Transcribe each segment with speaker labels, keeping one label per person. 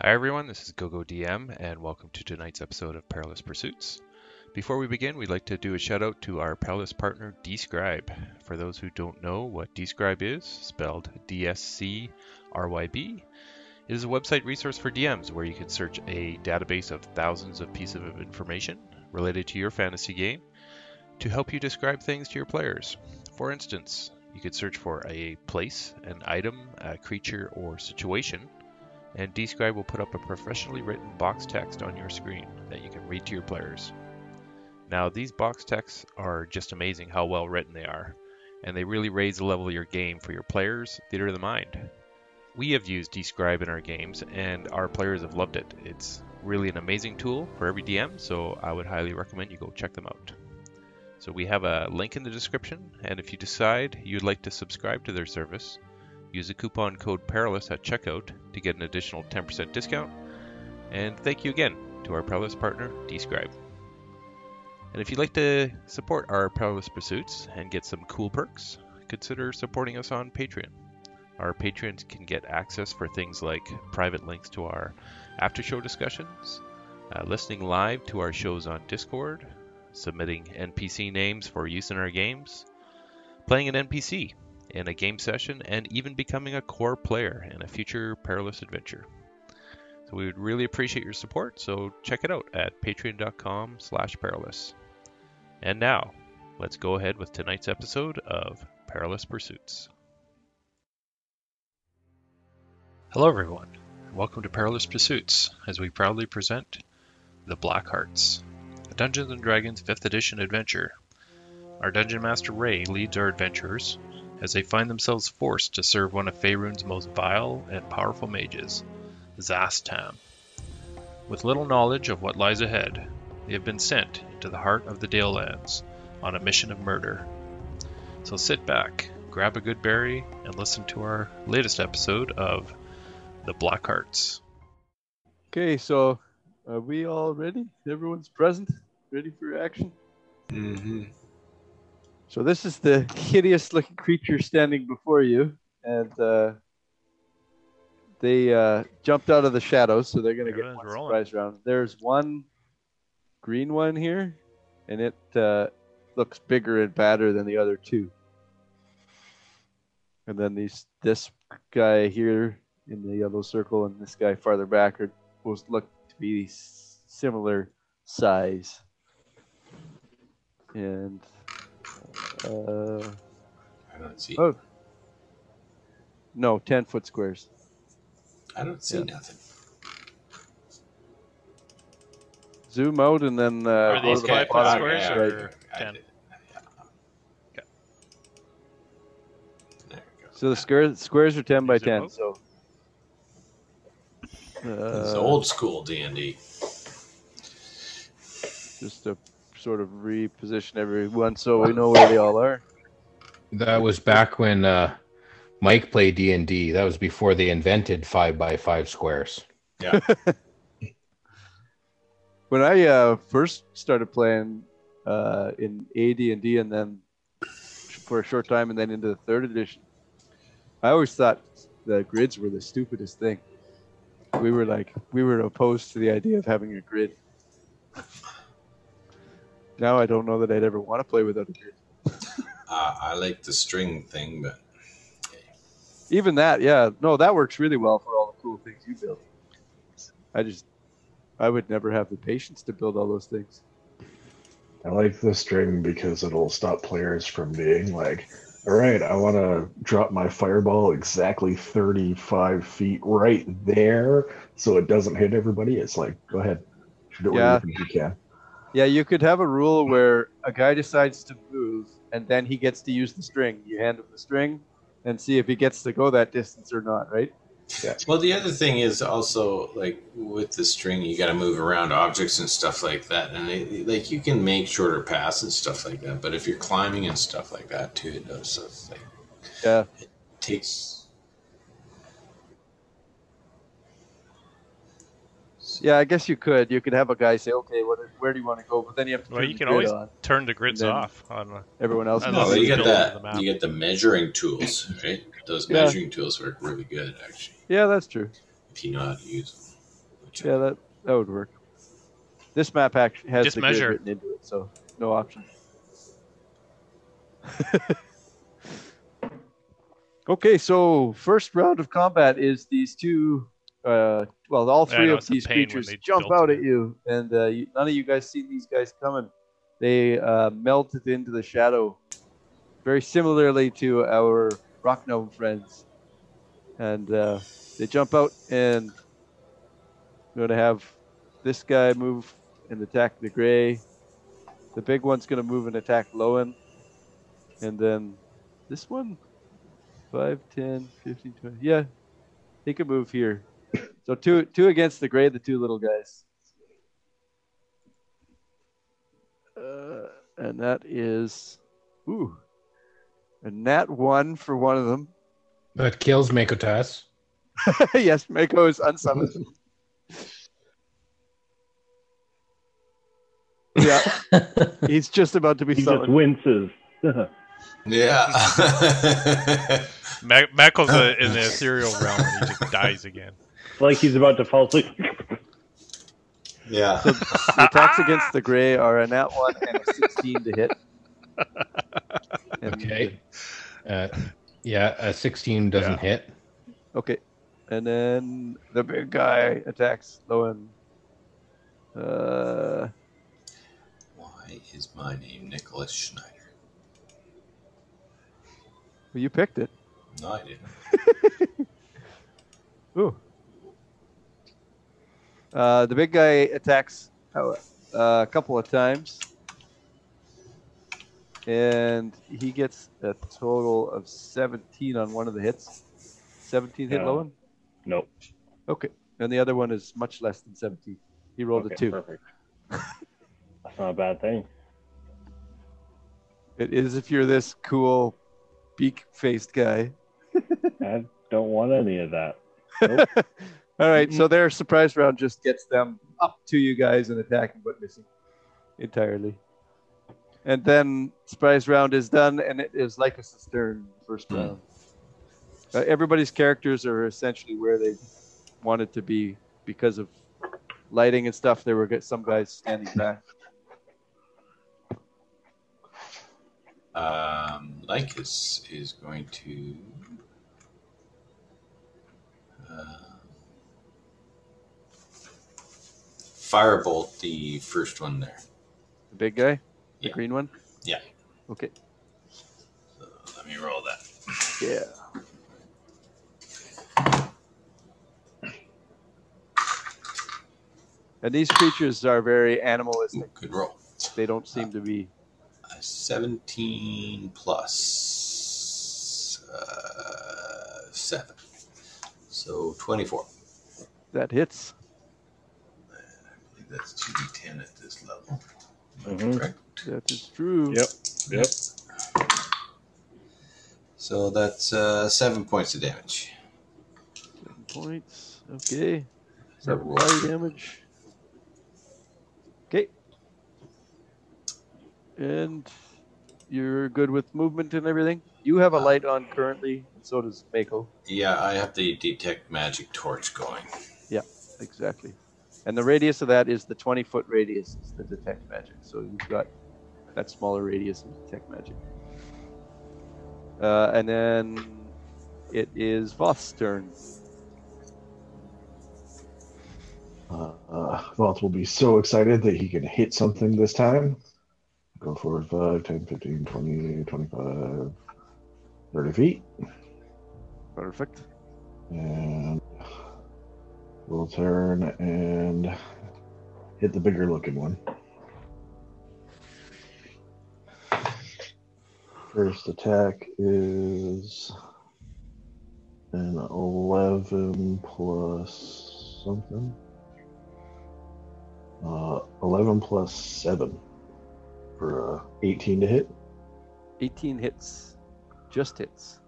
Speaker 1: Hi everyone, this is GoGoDM and welcome to tonight's episode of Perilous Pursuits. Before we begin, we'd like to do a shout out to our Perilous partner Describe. For those who don't know what Describe is, spelled D S C R Y B, it is a website resource for DMs where you can search a database of thousands of pieces of information related to your fantasy game to help you describe things to your players. For instance, you could search for a place, an item, a creature, or situation and Describe will put up a professionally written box text on your screen that you can read to your players. Now, these box texts are just amazing how well written they are, and they really raise the level of your game for your players' theater of the mind. We have used Describe in our games, and our players have loved it. It's really an amazing tool for every DM, so I would highly recommend you go check them out. So, we have a link in the description, and if you decide you'd like to subscribe to their service, Use the coupon code Perilous at checkout to get an additional 10% discount. And thank you again to our Perilous partner, Describe. And if you'd like to support our Perilous Pursuits and get some cool perks, consider supporting us on Patreon. Our patrons can get access for things like private links to our after show discussions, uh, listening live to our shows on Discord, submitting NPC names for use in our games, playing an NPC, in a game session, and even becoming a core player in a future perilous adventure. So we would really appreciate your support, so check it out at patreon.com slash perilous. And now, let's go ahead with tonight's episode of Perilous Pursuits. Hello everyone, and welcome to Perilous Pursuits, as we proudly present The Black Hearts, a Dungeons & Dragons 5th edition adventure. Our Dungeon Master Ray leads our adventurers, as they find themselves forced to serve one of Faerun's most vile and powerful mages, Zastam. With little knowledge of what lies ahead, they have been sent into the heart of the Dale Lands on a mission of murder. So sit back, grab a good berry, and listen to our latest episode of The Black Hearts.
Speaker 2: Okay, so are we all ready? Everyone's present, ready for action.
Speaker 3: Mm-hmm.
Speaker 2: So this is the hideous looking creature standing before you, and uh, they uh, jumped out of the shadows, so they're gonna
Speaker 1: Everyone's
Speaker 2: get one
Speaker 1: rolling.
Speaker 2: surprise round. There's one green one here, and it uh, looks bigger and badder than the other two. And then these this guy here in the yellow circle and this guy farther back are both look to be s- similar size. And uh,
Speaker 3: I don't see.
Speaker 2: Oh. no, ten foot squares.
Speaker 3: I don't see
Speaker 2: Yeah.
Speaker 3: nothing.
Speaker 2: Zoom out and then. Uh,
Speaker 4: Are
Speaker 2: go
Speaker 4: these
Speaker 2: to the
Speaker 4: five foot
Speaker 2: bottom
Speaker 4: squares
Speaker 2: right.
Speaker 4: or
Speaker 3: I
Speaker 4: ten?
Speaker 3: did-
Speaker 1: Okay.
Speaker 3: There we go.
Speaker 2: So the square, squares are ten by
Speaker 1: Zoom
Speaker 2: ten.
Speaker 1: out.
Speaker 2: So.
Speaker 3: This is
Speaker 2: Uh,
Speaker 3: old school D and D.
Speaker 2: Just to sort of reposition everyone so we know where they all are.
Speaker 5: That was back when uh, Mike played D and D. That was before they invented five by five squares.
Speaker 2: when I uh, first started playing uh, in AD and D, and then for a short time, and then into the third edition, I always thought the grids were the stupidest thing. We were like, we were opposed to the idea of having a grid. Now I don't know that I'd ever want to play without a grid.
Speaker 3: Uh, I like the string thing, but
Speaker 2: Even that, yeah, no, that works really well for all the cool things you build. I just, I would never have the patience to build all those things.
Speaker 6: I like the string because it'll stop players from being like, all right, I want to drop my fireball exactly 35 feet right there so it doesn't hit everybody. It's like, go ahead, shoot it
Speaker 2: Yeah.
Speaker 6: where you think you can.
Speaker 2: Yeah, you could have a rule where a guy decides to move and then he gets to use the string. You hand him the string and see if he gets to go that distance or not, right?
Speaker 3: well, the other thing is also like with the string, you got to move around objects and stuff like that, and it, like you can make shorter paths and stuff like that. But if you're climbing and stuff like that too, it does so it's like
Speaker 2: Yeah.
Speaker 3: takes.
Speaker 2: Yeah, I guess you could. You could have a guy say, "Okay, what, where do you want to go?" But then you have to
Speaker 4: Well,
Speaker 2: turn
Speaker 4: you
Speaker 2: the
Speaker 4: can
Speaker 2: grid
Speaker 4: always-
Speaker 2: on.
Speaker 4: Turn the grids
Speaker 2: And then-
Speaker 4: off. On the,
Speaker 2: Everyone else.
Speaker 4: I
Speaker 3: No,
Speaker 4: love
Speaker 3: you
Speaker 4: the
Speaker 3: get
Speaker 4: build of
Speaker 3: that.
Speaker 4: the map.
Speaker 3: you get the measuring tools, right? Those
Speaker 2: Yeah.
Speaker 3: measuring tools work really good, actually,
Speaker 2: yeah, that's true.
Speaker 3: if you know how to use them. check.
Speaker 2: Yeah, that that would work. This map actually has
Speaker 4: Just
Speaker 2: the grid
Speaker 4: measure.
Speaker 2: written into it, so no option. okay, so first round of combat is these two. Uh, well, all
Speaker 4: Yeah, I
Speaker 2: three
Speaker 4: know,
Speaker 2: of
Speaker 4: it's a
Speaker 2: these
Speaker 4: pain when
Speaker 2: creatures
Speaker 4: they
Speaker 2: jump
Speaker 4: jolt
Speaker 2: out
Speaker 4: you.
Speaker 2: at you, and uh, you, none of you guys seen these guys coming. They uh, melted into the shadow, very similarly to our rock gnome friends, and uh, they jump out and we're gonna have this guy move and attack the gray. The big one's gonna move and attack Lowen. And then this one 5, 10, 15, 20. Yeah. He can move here. So two two against the gray, the two little guys. Uh, and that is ooh. And that one for one of them.
Speaker 5: That kills Makotas.
Speaker 2: yes, Mako is unsummoned. yeah. He's just about to be
Speaker 7: He just
Speaker 2: summoned.
Speaker 7: winces.
Speaker 3: Yeah.
Speaker 4: Ma- Mackle's uh, in the ethereal realm and he just dies again.
Speaker 7: It's like he's about to fall asleep.
Speaker 3: yeah.
Speaker 2: The attacks against the gray are a nat one and a 16 to hit. And-
Speaker 5: Okay. Uh, yeah, a 16 doesn't
Speaker 4: Yeah.
Speaker 5: hit.
Speaker 2: Okay. And then the big guy attacks Lowen. Uh,
Speaker 3: Why is my name Nicholas Schneider?
Speaker 2: you picked it.
Speaker 3: No, I didn't.
Speaker 2: Ooh. Uh, the big guy attacks uh, a couple of times. And he gets a total of 17 on one of the hits. 17 hit
Speaker 7: Yeah.
Speaker 2: Lowen?
Speaker 7: Nope.
Speaker 2: Okay. And the other one is much less than 17. He rolled
Speaker 7: Okay,
Speaker 2: a 2.
Speaker 7: Perfect. That's not a bad thing.
Speaker 2: It is if you're this cool beak faced guy.
Speaker 7: I don't want any of that.
Speaker 2: All right, so their surprise round just gets them up to you guys and attacking, but missing entirely. And then surprise round is done, and it is like a cistern first
Speaker 3: Hmm.
Speaker 2: round. Uh, everybody's characters are essentially where they wanted to be because of lighting and stuff. There were g- some guys standing back.
Speaker 3: Um, Lycus is going to. uh, Firebolt the first one there.
Speaker 2: The big guy, the
Speaker 3: Yeah.
Speaker 2: green one.
Speaker 3: Yeah.
Speaker 2: Okay.
Speaker 3: So let me roll that.
Speaker 2: Yeah. And these creatures are very animalistic.
Speaker 3: Ooh, good roll.
Speaker 2: They don't seem to be.
Speaker 3: A 17 plus uh, 7. So 24.
Speaker 2: That hits.
Speaker 3: I believe that's 2d10 at this level. Am I
Speaker 2: Mm-hmm.
Speaker 7: Mhm.
Speaker 3: correct?
Speaker 2: That is true.
Speaker 7: Yep. Yep.
Speaker 3: So that's uh, 7 points of damage.
Speaker 2: Seven points. Okay.
Speaker 3: So
Speaker 2: Seven
Speaker 3: roll.
Speaker 2: body damage. Okay. And you're good with movement and everything. You have a light on currently, and so does Mako.
Speaker 3: Yeah, I have the detect magic torch going.
Speaker 2: Exactly. And the radius of that is the 20 foot radius is the detect magic. So you've got that smaller radius of detect magic. Uh, and then it is Voth's turn.
Speaker 6: Uh, uh, Voth will be so excited that he can hit something this time. Go forward 5, 10, 15, 20, 25, 30 feet.
Speaker 2: Perfect.
Speaker 6: And we'll turn and hit the bigger looking one. First attack is an 11 plus something. Uh, 11 plus 7 for uh, 18 to hit.
Speaker 2: 18 hits. Just hits.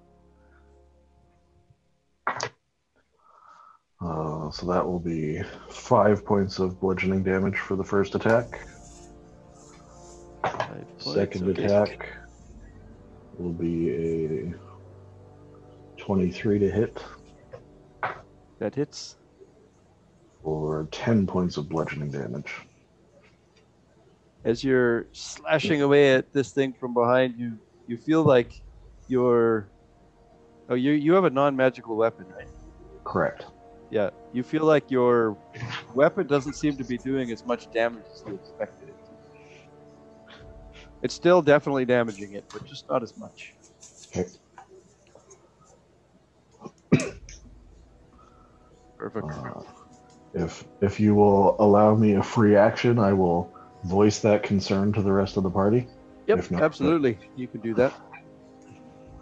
Speaker 6: Uh, so that will be five points of bludgeoning damage for the first attack.
Speaker 2: Five points.
Speaker 6: Second
Speaker 2: Okay.
Speaker 6: attack will be a 23 to hit.
Speaker 2: That hits.
Speaker 6: or 10 points of bludgeoning damage.
Speaker 2: as you're slashing away at this thing from behind you you feel like you're oh you you have a non-magical weapon right
Speaker 6: Correct.
Speaker 2: yeah you feel like your weapon doesn't seem to be doing as much damage as you expected it to it's still definitely damaging it but just not as much
Speaker 6: Okay.
Speaker 2: perfect
Speaker 6: Uh, if if you will allow me a free action, I will voice that concern to the rest of the party.
Speaker 2: Yep,
Speaker 6: If not-
Speaker 2: absolutely. You can do that.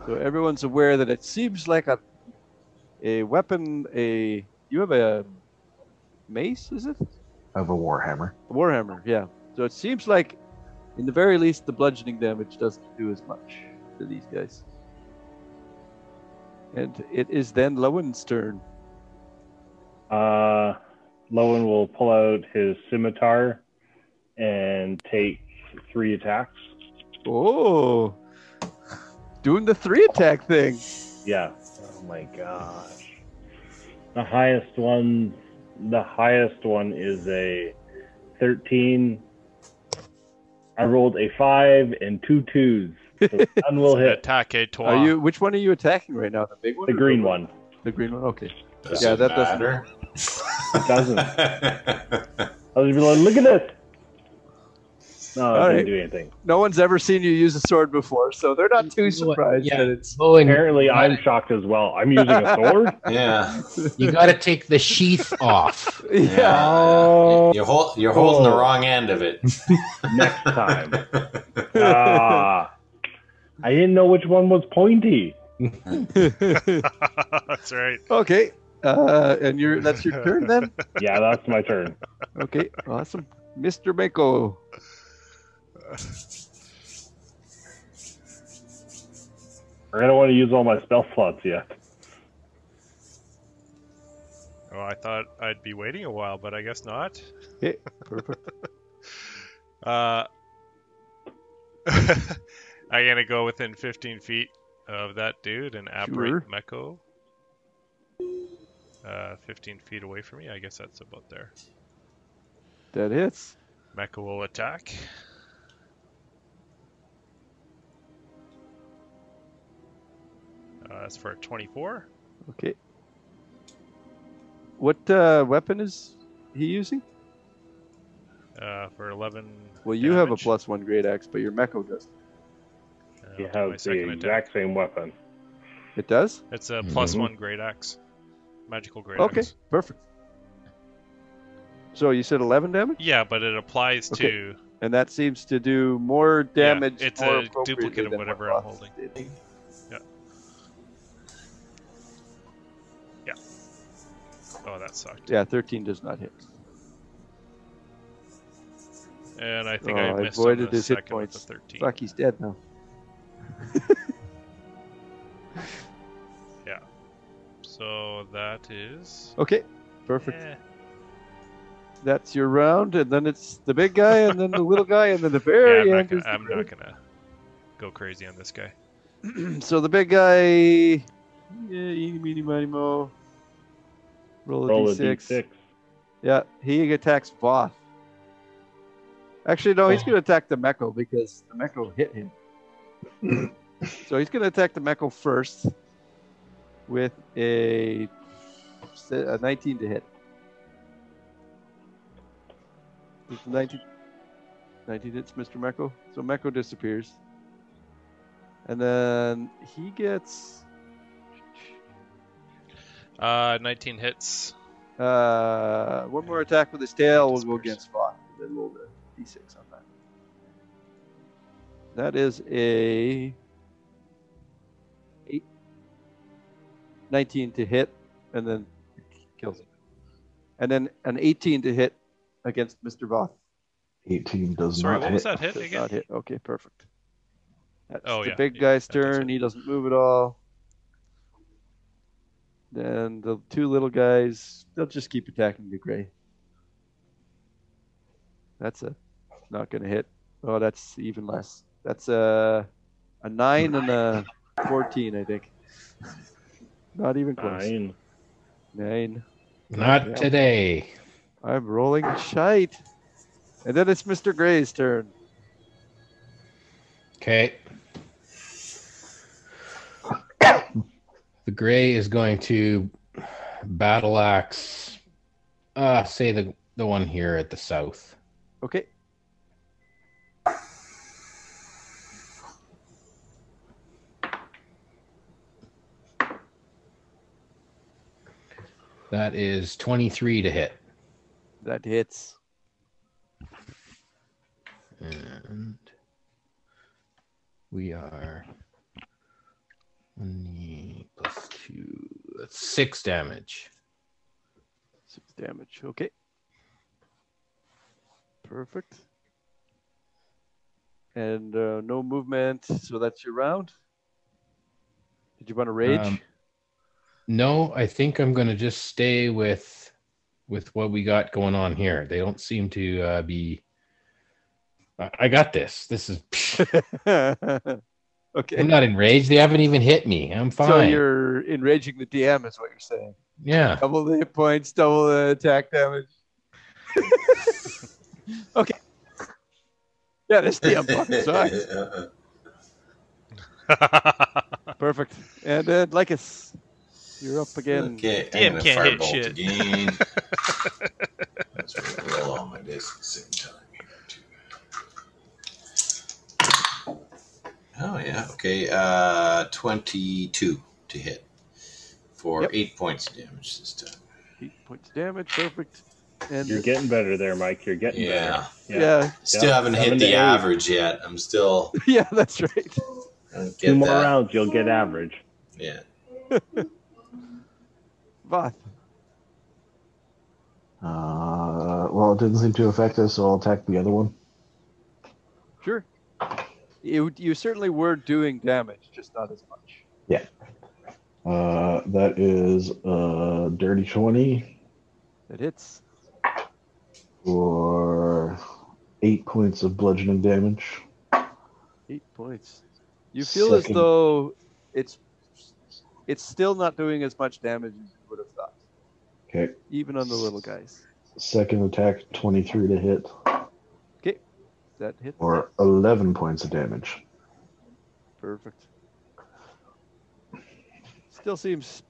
Speaker 2: So everyone's aware that it seems like a a weapon. A you have a mace, is it?
Speaker 6: I have a warhammer.
Speaker 2: Warhammer, yeah. So it seems like, in the very least, the bludgeoning damage doesn't do as much to these guys. And it is then Lowen's turn.
Speaker 7: Uh, Lowen will pull out his scimitar and take three attacks.
Speaker 2: Oh, doing the three attack thing.
Speaker 7: Yeah. Oh my gosh. The highest one, the highest one is a 13. I rolled a five and two twos. So none will hit.
Speaker 4: Attack a toi.
Speaker 2: Are you? Which one are you attacking right now? The big one.
Speaker 7: The
Speaker 2: or
Speaker 7: green one.
Speaker 2: The green one. Okay.
Speaker 3: Does
Speaker 2: Yeah,
Speaker 3: it
Speaker 2: that doesn't-
Speaker 3: matter?
Speaker 7: doesn't.
Speaker 3: doesn't.
Speaker 7: I'll just be like, look at this. No, it
Speaker 2: All
Speaker 7: didn't
Speaker 2: right.
Speaker 7: do anything.
Speaker 2: No one's ever seen you use a sword before, so they're not too surprised
Speaker 5: Yeah.
Speaker 2: that it's.
Speaker 5: Lowen,
Speaker 7: Apparently, I'm shocked as well. I'm using a sword.
Speaker 3: yeah.
Speaker 5: you got to take the sheath off.
Speaker 2: Yeah.
Speaker 3: You- You're, hol- you're holding the
Speaker 7: Oh.
Speaker 3: wrong end of it.
Speaker 7: Next time. ah, I didn't know which one was pointy.
Speaker 4: That's right.
Speaker 2: okay. Uh, and you're that's your turn then.
Speaker 7: Yeah, that's my turn.
Speaker 2: Okay. Awesome, Mr. Mako.
Speaker 7: I don't want to use all my spell slots yet.
Speaker 4: Oh, I thought I'd be waiting a while, but I guess not.
Speaker 2: Yeah, perfect.
Speaker 4: Uh, I'm gonna go within 15 feet of that dude and apparate
Speaker 2: Sure.
Speaker 4: Meko. Uh, 15 feet away from me. I guess that's about there.
Speaker 2: That hits.
Speaker 4: Mecha will attack. Uh, that's for a 24.
Speaker 2: Okay. What uh, weapon is he using?
Speaker 4: Uh, for 11.
Speaker 2: Well, you have a
Speaker 4: damage.
Speaker 2: plus one great axe, but your Mako does.
Speaker 4: Uh,
Speaker 7: You
Speaker 4: I'll do my
Speaker 7: have the
Speaker 4: second attack.
Speaker 7: exact same weapon.
Speaker 2: It does.
Speaker 4: It's a plus
Speaker 6: Mhm.
Speaker 4: one great axe. Magical great
Speaker 2: Okay.
Speaker 4: axe.
Speaker 2: Perfect. So you said eleven damage,
Speaker 4: Yeah, but it applies
Speaker 2: Okay.
Speaker 4: to.
Speaker 2: and that seems to do more
Speaker 4: Yeah,
Speaker 2: damage.
Speaker 4: it's
Speaker 2: more
Speaker 4: a
Speaker 2: appropriately
Speaker 4: duplicate of
Speaker 2: than
Speaker 4: whatever
Speaker 2: what
Speaker 4: I'm
Speaker 2: Roth's
Speaker 4: holding.
Speaker 2: did.
Speaker 4: Oh, that sucked.
Speaker 2: Yeah, thirteen does not hit.
Speaker 4: And I think
Speaker 2: Oh,
Speaker 4: I
Speaker 2: I
Speaker 4: missed
Speaker 2: avoided
Speaker 4: on the
Speaker 2: his hit
Speaker 4: second with
Speaker 2: points.
Speaker 4: the 13.
Speaker 2: Fuck, he's dead now.
Speaker 4: So that is.
Speaker 2: Okay, perfect.
Speaker 4: Eh,
Speaker 2: That's your round, and then it's the big guy, and then the little guy, and then the very
Speaker 4: yeah, I'm,
Speaker 2: end.
Speaker 4: not gonna,
Speaker 2: is the
Speaker 4: I'm
Speaker 2: critic.
Speaker 4: not gonna go crazy on this guy.
Speaker 2: so the big guy. Yeah, eeny, meeny, miny, mo. Roll a
Speaker 7: Roll a
Speaker 2: D6.
Speaker 7: d6.
Speaker 2: Yeah, he attacks Voth. Actually, no, he's going to attack the Meko because the Meko hit him. so he's going to attack the Meko first with a, a 19 to hit. Does the 19, 19 hits Mr. Meko. So Meko disappears. And then he gets
Speaker 4: Uh, 19 hits.
Speaker 2: uh, one more attack with his tail. We'll go
Speaker 4: Disperse.
Speaker 2: against Voth. Then roll the d6 on that. That is a eight, 19 to hit, and then kills him. And then an 18 to hit against Mr. Voth.
Speaker 6: 18 does
Speaker 4: Sorry,
Speaker 6: not
Speaker 4: what
Speaker 6: hit.
Speaker 4: was that hit
Speaker 2: Does
Speaker 4: again?
Speaker 2: not hit. Okay, perfect. That's
Speaker 4: Oh,
Speaker 2: the
Speaker 4: yeah.
Speaker 2: big
Speaker 4: Yeah,
Speaker 2: guy's
Speaker 4: that does
Speaker 2: turn.
Speaker 4: it.
Speaker 2: He doesn't move at all. Then the two little guys, they'll just keep attacking the gray. That's a not going to hit. Oh, that's even less. That's a a nine and a fourteen, I think. Not even close.
Speaker 7: Nine.
Speaker 2: Nine.
Speaker 5: Not
Speaker 2: Yeah.
Speaker 5: today.
Speaker 2: I'm rolling shite. And then it's Mr. Gray's turn.
Speaker 5: Okay. the gray is going to battle axe. Uh, say the the one here at the south.
Speaker 2: Okay.
Speaker 5: That is twenty three to hit.
Speaker 2: That hits.
Speaker 5: And we are one plus two. That's six damage.
Speaker 2: Six damage. Okay. Perfect. And uh, no movement, so that's your round. Did you want to rage?
Speaker 5: Um, No, I think I'm gonna just stay with with what we got going on here. They don't seem to uh, be. I, I got this. This is.
Speaker 2: okay.
Speaker 5: I'm not enraged. They haven't even hit me. I'm fine.
Speaker 2: So you're enraging the DM, is what you're saying.
Speaker 5: Yeah.
Speaker 2: Double the hit points, double the attack damage. okay. Yeah, this DM fucking sucks.
Speaker 3: Uh-uh.
Speaker 2: Perfect. And then Lycus, you're up again.
Speaker 3: Okay,
Speaker 8: Damn,
Speaker 3: I'm gonna
Speaker 8: can't hit
Speaker 3: firebolt
Speaker 8: shit.
Speaker 3: again. That's right. I roll all my dice at the same time. here, too. Oh yeah. Okay. Uh, twenty-two to hit for
Speaker 2: Yep.
Speaker 3: eight points of damage this time.
Speaker 2: Eight points damage. Perfect. And
Speaker 7: You're getting better there, Mike. You're getting
Speaker 3: Yeah.
Speaker 7: better.
Speaker 2: yeah,
Speaker 3: Still
Speaker 7: Yeah,
Speaker 3: haven't
Speaker 7: seven
Speaker 3: hit
Speaker 7: to
Speaker 3: the
Speaker 7: eight.
Speaker 3: average yet. I'm still.
Speaker 2: yeah, that's right.
Speaker 3: I don't
Speaker 7: Two
Speaker 3: get
Speaker 7: more
Speaker 3: that.
Speaker 7: rounds, you'll get average.
Speaker 3: Yeah.
Speaker 2: Voth.
Speaker 6: Uh, well, it didn't seem to affect us, so I'll attack the other one.
Speaker 2: Sure. You you certainly were doing damage, just not as much.
Speaker 6: Uh, that is uh, dirty 20
Speaker 2: It hits.
Speaker 6: for eight points of bludgeoning damage.
Speaker 2: Eight points. You feel as
Speaker 6: Second.
Speaker 2: though it's it's still not doing as much damage as you would have thought,
Speaker 6: Okay.
Speaker 2: even on the little guys.
Speaker 6: Second attack, 23 to hit,
Speaker 2: That hit
Speaker 6: or 11 points of damage.
Speaker 2: perfect. Still seems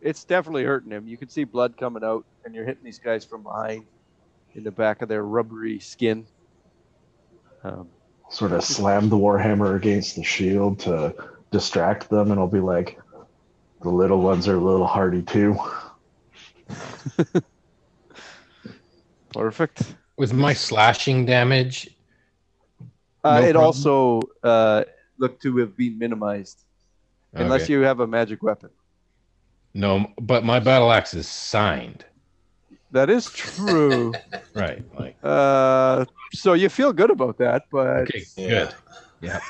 Speaker 2: it's definitely hurting him. You can see blood coming out, and you're hitting these guys from behind in the back of their rubbery skin. Um,
Speaker 6: Sort of slam the Warhammer against the shield to distract them, and I'll be like, the little ones are a little hardy too.
Speaker 2: perfect.
Speaker 5: With my slashing damage,
Speaker 2: Uh,
Speaker 5: No
Speaker 2: it
Speaker 5: problem.
Speaker 2: also uh, looked to have been minimized, unless
Speaker 5: Okay.
Speaker 2: you have a magic weapon.
Speaker 5: no, but my battle axe is signed.
Speaker 2: That is true.
Speaker 5: Right. Like.
Speaker 2: uh, so you feel good about that, but
Speaker 5: Okay.
Speaker 3: Yeah.
Speaker 5: Good.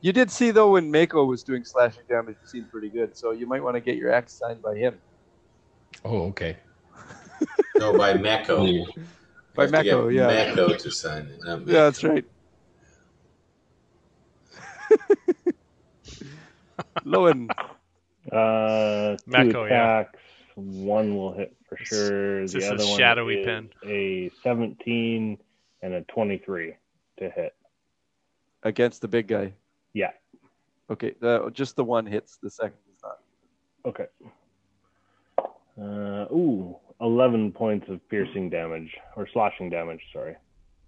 Speaker 2: you did see though when Mako was doing slashing damage, it seemed pretty good. So you might want to get your axe signed by him.
Speaker 5: Oh, okay.
Speaker 3: No, by Mecco.
Speaker 2: By
Speaker 3: I have to get
Speaker 2: Mecco, yeah.
Speaker 3: Mecco to sign it. not
Speaker 2: Yeah, that's
Speaker 3: Mecco.
Speaker 2: right. Lowen,
Speaker 7: Uh, two
Speaker 4: Mako, yeah.
Speaker 7: attacks. One will hit for sure.
Speaker 4: it's
Speaker 7: the
Speaker 4: just a
Speaker 7: other one
Speaker 4: shadowy
Speaker 7: is
Speaker 4: pen.
Speaker 7: A 17 and a 23 to hit.
Speaker 2: against the big guy.
Speaker 7: Yeah.
Speaker 2: Okay, the, just the one hits. The second is not.
Speaker 7: Okay. Uh, ooh, 11 points of piercing damage or slashing damage. Sorry.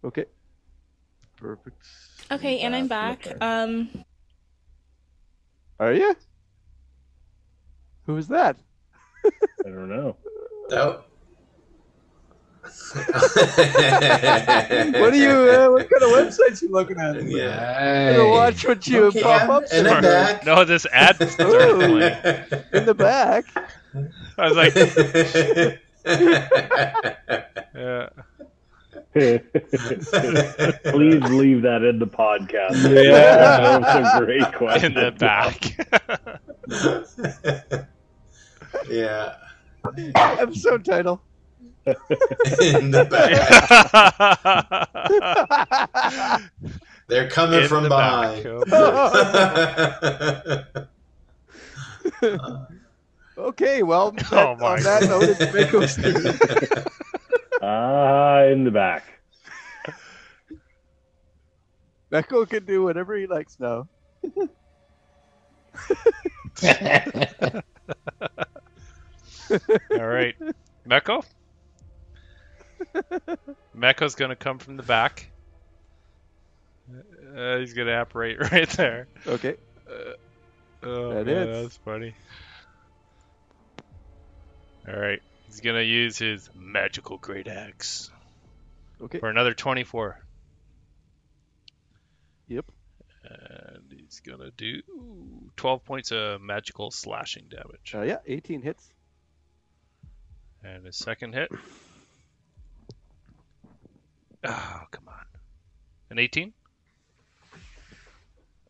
Speaker 2: Okay. Perfect.
Speaker 9: Okay, and I'm back.
Speaker 7: Okay.
Speaker 9: Um,
Speaker 2: Are you? Who was that?
Speaker 7: I don't know.
Speaker 3: Oh.
Speaker 2: What are you? Uh, what kind of websites you looking at?
Speaker 3: Yeah.
Speaker 2: I'm
Speaker 5: Hey.
Speaker 2: gonna watch what you
Speaker 3: Okay,
Speaker 2: pop
Speaker 3: I'm
Speaker 2: up
Speaker 3: in the
Speaker 2: somewhere.
Speaker 3: back.
Speaker 4: No, this ad. started playing.
Speaker 2: in the back.
Speaker 4: I was like,
Speaker 3: Please.
Speaker 4: yeah.
Speaker 7: Please leave that in the podcast.
Speaker 5: Yeah.
Speaker 7: That's a great question.
Speaker 4: in the back.
Speaker 3: yeah.
Speaker 2: Episode title.
Speaker 3: In the back. They're coming
Speaker 4: In
Speaker 3: from
Speaker 4: the back.
Speaker 3: behind.
Speaker 4: Oh, boy.
Speaker 3: Uh,
Speaker 2: Okay, well,
Speaker 4: Oh
Speaker 2: that-
Speaker 4: my
Speaker 2: on that note, it's Mickle's turn.
Speaker 7: Ah, in the back.
Speaker 2: Michael can do whatever he likes now.
Speaker 4: All right, Mecco. Mecco's gonna come from the back. Uh, he's gonna apparate right there.
Speaker 2: Okay.
Speaker 4: Oh,
Speaker 2: That
Speaker 4: man,
Speaker 2: is.
Speaker 4: that's funny. All right, he's gonna use his magical great axe
Speaker 2: Okay.
Speaker 4: for another twenty-four.
Speaker 2: Yep.
Speaker 4: And he's gonna do twelve points of magical slashing damage.
Speaker 2: Uh, yeah, 18 hits.
Speaker 4: And his second hit. Oh, come on. An 18?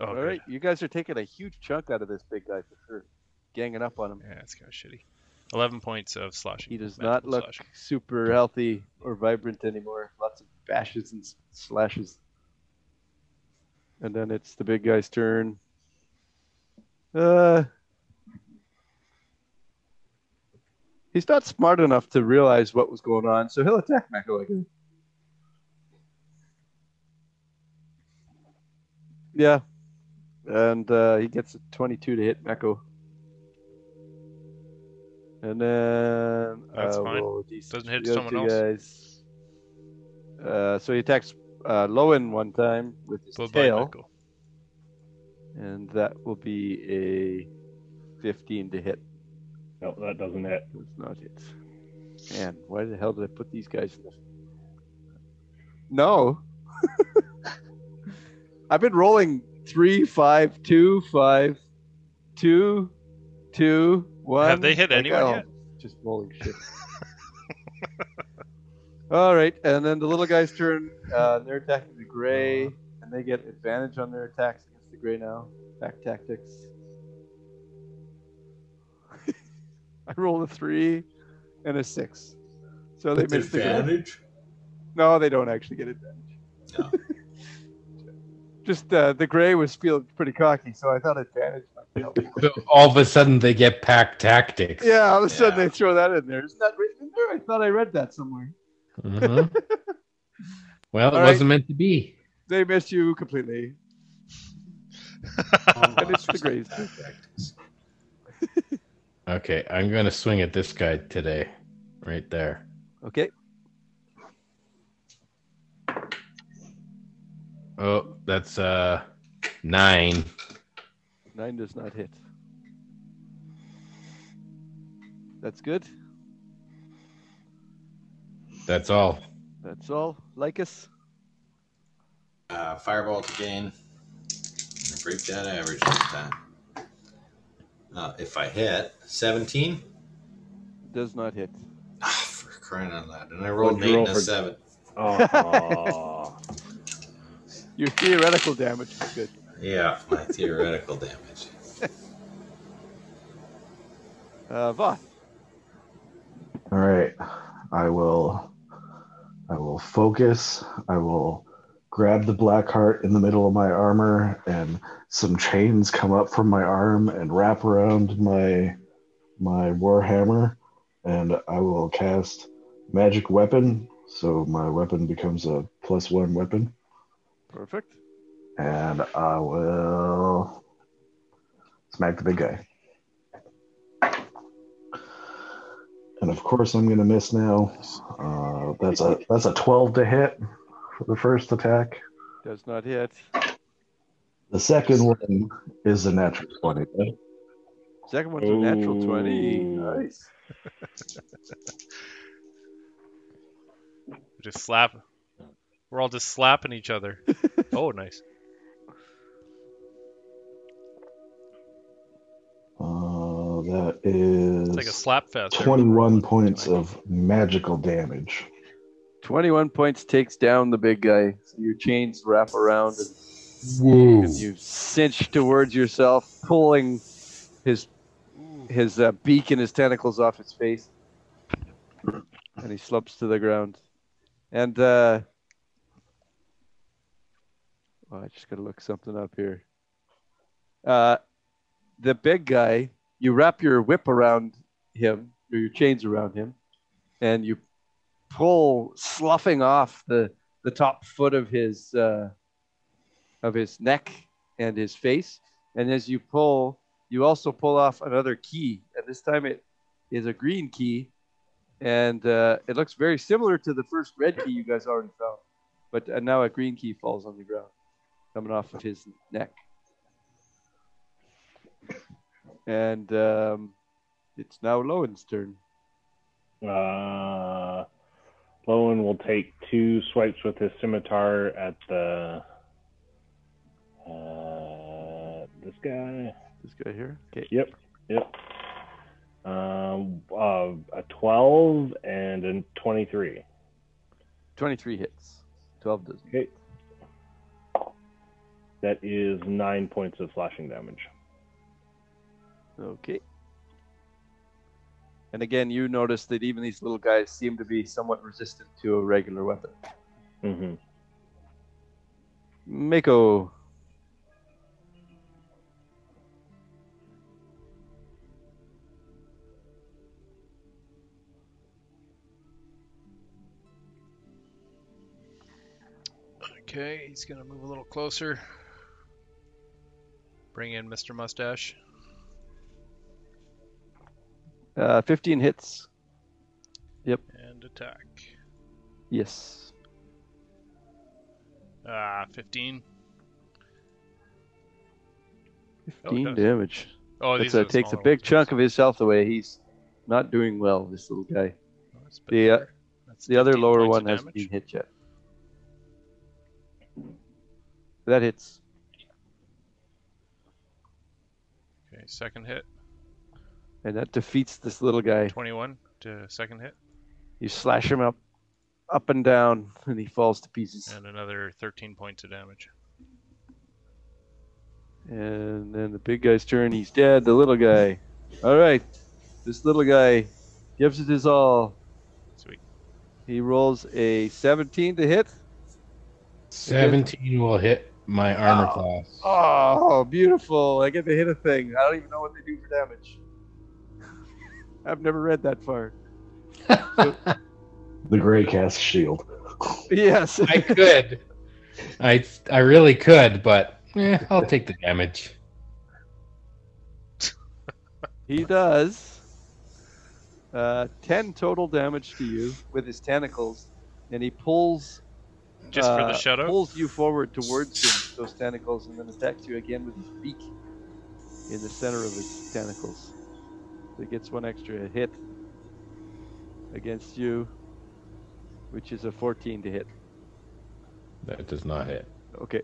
Speaker 4: Oh,
Speaker 2: All
Speaker 4: good.
Speaker 2: right, you guys are taking a huge chunk out of this big guy for sure. Ganging up on him.
Speaker 4: Yeah, that's kind of shitty. 11 points of slashing.
Speaker 2: He does
Speaker 4: magical
Speaker 2: not look
Speaker 4: slashing.
Speaker 2: super healthy or vibrant anymore. Lots of bashes and s- slashes. And then it's the big guy's turn. Uh, he's not smart enough to realize what was going on, so he'll attack Mako again. Yeah, and uh, he gets a 22 to hit Mako. And then
Speaker 4: That's
Speaker 2: uh,
Speaker 4: fine.
Speaker 2: we'll DC
Speaker 4: Doesn't hit
Speaker 2: the other
Speaker 4: someone
Speaker 2: two
Speaker 4: else.
Speaker 2: Guys. Uh, so he attacks uh, Lowen one time with his
Speaker 4: Blood by
Speaker 2: tail,
Speaker 4: Michael.
Speaker 2: and that will be a 15 to hit.
Speaker 7: No, that doesn't hit.
Speaker 2: Does not hit. Man, why the hell did I put these guys in this? No. I've been rolling three, five, two, five, two, two, one.
Speaker 4: Have they hit
Speaker 2: Like,
Speaker 4: anyone
Speaker 2: oh,
Speaker 4: yet?
Speaker 2: Just rolling shit. All right, and then the little guy's turn. Uh, they're attacking the gray, and they get advantage on their attacks against the gray now. Attack tactics. I rolled a three and a six, so
Speaker 3: With
Speaker 2: they missed the gray.
Speaker 3: advantage.
Speaker 2: No, they don't actually get advantage.
Speaker 3: No.
Speaker 2: Just uh, the gray was feeling pretty cocky, so I thought advantage might help.
Speaker 5: So all of a sudden they get pack tactics.
Speaker 2: Yeah, all of a sudden
Speaker 3: Yeah.
Speaker 2: they throw that in there. Isn't that written in there? I thought I read that somewhere.
Speaker 5: Mhm. Well, it
Speaker 2: All right.
Speaker 5: wasn't meant to be.
Speaker 2: They missed you completely. And it's the grays.
Speaker 5: Okay, I'm gonna swing at this guy today, right there.
Speaker 2: Okay.
Speaker 5: Oh, that's uh nine.
Speaker 2: Nine does not hit. That's good.
Speaker 5: That's all.
Speaker 2: That's all. Lycus.
Speaker 3: Uh, fireball to gain. I break that average this time. Uh, if I hit 17,
Speaker 2: does not hit.
Speaker 3: ah, for crying out loud. And I rolled an 8
Speaker 7: What'd you roll
Speaker 3: and a
Speaker 7: for-
Speaker 3: 7.
Speaker 7: Oh,
Speaker 2: Your theoretical damage is good.
Speaker 3: Yeah, my theoretical damage.
Speaker 2: Uh, Voth.
Speaker 6: All right. I will I will focus. I will grab the black heart in the middle of my armor and some chains come up from my arm and wrap around my my warhammer and I will cast magic weapon so my weapon becomes a plus 1 weapon
Speaker 2: Perfect.
Speaker 6: and I will smack the big guy. And of course, I'm going to miss now. Uh, that's a that's a 12 to hit for the first attack.
Speaker 2: Does not hit.
Speaker 6: The second one is a natural 20.
Speaker 2: Second one's a natural 20.
Speaker 7: Ooh.
Speaker 2: Nice.
Speaker 4: Just slap. We're all just slapping each other. oh, nice.
Speaker 6: Uh, that
Speaker 4: It's like a
Speaker 6: is
Speaker 4: slap fest.
Speaker 6: 21 points of magical damage.
Speaker 2: 21 points takes down the big guy. So your chains wrap around and
Speaker 5: Woo.
Speaker 2: you cinch towards yourself, pulling his his uh, beak and his tentacles off his face, and he slumps to the ground. And uh, oh, I just gotta look something up here. Uh, the big guy you wrap your whip around him, or your chains around him, and you pull, sloughing off the, the top foot of his uh, of his neck and his face. And as you pull, you also pull off another key, and this time it is a green key, and uh, it looks very similar to the first red key you guys already found, but uh, now a green key falls on the ground, coming off of his neck. And um, it's now Lowen's turn.
Speaker 7: Uh, Lowen will take two swipes with his scimitar at the uh, this guy.
Speaker 2: This guy here. Okay.
Speaker 7: Yep, yep. Um, uh, a twelve and a twenty-three.
Speaker 2: 23 hits. 12 does.
Speaker 7: Okay, that is nine points of slashing damage.
Speaker 2: Okay. And again, you notice that even these little guys seem to be somewhat resistant to a regular weapon.
Speaker 7: Mm-hmm.
Speaker 2: Mako.
Speaker 4: Okay, he's gonna move a little closer. Bring in Mr. Mustache.
Speaker 2: Uh, 15 hits.
Speaker 4: and attack.
Speaker 2: Yes.
Speaker 4: Oh, Ah, 15. Oh, it
Speaker 2: 15
Speaker 4: does.
Speaker 2: damage.
Speaker 4: Oh,
Speaker 2: That
Speaker 4: these
Speaker 2: uh,
Speaker 4: are the
Speaker 2: takes a
Speaker 4: smaller
Speaker 2: big
Speaker 4: ones.
Speaker 2: chunk of his health away. He's not doing well, this little guy.
Speaker 4: Oh, that's
Speaker 2: the, uh,
Speaker 4: better. That's
Speaker 2: The other
Speaker 4: 15
Speaker 2: lower
Speaker 4: points
Speaker 2: one
Speaker 4: of
Speaker 2: hasn't
Speaker 4: damage.
Speaker 2: been hit yet. That hits.
Speaker 4: Okay, second hit.
Speaker 2: And that defeats this little guy.
Speaker 4: 21 to second hit.
Speaker 2: You slash him up, up and down, and he falls to pieces.
Speaker 4: And another 13 points of damage.
Speaker 2: And then the big guy's turn. He's dead. The little guy. All right. This little guy gives it his all.
Speaker 4: Sweet.
Speaker 2: He rolls a 17 to hit.
Speaker 5: 17 will hit my armor class.
Speaker 2: Oh, beautiful. I get to hit a thing. I don't even know what they do for damage. I've never read that far.
Speaker 6: The gray cast shield.
Speaker 2: Yes.
Speaker 5: I could. I I really could, but eh, I'll take the damage.
Speaker 2: he does uh, 10 total damage to you with his tentacles, and he pulls
Speaker 4: Just for
Speaker 2: uh,
Speaker 4: the shutout?
Speaker 2: Pulls you forward towards him, those tentacles, and then attacks you again with his beak in the center of his tentacles. So he gets one extra hit against you, which is a 14 to hit.
Speaker 5: That does not hit.
Speaker 2: Okay.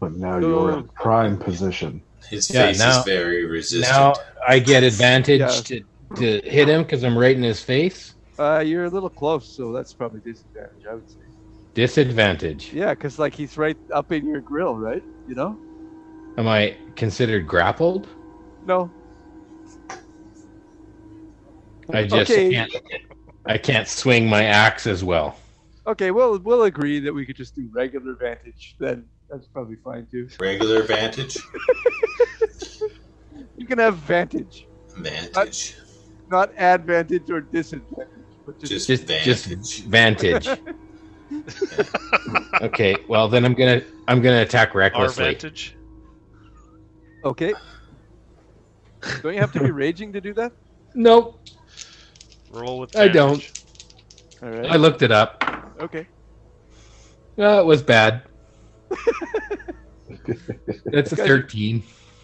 Speaker 6: But now you're in prime position.
Speaker 3: His
Speaker 5: Yeah,
Speaker 3: face
Speaker 5: now-
Speaker 3: is very resistant.
Speaker 5: Now I get advantage
Speaker 2: Yeah.
Speaker 5: to, to hit him because I'm right in his face.
Speaker 2: Uh, you're a little close, so that's probably disadvantage, I would say.
Speaker 5: Disadvantage.
Speaker 2: Yeah, because like he's right up in your grill, right? You know?
Speaker 5: Am I considered grappled?
Speaker 2: No.
Speaker 5: I just
Speaker 2: Okay.
Speaker 5: can't. I can't swing my axe as well.
Speaker 2: Okay, well, we'll agree that we could just do regular advantage. Then that's probably fine too.
Speaker 3: Regular vantage.
Speaker 2: You can have vantage,
Speaker 3: Vantage.
Speaker 2: not advantage or disadvantage, but just
Speaker 3: Just,
Speaker 5: Just
Speaker 3: vantage.
Speaker 5: just vantage. okay. Well, then I'm gonna I'm gonna attack
Speaker 4: Our
Speaker 5: recklessly.
Speaker 4: vantage.
Speaker 2: Okay. Don't you have to be raging to do that?
Speaker 5: Nope.
Speaker 4: Roll with
Speaker 5: I
Speaker 4: vantage.
Speaker 5: don't.
Speaker 2: All
Speaker 5: I
Speaker 2: right.
Speaker 5: looked it up.
Speaker 2: Okay.
Speaker 5: Uh, it was bad. That's a
Speaker 2: Guys-
Speaker 5: 13.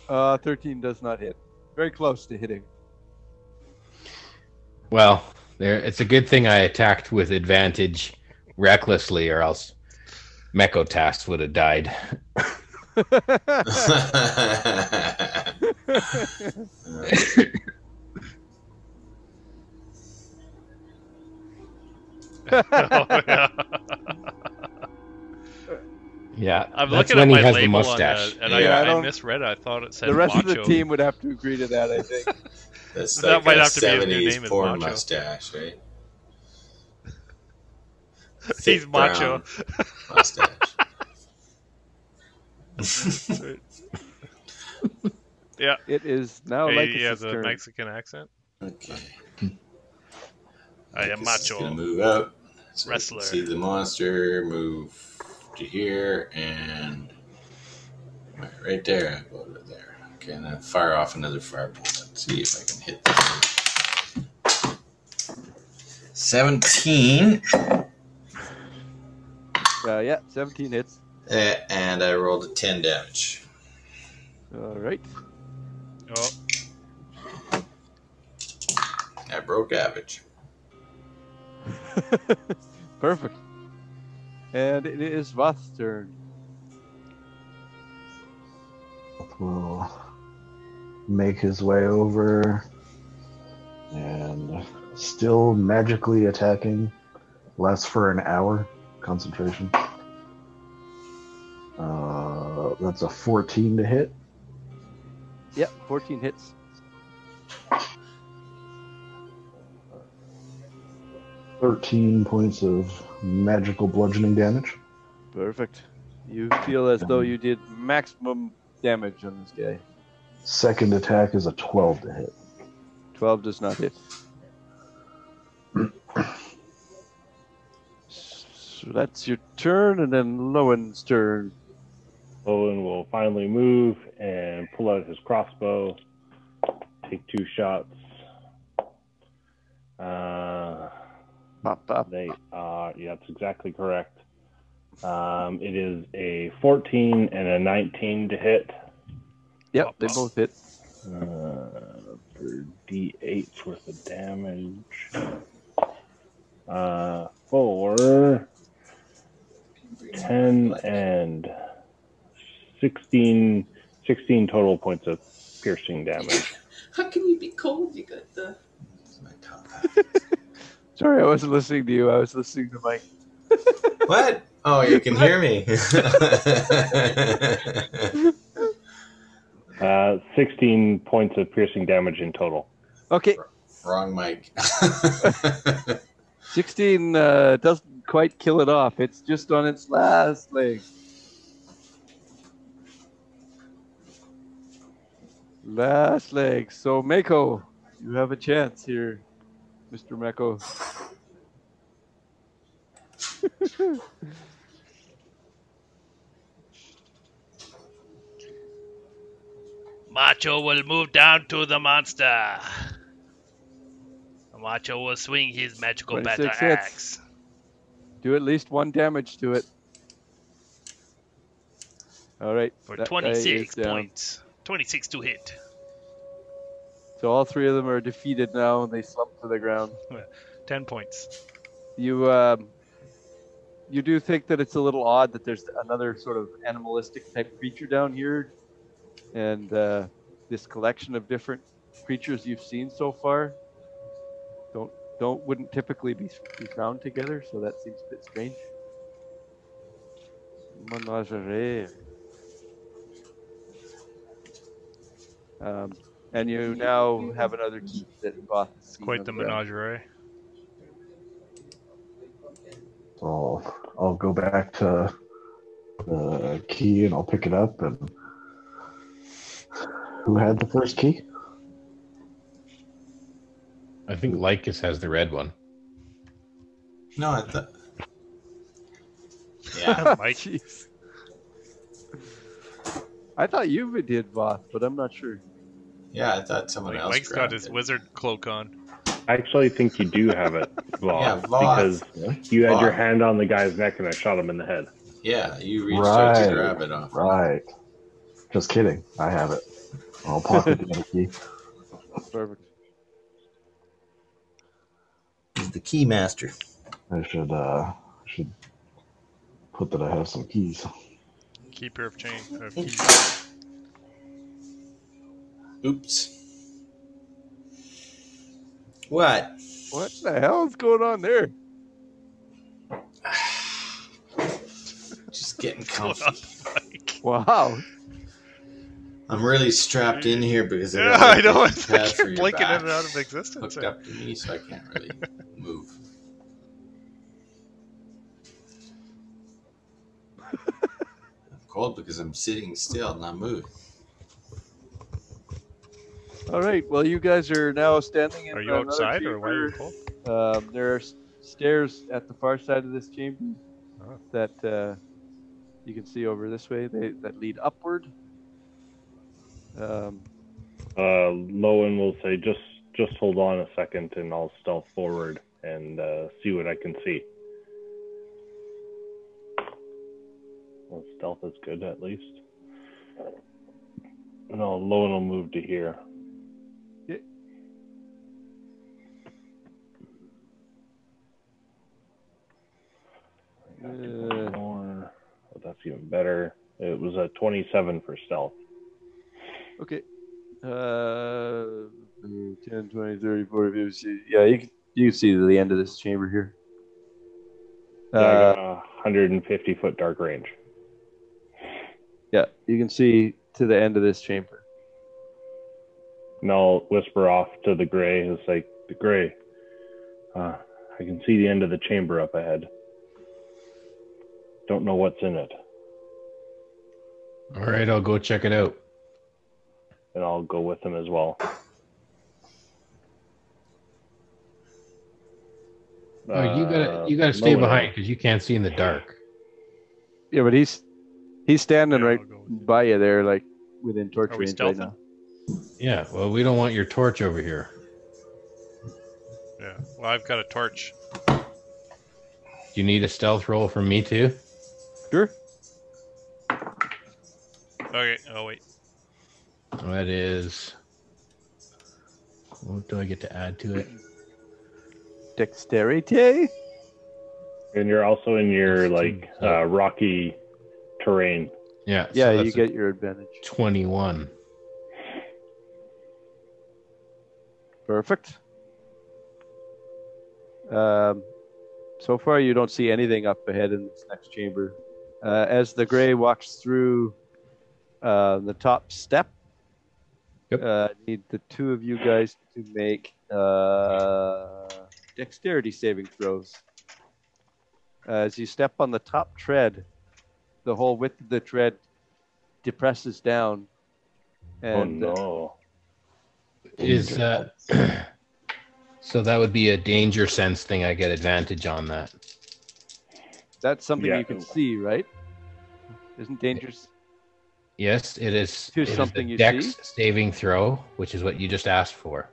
Speaker 2: Uh, 13 does not hit. Very close to hitting.
Speaker 5: Well, there. It's a good thing I attacked with advantage, recklessly, or else Mechotas would have died.
Speaker 4: Oh, yeah.
Speaker 5: Yeah,
Speaker 4: I'm
Speaker 5: that's
Speaker 4: looking
Speaker 5: when
Speaker 4: at
Speaker 5: he
Speaker 4: my
Speaker 5: has the
Speaker 4: label on
Speaker 5: mustache.
Speaker 4: that, and
Speaker 2: Yeah, I
Speaker 4: I, I,
Speaker 2: don't-
Speaker 4: misread it. I thought it said
Speaker 2: the rest of the
Speaker 4: macho.
Speaker 2: team would have to agree to that, I think.
Speaker 3: That's
Speaker 4: That
Speaker 3: like
Speaker 4: might
Speaker 3: a
Speaker 4: have to be his new
Speaker 3: 70s
Speaker 4: name is
Speaker 3: porn
Speaker 4: Macho.
Speaker 3: mustache, right?
Speaker 4: He's
Speaker 3: Thick
Speaker 4: macho.
Speaker 3: brown mustache.
Speaker 4: That's right. Yeah.
Speaker 2: It is now
Speaker 4: Hey,
Speaker 2: like
Speaker 4: he has a
Speaker 2: turn.
Speaker 4: Mexican accent.
Speaker 3: Okay.
Speaker 4: I am
Speaker 3: This is Gonna
Speaker 4: macho.
Speaker 3: move up. So we can
Speaker 4: Wrestler.
Speaker 3: See the monster move to here and right, right there. I Go to there. Okay, and then fire off another firebolt. Let's see if I can hit this. one. Seventeen,
Speaker 2: Uh, yeah, 17 hits.
Speaker 3: eh, and I rolled a ten damage.
Speaker 2: All right.
Speaker 4: Oh,
Speaker 3: I broke average.
Speaker 2: Perfect. And it is Voth's turn.
Speaker 6: will make his way over and still magically attacking lasts for an hour concentration uh, that's a 14 to hit
Speaker 2: Yep, 14 hits.
Speaker 6: Thirteen points of magical bludgeoning damage.
Speaker 2: Perfect. You feel as though you did maximum damage on this guy.
Speaker 6: Second attack is a twelve to hit.
Speaker 2: 12 does not hit. So that's your turn, and then Lowen's turn.
Speaker 7: Owen will finally move and pull out his crossbow, take two shots. Uh,
Speaker 2: Pop, pop.
Speaker 7: they are, yeah, that's exactly correct. Um, it is a 14 and a 19 to hit.
Speaker 2: Yep, they both hit.
Speaker 7: Uh, for D8 worth of damage. Uh, four, 10, and 16, 16 total points of piercing damage.
Speaker 8: How can you be cold? You got the.
Speaker 3: My top
Speaker 2: Sorry, I wasn't listening to you. I was listening to Mike.
Speaker 3: What? Oh, you can hear me.
Speaker 7: Uh, 16 points of piercing damage in total.
Speaker 2: Okay,
Speaker 3: Wrong mic.
Speaker 2: 16 uh, doesn't quite kill it off. It's just on its last leg. Last leg. So, Mako, you have a chance here, Mr. Mako.
Speaker 4: Macho will move down to the monster. Macho will swing his magical
Speaker 2: 26
Speaker 4: battle
Speaker 2: hits.
Speaker 4: axe.
Speaker 2: Do at least one damage to it. All right.
Speaker 4: for
Speaker 2: that uh, um, guy is
Speaker 4: 26
Speaker 2: down.
Speaker 4: points. 26 to hit.
Speaker 2: So, all three of them are defeated now and they slump to the ground.
Speaker 4: 10 points.
Speaker 2: you um, you do think that it's a little odd that there's another sort of animalistic type creature down here, and uh, this collection of different creatures you've seen so far don't don't wouldn't typically be, be found together, so that seems a bit strange. Menagerie. Um, and you now have another key that Voth has seen
Speaker 4: Quite
Speaker 2: on
Speaker 4: the
Speaker 2: ground.
Speaker 4: menagerie.
Speaker 6: So I'll, I'll go back to the key and I'll pick it up. And who had the first key?
Speaker 5: I think Lycus has the red one.
Speaker 3: no, I thought. Yeah.
Speaker 4: Mike.
Speaker 2: Jeez. I thought you did Voth, but I'm not sure.
Speaker 3: Yeah, I thought someone
Speaker 4: Like,
Speaker 3: else.
Speaker 4: Mike's got
Speaker 3: grabbed
Speaker 4: his
Speaker 3: it.
Speaker 4: wizard cloak on.
Speaker 7: I actually think you do have it, Voth,
Speaker 3: Yeah, Voth.
Speaker 7: because you had your
Speaker 3: Voth.
Speaker 7: hand on the guy's neck and I shot him in the head.
Speaker 3: Yeah, you reached out
Speaker 6: Right.
Speaker 3: to grab it off.
Speaker 6: Right. Just kidding. I have it. I'll pocket the other key.
Speaker 2: Perfect.
Speaker 3: He's the key master.
Speaker 6: I should uh should put that I have some keys.
Speaker 4: Keeper of chain. Of key.
Speaker 3: Oops. What?
Speaker 2: What the hell is going on there?
Speaker 3: Just getting
Speaker 4: Hold
Speaker 3: comfy.
Speaker 4: on, Mike.
Speaker 2: Wow.
Speaker 3: I'm really strapped in here because
Speaker 4: Yeah,
Speaker 3: got, like,
Speaker 4: I know.
Speaker 3: a
Speaker 4: It's
Speaker 3: pad
Speaker 4: like
Speaker 3: for
Speaker 4: you're
Speaker 3: your
Speaker 4: blinking in
Speaker 3: back
Speaker 4: and out of existence.
Speaker 3: Hooked up to me, so I can't really move. I'm cold because I'm sitting still, not moving.
Speaker 2: All right. Well, you guys are now standing in.
Speaker 4: Are you
Speaker 2: another
Speaker 4: outside or why are you
Speaker 2: chamber.
Speaker 4: cold?
Speaker 2: Um, there are s- stairs at the far side of this chamber
Speaker 4: Oh.
Speaker 2: that uh, you can see over this way. They that lead upward. Um,
Speaker 7: Uh, Lowen will say, "Just, just hold on a second, and I'll stealth forward and uh, see what I can see." Well, stealth is good at least. No, Lowen will move to here.
Speaker 2: uh,
Speaker 7: Or- oh, that's even better. It was a 27 for stealth.
Speaker 2: okay. Uh, 10, 20, 30, 40, 50. Yeah, you can, you can see the end of this chamber here.
Speaker 7: Yeah, I
Speaker 2: Uh,
Speaker 7: got a 150 foot dark range.
Speaker 2: yeah, you can see to the end of this chamber.
Speaker 7: And I'll whisper off to the gray. It's like, the gray, uh, I can see the end of the chamber up ahead. Don't know what's in it.
Speaker 5: All right, I'll go check it out.
Speaker 7: And I'll go with him as well.
Speaker 5: oh, you
Speaker 7: Uh,
Speaker 5: gotta you gotta stay
Speaker 7: Lowen-
Speaker 5: behind because you can't see in the dark.
Speaker 2: Yeah, but he's he's standing
Speaker 4: Yeah,
Speaker 2: right
Speaker 4: I'll go with you.
Speaker 2: by you there, like within torch
Speaker 4: Are we
Speaker 2: range right
Speaker 4: stealthing?
Speaker 2: now.
Speaker 5: Yeah, well, we don't want your torch over here.
Speaker 4: Yeah. Well, I've got a torch.
Speaker 5: You need a stealth roll from me too.
Speaker 2: Sure.
Speaker 4: Okay. Oh wait.
Speaker 5: That is. What do I get to add to it?
Speaker 2: Dexterity.
Speaker 7: And you're also in your, like, uh, rocky terrain.
Speaker 5: Yeah. so
Speaker 2: Yeah,
Speaker 5: that's
Speaker 2: you
Speaker 5: a
Speaker 2: get your advantage.
Speaker 5: twenty-one.
Speaker 2: Perfect. Um, so far, you don't see anything up ahead in this next chamber. Uh, as the gray walks through uh, the top step,
Speaker 5: Yep.
Speaker 2: uh, I need the two of you guys to make uh, dexterity saving throws. Uh, As you step on the top tread, the whole width of the tread depresses down. And
Speaker 7: oh,
Speaker 2: uh,
Speaker 7: no.
Speaker 5: Is uh, so that would be a danger sense thing. I get advantage on that.
Speaker 2: that's something
Speaker 7: Yeah.
Speaker 2: you can see, right? Isn't dangerous?
Speaker 5: Yes, it is.
Speaker 2: To
Speaker 5: it is a
Speaker 2: something you
Speaker 5: dex
Speaker 2: see?
Speaker 5: saving throw, which is what you just asked for.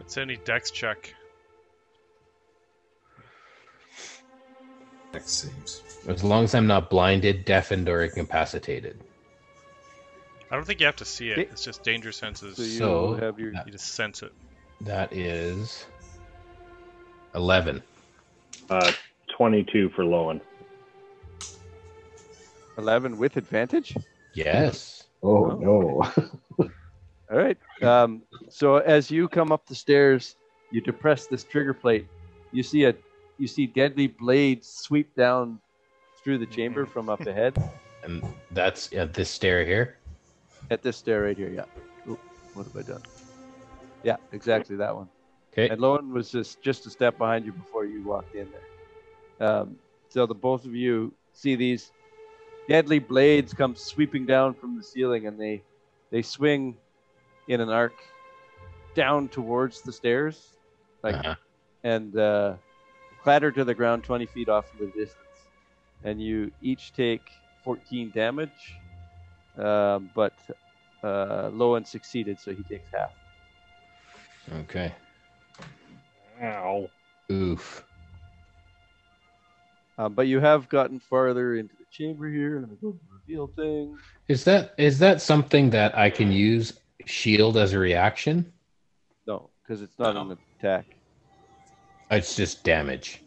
Speaker 4: It's any dex check.
Speaker 3: Next seems.
Speaker 5: As long as I'm not blinded, deafened, or incapacitated.
Speaker 4: I don't think you have to see it.
Speaker 2: Okay.
Speaker 4: It's just danger senses.
Speaker 2: So you
Speaker 5: So-
Speaker 2: have your
Speaker 4: You just sense it.
Speaker 5: That is eleven.
Speaker 7: Uh, 22 for Lowen.
Speaker 2: 11 with advantage.
Speaker 5: Yes.
Speaker 6: Oh,
Speaker 2: Oh,
Speaker 6: no.
Speaker 2: All right. Um, so as you come up the stairs, you depress this trigger plate. You see a you see deadly blades sweep down through the chamber from up ahead
Speaker 5: And that's at this stair here.
Speaker 2: at this stair right here. Yeah. Oop, what have I done? Yeah, exactly that one.
Speaker 5: Okay.
Speaker 2: And Lowen was just just a step behind you before you walked in there. Um, so the both of you see these deadly blades come sweeping down from the ceiling, and they they swing in an arc down towards the stairs, like
Speaker 5: Uh-huh.
Speaker 2: and uh, clatter to the ground twenty feet off in the distance. And you each take fourteen damage, um, but uh, Lowen succeeded, so he takes half.
Speaker 5: Okay.
Speaker 7: Ow.
Speaker 5: Oof.
Speaker 2: Um, but you have gotten farther into the chamber here. Let me go to the reveal thing.
Speaker 5: Is that is that something that I can use shield as a reaction?
Speaker 2: No, because it's not an attack.
Speaker 5: It's just damage.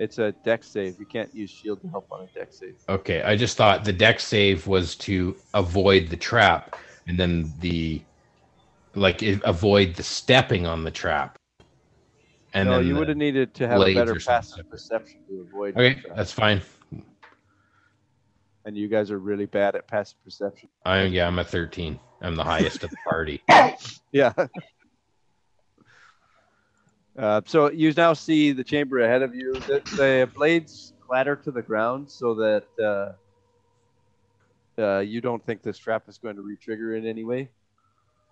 Speaker 2: It's a deck save. You can't use shield to help on a deck save.
Speaker 5: Okay, I just thought the deck save was to avoid the trap, and then the like it, avoid the stepping on the trap. And
Speaker 2: no,
Speaker 5: then
Speaker 2: you
Speaker 5: the-
Speaker 2: would have needed to have a
Speaker 5: blades
Speaker 2: better
Speaker 5: or something.
Speaker 2: passive perception to avoid.
Speaker 5: Okay,
Speaker 2: the trap.
Speaker 5: that's fine.
Speaker 2: and you guys are really bad at passive perception.
Speaker 5: I yeah, I'm a thirteen. I'm the highest of the party.
Speaker 2: Yeah. Uh, so you now see the chamber ahead of you. The, the blades clatter to the ground, so that uh, uh, you don't think this trap is going to retrigger in any way,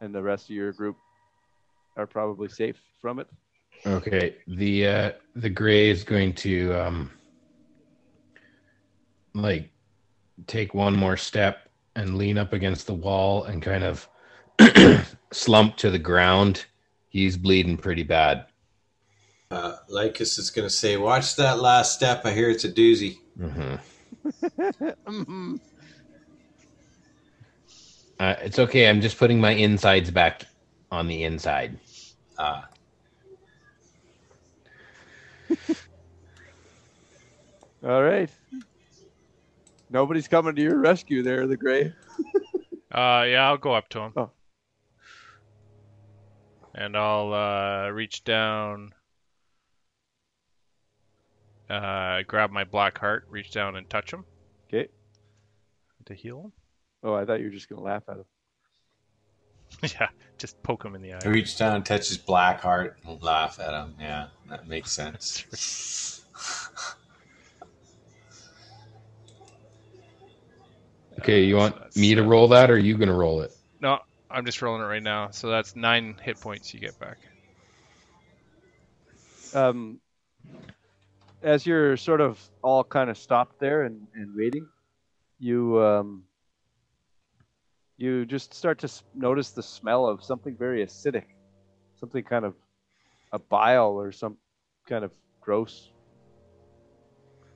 Speaker 2: and the rest of your group are probably safe from it.
Speaker 5: Okay. The uh the gray is going to um like take one more step and lean up against the wall and kind of slump to the ground. He's bleeding pretty bad.
Speaker 3: Uh, Lycus is going to say, Watch that last step. I hear it's a doozy.
Speaker 5: hmm Mm-hmm.
Speaker 2: Mhm.
Speaker 5: Uh, it's okay. I'm just putting my insides back on the inside. Uh,
Speaker 3: Ah,
Speaker 2: All right. Nobody's coming to your rescue there, the gray.
Speaker 4: Uh, yeah, I'll go up to him.
Speaker 2: Oh.
Speaker 4: And I'll uh, reach down, uh, grab my black heart, reach down and touch him.
Speaker 2: 'Kay.
Speaker 4: To heal him.
Speaker 2: Oh, I thought you were just going to laugh at him.
Speaker 4: yeah, just poke him in the
Speaker 3: he
Speaker 4: eye.
Speaker 3: reached down, touched his black heart, and laugh at him. Yeah, that makes sense.
Speaker 5: Okay, you
Speaker 4: Uh, so
Speaker 5: want
Speaker 4: that's,
Speaker 5: me to
Speaker 4: uh,
Speaker 5: roll that, or are you gonna roll it?
Speaker 4: No, I'm just rolling it right now. So that's nine hit points you get back.
Speaker 2: um, as you're sort of all kind of stopped there and, and waiting, you um, you just start to s- notice the smell of something very acidic, something kind of a bile or some kind of gross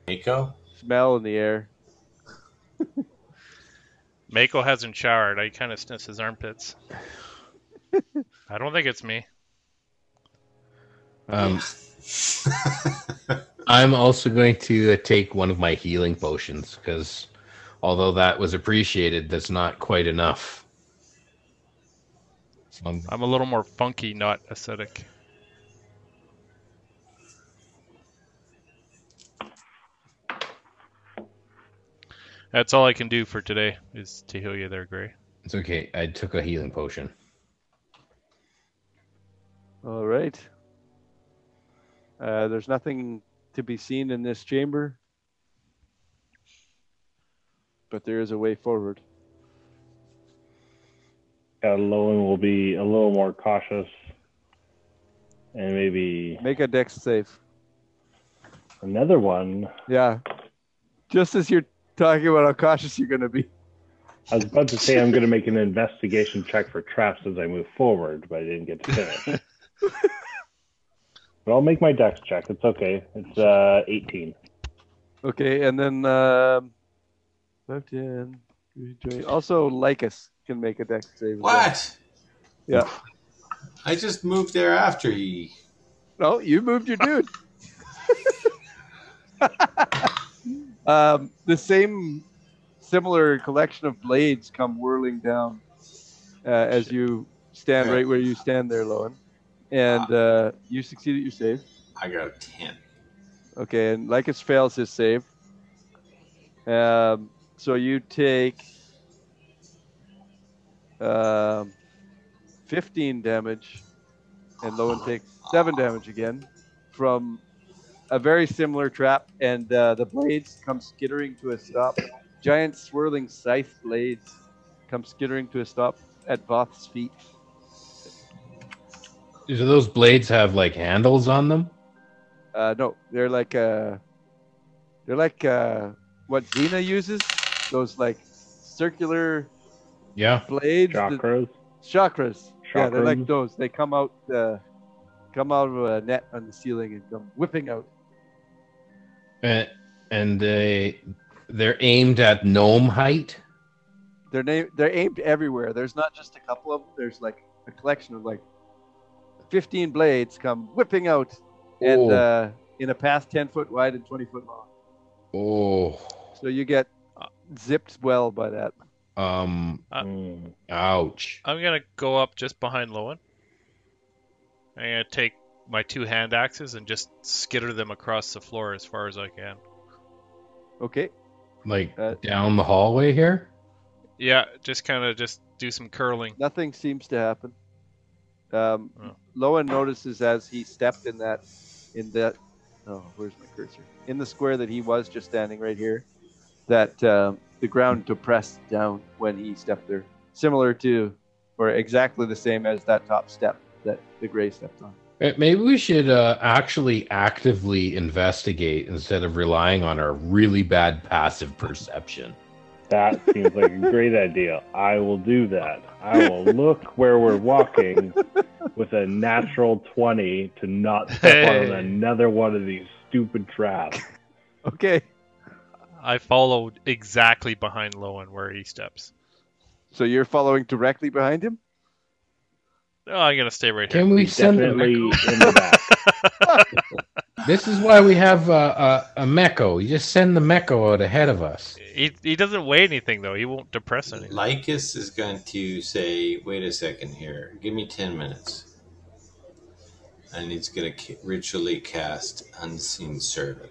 Speaker 3: Nico?
Speaker 2: smell in the air.
Speaker 4: Mako hasn't showered. I kind of sniffs his armpits. I don't think it's me.
Speaker 5: Um, I'm also going to uh, take one of my healing potions because, although that was appreciated, that's not quite enough. So I'm-
Speaker 4: I'm a little more funky, not acidic. That's all I can do for today is to heal you there, Gray.
Speaker 5: it's okay. I took a healing potion.
Speaker 2: All right. Uh, there's nothing to be seen in this chamber, but there is a way forward.
Speaker 7: Catalan will be a little more cautious and maybe
Speaker 2: Make a dex save.
Speaker 7: another one.
Speaker 2: Yeah. Just as you're talking about how cautious you're going to be.
Speaker 7: I was about to say I'm going to make an investigation check for traps as I move forward, but I didn't get to finish. but I'll make my dex check. It's okay. It's uh, 18.
Speaker 2: Okay, and then um, 5, 10, 15, 20. also Lycus can make a dex save. as well.
Speaker 3: What?
Speaker 2: Yeah.
Speaker 3: I just moved there after he.
Speaker 2: No, you moved your dude. um, the same, similar collection of blades come whirling down uh, as you stand right where you stand there, Loan. And uh, you succeed at your save.
Speaker 3: I got a 10.
Speaker 2: Okay, and Lycus fails his save. Um, so you take um, 15 damage, and Lowen takes 7 damage again from a very similar trap, and uh, the blades come skittering to a stop. Giant swirling scythe blades come skittering to a stop at Voth's feet.
Speaker 5: Do those blades have like handles on them?
Speaker 2: Uh, no, they're like uh, they're like uh, what Xena uses. Those like circular
Speaker 5: Yeah.
Speaker 2: blades, the
Speaker 7: Chakras.
Speaker 2: chakras. Yeah, they're like
Speaker 7: Chakrams.
Speaker 2: those. They come out, uh, come out of a net on the ceiling and come whipping out.
Speaker 5: And, and they they're aimed at gnome height.
Speaker 2: They're na- they're aimed everywhere. There's not just a couple of them. There's like a collection of like 15 blades come whipping out, and
Speaker 5: Oh.
Speaker 2: uh, in a path 10 foot wide and 20 foot long.
Speaker 5: Oh,
Speaker 2: So you get zipped well by that.
Speaker 5: um,
Speaker 4: Uh,
Speaker 7: Mm.
Speaker 5: ouch.
Speaker 4: I'm gonna go up just behind Lowen. I'm gonna take my two hand axes and just skitter them across the floor as far as I can.
Speaker 2: Okay.
Speaker 5: Like
Speaker 2: Uh,
Speaker 5: down the hallway here.
Speaker 4: Yeah, just kind of just do some curling.
Speaker 2: nothing seems to happen. Um,
Speaker 4: Oh.
Speaker 2: Lowen notices as he stepped in that, in that, oh, where's my cursor? In the square that he was just standing right here, that um, the ground depressed down when he stepped there, similar to, or exactly the same as that top step that the gray stepped on.
Speaker 5: Uh, Maybe we should uh, actually actively investigate instead of relying on our really bad passive perception.
Speaker 7: That seems like a great idea. I will do that. I will look where we're walking with a natural 20 to not step
Speaker 4: Hey.
Speaker 7: on another one of these stupid traps.
Speaker 2: Okay,
Speaker 4: I followed exactly behind Lowen where he steps.
Speaker 2: so you're following directly behind him.
Speaker 4: Oh, I'm gonna stay right here.
Speaker 5: Can we send
Speaker 7: Definitely in the back.
Speaker 5: This is why we have uh, uh, a Mecco. You just send the Mecco out ahead of us.
Speaker 4: He, he doesn't weigh anything though. He won't depress anything.
Speaker 3: Lycus is going to say, "Wait a second here. Give me ten minutes." And he's going to ca- ritually cast Unseen Servant.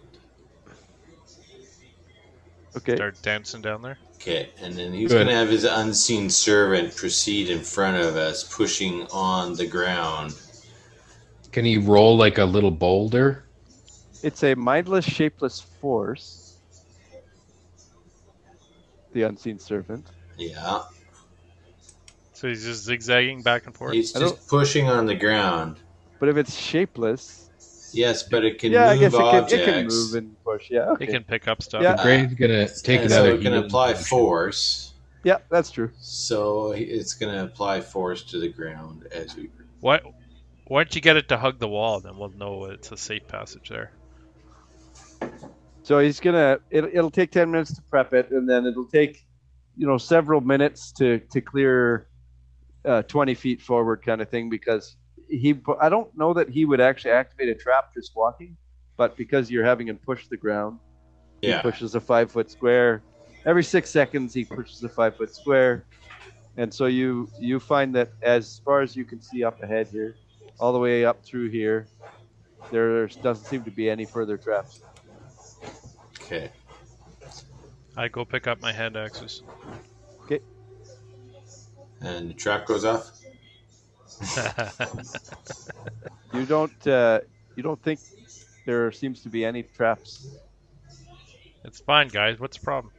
Speaker 2: Okay,
Speaker 4: Start dancing down there.
Speaker 3: Okay, and then he's
Speaker 5: Good.
Speaker 3: going to have his unseen servant proceed in front of us, pushing on the ground.
Speaker 5: Can he roll like a little boulder?
Speaker 2: it's a mindless, shapeless force. The unseen servant.
Speaker 3: Yeah,
Speaker 4: So he's just zigzagging back and forth.
Speaker 3: he's
Speaker 2: I
Speaker 3: just pushing on the ground.
Speaker 2: But if it's shapeless,
Speaker 3: Yes, but it can
Speaker 2: yeah, I
Speaker 3: move
Speaker 2: guess it can,
Speaker 3: objects.
Speaker 2: it can move and push. Yeah, okay.
Speaker 4: He can pick up stuff.
Speaker 3: Uh,
Speaker 2: Yeah.
Speaker 5: The grave's gonna take
Speaker 3: and
Speaker 5: another.
Speaker 3: so it can
Speaker 5: healing
Speaker 3: apply
Speaker 5: potion.
Speaker 3: force.
Speaker 2: yeah, that's true.
Speaker 3: So he- it's going to apply force to the ground as we.
Speaker 4: Why, why don't you get it to hug the wall? Then we'll know it's a safe passage there.
Speaker 2: So he's gonna. It, it'll take ten minutes to prep it, and then it'll take, you know, several minutes to to clear, uh, twenty feet forward kind of thing because he. I don't know that he would actually activate a trap just walking, but because you're having him push the ground, he
Speaker 3: Yeah,
Speaker 2: pushes a five foot square. Every six seconds, he pushes a five foot square, and so you you find that as far as you can see up ahead here, all the way up through here, there doesn't seem to be any further traps.
Speaker 3: okay.
Speaker 4: I go pick up my hand axes.
Speaker 3: And the trap goes off.
Speaker 2: You don't. Uh, you don't think there seems to be any traps.
Speaker 4: it's fine, guys. What's the problem?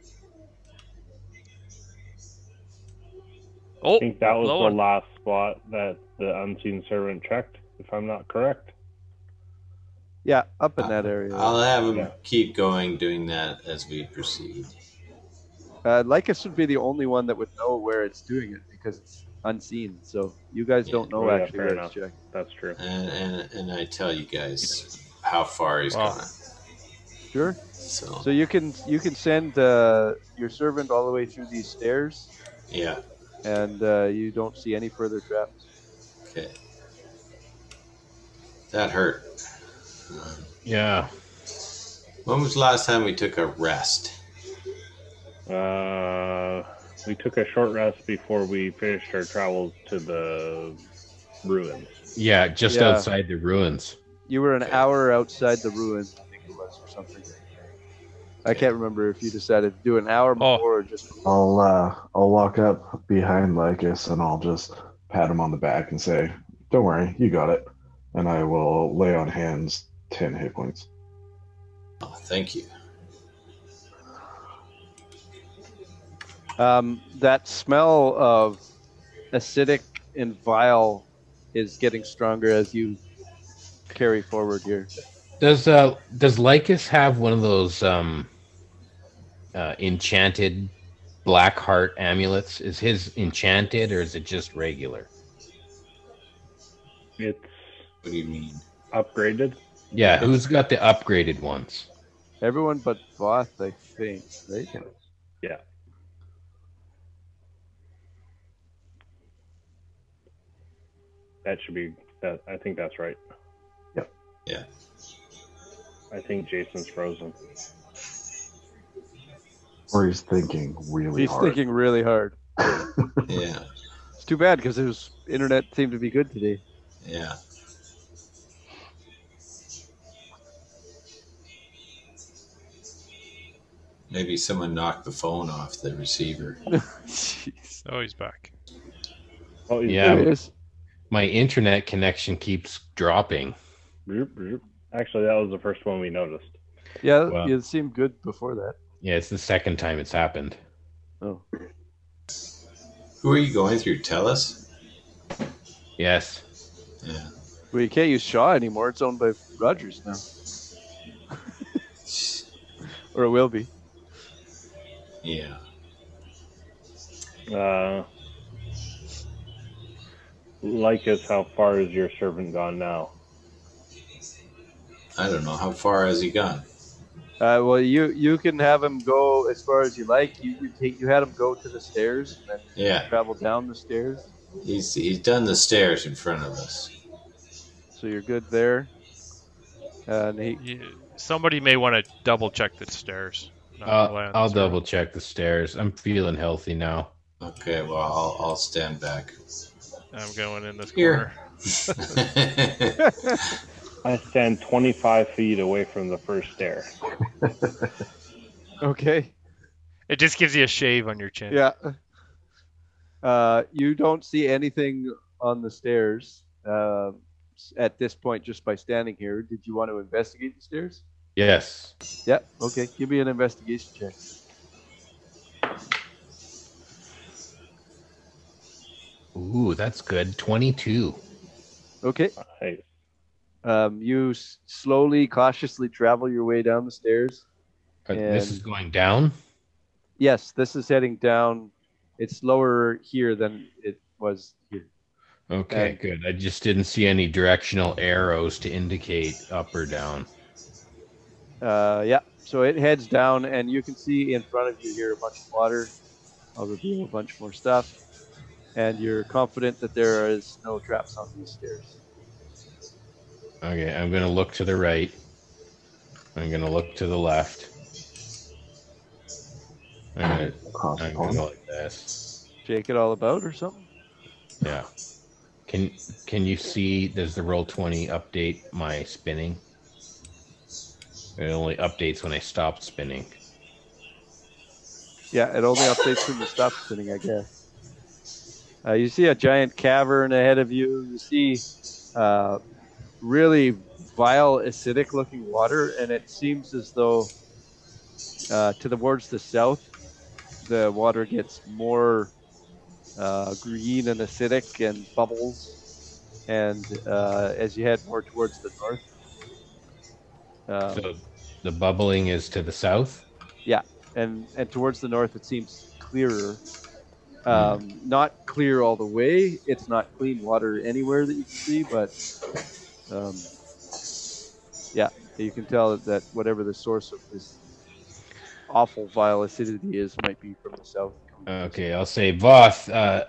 Speaker 4: Oh,
Speaker 7: I think that was
Speaker 4: Lowen.
Speaker 7: the last spot that the unseen servant checked, if I'm not correct.
Speaker 2: Yeah, up in that area.
Speaker 3: Uh, I'll have him
Speaker 7: Yeah.
Speaker 3: keep going doing that as we proceed.
Speaker 2: Uh, Lycus would be the only one that would know where it's doing it because it's unseen. So you guys don't know
Speaker 7: Oh, Yeah,
Speaker 2: actually
Speaker 7: fair
Speaker 2: where
Speaker 7: enough.
Speaker 2: it's checking.
Speaker 7: That's true.
Speaker 3: And, and, and I tell you guys how far he's
Speaker 4: Wow.
Speaker 3: gone.
Speaker 2: Sure.
Speaker 3: So,
Speaker 2: So you can you can send uh, your servant all the way through these stairs,
Speaker 3: yeah,
Speaker 2: and uh, you don't see any further traps.
Speaker 3: okay. That hurt.
Speaker 5: Yeah.
Speaker 3: When was the last time we took a rest?
Speaker 7: Uh, we took a short rest before we finished our travels to the ruins.
Speaker 5: Yeah, just
Speaker 2: Yeah.
Speaker 5: outside the ruins.
Speaker 2: You were an hour outside the ruins, I think it was, or something. I can't remember if you decided to do an hour
Speaker 4: Oh.
Speaker 2: more or just
Speaker 6: I'll uh, I'll walk up behind Lycus and I'll just pat him on the back and say, "Don't worry, you got it." And I will lay on hands ten hit points.
Speaker 3: Oh, thank you.
Speaker 2: Um, that smell of acidic and vile is getting stronger as you carry forward here.
Speaker 5: Does uh does Lycus have one of those um uh enchanted black heart amulets? Is his enchanted or is it just regular?
Speaker 7: It's
Speaker 3: What do you mean?
Speaker 7: upgraded.
Speaker 5: Yeah, who's got the upgraded ones?
Speaker 2: Everyone but Voth, I think, right?
Speaker 7: That should be that. I think that's right.
Speaker 6: Yep.
Speaker 3: Yeah.
Speaker 7: I think Jason's frozen.
Speaker 6: Or he's thinking really
Speaker 2: He's
Speaker 6: hard.
Speaker 2: thinking really hard.
Speaker 3: Yeah,
Speaker 2: It's too bad because his internet seemed to be good today.
Speaker 3: yeah. Maybe someone knocked the phone off the receiver.
Speaker 2: Jeez.
Speaker 4: oh, he's back.
Speaker 7: Oh, he's
Speaker 5: Yeah.
Speaker 2: There he is.
Speaker 5: My internet connection keeps dropping.
Speaker 7: Bloop, bloop. Actually, that was the first one we noticed.
Speaker 2: Yeah,
Speaker 5: Wow.
Speaker 2: you seemed good before that.
Speaker 5: Yeah, it's the second time it's happened.
Speaker 2: Oh,
Speaker 3: Who are you going through? Tell us.
Speaker 5: Yes.
Speaker 3: Yeah.
Speaker 2: well, you can't use Shaw anymore. It's owned by Rogers now, or it will be.
Speaker 3: Yeah.
Speaker 7: Uh, like us, how far is your servant gone now?
Speaker 3: I don't know. How far has he gone?
Speaker 2: Uh, well, you you can have him go as far as you like. You you, take, you had him go to the stairs and then
Speaker 3: Yeah.
Speaker 2: travel down the stairs,
Speaker 3: He's he's done the stairs in front of us.
Speaker 2: so you're good there. Uh, and he,
Speaker 4: You, somebody may want to double check the stairs. not
Speaker 5: I'll,
Speaker 4: land,
Speaker 5: Uh, I'll
Speaker 4: sorry.
Speaker 5: double check the stairs. I'm feeling healthy now.
Speaker 3: Okay. Well, I'll I'll stand back.
Speaker 4: I'm going in this
Speaker 3: Here.
Speaker 4: corner.
Speaker 7: I stand 25 feet away from the first stair.
Speaker 2: okay.
Speaker 4: It just gives you a shave on your chin.
Speaker 2: Yeah. Uh, you don't see anything on the stairs uh, at this point just by standing here. Did you want to investigate the stairs?
Speaker 5: Yes.
Speaker 2: Yeah. Okay. Give me an investigation check.
Speaker 5: Ooh, that's good. 22.
Speaker 2: Okay.
Speaker 7: Hey,
Speaker 2: Um, you s- slowly, cautiously travel your way down the stairs.
Speaker 5: Uh, This
Speaker 2: And-
Speaker 5: is going down.
Speaker 2: Yes, this is heading down. It's lower here than it was here.
Speaker 5: Okay,
Speaker 2: And-
Speaker 5: good. I just didn't see any directional arrows to indicate up or down.
Speaker 2: Uh, yeah. So it heads down, and you can see in front of you here a bunch of water. I'll reveal a bunch more stuff. And you're confident that there is no traps on these stairs.
Speaker 5: Okay, I'm gonna look to the right. I'm gonna look to the left. I'm gonna,
Speaker 6: Across the
Speaker 5: I'm gonna
Speaker 6: pond.
Speaker 5: go like this.
Speaker 2: Jake it all about or something?
Speaker 5: Yeah. Can can you see? Does the roll twenty update my spinning? It only updates when I stop spinning.
Speaker 2: Yeah, it only updates when you stop spinning, I guess. Uh, you see a giant cavern ahead of you. You see uh, really vile, acidic looking water, and it seems as though uh, to towards the south, the water gets more uh, green and acidic and bubbles. And uh, as you head more towards the north, um,
Speaker 5: So the bubbling is to the south.
Speaker 2: and and towards the north it seems clearer um, not clear all the way it's not clean water anywhere that you can see but um, yeah you can tell that whatever the source of this awful vile acidity is might be from the south
Speaker 5: Okay, I'll say Voth. Uh,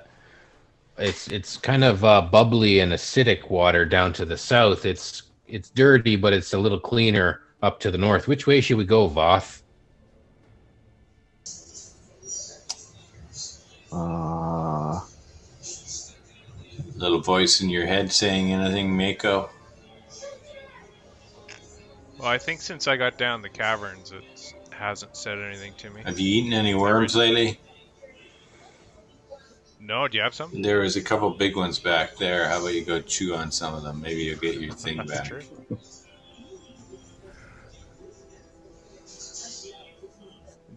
Speaker 5: it's it's kind of uh, bubbly and acidic water down to the south. It's it's dirty, but it's a little cleaner up to the north. Which way should we go, Voth?
Speaker 6: Uh,
Speaker 3: Little voice in your head saying anything, Mako?
Speaker 4: Well, I think since I got down the caverns, it hasn't said anything to me.
Speaker 3: Have you eaten any worms lately?
Speaker 4: No, do you have some?
Speaker 3: There was a couple big ones back there. How about you go chew on some of them? Maybe you'll get your thing
Speaker 4: That's
Speaker 3: back.
Speaker 4: true.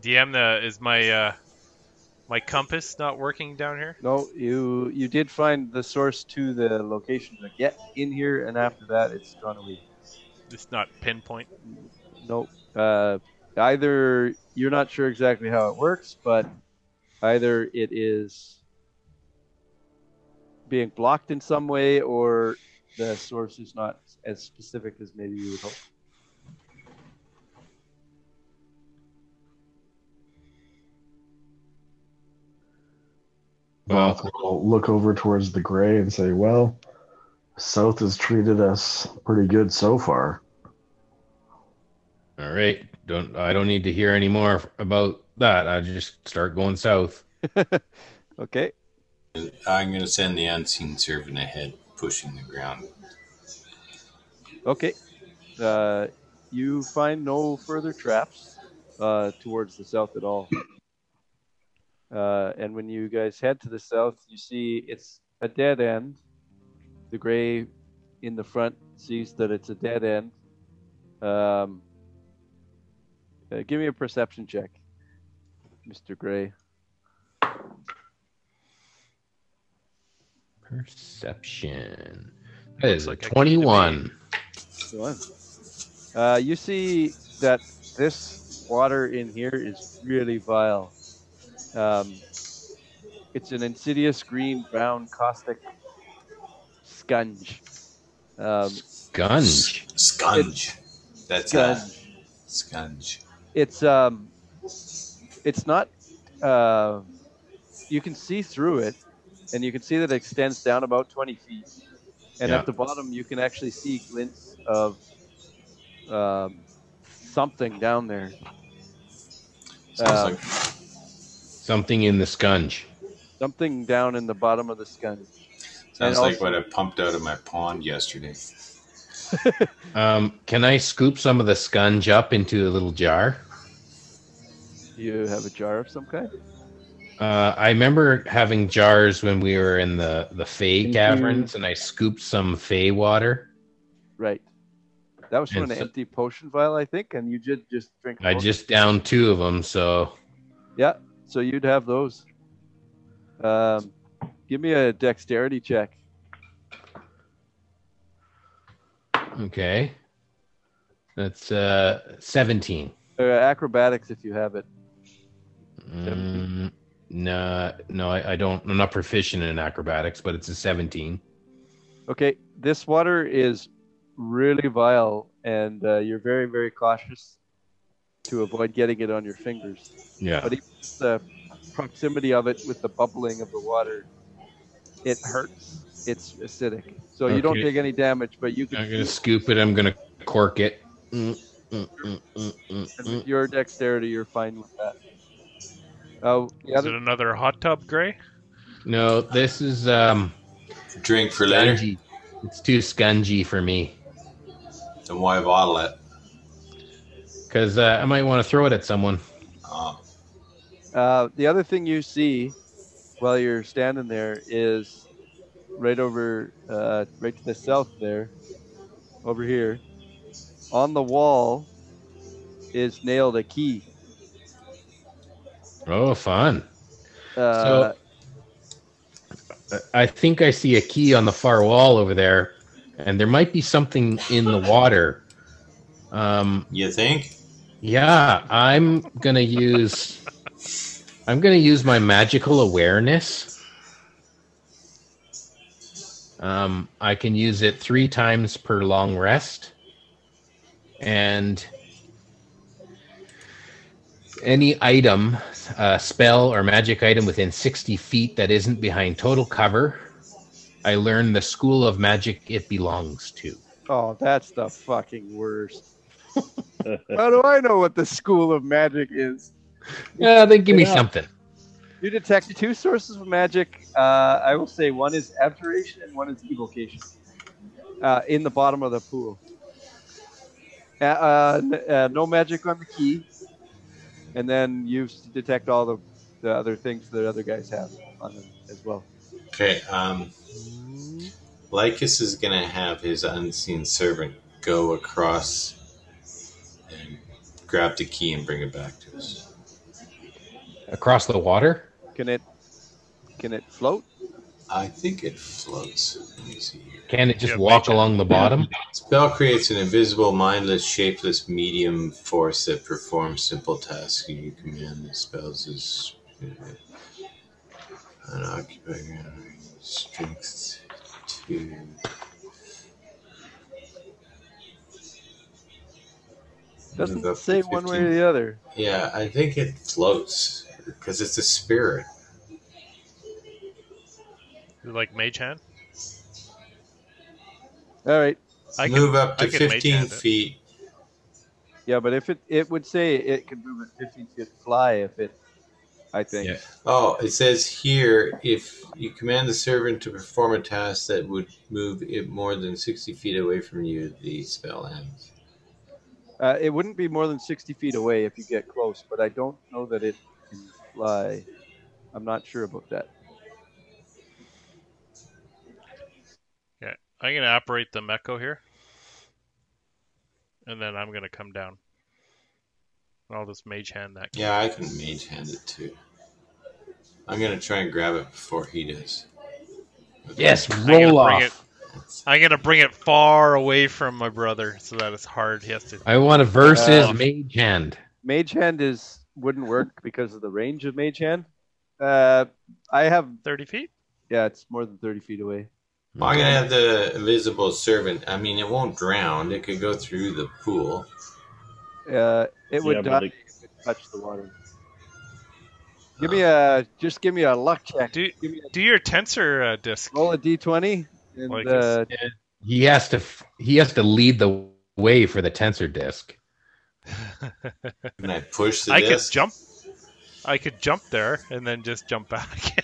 Speaker 4: DM the is my uh my compass not working down here?
Speaker 2: no you you did find the source to the location but yet in here and after that it's gone away
Speaker 4: It's not pinpoint.
Speaker 2: Nope. Uh, either you're not sure exactly how it works, but either it is being blocked in some way, or the source is not as specific as maybe you would hope.
Speaker 5: Well,
Speaker 6: Valk will look over towards the gray and say, "Well, South has treated us pretty good so far."
Speaker 5: all right. Don't I don't need to hear any more about that. I just start going south.
Speaker 2: Okay.
Speaker 3: I'm going to send the unseen servant ahead, pushing the ground.
Speaker 2: Okay. Uh, you find no further traps uh, towards the south at all. Uh, and when you guys head to the south, you see it's a dead end. The gray in the front sees that it's a dead end. Um, uh, give me a perception check, Mr. Gray.
Speaker 5: Perception. That is a
Speaker 1: like a key to me.
Speaker 5: 21.
Speaker 2: Go on. Uh, you see that this water in here is really vile. Um, it's an insidious green brown caustic scunge. Um,
Speaker 5: Gunge.
Speaker 3: Scunge. That's a
Speaker 2: scunge.
Speaker 3: scunge.
Speaker 2: It's um, it's not. Uh, you can see through it, and you can see that it extends down about twenty feet. And
Speaker 5: Yeah.
Speaker 2: at the bottom, you can actually see glints of um, something down there.
Speaker 3: Sounds
Speaker 2: Uh,
Speaker 4: Um,
Speaker 3: like
Speaker 5: Something in the scunge.
Speaker 2: Something down in the bottom of the scunge.
Speaker 3: sounds
Speaker 2: and
Speaker 3: like
Speaker 2: also-
Speaker 3: what I pumped out of my pond yesterday.
Speaker 5: Um, can I scoop some of the scunge up into a little jar?
Speaker 2: You have a jar of some kind.
Speaker 5: Uh, I remember having jars when we were in the the Fey
Speaker 7: Mhm.
Speaker 5: caverns, and I scooped some Fey water.
Speaker 2: Right. That was from
Speaker 5: And
Speaker 2: an
Speaker 5: so-
Speaker 2: empty potion vial, I think, and you did just drink.
Speaker 5: I
Speaker 2: both.
Speaker 5: just downed two of them, so
Speaker 2: yeah. So you'd have those. Um, give me a dexterity check.
Speaker 5: okay. That's uh, seventeen.
Speaker 2: Uh, acrobatics if you have it.
Speaker 5: Mm, no, no, I, I don't. I'm not proficient in acrobatics, but it's a seventeen.
Speaker 2: Okay, this water is really vile, and uh, you're very, very cautious to avoid getting it on your fingers.
Speaker 5: Yeah.
Speaker 2: But even just the proximity of it with the bubbling of the water, it hurts. It's acidic, so you don't
Speaker 5: Okay.
Speaker 2: take any damage, but you can.
Speaker 5: I'm
Speaker 2: feel
Speaker 5: gonna scoop it. I'm gonna cork it. Mm, mm, mm, mm, mm,
Speaker 2: And
Speaker 5: mm.
Speaker 2: with your dexterity, you're fine with that. Oh, the
Speaker 4: Is it
Speaker 2: other,
Speaker 4: another hot tub, Gray?
Speaker 5: No, this is um.
Speaker 3: Drink for later.
Speaker 5: Scungy. It's too scungy for me
Speaker 3: Then why bottle it?
Speaker 5: because uh, I might want to throw it at someone.
Speaker 3: Oh,
Speaker 2: uh, the other thing you see while you're standing there is right over, uh, right to the south there, over here, on the wall is nailed a key.
Speaker 5: Oh, fun!
Speaker 2: Uh,
Speaker 5: I- I think I see a key on the far wall over there, and there might be something in the water. Um,
Speaker 3: you think?
Speaker 5: yeah, I'm gonna use. I'm gonna use my magical awareness. Um, I can use it three times per long rest, and any item, uh, spell or magic item within sixty feet that isn't behind total cover, I learn the school of magic it belongs to.
Speaker 2: oh, that's the fucking worst. How do I know what the school of magic is?
Speaker 5: Yeah, then give me
Speaker 7: Yeah.
Speaker 5: something.
Speaker 2: You detect two sources of magic. Uh, I will say one is abjuration and one is evocation. Uh, in the bottom of the pool. Uh, uh, n- uh, no magic on the key. And then you s- detect all the, the other things that other guys have on them as well.
Speaker 3: Okay. Um, Lycus is going to have his unseen servant go across and grab the key and bring it back to us.
Speaker 5: Across the water.
Speaker 2: Can it can it float?
Speaker 3: I think it floats. Let me see here.
Speaker 5: Can it just
Speaker 4: Yeah,
Speaker 5: walk
Speaker 4: major.
Speaker 5: along the bottom?
Speaker 3: Spell creates an invisible, mindless, shapeless medium force that performs simple tasks. You command the spells as an occupier. Strength two. Move
Speaker 2: Doesn't
Speaker 3: up
Speaker 2: say
Speaker 3: to
Speaker 2: one way
Speaker 3: 15.
Speaker 2: or the other.
Speaker 3: Yeah, I think it floats because it's a spirit.
Speaker 4: Is it Like Mage Hand?
Speaker 2: All right.
Speaker 4: I can,
Speaker 3: Move up
Speaker 4: I
Speaker 3: to
Speaker 4: can mage
Speaker 3: 15
Speaker 4: hand it.
Speaker 3: feet.
Speaker 2: Yeah, but if it it would say it could move at 15 feet fly if it I think.
Speaker 5: Yeah.
Speaker 3: Oh, it says here if you command the servant to perform a task that would move it more than 60 feet away from you, the spell ends.
Speaker 2: Uh, it wouldn't be more than 60 feet away if you get close, but I don't know that it can fly. I'm not sure about that.
Speaker 4: I'm gonna operate the Mecho here, and then I'm gonna come down. I'll just Mage Hand that.
Speaker 3: Yeah, I can mage hand it too. I'm going to try and grab it before he does.
Speaker 5: Yes,
Speaker 4: gotta
Speaker 5: roll
Speaker 4: bring
Speaker 5: off.
Speaker 4: I'm gonna bring it far away from my brother so that it's hard. He has to.
Speaker 5: I want a versus
Speaker 4: Uh,
Speaker 5: mage hand.
Speaker 2: Mage Hand is wouldn't work because of the range of Mage Hand. Uh, I have
Speaker 4: Thirty feet.
Speaker 2: yeah, it's more than thirty feet away.
Speaker 3: Well, I'm gonna have the invisible servant. I mean, it won't drown. It could go through the pool.
Speaker 2: Uh, it
Speaker 7: Yeah,
Speaker 2: would
Speaker 7: but
Speaker 2: die
Speaker 7: like-
Speaker 2: if it touched the water. Give me a just give me a luck check.
Speaker 4: Do
Speaker 2: Give me a,
Speaker 4: do your tensor uh, disc.
Speaker 2: roll a d20 and
Speaker 4: Like
Speaker 2: uh,
Speaker 5: He has to. f- He has to lead the way for the tensor disc.
Speaker 3: Can I push the
Speaker 4: I could
Speaker 3: disc?
Speaker 4: jump. I could jump there and then just jump back.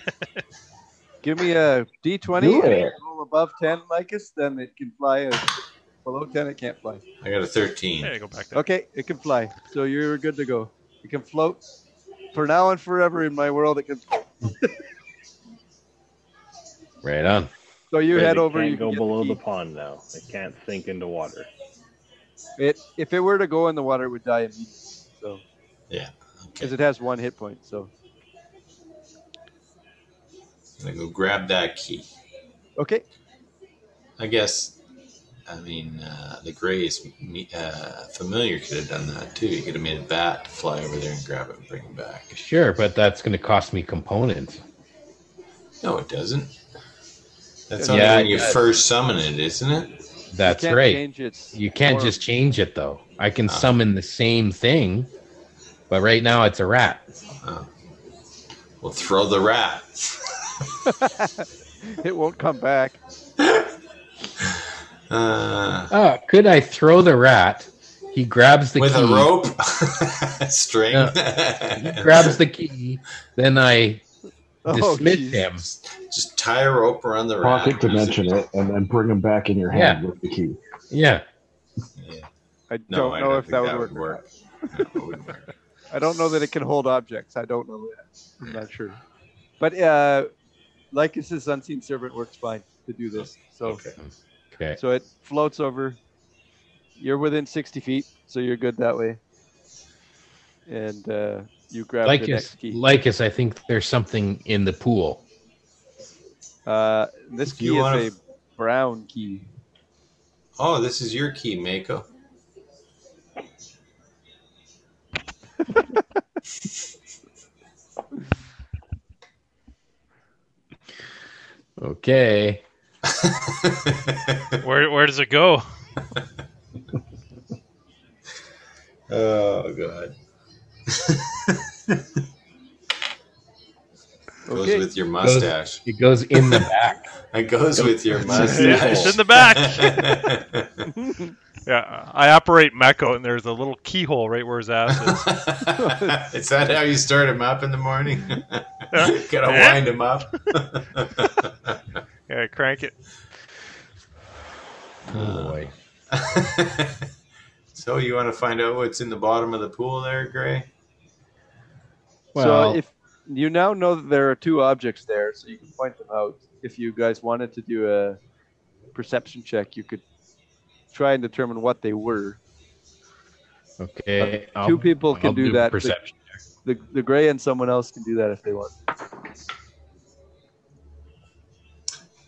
Speaker 2: give me a d20.
Speaker 6: Do
Speaker 2: and
Speaker 6: it.
Speaker 2: Roll above 10, Lycus, then it can fly. and below 10, it can't fly.
Speaker 3: I got a
Speaker 4: there
Speaker 3: 13.
Speaker 4: you go back there.
Speaker 2: Okay, it can fly. So you're good to go. It can float for now and forever in my world. It can.
Speaker 5: Right on.
Speaker 2: So you
Speaker 7: Because
Speaker 2: head
Speaker 7: it
Speaker 2: over.
Speaker 7: can't
Speaker 2: You
Speaker 7: go
Speaker 2: can get
Speaker 7: below the
Speaker 2: key.
Speaker 7: pond now. It can't sink into water.
Speaker 2: It if it were to go in the water, it would die immediately. So
Speaker 3: Okay.
Speaker 2: because it has one hit point. So
Speaker 3: I go grab that key.
Speaker 2: okay,
Speaker 3: I guess. I mean, uh, the Grays me- uh, familiar could have done that too. He could have made a bat fly over there and grab it and bring it back.
Speaker 5: Sure, but that's going to cost me components.
Speaker 3: No, it doesn't. That's
Speaker 2: Yeah,
Speaker 3: only
Speaker 5: it
Speaker 3: when you
Speaker 5: does.
Speaker 3: first summon it, isn't it?
Speaker 5: That's
Speaker 2: you can't
Speaker 5: right.
Speaker 2: Change its
Speaker 5: You can't
Speaker 2: form.
Speaker 5: just change it though. I can
Speaker 3: Ah.
Speaker 5: summon the same thing, but right now it's a rat.
Speaker 3: Oh. Well, throw the rat.
Speaker 2: it won't come back.
Speaker 3: Uh,
Speaker 5: Oh, could I throw the rat? He grabs the
Speaker 3: with
Speaker 5: key.
Speaker 3: a rope, string.
Speaker 5: He grabs the key. Then I
Speaker 2: Oh,
Speaker 5: dismiss
Speaker 2: jeez.
Speaker 5: him.
Speaker 3: Just tie a rope around the rat.
Speaker 6: Pocket dimension it and then bring them back in your hand with the key.
Speaker 5: Yeah.
Speaker 3: Yeah.
Speaker 2: I don't
Speaker 3: No,
Speaker 2: know
Speaker 3: I don't
Speaker 2: if
Speaker 3: think
Speaker 2: that would work.
Speaker 3: No, it wouldn't work.
Speaker 2: I don't know that it can hold objects. I don't know that. I'm not sure. But uh, Lycus's unseen servant works fine to do this. So
Speaker 3: Okay.
Speaker 5: Okay.
Speaker 2: so it floats over. You're within 60 feet, so you're good that way. And uh, you grab the
Speaker 5: Lycus,
Speaker 2: next key.
Speaker 5: Lycus, I think there's something in the pool.
Speaker 2: Uh, this
Speaker 3: If
Speaker 2: key
Speaker 3: you
Speaker 2: is
Speaker 3: wanna-
Speaker 2: a brown key.
Speaker 3: Oh, this is your key, Mako.
Speaker 5: Okay.
Speaker 4: Where where does it go?
Speaker 3: oh God. Goes
Speaker 2: Okay.
Speaker 3: with your mustache.
Speaker 5: It goes in the back.
Speaker 3: It goes with your mustache.
Speaker 4: Yeah, it's in the back. Yeah, I operate Mecco, and there's a little keyhole right where his ass is.
Speaker 3: Is that how you start him up in the morning? Gotta
Speaker 4: Eh?
Speaker 3: wind him up.
Speaker 4: Yeah, crank it.
Speaker 5: Oh boy.
Speaker 3: so you want to find out what's in the bottom of the pool there, Gray?
Speaker 5: Well,
Speaker 2: so if you now know that there are two objects there, so you can point them out. If you guys wanted to do a perception check, you could try and determine what they were.
Speaker 5: okay.
Speaker 2: Uh, two people can do that.
Speaker 5: Perception.
Speaker 2: The, the gray and someone else can do that if they want.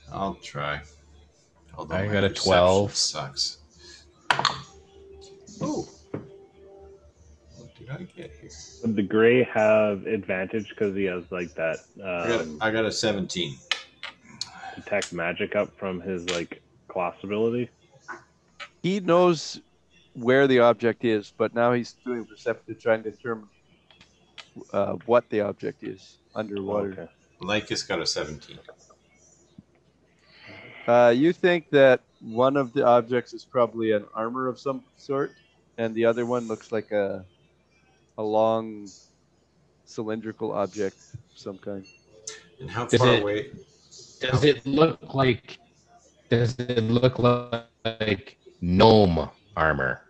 Speaker 3: I'll try. Although
Speaker 5: I
Speaker 3: my
Speaker 5: got a
Speaker 3: perception
Speaker 5: 12.
Speaker 3: Sucks. Oh. What did I get here?
Speaker 7: Would the gray have advantage because he has like that
Speaker 3: I got,
Speaker 7: um,
Speaker 3: I got a 17.
Speaker 7: detect magic up from his like class ability?
Speaker 2: He knows where the object is, but now he's doing perception to try and determine uh, what the object is underwater.
Speaker 7: Okay.
Speaker 3: Lycus got a 17.
Speaker 2: Uh, you think that one of the objects is probably an armor of some sort, and the other one looks like a a long cylindrical object of some kind.
Speaker 3: And how
Speaker 5: Is
Speaker 3: far
Speaker 5: it-
Speaker 3: away?
Speaker 5: Does it look like? Does it look like gnome armor?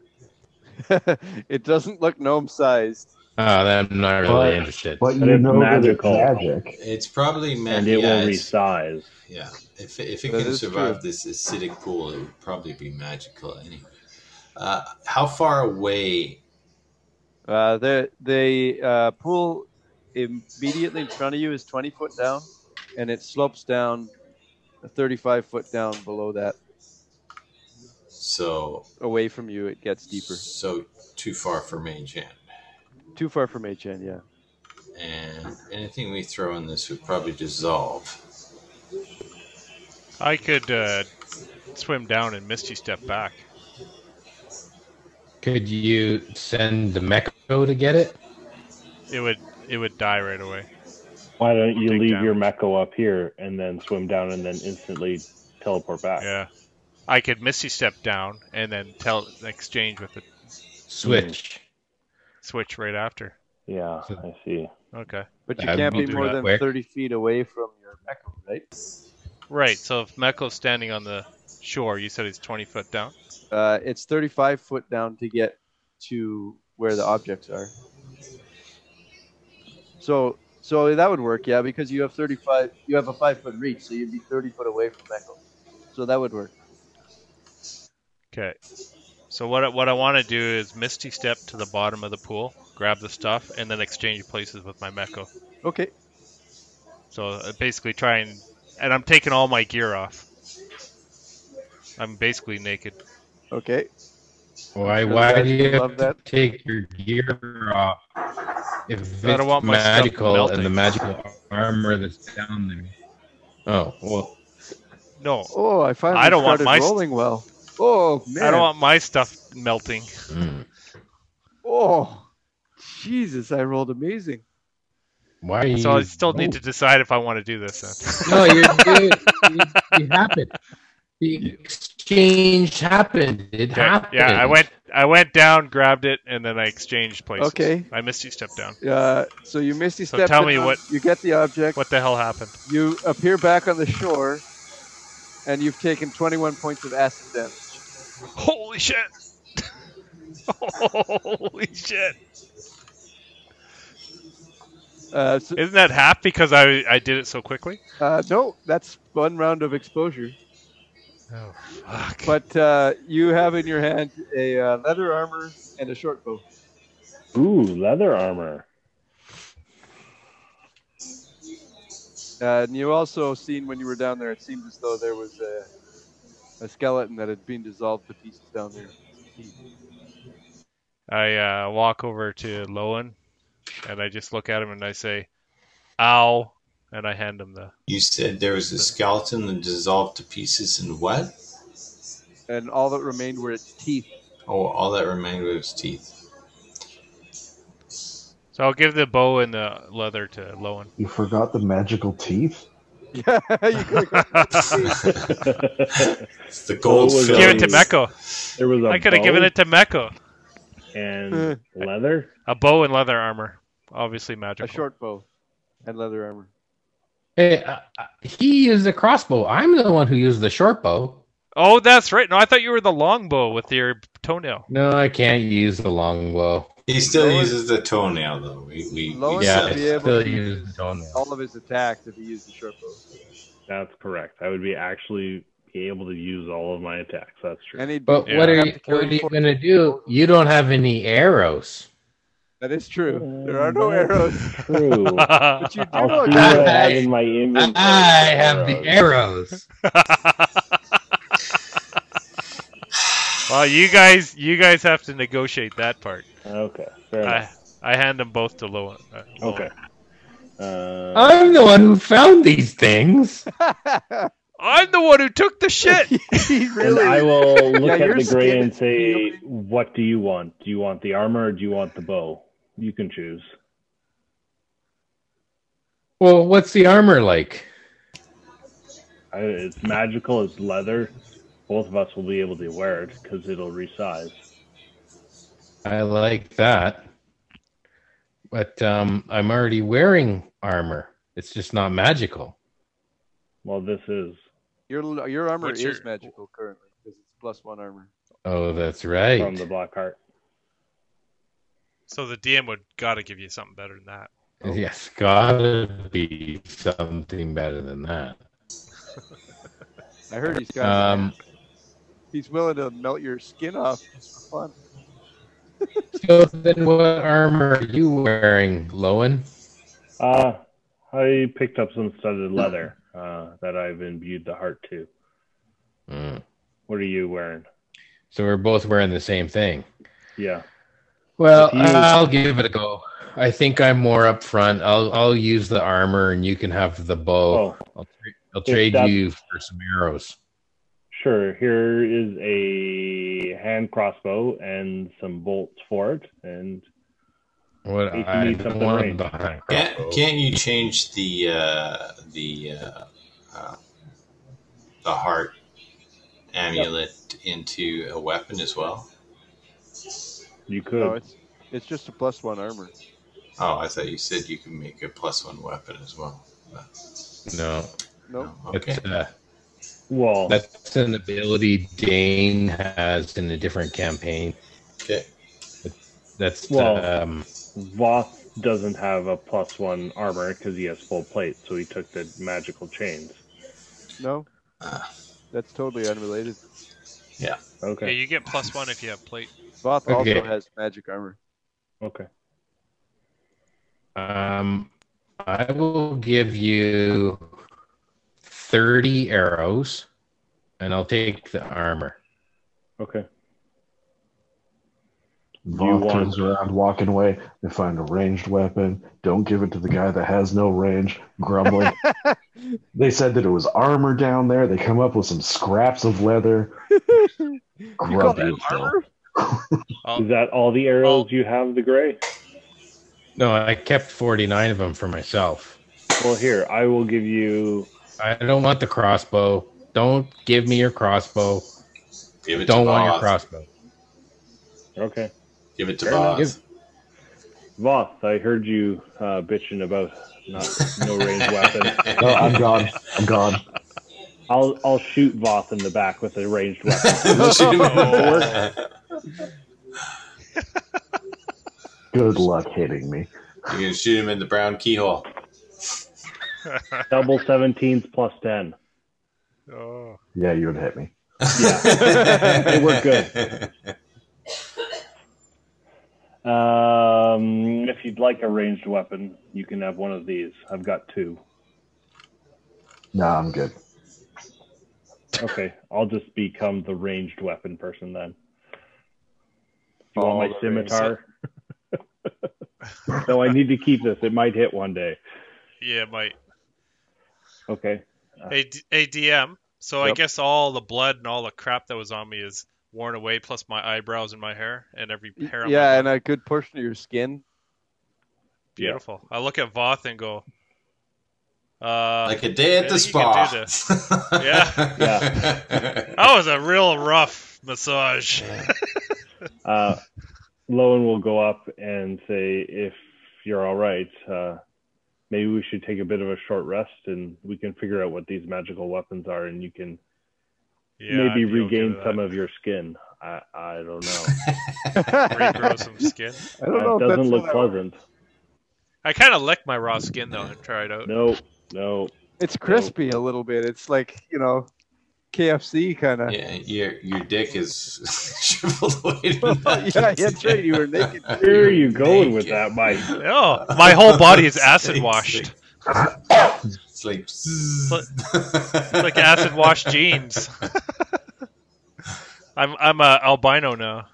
Speaker 2: it doesn't look gnome sized.
Speaker 5: Oh, I'm not really
Speaker 6: But-
Speaker 5: interested.
Speaker 6: But
Speaker 7: But
Speaker 6: you
Speaker 7: it's
Speaker 6: know that it's
Speaker 7: magical.
Speaker 6: magic.
Speaker 3: It's probably man.
Speaker 7: And it
Speaker 3: yeah,
Speaker 7: will
Speaker 3: it's-
Speaker 7: resize.
Speaker 3: yeah. If, if it
Speaker 2: That
Speaker 3: can
Speaker 2: is
Speaker 3: survive this acidic pool, it would probably be magical anyway. Uh, how far away?
Speaker 2: Uh, the the uh, pool immediately in front of you is 20 foot down, and it slopes down 35 foot down below that,
Speaker 3: So,
Speaker 2: away from you, it gets deeper.
Speaker 3: so too far for Mage Hand.
Speaker 2: Too far from HN, yeah.
Speaker 3: And anything we throw in this would probably dissolve.
Speaker 4: I could uh, swim down and Misty step back.
Speaker 5: Could you send the Mecho to get it?
Speaker 4: It would it would die right away.
Speaker 7: Why don't you
Speaker 4: Take
Speaker 7: leave
Speaker 4: damage.
Speaker 7: your mecho up here and then swim down and then instantly teleport back?
Speaker 4: Yeah, I could Misty step down and then tell exchange with the
Speaker 2: Hmm.
Speaker 5: Switch.
Speaker 4: switch right after.
Speaker 7: Yeah, I see.
Speaker 4: Okay,
Speaker 2: But you
Speaker 5: That
Speaker 2: can't
Speaker 5: would
Speaker 2: be
Speaker 5: be
Speaker 2: more
Speaker 5: that
Speaker 2: than
Speaker 5: way.
Speaker 2: 30 feet away from your mecha, right?
Speaker 4: right. So if Meko's standing on the shore, you said he's twenty foot down.
Speaker 2: Uh, it's 35 foot down to get to where the objects are. So, so that would work, yeah, because you have 35, you have a five foot reach, so you'd be 30 foot away from Echo. So that would work.
Speaker 4: Okay. So what I- what I want to do is Misty step to the bottom of the pool, grab the stuff, and then exchange places with my Meko.
Speaker 2: Okay.
Speaker 4: So I basically try and and I'm taking all my gear off. I'm basically naked.
Speaker 2: Okay.
Speaker 5: Why?
Speaker 2: Sure,
Speaker 5: Why
Speaker 2: guys
Speaker 5: do you
Speaker 2: would
Speaker 5: have
Speaker 2: love
Speaker 5: to
Speaker 2: that.
Speaker 5: take your gear off? If
Speaker 4: I don't
Speaker 5: it's
Speaker 4: want my stuff
Speaker 5: magical
Speaker 4: melting.
Speaker 5: and the magical armor that's down there. Oh well,
Speaker 4: No,
Speaker 2: Oh, I finally
Speaker 4: I don't want
Speaker 2: started
Speaker 4: my st-
Speaker 2: rolling well. Oh man.
Speaker 4: I don't want my stuff melting.
Speaker 5: mm.
Speaker 2: Oh, Jesus! I rolled amazing.
Speaker 5: why? Are you...
Speaker 4: So I still need to decide if I want to do this. Then.
Speaker 5: No, you're good. It, it happened. The exchange happened. It happened.
Speaker 4: yeah, I went I went down, grabbed it, and then I exchanged places.
Speaker 2: Okay.
Speaker 4: I Misty stepped down.
Speaker 2: Uh, so you misty
Speaker 4: So
Speaker 2: step.
Speaker 4: tell
Speaker 2: it
Speaker 4: me
Speaker 2: down,
Speaker 4: what-
Speaker 2: you get the object.
Speaker 4: What the hell happened?
Speaker 2: You appear back on the shore, and you've taken 21 points of acid damage.
Speaker 4: Holy shit! Holy shit!
Speaker 2: Uh, so,
Speaker 4: Isn't that half because I I did it so quickly?
Speaker 2: uh, no, that's one round of exposure.
Speaker 4: Oh fuck!
Speaker 2: But uh, you have in your hand a uh, leather armor and a short bow.
Speaker 7: Ooh, leather armor.
Speaker 2: Uh, and you also seen when you were down there, it seemed as though there was a, a skeleton that had been dissolved to pieces down there.
Speaker 4: I uh, walk over to Lowen, and I just look at him and I say, "Ow!" and I hand him the
Speaker 3: You said there was a skeleton that dissolved to pieces and what?
Speaker 2: And all that remained were its teeth.
Speaker 3: Oh, all that remained was its teeth.
Speaker 4: So I'll give the bow and the leather to Lowen.
Speaker 6: You forgot the magical teeth?
Speaker 2: Yeah, you could
Speaker 7: there
Speaker 3: It's the gold
Speaker 7: was
Speaker 4: Give it
Speaker 3: fillings.
Speaker 4: to Meko.
Speaker 7: was a
Speaker 4: I could have given
Speaker 7: bow
Speaker 4: it to Meko.
Speaker 7: and leather.
Speaker 4: A bow and leather armor, obviously
Speaker 2: a
Speaker 4: magical.
Speaker 2: short bow and leather armor.
Speaker 5: Hey, uh, uh, he used the crossbow. I'm the one who used the short bow.
Speaker 4: Oh, that's right. No, I thought you were the longbow with your toenail.
Speaker 5: No, I can't use the longbow.
Speaker 3: He still
Speaker 2: Lois-
Speaker 3: uses the toenail though. We we,
Speaker 2: Lois
Speaker 3: we
Speaker 2: should
Speaker 5: Yeah, I
Speaker 3: said
Speaker 2: be
Speaker 3: that.
Speaker 2: able
Speaker 5: still
Speaker 2: to
Speaker 5: use the toenail.
Speaker 2: All of his attacks if he used the short bow.
Speaker 7: That's correct. I would be actually be able to use all of my attacks. That's true.
Speaker 2: And he'd
Speaker 5: But
Speaker 4: Yeah.
Speaker 5: what are
Speaker 2: have
Speaker 5: you,
Speaker 2: to carry
Speaker 5: what are you
Speaker 2: four-
Speaker 5: gonna do? You don't have any arrows.
Speaker 2: That is true. There are no
Speaker 5: Mm-hmm.
Speaker 2: arrows. But
Speaker 7: True.
Speaker 2: you do
Speaker 7: I'll see
Speaker 2: know
Speaker 7: what
Speaker 5: that-
Speaker 7: I
Speaker 2: that.
Speaker 7: have in my inventory.
Speaker 5: I have the arrows.
Speaker 4: well, you guys, you guys have to negotiate that part.
Speaker 7: Okay, fair
Speaker 4: I,
Speaker 7: enough.
Speaker 4: I hand them both to Lowen. uh, Lowen.
Speaker 7: Okay. Uh,
Speaker 5: I'm the one who found these things.
Speaker 4: I'm the one who took the shit.
Speaker 2: he
Speaker 7: and I
Speaker 2: really.
Speaker 7: will
Speaker 2: Yeah,
Speaker 7: look
Speaker 2: your
Speaker 7: at the gray
Speaker 2: skin
Speaker 7: and
Speaker 2: is
Speaker 7: say,
Speaker 2: peeling.
Speaker 7: "What do you want? Do you want the armor or do you want the bow? You can choose."
Speaker 5: Well, what's the armor like?
Speaker 7: I, it's magical. It's leather. Both of us will be able to wear it because it'll resize.
Speaker 5: I like that. But um, I'm already wearing armor. It's just not magical.
Speaker 7: Well, this is
Speaker 2: Your your armor
Speaker 4: What's
Speaker 2: is
Speaker 4: your-
Speaker 2: magical currently because it's plus one armor.
Speaker 5: Oh, that's right.
Speaker 7: from the black heart.
Speaker 4: So the DM would gotta give you something better than that.
Speaker 5: Yes, gotta be something better than that.
Speaker 2: I heard he's got.
Speaker 5: Um,
Speaker 2: he's willing to melt your skin off just for fun.
Speaker 5: so then, what armor are you wearing, Lowen?
Speaker 7: Uh, I picked up some studded leather. uh, that I've imbued the heart to.
Speaker 5: Mm.
Speaker 7: What are you wearing?
Speaker 5: So we're both wearing the same thing.
Speaker 7: Yeah.
Speaker 5: Well,
Speaker 7: If you-
Speaker 5: I'll give it a go. I think I'm more up front. I'll I'll use the armor, and you can have the bow.
Speaker 7: Oh,
Speaker 5: I'll, tra- I'll
Speaker 7: If
Speaker 5: trade
Speaker 7: that-
Speaker 5: you for some arrows.
Speaker 7: sure. Here is a hand crossbow and some bolts for it, and
Speaker 5: What
Speaker 7: If you
Speaker 5: I
Speaker 7: need
Speaker 5: don't
Speaker 7: something
Speaker 5: want
Speaker 7: ranged.
Speaker 5: the hand
Speaker 3: Can't,
Speaker 5: crossbow.
Speaker 3: can't you change the uh, the uh, uh, the heart amulet into a weapon as well?
Speaker 7: you could.
Speaker 2: No, it's it's just a plus one armor.
Speaker 3: Oh, I thought you said you can make a plus one weapon as well.
Speaker 5: No,
Speaker 2: Nope.
Speaker 3: No, okay.
Speaker 5: it's, uh,
Speaker 7: well,
Speaker 5: that's an ability Dane has in a different campaign.
Speaker 3: Okay.
Speaker 5: That's
Speaker 7: Well-
Speaker 5: um,
Speaker 7: Voth doesn't have a plus one armor because he has full plate, so he took the magical chains.
Speaker 2: No,
Speaker 3: Ah.
Speaker 2: that's totally unrelated.
Speaker 4: Yeah,
Speaker 7: Okay.
Speaker 4: you get plus one if you have plate.
Speaker 2: Voth
Speaker 5: Okay.
Speaker 2: also has magic armor.
Speaker 7: Okay.
Speaker 5: um, I will give you thirty arrows, and I'll take the armor.
Speaker 7: Okay.
Speaker 6: Voth
Speaker 7: want-
Speaker 6: turns around, walking away. They find a ranged weapon. Don't give it to the guy that has no range. Grumbling. they said that it was armor down there. They come up with some scraps of leather.
Speaker 2: you call
Speaker 6: Grumpy
Speaker 2: that
Speaker 6: as hell.
Speaker 2: armor?
Speaker 7: Is that all the arrows you have, the gray?
Speaker 5: No, I kept 49 of them for myself.
Speaker 7: Well, here, I will give you.
Speaker 5: I don't want the crossbow. Don't give me your crossbow.
Speaker 3: Give it
Speaker 5: Don't
Speaker 3: to
Speaker 5: want your
Speaker 3: Voth.
Speaker 5: crossbow.
Speaker 7: Okay.
Speaker 3: Give it to
Speaker 7: Fair enough.
Speaker 3: Voth.
Speaker 7: Voth, I heard you uh, bitching about not no range weapon.
Speaker 6: No, Oh, I'm gone. I'm gone.
Speaker 7: I'll I'll shoot Voth in the back with a ranged weapon.
Speaker 6: Good luck hitting me.
Speaker 3: You can shoot him in the brown keyhole.
Speaker 7: Double seventeens plus ten.
Speaker 4: Oh.
Speaker 6: Yeah, you would hit me.
Speaker 3: Yeah,
Speaker 7: They work
Speaker 3: good.
Speaker 7: Um, if you'd like a ranged weapon, you can have one of these. I've got two.
Speaker 6: No, I'm good.
Speaker 7: Okay, I'll just become the ranged weapon person then. You
Speaker 2: All
Speaker 7: want my
Speaker 2: the
Speaker 7: scimitar? no, I need to keep this. It might hit one day.
Speaker 4: Yeah, might.
Speaker 7: Okay.
Speaker 4: A, a DM. So I
Speaker 2: Yep.
Speaker 4: guess all the blood and all the crap that was on me is worn away, plus my eyebrows and my hair and every hair. on my
Speaker 2: Yeah,
Speaker 4: body.
Speaker 2: and a good portion of your skin.
Speaker 4: beautiful. I look at Voth and go, uh,
Speaker 3: Like a day at
Speaker 4: I
Speaker 3: the
Speaker 4: think you can
Speaker 3: spa.
Speaker 4: do this.
Speaker 3: yeah.
Speaker 4: that was a real rough massage.
Speaker 7: Uh, Lowen will go up and say, if you're all right, uh, maybe we should take a bit of a short rest and we can figure out what these magical weapons are and you can
Speaker 4: Yeah,
Speaker 7: maybe
Speaker 4: I'd be okay
Speaker 7: regain
Speaker 4: with
Speaker 7: some
Speaker 4: that.
Speaker 7: of your skin. I, I don't know.
Speaker 2: I
Speaker 4: Regrow some skin.
Speaker 2: don't know.
Speaker 7: it
Speaker 2: If that's
Speaker 7: doesn't look
Speaker 2: how that works.
Speaker 7: pleasant.
Speaker 4: I kind of licked my raw skin though and tried out.
Speaker 7: No, no.
Speaker 2: It's crispy a little bit. It's like you know, KFC kind of.
Speaker 3: Yeah, your your dick is shriveled away. to nothing.
Speaker 2: yeah, that's right. You were naked.
Speaker 7: Where are you going with
Speaker 3: naked.
Speaker 7: that, Mike?
Speaker 4: Oh, my whole body is acid washed.
Speaker 3: It's like,
Speaker 4: like- It's like acid washed jeans. I'm I'm a albino now.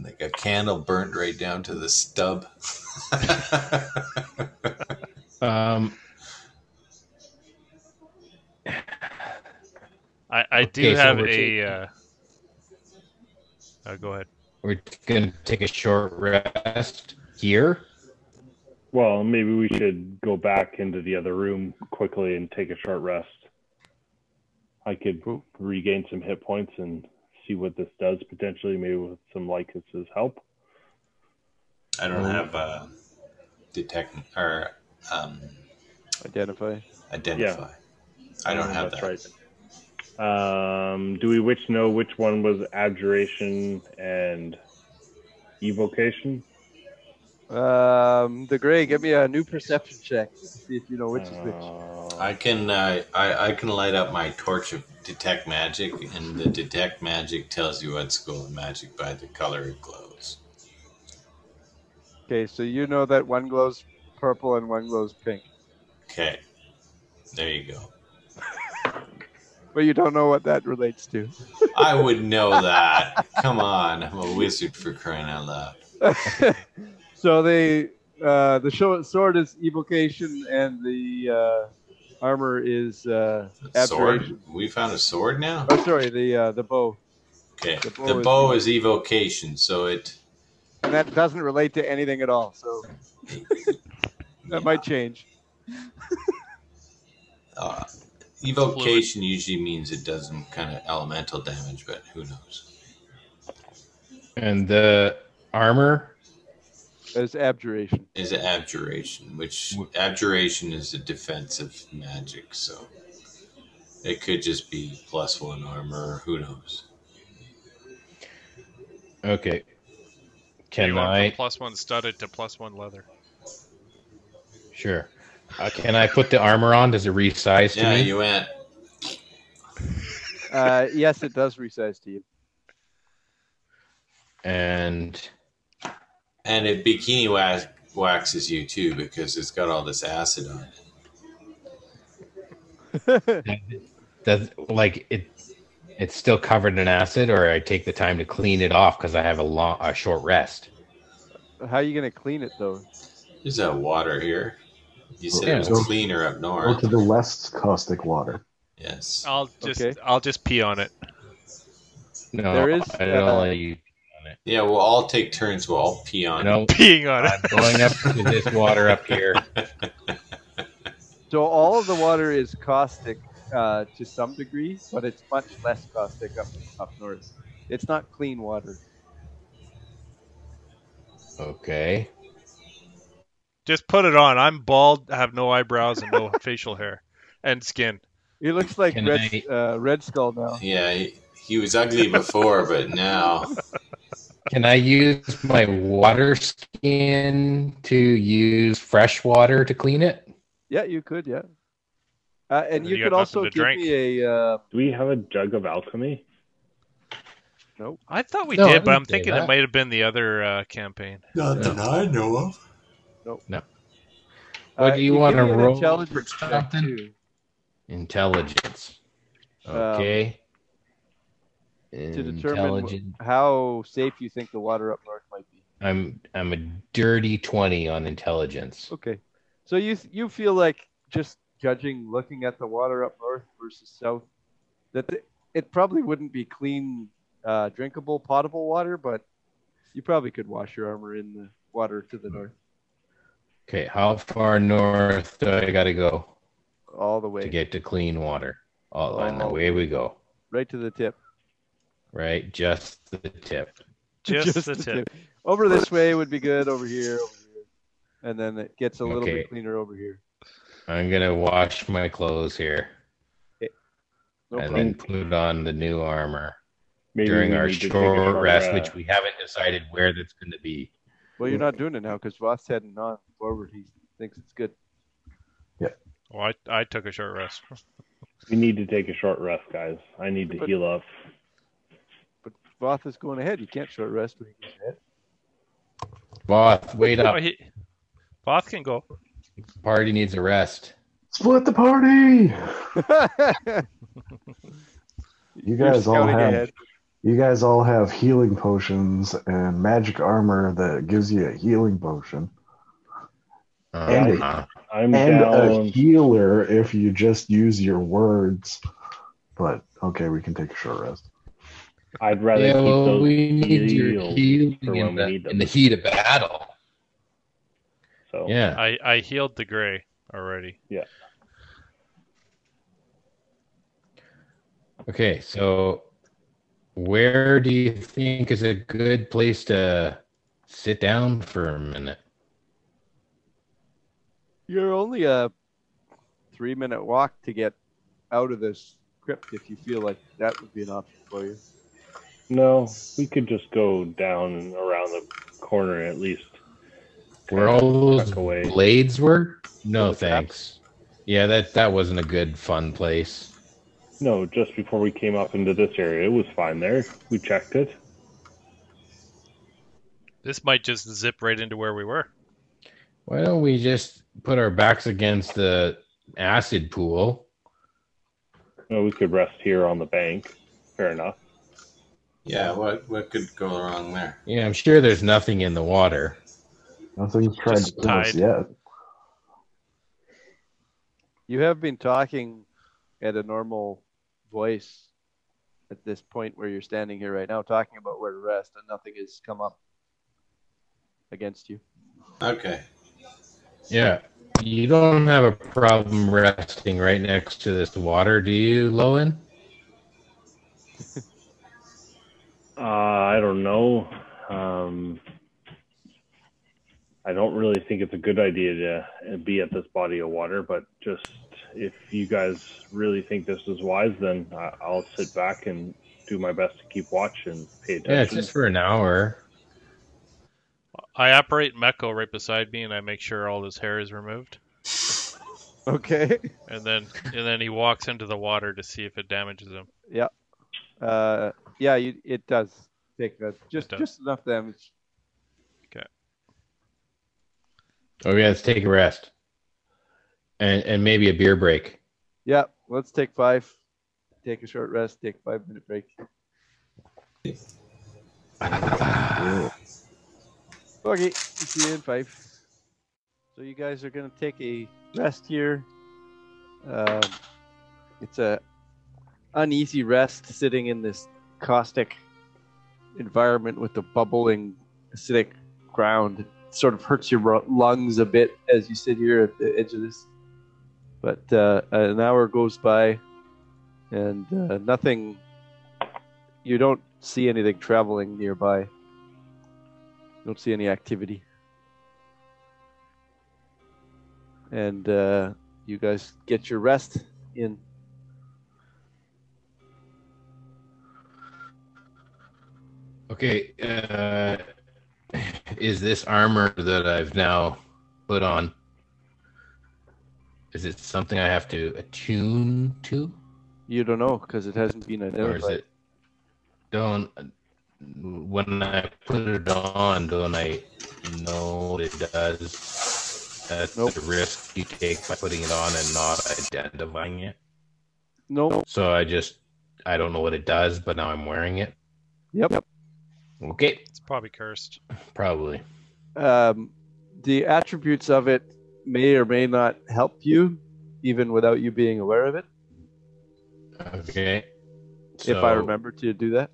Speaker 3: like a candle burnt right down to the stub.
Speaker 5: Um,
Speaker 4: I, I do
Speaker 5: Okay, so
Speaker 4: have
Speaker 5: we're
Speaker 4: a.
Speaker 5: taking-
Speaker 4: Uh... Oh, go ahead.
Speaker 5: we're going to take a short rest here.
Speaker 7: Well, maybe we should go back into the other room quickly and take a short rest. I could regain some hit points and see what this does potentially, maybe with some Lycus's help.
Speaker 3: I don't
Speaker 7: Oh.
Speaker 3: have uh, detect or um,
Speaker 2: Identify.
Speaker 3: identify. I don't have
Speaker 7: Uh, That's
Speaker 3: that.
Speaker 7: right. Um, do we which know which one was abjuration and evocation?
Speaker 2: Um, the gray, give me a new perception check. See if you know which is which.
Speaker 7: Uh,
Speaker 3: I can uh, I I can light up my torch of detect magic, and the detect magic tells you what school of magic by the color it glows.
Speaker 2: Okay, so you know that one glows purple and one glows pink.
Speaker 3: Okay. There you go.
Speaker 2: But you don't know what that relates to.
Speaker 3: I would know that. Come on, I'm a wizard for crying out loud.
Speaker 2: so they uh, the sho- sword is evocation and the uh, armor is uh,
Speaker 3: Sword?
Speaker 2: abjuration.
Speaker 3: We found a sword now?
Speaker 2: Oh, sorry, the uh, the bow,
Speaker 3: Okay.
Speaker 2: The
Speaker 3: The
Speaker 2: bow
Speaker 3: bow,
Speaker 2: is-
Speaker 3: is, evocation, so it.
Speaker 2: and that doesn't relate to anything at all. So that might change.
Speaker 3: Uh, evocation usually means it does some kind of elemental damage, but who knows?
Speaker 5: And the armor.
Speaker 2: As abjuration.
Speaker 3: Is it abjuration, which abjuration is a defensive magic, so it could just be plus one armor. Who knows?
Speaker 5: Okay.
Speaker 4: you
Speaker 5: Can
Speaker 4: want
Speaker 5: I?
Speaker 4: from plus one studded to plus one leather.
Speaker 5: Sure. Uh, can I put the armor on? Does it resize to
Speaker 3: Yeah,
Speaker 5: me?
Speaker 3: you went.
Speaker 2: Uh, yes, it does resize to you.
Speaker 5: and
Speaker 3: And it bikini wax, waxes you too because it's got all this acid on it.
Speaker 5: does like it? It's still covered in acid, or I take the time to clean it off because I have a long, a short rest.
Speaker 2: How are you gonna clean it though?
Speaker 3: There's that water here. You said
Speaker 5: Yeah.
Speaker 3: it was
Speaker 6: Go-
Speaker 3: cleaner up
Speaker 6: Go
Speaker 3: north.
Speaker 6: to the less caustic water.
Speaker 3: Yes.
Speaker 4: I'll just
Speaker 2: Okay.
Speaker 4: I'll just pee on it.
Speaker 5: No,
Speaker 2: There is,
Speaker 5: I
Speaker 2: uh,
Speaker 5: don't let you.
Speaker 3: Yeah, we'll all take turns. We'll all pee on.
Speaker 5: No,
Speaker 4: Peeing on it.
Speaker 5: I'm going up to this water up here.
Speaker 2: So all of the water is caustic uh, to some degree, but it's much less caustic up up north. It's not clean water.
Speaker 5: Okay.
Speaker 4: Just put it on. I'm bald, have no eyebrows and no facial hair and skin.
Speaker 2: He looks like
Speaker 5: Can
Speaker 2: Red, uh, Red Skull now.
Speaker 3: Yeah, he, he was ugly before, but now
Speaker 5: Can I use my water skin to use fresh water to clean it?
Speaker 2: Yeah, you could. Yeah, uh, and
Speaker 4: And
Speaker 2: you,
Speaker 4: you
Speaker 2: could
Speaker 4: got
Speaker 2: also
Speaker 4: nothing
Speaker 2: give
Speaker 4: to drink.
Speaker 2: me a. Uh,
Speaker 7: Do we have a jug of alchemy?
Speaker 4: I thought we
Speaker 5: No, I
Speaker 4: did, but
Speaker 5: didn't
Speaker 4: I'm
Speaker 5: say
Speaker 4: thinking
Speaker 5: that.
Speaker 4: it might have been the other uh, campaign.
Speaker 3: not that I know of.
Speaker 5: What
Speaker 2: uh,
Speaker 5: do you
Speaker 2: give
Speaker 5: wanna
Speaker 2: me an
Speaker 5: roll
Speaker 2: Intelligence
Speaker 5: for
Speaker 2: check
Speaker 5: something?
Speaker 2: too.
Speaker 5: Intelligence. Okay.
Speaker 2: Um, to determine
Speaker 5: Intelligent.
Speaker 2: wh- how safe you think the water up north might be.
Speaker 5: I'm I'm a dirty twenty on intelligence.
Speaker 2: Okay, so you th- you feel like just judging, looking at the water up north versus south, that th- it probably wouldn't be clean, uh, drinkable, potable water, but you probably could wash your armor in the water to the north
Speaker 5: Okay, how far north do I gotta go
Speaker 2: all the way,
Speaker 5: to get to clean water? Oh, and
Speaker 2: Oh.
Speaker 5: away we go.
Speaker 2: right to the tip.
Speaker 5: Right, just the tip.
Speaker 4: Just, the tip.
Speaker 2: Over this way would be good. Over here, over here, and then it gets a little
Speaker 5: Okay.
Speaker 2: bit cleaner over here.
Speaker 5: I'm gonna wash my clothes here
Speaker 2: No
Speaker 5: and
Speaker 2: problem.
Speaker 5: then put on the new armor
Speaker 7: Maybe
Speaker 5: during
Speaker 7: we
Speaker 5: our
Speaker 7: need to take a
Speaker 5: short rest,
Speaker 7: uh,
Speaker 5: which we haven't decided where that's gonna be.
Speaker 2: Well, you're not doing it now because Voth's heading on forward. He thinks it's good.
Speaker 4: Well, Oh, I, I took a short rest.
Speaker 7: we need to take a short rest, guys. I need to
Speaker 2: But-
Speaker 7: heal up.
Speaker 2: Voth is going ahead. You can't short rest when he goes ahead.
Speaker 5: Voth, wait
Speaker 4: Oh,
Speaker 5: up.
Speaker 4: he, Voth can go.
Speaker 5: Party needs a rest.
Speaker 6: Split the party. You
Speaker 2: You're
Speaker 6: guys all
Speaker 2: scouting
Speaker 6: have
Speaker 2: ahead.
Speaker 6: you guys all have healing potions and magic armor that gives you a healing potion And-
Speaker 5: Uh-huh.
Speaker 7: I'm
Speaker 6: and a
Speaker 7: down.
Speaker 6: healer if you just use your words. But okay, we can take a short rest.
Speaker 7: I'd rather
Speaker 5: yeah,
Speaker 7: keep
Speaker 5: well,
Speaker 7: those
Speaker 5: we need your
Speaker 7: heals
Speaker 5: healing
Speaker 7: for when
Speaker 5: in
Speaker 7: we
Speaker 5: the,
Speaker 7: need them.
Speaker 5: in the heat of battle.
Speaker 7: So
Speaker 5: Yeah.
Speaker 4: I, I healed the gray already.
Speaker 7: uh,
Speaker 5: Okay, so where do you think is a good place to sit down for a minute?
Speaker 2: You're only a three minute walk to get out of this crypt if you feel like that would be an option for you.
Speaker 7: no, we could just go down and around the corner at least.
Speaker 5: Where all those
Speaker 7: tuck away.
Speaker 5: blades were? No, thanks. Yeah, that that wasn't a good fun place.
Speaker 7: No, just before we came up into this area, it was fine there. We checked it.
Speaker 4: This might just zip right into where we were.
Speaker 5: Why don't we just put our backs against the acid pool.
Speaker 7: Well, we could rest here on the bank. Fair enough.
Speaker 3: Yeah, what what could go wrong there?
Speaker 5: Yeah, I'm sure there's nothing in the water.
Speaker 6: Nothing's tried
Speaker 4: Just
Speaker 6: to kill us
Speaker 4: tied.
Speaker 6: yet.
Speaker 2: You have been talking at a normal voice at this point where you're standing here right now, talking about where to rest, and nothing has come up against you.
Speaker 3: Okay.
Speaker 5: Yeah. You don't have a problem resting right next to this water, do you, Lowen?
Speaker 7: Uh, I don't know. Um, I don't really think it's a good idea to uh, be at this body of water, but just if you guys really think this is wise, then I- I'll sit back and do my best to keep watch and pay
Speaker 5: Yeah, it's
Speaker 7: attention.
Speaker 5: just for an hour.
Speaker 4: I operate Mecco right beside me, and I make sure all his hair is removed.
Speaker 2: Okay.
Speaker 4: And then and then he walks into the water to see if it damages him.
Speaker 2: Uh, yeah, you, it does take that just
Speaker 4: does.
Speaker 2: just enough damage.
Speaker 5: Oh yeah, let's take a rest. And and maybe a beer break.
Speaker 2: Yeah, let's take five. Take a short rest. Take a five minute break. Okay, see you in five. So you guys are gonna take a rest here. Um, it's a uneasy rest sitting in this caustic environment with the bubbling acidic ground. It sort of hurts your ru- lungs a bit as you sit here at the edge of this. But uh, an hour goes by, and uh, nothing. You don't see anything traveling nearby. Don't see any activity. And uh, you guys get your rest in.
Speaker 5: Okay, uh, is this armor that I've now put on? Is it something I have to attune to,
Speaker 2: You don't know because it hasn't been
Speaker 5: or is
Speaker 2: identified.
Speaker 5: it don't? When I put it on, don't I know what it does? That's
Speaker 2: Nope.
Speaker 5: the risk you take by putting it on and not identifying it.
Speaker 2: Nope.
Speaker 5: So I just I don't know what it does, but now I'm wearing it.
Speaker 2: Yep.
Speaker 5: Okay,
Speaker 4: It's probably cursed.
Speaker 5: probably.
Speaker 2: Um, the attributes of it may or may not help you, even without you being aware of it.
Speaker 5: Okay.
Speaker 2: If I
Speaker 5: So-
Speaker 2: remember to do that.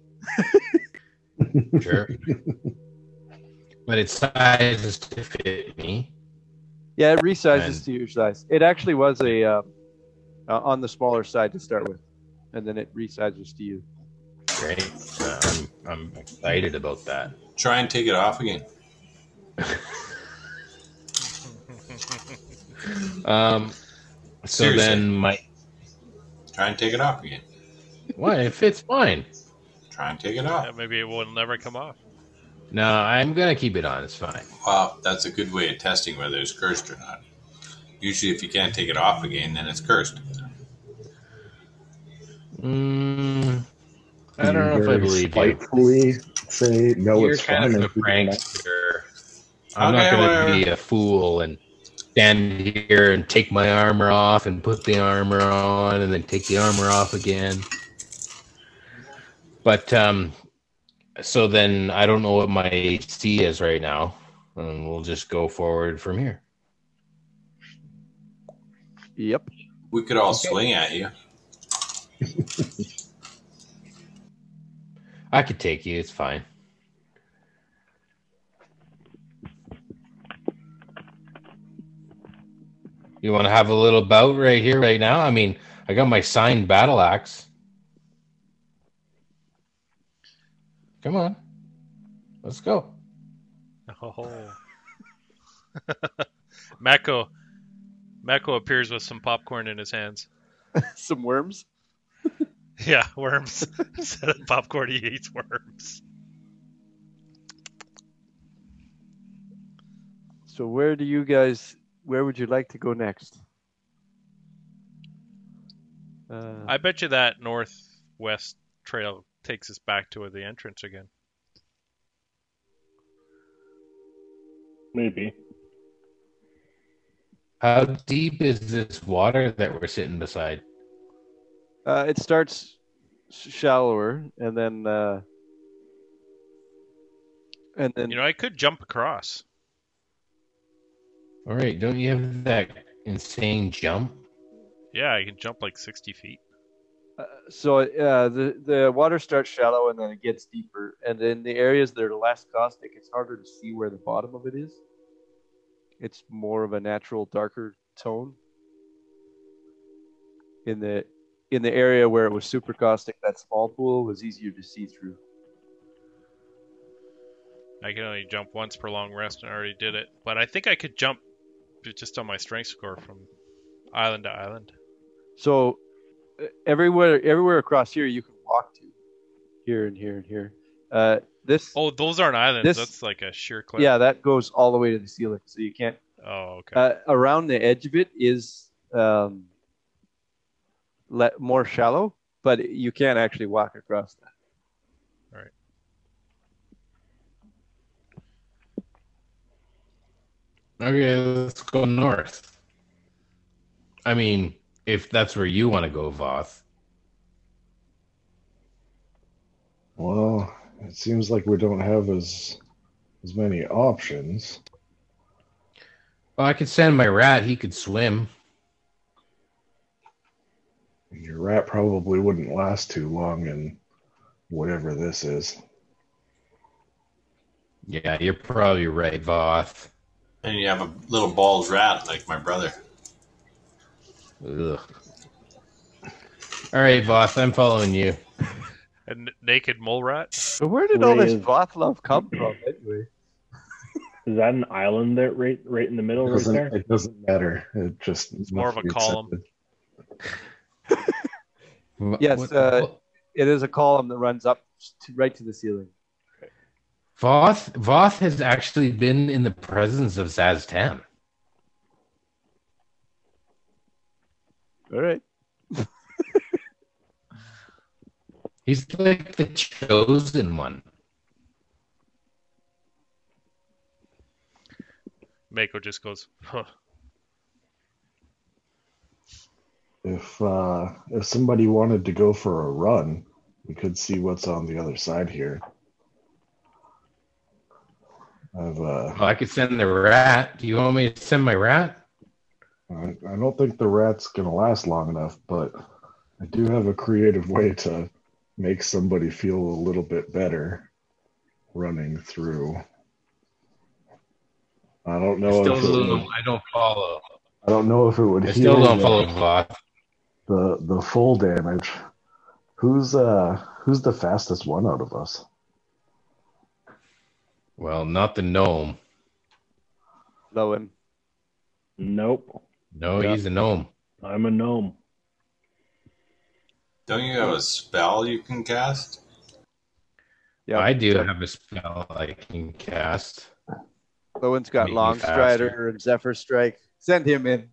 Speaker 5: Sure. but its size is to fit me.
Speaker 2: Yeah, it resizes
Speaker 5: And-
Speaker 2: to your size. It actually was a um, uh, on the smaller side to start with, and then it resizes to you.
Speaker 5: Great. Uh, I'm, I'm excited about that.
Speaker 3: Try and take it off again.
Speaker 5: Um, so
Speaker 3: Seriously.
Speaker 5: then my
Speaker 3: Try and take it off again.
Speaker 5: what? It fits fine.
Speaker 3: Try and take it
Speaker 5: Ah.
Speaker 4: Yeah,
Speaker 3: off.
Speaker 4: maybe it will never come off.
Speaker 5: No, I'm gonna keep it on. It's fine.
Speaker 3: Wow, that's a good way of testing whether it's cursed or not. Usually, if you can't take it off again, then it's cursed.
Speaker 5: Mm, I don't know if I
Speaker 6: very
Speaker 5: believe you.
Speaker 6: spitefully say no,
Speaker 5: You're
Speaker 6: it's
Speaker 5: kind
Speaker 6: fine.
Speaker 5: of a
Speaker 6: if you cannot-
Speaker 5: prankster. I'm
Speaker 3: Okay,
Speaker 5: not gonna
Speaker 3: whatever.
Speaker 5: be a fool and stand here and take my armor off and put the armor on and then take the armor off again. But um, so then I don't know what my AC is right now, and we'll just go forward from here.
Speaker 2: Yep.
Speaker 3: We could all swing at you.
Speaker 5: I could take you. It's fine. You want to have a little bout right here, right now? I mean, I got my signed battle axe. Come on. Let's go.
Speaker 4: Oh. Mecco. Mecco appears with some popcorn in his hands.
Speaker 2: Some worms.
Speaker 4: Yeah, worms. Instead of popcorn, he eats worms.
Speaker 2: So where do you guys? Where would you like to go next? Uh,
Speaker 4: I bet you that northwest trail takes us back to the entrance again.
Speaker 7: Maybe.
Speaker 5: How deep is this water that we're sitting beside?
Speaker 2: Uh, it starts s- shallower, and then uh, and then
Speaker 4: You know, I could jump across.
Speaker 5: All right, don't you have that insane jump?
Speaker 4: Yeah, I can jump like 60 feet.
Speaker 2: uh, so uh, the the water starts shallow, and then it gets deeper. And in the areas that are less caustic, it's harder to see where the bottom of it is. It's more of a natural, darker tone. In the in the area where it was super caustic, that small pool was easier to see through.
Speaker 4: I can only jump once per long rest, and I already did it. But I think I could jump just on my strength score from island to island.
Speaker 2: So uh, everywhere everywhere across here you can walk to. Here and here and here. Uh, this
Speaker 4: Oh, those aren't islands.
Speaker 2: This-
Speaker 4: That's like a sheer cliff.
Speaker 2: yeah, that goes all the way to the ceiling, so you can't
Speaker 4: Oh, okay.
Speaker 2: uh, around the edge of it is um, le- more shallow, but you can't actually walk across that.
Speaker 5: Okay, let's go north. I mean, if that's where you want to go, Voth.
Speaker 6: Well, it seems like we don't have as as many options.
Speaker 5: Well, I could send my rat. He could swim.
Speaker 6: Your rat probably wouldn't last too long in whatever this is.
Speaker 5: Yeah, you're probably right, Voth.
Speaker 3: And you have a little bald rat like my brother.
Speaker 5: Ugh. All right, Voth, I'm following you.
Speaker 4: A n- naked mole rat?
Speaker 2: But where did all this
Speaker 7: Right.
Speaker 2: Voth love come from anyway?
Speaker 7: Is that an island there, right, right in the middle,
Speaker 6: It
Speaker 7: right
Speaker 6: doesn't,
Speaker 7: there?
Speaker 6: it doesn't matter. It just it's
Speaker 4: more of a column.
Speaker 5: Wh-
Speaker 2: Yes,
Speaker 5: what-
Speaker 2: uh, It is a column that runs up to, right to the ceiling.
Speaker 5: Voth Voth has actually been in the presence of Zaztan.
Speaker 2: All right.
Speaker 5: He's like the chosen one.
Speaker 4: Mako just goes, huh.
Speaker 6: If uh, if somebody wanted to go for a run, we could see what's on the other side here. I've uh,
Speaker 5: Well, I could send the rat. Do you want me to send my rat?
Speaker 6: I I don't think the rat's gonna last long enough, but I do have a creative way to make somebody feel a little bit better running through. I don't know.
Speaker 5: still
Speaker 6: If it would,
Speaker 5: don't, I don't follow.
Speaker 6: I don't know if it would
Speaker 5: I
Speaker 6: heal
Speaker 5: still don't
Speaker 6: the-
Speaker 5: follow Voth.
Speaker 6: the the full damage. Who's uh who's the fastest one out of us?
Speaker 5: Well, not the gnome.
Speaker 2: Lowen.
Speaker 7: Nope.
Speaker 5: No,
Speaker 7: Yeah.
Speaker 5: he's a gnome.
Speaker 7: I'm a gnome.
Speaker 3: Don't you have a spell you can cast?
Speaker 2: Yeah.
Speaker 5: I do have a spell I can cast.
Speaker 2: Lowen's got
Speaker 5: Make me
Speaker 2: Long
Speaker 5: faster.
Speaker 2: Strider and Zephyr Strike. Send him in.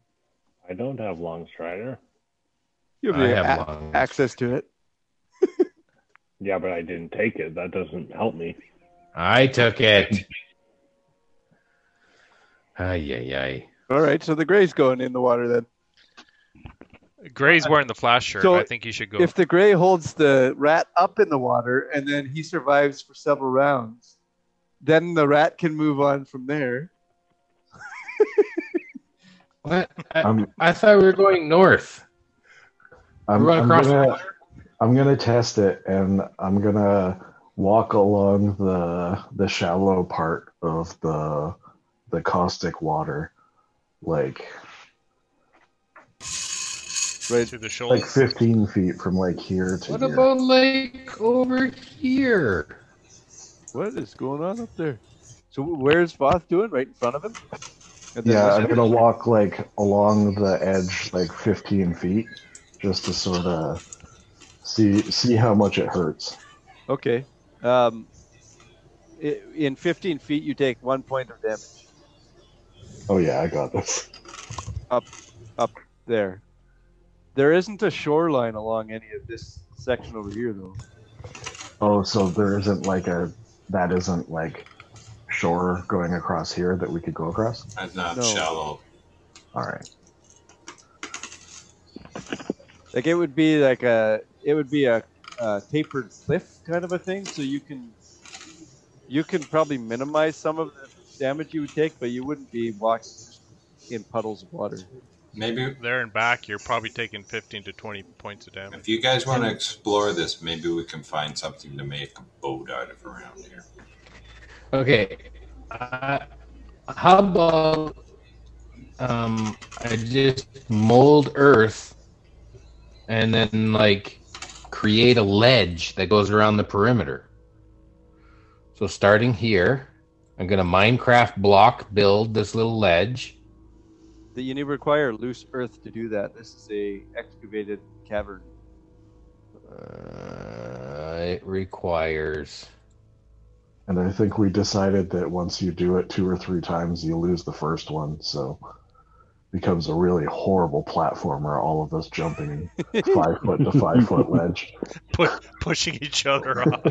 Speaker 7: I don't have long strider.
Speaker 2: You'll
Speaker 5: I
Speaker 2: be
Speaker 5: have
Speaker 2: a-
Speaker 5: long.
Speaker 2: access to it.
Speaker 7: Yeah, but I didn't take it. That doesn't help me.
Speaker 5: I took it. Ay, ay, ay.
Speaker 2: All right. So the gray's going in the water then.
Speaker 4: Gray's wearing the flash shirt.
Speaker 2: Uh, So
Speaker 4: I think you should go.
Speaker 2: If the gray holds the rat up in the water and then he survives for several rounds, then the rat can move on from there.
Speaker 5: What?
Speaker 2: Um,
Speaker 5: I,
Speaker 6: I'm
Speaker 5: I thought we were going north.
Speaker 6: I'm,
Speaker 5: Run
Speaker 6: I'm
Speaker 5: across the
Speaker 6: gonna
Speaker 5: water?
Speaker 6: I'm gonna test it and I'm gonna walk along the the shallow part of the the caustic water, like
Speaker 2: Right.
Speaker 4: to the shoulder.
Speaker 6: like 15 feet from like here to
Speaker 5: What
Speaker 6: here.
Speaker 5: about like over here?
Speaker 2: What is going on up there? So where's Voth doing? Right in front of him. And then
Speaker 6: yeah,
Speaker 2: where's
Speaker 6: I'm
Speaker 2: the-
Speaker 6: gonna walk like along the edge, like 15 feet, just to sort of see see how much it hurts.
Speaker 2: Okay. Um, i- in 15 feet, you take one point of damage
Speaker 6: Oh yeah, I got this.
Speaker 2: there. There isn't a shoreline along any of this section over here, though.
Speaker 6: Oh, so there isn't like a that isn't like shore going across here that we could go across.
Speaker 3: That's not
Speaker 2: No.
Speaker 3: shallow.
Speaker 6: All right.
Speaker 2: Like it would be like a it would be a, a tapered cliff kind of a thing, so you can you can probably minimize some of the damage you would take, but you wouldn't be walking in puddles of water.
Speaker 3: Maybe
Speaker 4: There and back, you're probably taking 15 to 20 points of damage.
Speaker 3: if you guys want to explore this, maybe we can find something to make a boat out of around here.
Speaker 5: Okay. Uh, how about um, I just mold earth and then like create a ledge that goes around the perimeter. So starting here, I'm gonna Minecraft block build this little ledge.
Speaker 2: That you need require loose earth to do that. This is a excavated cavern.
Speaker 5: Uh, it requires.
Speaker 6: And I think we decided that once you do it two or three times, you lose the first one. So becomes a really horrible platformer. All of us jumping five foot to five foot ledge.
Speaker 4: Pu- pushing each other off.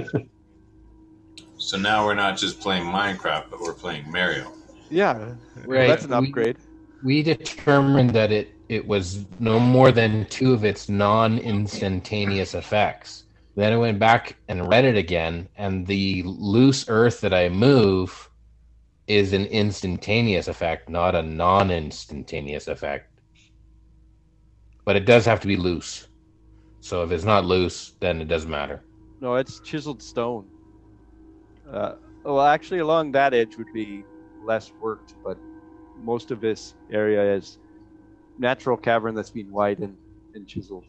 Speaker 3: So now we're not just playing Minecraft, but we're playing Mario.
Speaker 2: Yeah,
Speaker 5: Right.
Speaker 2: that's an
Speaker 5: We-
Speaker 2: upgrade.
Speaker 5: We determined that it it was no more than two of its non-instantaneous effects. Then I went back and read it again, and the loose earth that I move is an instantaneous effect, not a non-instantaneous effect. But it does have to be loose. So if it's not loose, then it doesn't matter.
Speaker 2: No, it's chiseled stone. Uh, well, actually, along that edge would be less worked, but most of this area is natural cavern that's been widened and chiseled.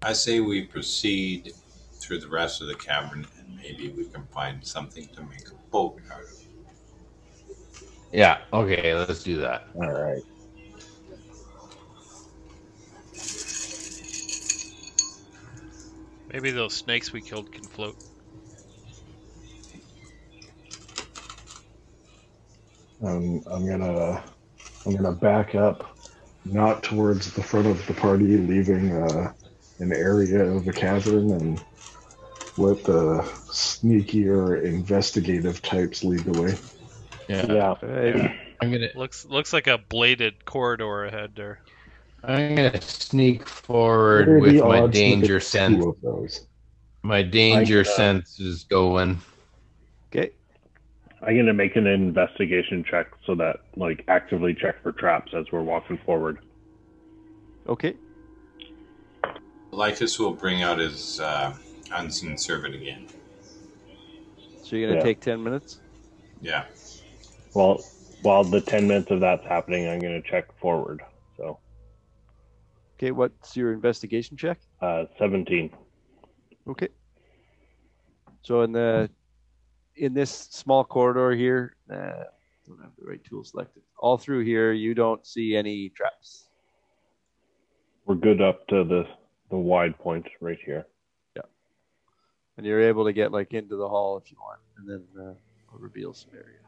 Speaker 3: I say we proceed through the rest of the cavern, and maybe we can find something to make a boat out of.
Speaker 5: Yeah. Okay. Let's do that.
Speaker 6: All right.
Speaker 4: Maybe those snakes we killed can float.
Speaker 6: Um, I'm gonna I'm gonna back up, not towards the front of the party, leaving uh, an area of the cavern, and let the sneakier investigative types lead the way.
Speaker 7: Yeah.
Speaker 5: I'm gonna
Speaker 4: Looks looks like a bladed corridor ahead there.
Speaker 5: I'm gonna sneak forward
Speaker 6: What are
Speaker 5: with
Speaker 6: the odds
Speaker 5: my
Speaker 6: that
Speaker 5: danger
Speaker 6: it's two
Speaker 5: sense.
Speaker 6: of those?
Speaker 5: My danger
Speaker 6: uh,
Speaker 5: sense is going.
Speaker 2: Okay.
Speaker 7: I'm gonna make an investigation check so that like actively check for traps as we're walking forward.
Speaker 2: Okay.
Speaker 3: Lycus will bring out his uh, unseen servant again.
Speaker 2: So you're gonna
Speaker 7: Yeah.
Speaker 2: take ten minutes.
Speaker 3: Yeah.
Speaker 7: While while the ten minutes of that's happening, I'm gonna check forward. So
Speaker 2: Okay. What's your investigation check?
Speaker 7: uh, seventeen.
Speaker 2: Okay. So in the in this small corridor here, uh, don't have the right tool selected. All through here, you don't see any traps.
Speaker 7: We're good up to the the wide point right here.
Speaker 2: and you're able to get like into the hall if you want, and then uh, I'll reveal some area.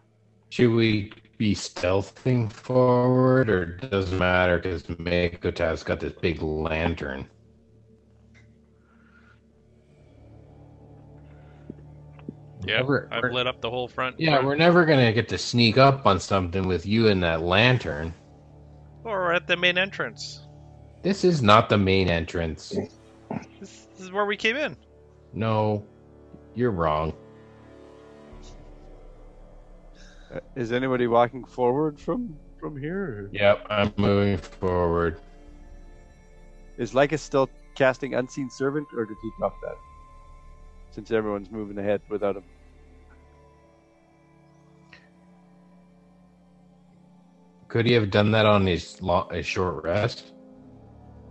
Speaker 5: Should we be stealthing forward, or doesn't matter because Makotav's got this big lantern?
Speaker 4: Yeah,
Speaker 5: We're-
Speaker 4: I've
Speaker 5: we're-
Speaker 4: lit up the whole front.
Speaker 5: yeah, we're never gonna get to sneak up on something with you and that lantern.
Speaker 4: Or Oh, we're at the main entrance.
Speaker 5: This is not the main entrance.
Speaker 4: This, this is where we came in.
Speaker 5: No, you're wrong.
Speaker 2: Uh, is anybody walking forward from from here?
Speaker 5: Yep, I'm moving forward.
Speaker 2: Is Lycus still casting Unseen Servant, or did he drop that? Since everyone's moving ahead without him.
Speaker 5: Could he have done that on his, lo- his short rest?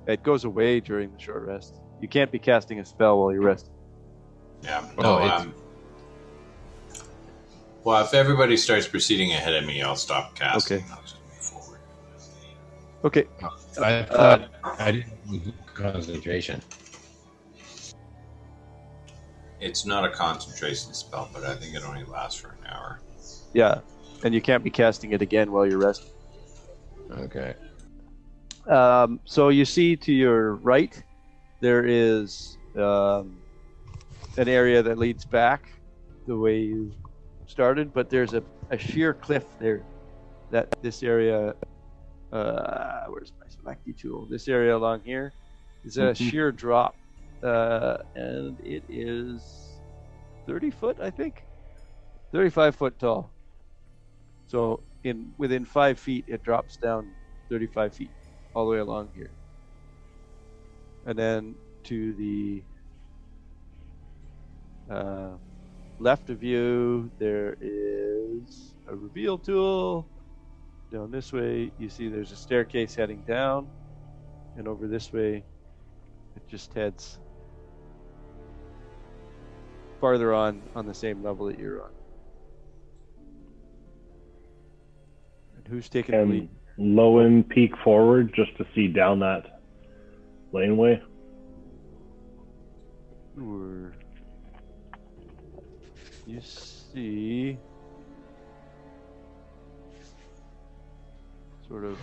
Speaker 2: It goes away during the short rest. You can't be casting a spell while you rest.
Speaker 3: Yeah.
Speaker 5: Oh,
Speaker 3: No,
Speaker 5: it's-
Speaker 3: um, well, if everybody starts proceeding ahead of me, I'll stop casting.
Speaker 2: Okay.
Speaker 3: I'll just move forward.
Speaker 2: Okay.
Speaker 5: I thought I didn't lose concentration.
Speaker 3: It's not a concentration spell, but I think it only lasts for an hour.
Speaker 2: Yeah, and you can't be casting it again while you're resting.
Speaker 5: Okay.
Speaker 2: Um, so you see to your right, there is um, an area that leads back the way you started, but there's a, a sheer cliff there that this area, uh, where's my selecty tool? This area along here is a
Speaker 6: Mhm.
Speaker 2: sheer drop, uh, and it is 30 foot, I think, 35 foot tall. So in within five feet, it drops down 35 feet all the way along here, and then to the uh, left of you, there is a reveal tool. Down this way, you see there's a staircase heading down, and over this way, it just heads farther on on the same level that you're on. And who's taking the lead?
Speaker 7: Can Lowen peek forward just to see down that laneway?
Speaker 2: Sure. You see. Sort of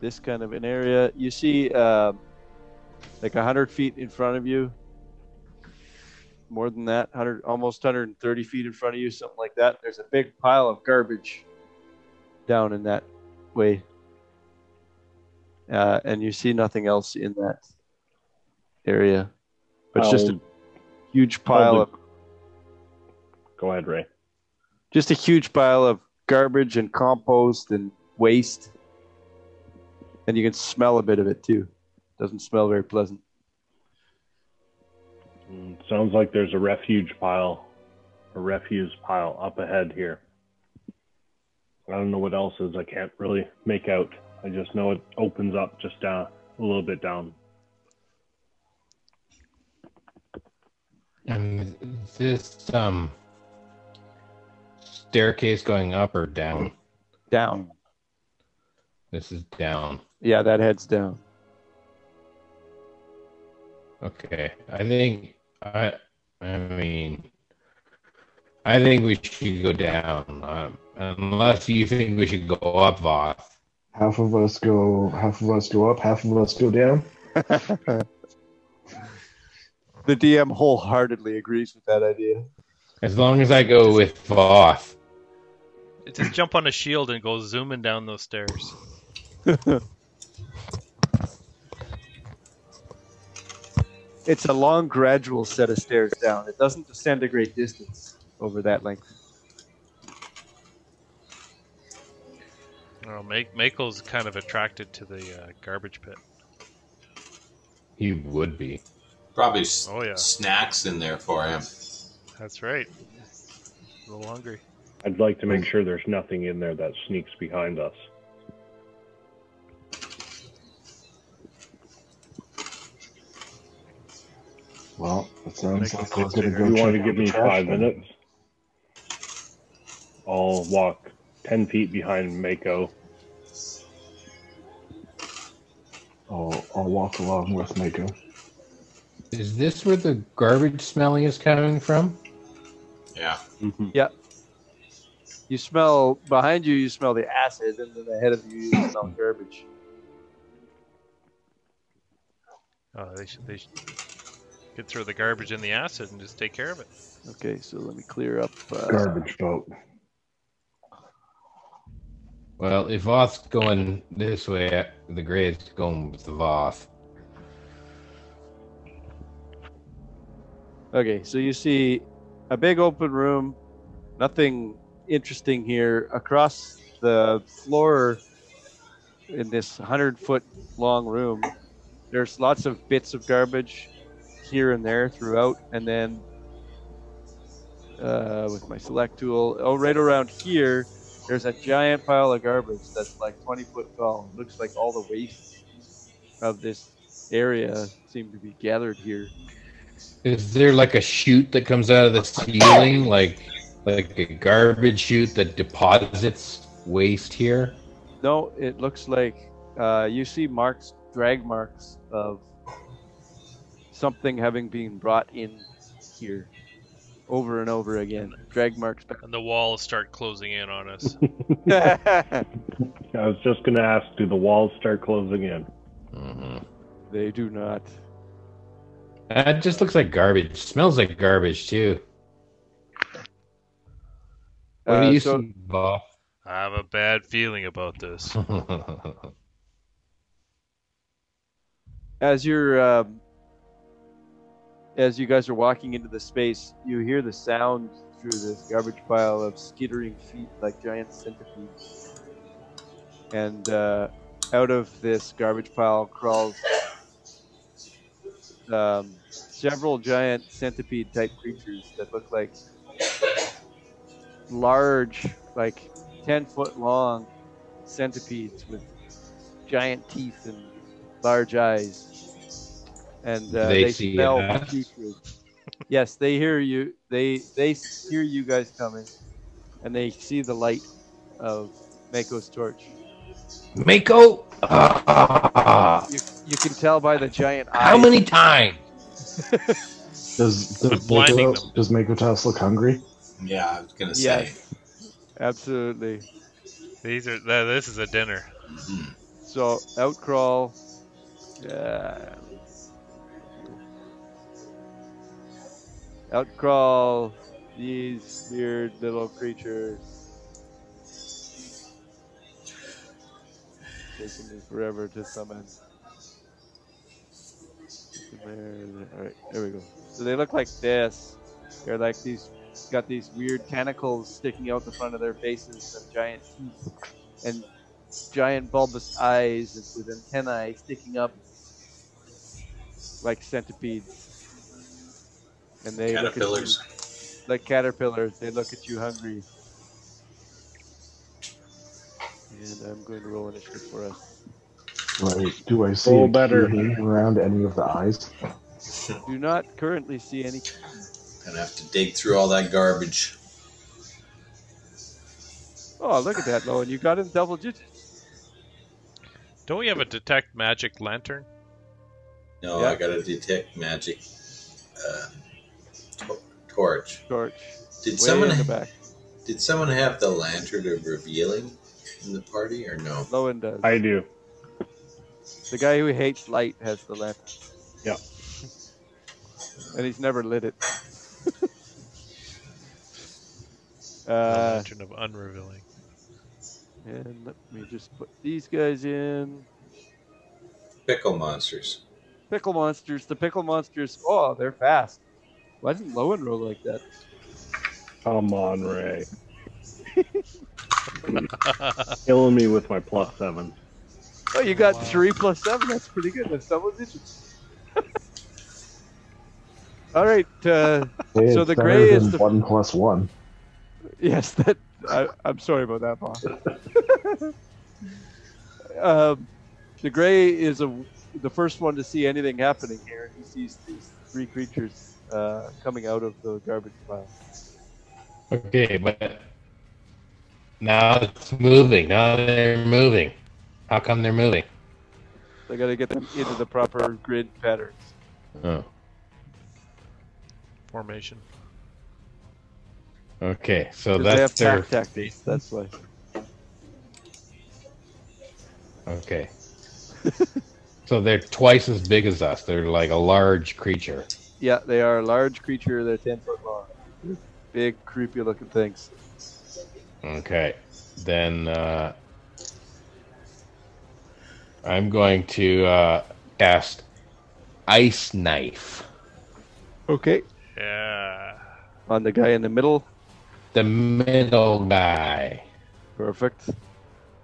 Speaker 2: this kind of an area. You see, um, like 100 feet in front of you. More than that, 100, almost 130 feet in front of you, something like that. There's a big pile of garbage down in that way. Uh, and you see nothing else in that area. But it's just a
Speaker 7: I'll-
Speaker 2: huge pile
Speaker 7: Probably-
Speaker 2: of
Speaker 7: Go ahead, Ray.
Speaker 2: just a huge pile of garbage and compost and waste and you can smell a bit of it too doesn't smell very pleasant
Speaker 7: Mm, Sounds like there's a refuge pile, a refuse pile up ahead here. I don't know what else is. I can't really make out. I just know it opens up just down a little bit down.
Speaker 5: And this um staircase going up or down?
Speaker 2: down
Speaker 5: This is down.
Speaker 2: yeah that heads down
Speaker 5: Okay. I think I I mean I think we should go down. Um, unless you think we should go up, Voth.
Speaker 6: Half of us go, half of us go up, half of us go down.
Speaker 2: the dm wholeheartedly agrees with that idea
Speaker 5: As long as I go with Voth.
Speaker 4: It just jump on a shield and go zooming down those stairs.
Speaker 2: it's a long gradual set of stairs down it doesn't descend a great distance over that length
Speaker 4: Oh, Ma- Mako's kind of attracted to the uh, garbage pit.
Speaker 5: He would be.
Speaker 3: Probably s-
Speaker 4: Oh yeah,
Speaker 3: snacks in there for him.
Speaker 4: that's right. A little hungry.
Speaker 7: I'd like to make sure there's nothing in there that sneaks behind us.
Speaker 6: Well, it sounds
Speaker 4: Make
Speaker 6: like
Speaker 4: a
Speaker 6: we're gonna
Speaker 4: six
Speaker 6: go.
Speaker 7: you
Speaker 6: check
Speaker 7: want to
Speaker 6: out
Speaker 7: give
Speaker 6: the
Speaker 7: me
Speaker 6: trash
Speaker 7: five
Speaker 6: then.
Speaker 7: minutes? I'll walk 10 feet behind Mako.
Speaker 6: I'll, I'll walk along with Mako.
Speaker 5: Is this where the garbage smelling is coming from?
Speaker 3: Yeah.
Speaker 2: you smell behind you you smell the acid and then ahead of you you smell garbage
Speaker 4: Oh, they should they should could throw the garbage in the acid and just take care of it.
Speaker 2: okay so let me clear up uh,
Speaker 6: Garbage boat.
Speaker 5: Well, if Voth's going this way, the grade's going with the Voth.
Speaker 2: Okay, so you see a big open room, nothing interesting here. Across the floor in this 100 foot long room, there's lots of bits of garbage here and there throughout. And then uh, with my select tool, oh, right around here, there's a giant pile of garbage that's like 20 foot tall. Looks like all the waste of this area seem to be gathered here.
Speaker 5: Is there like a chute that comes out of the ceiling, like like a garbage chute that deposits waste here?
Speaker 2: No, it looks like uh, you see marks, drag marks of something having been brought in here over and over again. Drag marks.
Speaker 4: And the walls start closing in on us.
Speaker 2: back-
Speaker 7: I was just going to ask do the walls start closing in?
Speaker 5: hmm
Speaker 2: they do not.
Speaker 5: That just looks like garbage. Smells like garbage too. What
Speaker 2: Uh,
Speaker 5: do you
Speaker 2: so
Speaker 5: see, Voth?
Speaker 4: I have a bad feeling about this.
Speaker 2: as you're um, as you guys are walking into the space, you hear the sound through this garbage pile of skittering feet like giant centipedes. And uh, out of this garbage pile crawls um, several giant centipede type creatures that look like large, like 10 foot long centipedes with giant teeth and large eyes. And uh,
Speaker 5: They
Speaker 2: they,
Speaker 5: see
Speaker 2: smell
Speaker 5: us.
Speaker 2: putrid. yes, they hear you. They they hear you guys coming, and they see the light of Mako's torch.
Speaker 5: Mako, ah,
Speaker 2: You, you can tell by the giant eyes.
Speaker 5: how many times?
Speaker 6: Does does
Speaker 4: Quit blinding
Speaker 6: Makotas, does Makotas look hungry?
Speaker 3: Yeah, I was gonna say.
Speaker 2: Yes, absolutely.
Speaker 4: These are th- this is a dinner.
Speaker 2: So outcrawl. Uh, outcrawl these weird little creatures. Taking me forever to summon. Alright, there we go. So they look like this. They're like these, got these weird tentacles sticking out the front of their faces, and giant teeth, and giant bulbous eyes with antennae sticking up like centipedes. And they look at you-
Speaker 3: Caterpillars.
Speaker 2: like caterpillars. They look at you hungry. And I'm going to roll initiative for us.
Speaker 6: Right. Do I see
Speaker 7: Roll
Speaker 6: a key
Speaker 7: better.
Speaker 6: hanging around any of the eyes?
Speaker 2: Do not currently see any.
Speaker 3: Gonna have to dig through all that garbage.
Speaker 2: Oh, look at that, Lowen. You got in double digits.
Speaker 4: Don't we have a detect magic lantern?
Speaker 3: No,
Speaker 2: Yeah.
Speaker 3: I gotta detect magic. Uh, to- torch.
Speaker 2: Torch.
Speaker 3: Did
Speaker 2: Way
Speaker 3: someone
Speaker 2: in the back.
Speaker 3: did someone have the lantern of revealing in the party or no?
Speaker 2: Lowen does.
Speaker 7: I do.
Speaker 2: The guy who hates light has the lamp.
Speaker 7: Yep.
Speaker 2: And he's never lit it.
Speaker 4: The
Speaker 2: uh,
Speaker 4: lantern of unrevealing.
Speaker 2: and let me just put these guys in.
Speaker 3: Pickle monsters.
Speaker 2: Pickle monsters. The pickle monsters. Oh, they're fast. Why didn't Lowen roll like that?
Speaker 7: Come on, Ray. Killing me with my plus seven.
Speaker 2: Oh, you got three plus seven. That's pretty good. That's double digits. All right. Uh,
Speaker 6: Hey,
Speaker 2: So
Speaker 6: it's
Speaker 2: the
Speaker 6: better
Speaker 2: gray is
Speaker 6: than
Speaker 2: the-
Speaker 6: one plus one.
Speaker 2: yes, that. I, I'm sorry about that, boss. um, the gray is a, the first one to see anything happening here. He sees these three creatures uh, coming out of the garbage pile.
Speaker 5: Okay, but now it's moving. Now they're moving. How come they're moving?
Speaker 2: They got to get them into the proper grid patterns.
Speaker 5: Oh,
Speaker 4: Formation.
Speaker 5: okay. So
Speaker 2: 'Cause they have
Speaker 5: that's their
Speaker 2: pack tactics. That's why.
Speaker 5: okay. so they're twice as big as us. They're like a large creature.
Speaker 2: Yeah, they are a large creature. They're ten foot long. They're big, creepy looking things.
Speaker 5: Okay. Then uh, I'm going to uh, cast ice knife.
Speaker 2: Okay.
Speaker 4: Yeah.
Speaker 2: On the guy in the middle.
Speaker 5: The middle guy.
Speaker 2: Perfect.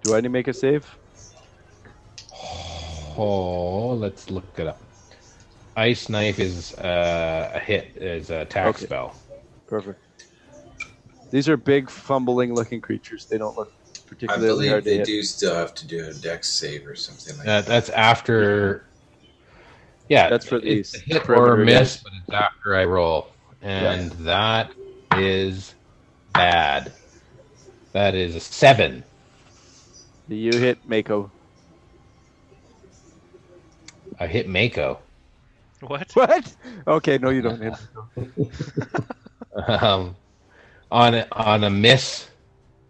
Speaker 2: Do I need to make a save?
Speaker 5: Oh, let's look it up. Ice knife is uh, a hit, is a attack
Speaker 2: Okay.
Speaker 5: spell.
Speaker 2: Perfect. These are big, fumbling looking creatures. They don't look
Speaker 3: I
Speaker 2: particularly
Speaker 3: believe
Speaker 2: hard to
Speaker 3: they
Speaker 2: hit.
Speaker 3: do still have to do a dex save or something like
Speaker 5: That, Uh, that's after. Yeah,
Speaker 2: That's for
Speaker 5: it's
Speaker 2: these
Speaker 5: a hit or
Speaker 2: perimeter
Speaker 5: a miss, but it's after I roll, and that is bad. That is a seven.
Speaker 2: Do you hit Mako?
Speaker 5: I hit Mako.
Speaker 4: What?
Speaker 2: What? Okay, no, you don't hit.
Speaker 5: Um, on a, on a miss,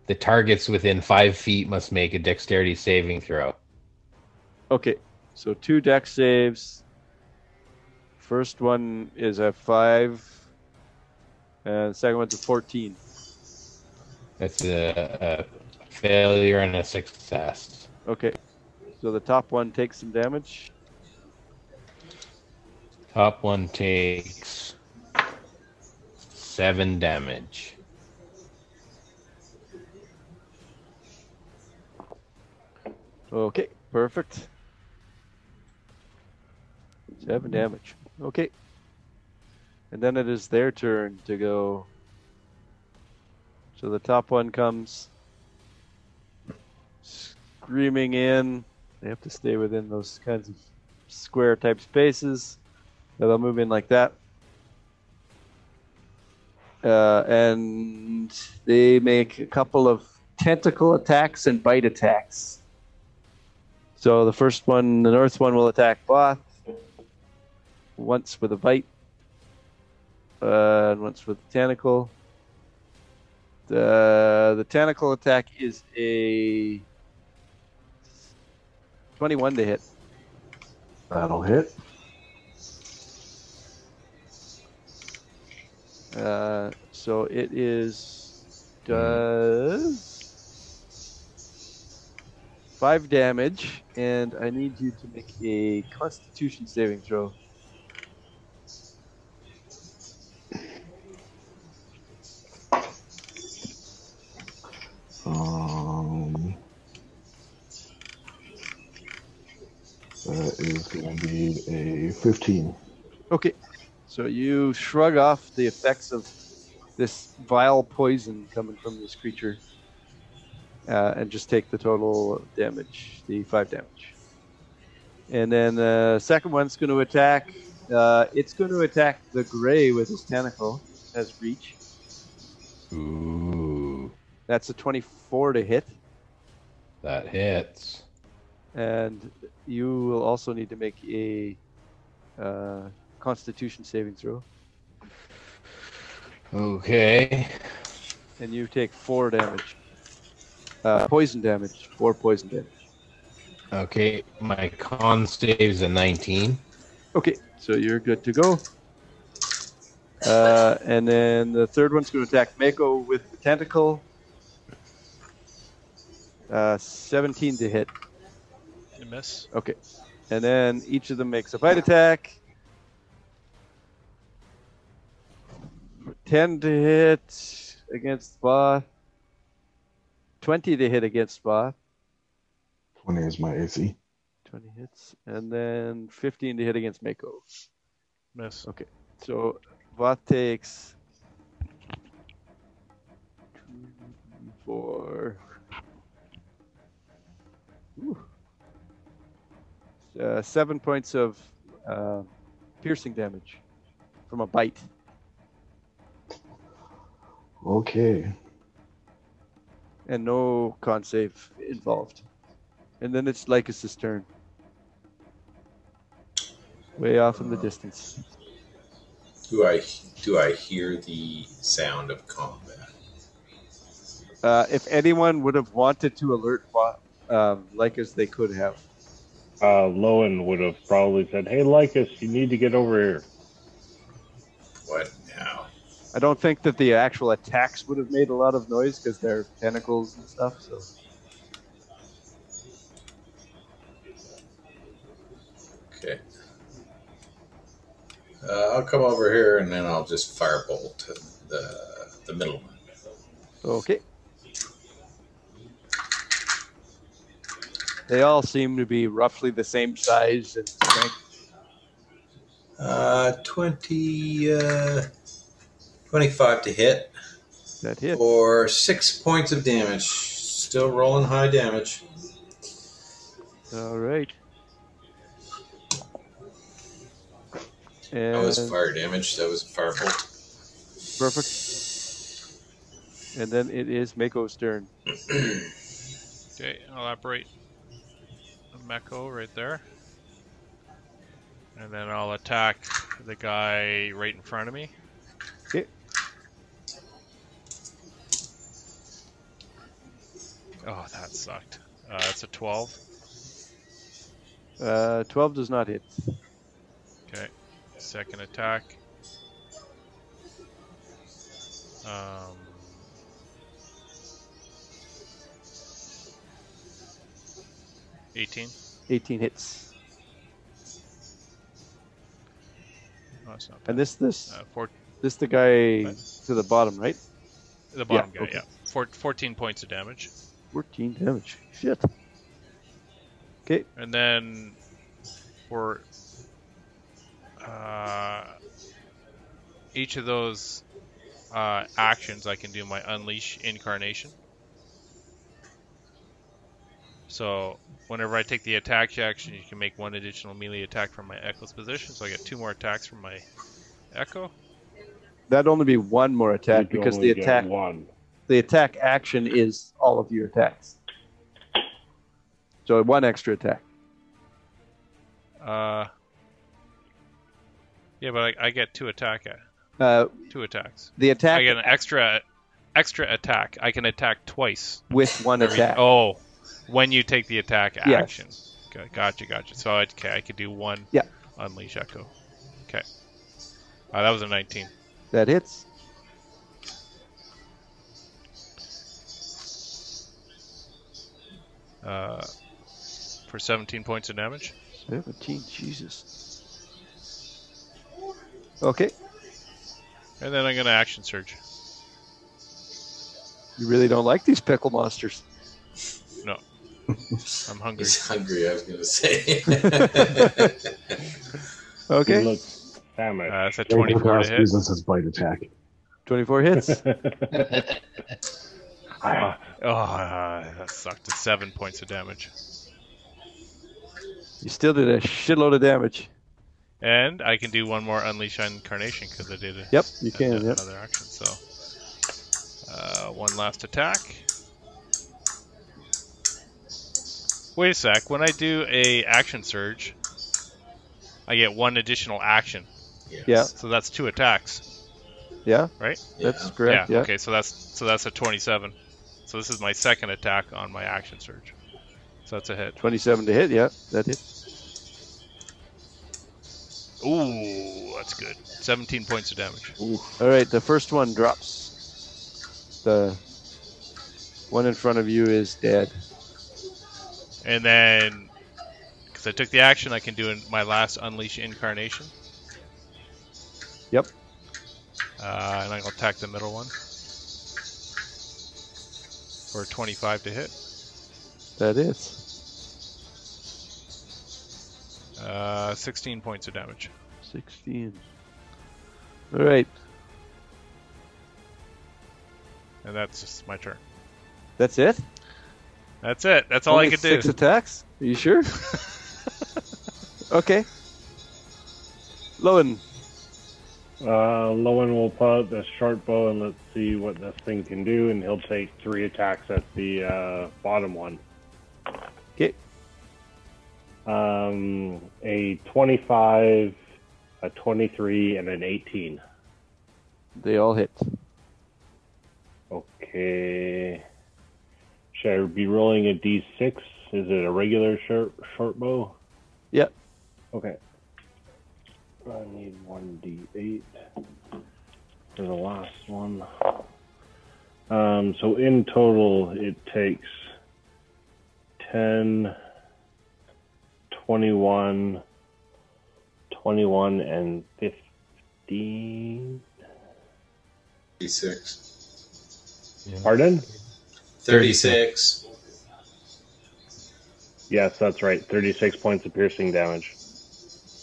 Speaker 5: the targets within five feet must make a dexterity saving throw.
Speaker 2: Okay, so two deck saves. First one is a five, and second one's a fourteen.
Speaker 5: That's a, a failure and a success.
Speaker 2: Okay. So the top one takes some damage.
Speaker 5: Top one takes seven damage.
Speaker 2: Okay, perfect. Seven damage. Okay. And then it is their turn to go. So the top one comes screaming in. They have to stay within those kinds of square type spaces. So they'll move in like that. Uh, and they make a couple of tentacle attacks and bite attacks. So the first one, the north one, will attack Both once with a bite, uh, and once with the tentacle. The the tentacle attack is a twenty-one to hit.
Speaker 6: That'll hit.
Speaker 2: Uh, so it is does five damage, and I need you to make a Constitution saving throw.
Speaker 6: Um, that is going to be a 15.
Speaker 2: Okay. So you shrug off the effects of this vile poison coming from this creature uh, and just take the total damage, the five damage. And then the second one's going to attack. Uh, it's going to attack the gray with its tentacle. It has reach.
Speaker 5: Ooh,
Speaker 2: That's a 24 to hit.
Speaker 5: that hits.
Speaker 2: And you will also need to make a uh, constitution saving throw.
Speaker 5: Okay.
Speaker 2: and you take four damage. Uh, poison damage. Four poison damage.
Speaker 5: Okay. My con saves a 19.
Speaker 2: Okay, so you're good to go. Uh, and then the third one's going to attack Mako with the tentacle. Uh, 17 to hit.
Speaker 4: You miss.
Speaker 2: Okay. And then each of them makes a bite attack. 10 to hit against Both. 20 to hit against Both.
Speaker 6: 20 is my AC.
Speaker 2: 20 hits. And then 15 to hit against Mako.
Speaker 4: Miss.
Speaker 2: So what takes two, four, Ooh. Uh, seven points of uh, piercing damage from a bite.
Speaker 6: Okay.
Speaker 2: and no con save involved. And then it's Lycus' turn. Way off in the distance.
Speaker 3: Do I do I hear the sound of combat?
Speaker 2: Uh, if anyone would have wanted to alert Wa- um, Lycus, they could have.
Speaker 7: Uh, Lowen would have probably said, "Hey, Lycus, you need to get over here."
Speaker 3: What now?
Speaker 2: I don't think that the actual attacks would have made a lot of noise because they're tentacles and stuff. So
Speaker 3: Okay. Uh, I'll come over here and then I'll just firebolt the the middle one.
Speaker 2: okay. They all seem to be roughly the same size and strength.
Speaker 3: Uh, 20, uh, 25 to hit
Speaker 2: That hit.
Speaker 3: or six points of damage. Still rolling high damage.
Speaker 2: All right. And
Speaker 3: That was fire damage. That was firebolt.
Speaker 2: perfect. And then it is Mako's turn.
Speaker 4: Okay, I'll operate Mecco right there. And then I'll attack the guy right in front of me.
Speaker 2: Okay.
Speaker 4: Oh, that sucked. Uh, that's a 12.
Speaker 2: Uh, Twelve does not hit.
Speaker 4: Okay. Second attack. Um, 18.
Speaker 2: 18 hits.
Speaker 4: No, it's Oh, not bad.
Speaker 2: And this this
Speaker 4: Uh, four,
Speaker 2: this the guy to the bottom, right?
Speaker 4: the bottom guy,
Speaker 2: okay.
Speaker 4: yeah. Four, 14 points of damage.
Speaker 2: 14 damage. Shit. Okay.
Speaker 4: And then for uh, each of those uh, actions, I can do my Unleash Incarnation. So whenever I take the attack action, you can make one additional melee attack from my Echo's position. So I get two more attacks from my Echo.
Speaker 2: That'd only be one more
Speaker 6: You
Speaker 2: attack
Speaker 6: can
Speaker 2: because
Speaker 6: only
Speaker 2: the
Speaker 6: get
Speaker 2: attack
Speaker 6: one.
Speaker 2: the attack action is all of your attacks. So one extra attack.
Speaker 4: Uh, yeah, but I, I get two attack
Speaker 2: Uh,
Speaker 4: two attacks.
Speaker 2: the attack
Speaker 4: I get an extra extra attack. I can attack twice.
Speaker 2: with one
Speaker 4: Every-
Speaker 2: attack.
Speaker 4: Oh, when you take the attack
Speaker 2: Yes.
Speaker 4: action. Okay, gotcha, gotcha. So I, okay, I could do one
Speaker 2: Yeah.
Speaker 4: unleash echo. Okay. Uh, that was a 19.
Speaker 2: That hits.
Speaker 4: Uh, for 17 points of damage.
Speaker 2: 17, Jesus. Okay.
Speaker 4: And then I'm going to action surge.
Speaker 2: You really don't like these pickle monsters.
Speaker 4: I'm hungry.
Speaker 3: He's hungry, I was going to say.
Speaker 7: He
Speaker 2: Okay.
Speaker 7: looks famished.
Speaker 4: Uh, that's a
Speaker 6: David
Speaker 4: 24 to
Speaker 6: Cross
Speaker 4: hit.
Speaker 6: uses his bite attack.
Speaker 2: 24 hits.
Speaker 6: Ah,
Speaker 4: Oh, uh, that sucked. It's 7 points of damage.
Speaker 2: You still did a shitload of damage.
Speaker 4: And I can do one more unleash incarnation because I did it.
Speaker 2: Yep, you can.
Speaker 4: another,
Speaker 2: Yep.
Speaker 4: action. So, uh, one last attack. Wait a sec. When I do a action surge, I get one additional action.
Speaker 2: Yeah.
Speaker 4: So that's two attacks.
Speaker 2: Yeah.
Speaker 4: Right?
Speaker 2: That's
Speaker 3: Yeah.
Speaker 2: correct.
Speaker 4: yeah.
Speaker 2: Yeah.
Speaker 4: Okay. So that's so that's a 27. So this is my second attack on my action surge. So that's a hit.
Speaker 2: 27 to hit. Yeah. That hits.
Speaker 4: Ooh, that's good. 17 points of damage.
Speaker 2: All right. The first one drops. The one in front of you is dead.
Speaker 4: And then, because I took the action, I can do an- my last Unleash Incarnation.
Speaker 2: Yep.
Speaker 4: Uh, and I'll attack the middle one. For 25 to hit.
Speaker 2: That is.
Speaker 4: Uh, 16 points of damage.
Speaker 2: 16. All right.
Speaker 4: And that's just my turn.
Speaker 2: That's it?
Speaker 4: That's it. That's all
Speaker 2: Only
Speaker 4: I could
Speaker 2: six
Speaker 4: do.
Speaker 2: attacks? Are you sure? okay. Lowen.
Speaker 7: Uh, Lowen will pull out the short bow and let's see what this thing can do, and he'll take three attacks at the uh, bottom one.
Speaker 2: 'Kay.
Speaker 7: Um, a 25, a 23, and an 18.
Speaker 2: They all hit.
Speaker 7: Okay. Should I be rolling a d6? Is it a regular short, short bow?
Speaker 2: Yep.
Speaker 7: Okay. I need one d8 for the last one. Um, so in total, it takes 10, 21, 21, and 15.
Speaker 3: 36.
Speaker 7: Pardon?
Speaker 3: 36.
Speaker 7: Yes, that's right. 36 points of piercing damage.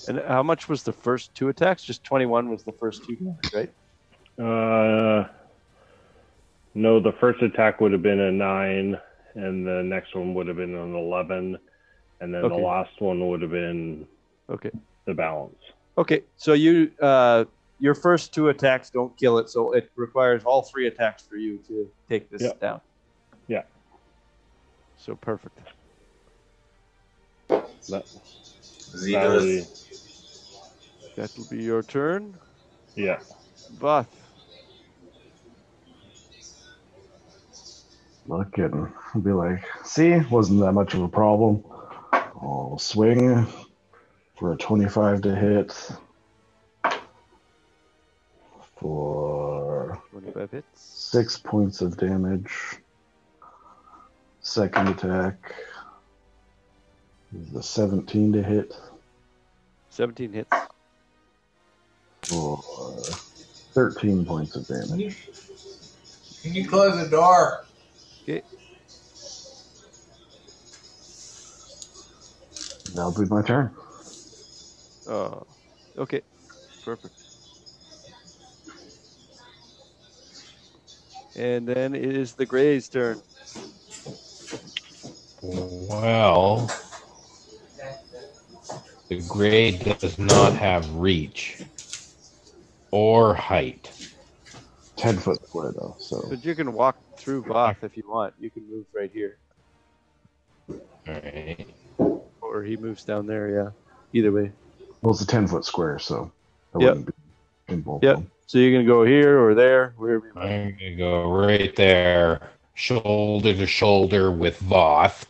Speaker 2: And how much was the first two attacks? Just 21 was the first two damage, right?
Speaker 7: Uh, no, the first attack would have been a nine, and the next one would have been an eleven, and then
Speaker 2: Okay.
Speaker 7: the last one would have been
Speaker 2: Okay.
Speaker 7: the balance.
Speaker 2: Okay. So you, uh, your first two attacks don't kill it, so it requires all three attacks for you to take this
Speaker 7: Yeah.
Speaker 2: down.
Speaker 7: Yeah.
Speaker 2: So perfect.
Speaker 7: That, that would
Speaker 3: Zeta.
Speaker 7: be,
Speaker 2: That will be your turn.
Speaker 7: yeah.
Speaker 2: Voth.
Speaker 6: Look at him. I'll be like, see, wasn't that much of a problem. I'll swing for a 25 to hit. For
Speaker 2: 25 hits.
Speaker 6: six points of damage. Second attack Is the 17 to hit?
Speaker 2: 17 hits.
Speaker 6: Oh, uh, 13 points of damage.
Speaker 3: Can you close the door?
Speaker 6: That'll be my turn.
Speaker 2: Oh, okay. Perfect. And then it is the Gray's turn.
Speaker 5: Well, the gray does not have reach or height.
Speaker 6: 10 foot square, though, so.
Speaker 2: But you can walk through Voth if you want. You can move right here.
Speaker 5: All right.
Speaker 2: Or he moves down there, yeah. Either way.
Speaker 6: Well, it's a 10 foot square, so. I
Speaker 2: Yep.
Speaker 6: wouldn't be in both of
Speaker 2: Yep.
Speaker 6: them.
Speaker 2: So you can go here or there, wherever you want.
Speaker 5: I'm gonna go right there, shoulder to shoulder with Voth.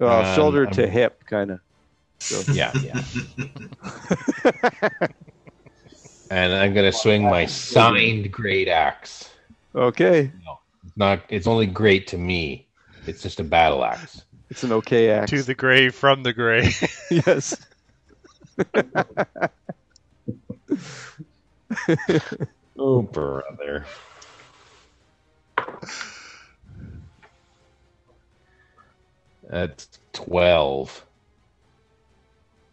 Speaker 2: Uh,
Speaker 5: Um,
Speaker 2: shoulder
Speaker 5: I'm-
Speaker 2: to hip, kind of.
Speaker 5: Yeah, yeah. and I'm gonna swing my signed great axe.
Speaker 2: Okay.
Speaker 5: It's not. It's only great to me. It's just a battle axe.
Speaker 2: It's an okay axe.
Speaker 4: To the grave from the grave.
Speaker 2: yes.
Speaker 5: Oh, brother. That's 12.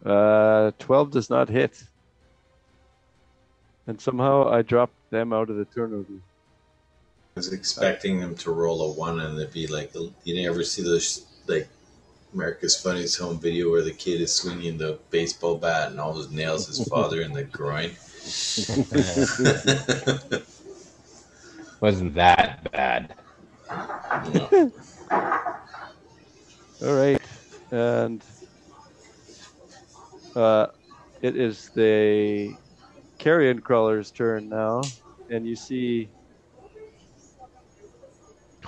Speaker 2: Uh, 12 does not hit. And somehow I dropped them out of the turnover.
Speaker 3: I was expecting them to roll a one and it'd be like you never see those like America's Funniest Home Video where the kid is swinging the baseball bat and almost nails his father in the groin.
Speaker 5: Wasn't that bad.
Speaker 3: No.
Speaker 2: All right. And uh, it is the carrion crawler's turn now. And you see.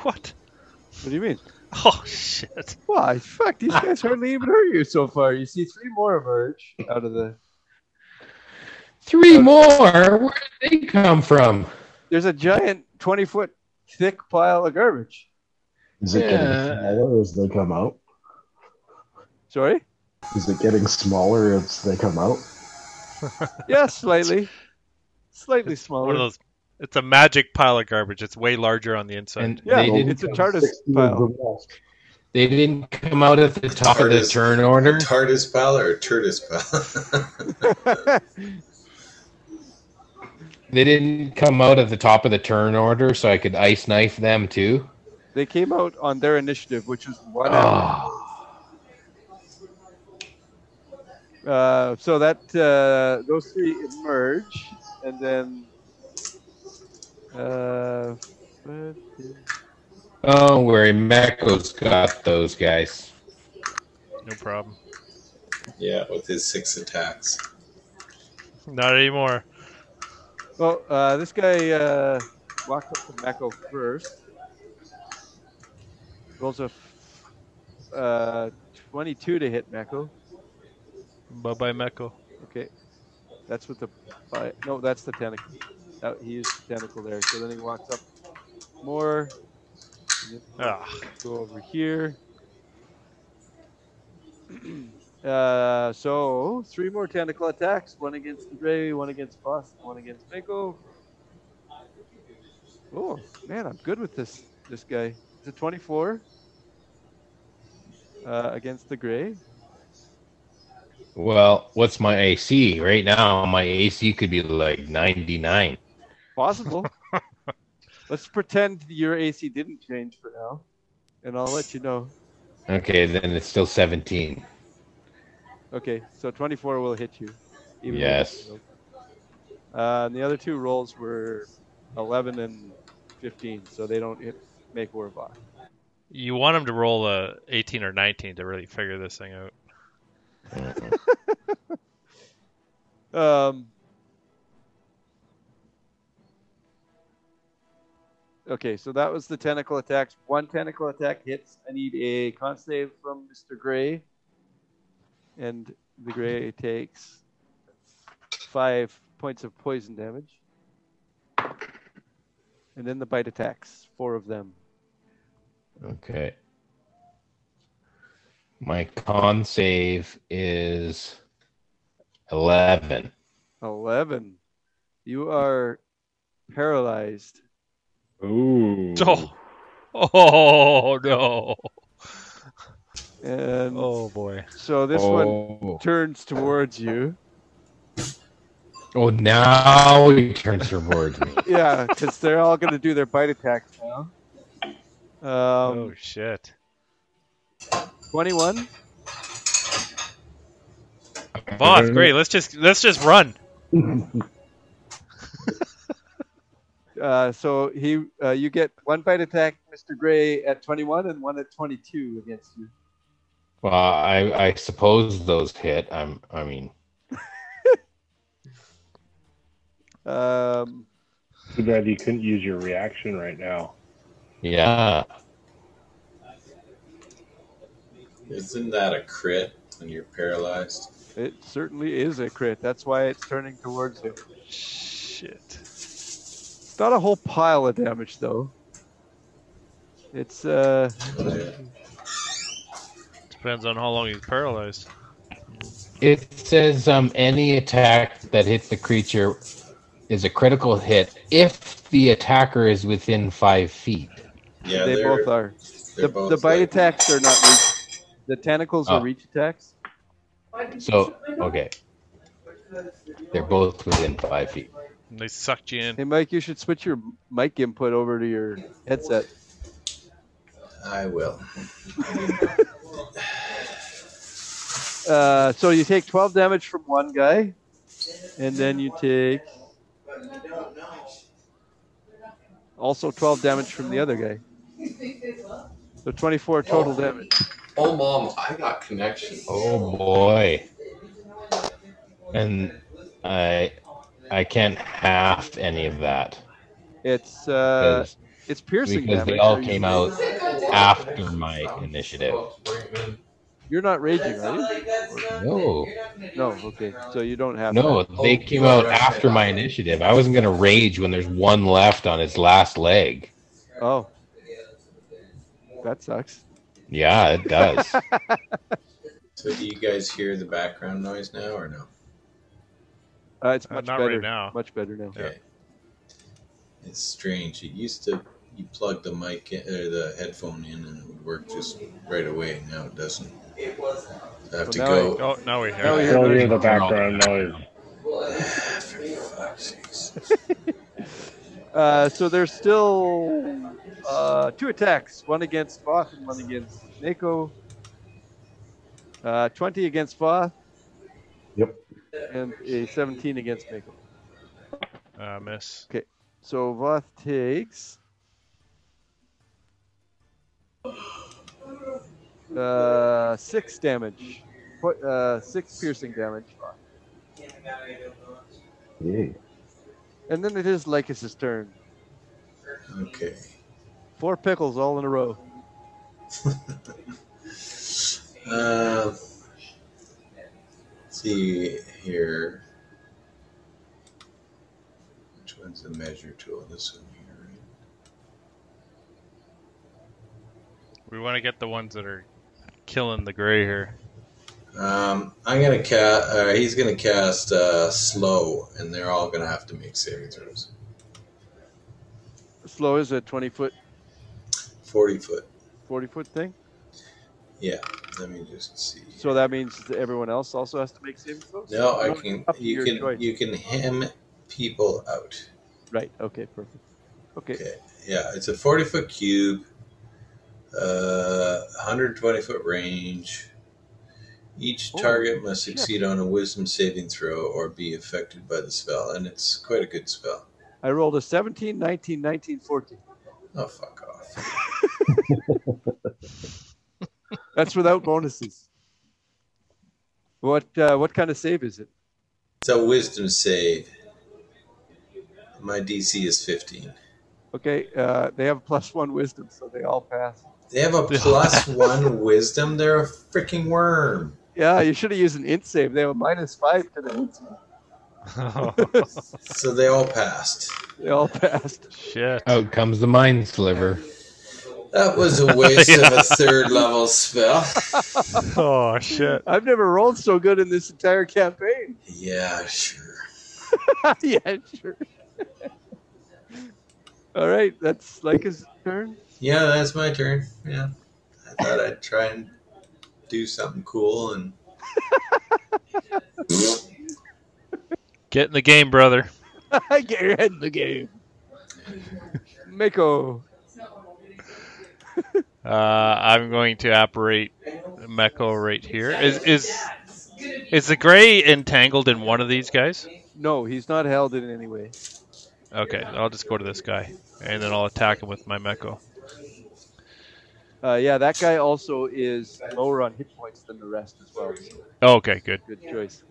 Speaker 4: what?
Speaker 2: What do you mean?
Speaker 4: Oh shit.
Speaker 2: Why? Fuck, these guys hardly even hurt you so far. You see three more emerge out of the.
Speaker 5: Three more? Where did they come from?
Speaker 2: There's a giant 20 foot thick pile of garbage.
Speaker 6: Is it getting
Speaker 5: Yeah.
Speaker 6: smaller as they come out?
Speaker 2: Sorry?
Speaker 6: Is it getting smaller as they come out?
Speaker 2: Yeah, slightly. Slightly smaller.
Speaker 4: One of those. It's a magic pile of garbage. It's way larger on the inside.
Speaker 5: And
Speaker 2: Yeah,
Speaker 5: they, didn't,
Speaker 2: it's a
Speaker 6: come
Speaker 2: TARDIS
Speaker 6: 60
Speaker 2: pile.
Speaker 6: of the left.
Speaker 5: they didn't come out at the top of the
Speaker 3: TARDIS.
Speaker 5: turn order.
Speaker 3: TARDIS pal or Turtis pal?
Speaker 5: They didn't come out at the top of the turn order, so I could ice knife them too.
Speaker 2: they came out on their initiative, which is one hour.
Speaker 5: Oh,
Speaker 4: Ah.
Speaker 2: Uh, so that uh, those three emerge, and then uh, what is-
Speaker 5: don't worry. Mecco's got those guys.
Speaker 4: No problem.
Speaker 3: yeah, with his six attacks.
Speaker 4: Not anymore.
Speaker 2: well, uh, this guy uh, walks up to Mako first, rolls a f- uh, twenty-two to hit Mako.
Speaker 4: Bye bye, Mecco.
Speaker 2: Okay, that's with the fi- no, that's the tentacle. That, he used the tentacle there. So then he walks up more. and then-
Speaker 4: Ah,
Speaker 2: go over here. uh, so three more tentacle attacks: one against the Gray, one against Boss, one against Mako. Oh man, I'm good with this this guy. It's a 24 uh, against the Gray.
Speaker 5: Well, what's my AC right now? My AC could be like 99.
Speaker 2: Possible. Let's pretend your AC didn't change for now, and I'll let you know.
Speaker 5: Okay, then it's still 17.
Speaker 2: Okay, so 24 will hit you. with
Speaker 5: Yes.
Speaker 2: the shield. Uh, and the other two rolls were 11 and 15, so they don't hit, make Warbock.
Speaker 4: you want him to roll a 18 or 19 to really figure this thing out.
Speaker 2: Um, okay, so that was the tentacle attacks. One tentacle attack hits. I need a con save from Mr. Gray. And the Gray takes five points of poison damage. And then the bite attacks, four of them.
Speaker 5: Okay. My con save is 11.
Speaker 2: 11. You are paralyzed.
Speaker 7: Ooh.
Speaker 4: Oh, oh no.
Speaker 2: And
Speaker 4: Oh boy.
Speaker 2: so this one
Speaker 5: oh.
Speaker 2: turns towards you.
Speaker 5: Oh, now he turns towards me.
Speaker 2: Yeah, because they're all going to do their bite attacks now. Um,
Speaker 4: oh shit.
Speaker 2: 21.
Speaker 4: Voth, great. Let's just let's just run.
Speaker 2: Uh, so he, uh, you get one bite attack, Mr. Gray, at 21 and one at 22 against you.
Speaker 5: Well, I, I suppose those hit. I'm. I mean,
Speaker 2: Um,
Speaker 7: Too bad you couldn't use your reaction right now.
Speaker 5: yeah.
Speaker 3: Isn't that a crit when you're paralyzed?
Speaker 2: it certainly is a crit. That's why it's turning towards you.
Speaker 4: Shit.
Speaker 2: It's not a whole pile of damage though. It's uh,
Speaker 4: Depends on how long he's paralyzed.
Speaker 5: It says um, any attack that hits the creature is a critical hit if the attacker is within five feet.
Speaker 3: Yeah,
Speaker 2: they
Speaker 3: they're,
Speaker 2: both are.
Speaker 3: they're
Speaker 2: The,
Speaker 3: both
Speaker 2: the bite
Speaker 3: like-
Speaker 2: attacks are not reach. The tentacles
Speaker 5: Oh.
Speaker 2: are reach attacks.
Speaker 5: So, okay. They're both within five feet.
Speaker 4: And they sucked you in.
Speaker 2: Hey Mike, you should switch your mic input over to your headset.
Speaker 3: I will.
Speaker 2: Uh, so you take 12 damage from one guy, and then you take also 12 damage from the other guy. So 24 total damage.
Speaker 3: Oh, mom, I got connection.
Speaker 5: Oh boy. And I I can't half any of that.
Speaker 2: It's uh,
Speaker 5: because-
Speaker 2: it's piercing
Speaker 5: because
Speaker 2: damage.
Speaker 5: they all
Speaker 2: Are you-
Speaker 5: came out after my initiative.
Speaker 2: You're not raging, are you?
Speaker 5: No.
Speaker 2: No. Okay. So you don't have.
Speaker 5: No,
Speaker 2: that.
Speaker 5: they came out after my initiative. I wasn't gonna rage when there's one left on his last leg.
Speaker 2: Oh. That sucks.
Speaker 5: Yeah, it does.
Speaker 3: So, do you guys hear the background noise now or no?
Speaker 2: Uh, it's
Speaker 4: Uh,
Speaker 2: much
Speaker 4: not right
Speaker 2: better
Speaker 4: now.
Speaker 2: Much better now.
Speaker 3: Okay. It's strange. It used to you plug the mic in, or the headphone in and it would work just right away. Now it doesn't. I have to
Speaker 2: Well, now
Speaker 3: go.
Speaker 4: Oh, now we
Speaker 2: Now
Speaker 4: hear.
Speaker 2: we
Speaker 4: it.
Speaker 2: hear-
Speaker 7: Still hear the background noise.
Speaker 2: Uh, so there's still uh, two attacks one against Voth and one against Nako. Uh, 20 against Voth.
Speaker 6: Yep.
Speaker 2: And a 17 against Mako.
Speaker 4: Uh, miss.
Speaker 2: So Voth takes. Uh, six damage. Put, uh, six piercing damage.
Speaker 6: Yay.
Speaker 2: And then it is Lycus' turn.
Speaker 3: Okay.
Speaker 2: Four pickles all in a row.
Speaker 3: Um, let's see here. Which one's the measure tool? This one here, right?
Speaker 4: We want to get the ones that are killing the gray here.
Speaker 3: Um, I'm gonna cast. Uh, he's gonna cast uh, slow, and they're all gonna have to make saving throws.
Speaker 2: Slow is a 20 foot,
Speaker 3: Forty foot.
Speaker 2: 40 foot thing.
Speaker 3: Yeah. Let me just see.
Speaker 2: So that means that everyone else also has to make saving throws?
Speaker 3: no, I
Speaker 2: No,
Speaker 3: can.
Speaker 2: up to
Speaker 3: You
Speaker 2: your
Speaker 3: can.
Speaker 2: choice.
Speaker 3: You can hem people out.
Speaker 2: Right. Okay. Perfect. Okay.
Speaker 3: Okay. Yeah, it's a forty foot cube. Uh, 120 foot range. Each
Speaker 2: Oh,
Speaker 3: target must
Speaker 2: shit.
Speaker 3: succeed on a wisdom saving throw or be affected by the spell, and it's quite a good spell.
Speaker 2: I rolled a 17, 19, 19, 14.
Speaker 3: Oh, fuck off.
Speaker 2: That's without bonuses. What uh, what kind of save is it?
Speaker 3: It's a wisdom save. My DC is 15.
Speaker 2: Okay. Uh, they have plus one wisdom, so they all pass.
Speaker 3: They have a plus one wisdom. They're a freaking worm.
Speaker 2: Yeah, you should have used an int save. They have a minus five to the int. save.
Speaker 4: Oh,
Speaker 3: So they all passed.
Speaker 2: They all passed.
Speaker 4: shit.
Speaker 5: out comes the mind sliver.
Speaker 3: That was a waste of a third level spell.
Speaker 4: Oh shit!
Speaker 2: I've never rolled so good in this entire campaign.
Speaker 3: Yeah, sure.
Speaker 2: yeah, sure. All right, that's Leica's turn.
Speaker 3: Yeah, that's my turn. Yeah. I thought I'd try and do something cool and
Speaker 4: Get in the game, brother.
Speaker 2: Get your head in the game. Mako.
Speaker 4: Uh, I'm going to operate Mecho right here. Is is is the gray entangled in one of these guys?
Speaker 2: No, he's not held in any way.
Speaker 4: Okay, I'll just go to this guy, and then I'll attack him with my Mecho.
Speaker 2: Uh, yeah, that guy also is lower on hit points than the rest as well. so
Speaker 4: Okay, good.
Speaker 2: Good choice.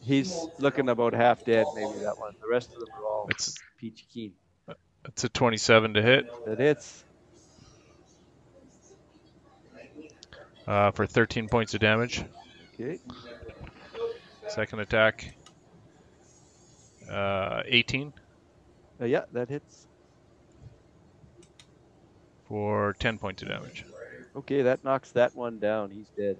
Speaker 2: He's looking about half dead, maybe that one. The rest of them are all
Speaker 4: It's
Speaker 2: peachy keen.
Speaker 4: it's a 27 to hit
Speaker 2: That hits.
Speaker 4: uh, for 13 points of damage.
Speaker 2: Okay.
Speaker 4: Second attack. Uh, 18
Speaker 2: Uh, yeah, that hits.
Speaker 4: for 10 points of damage.
Speaker 2: Okay, that knocks that one down. He's dead.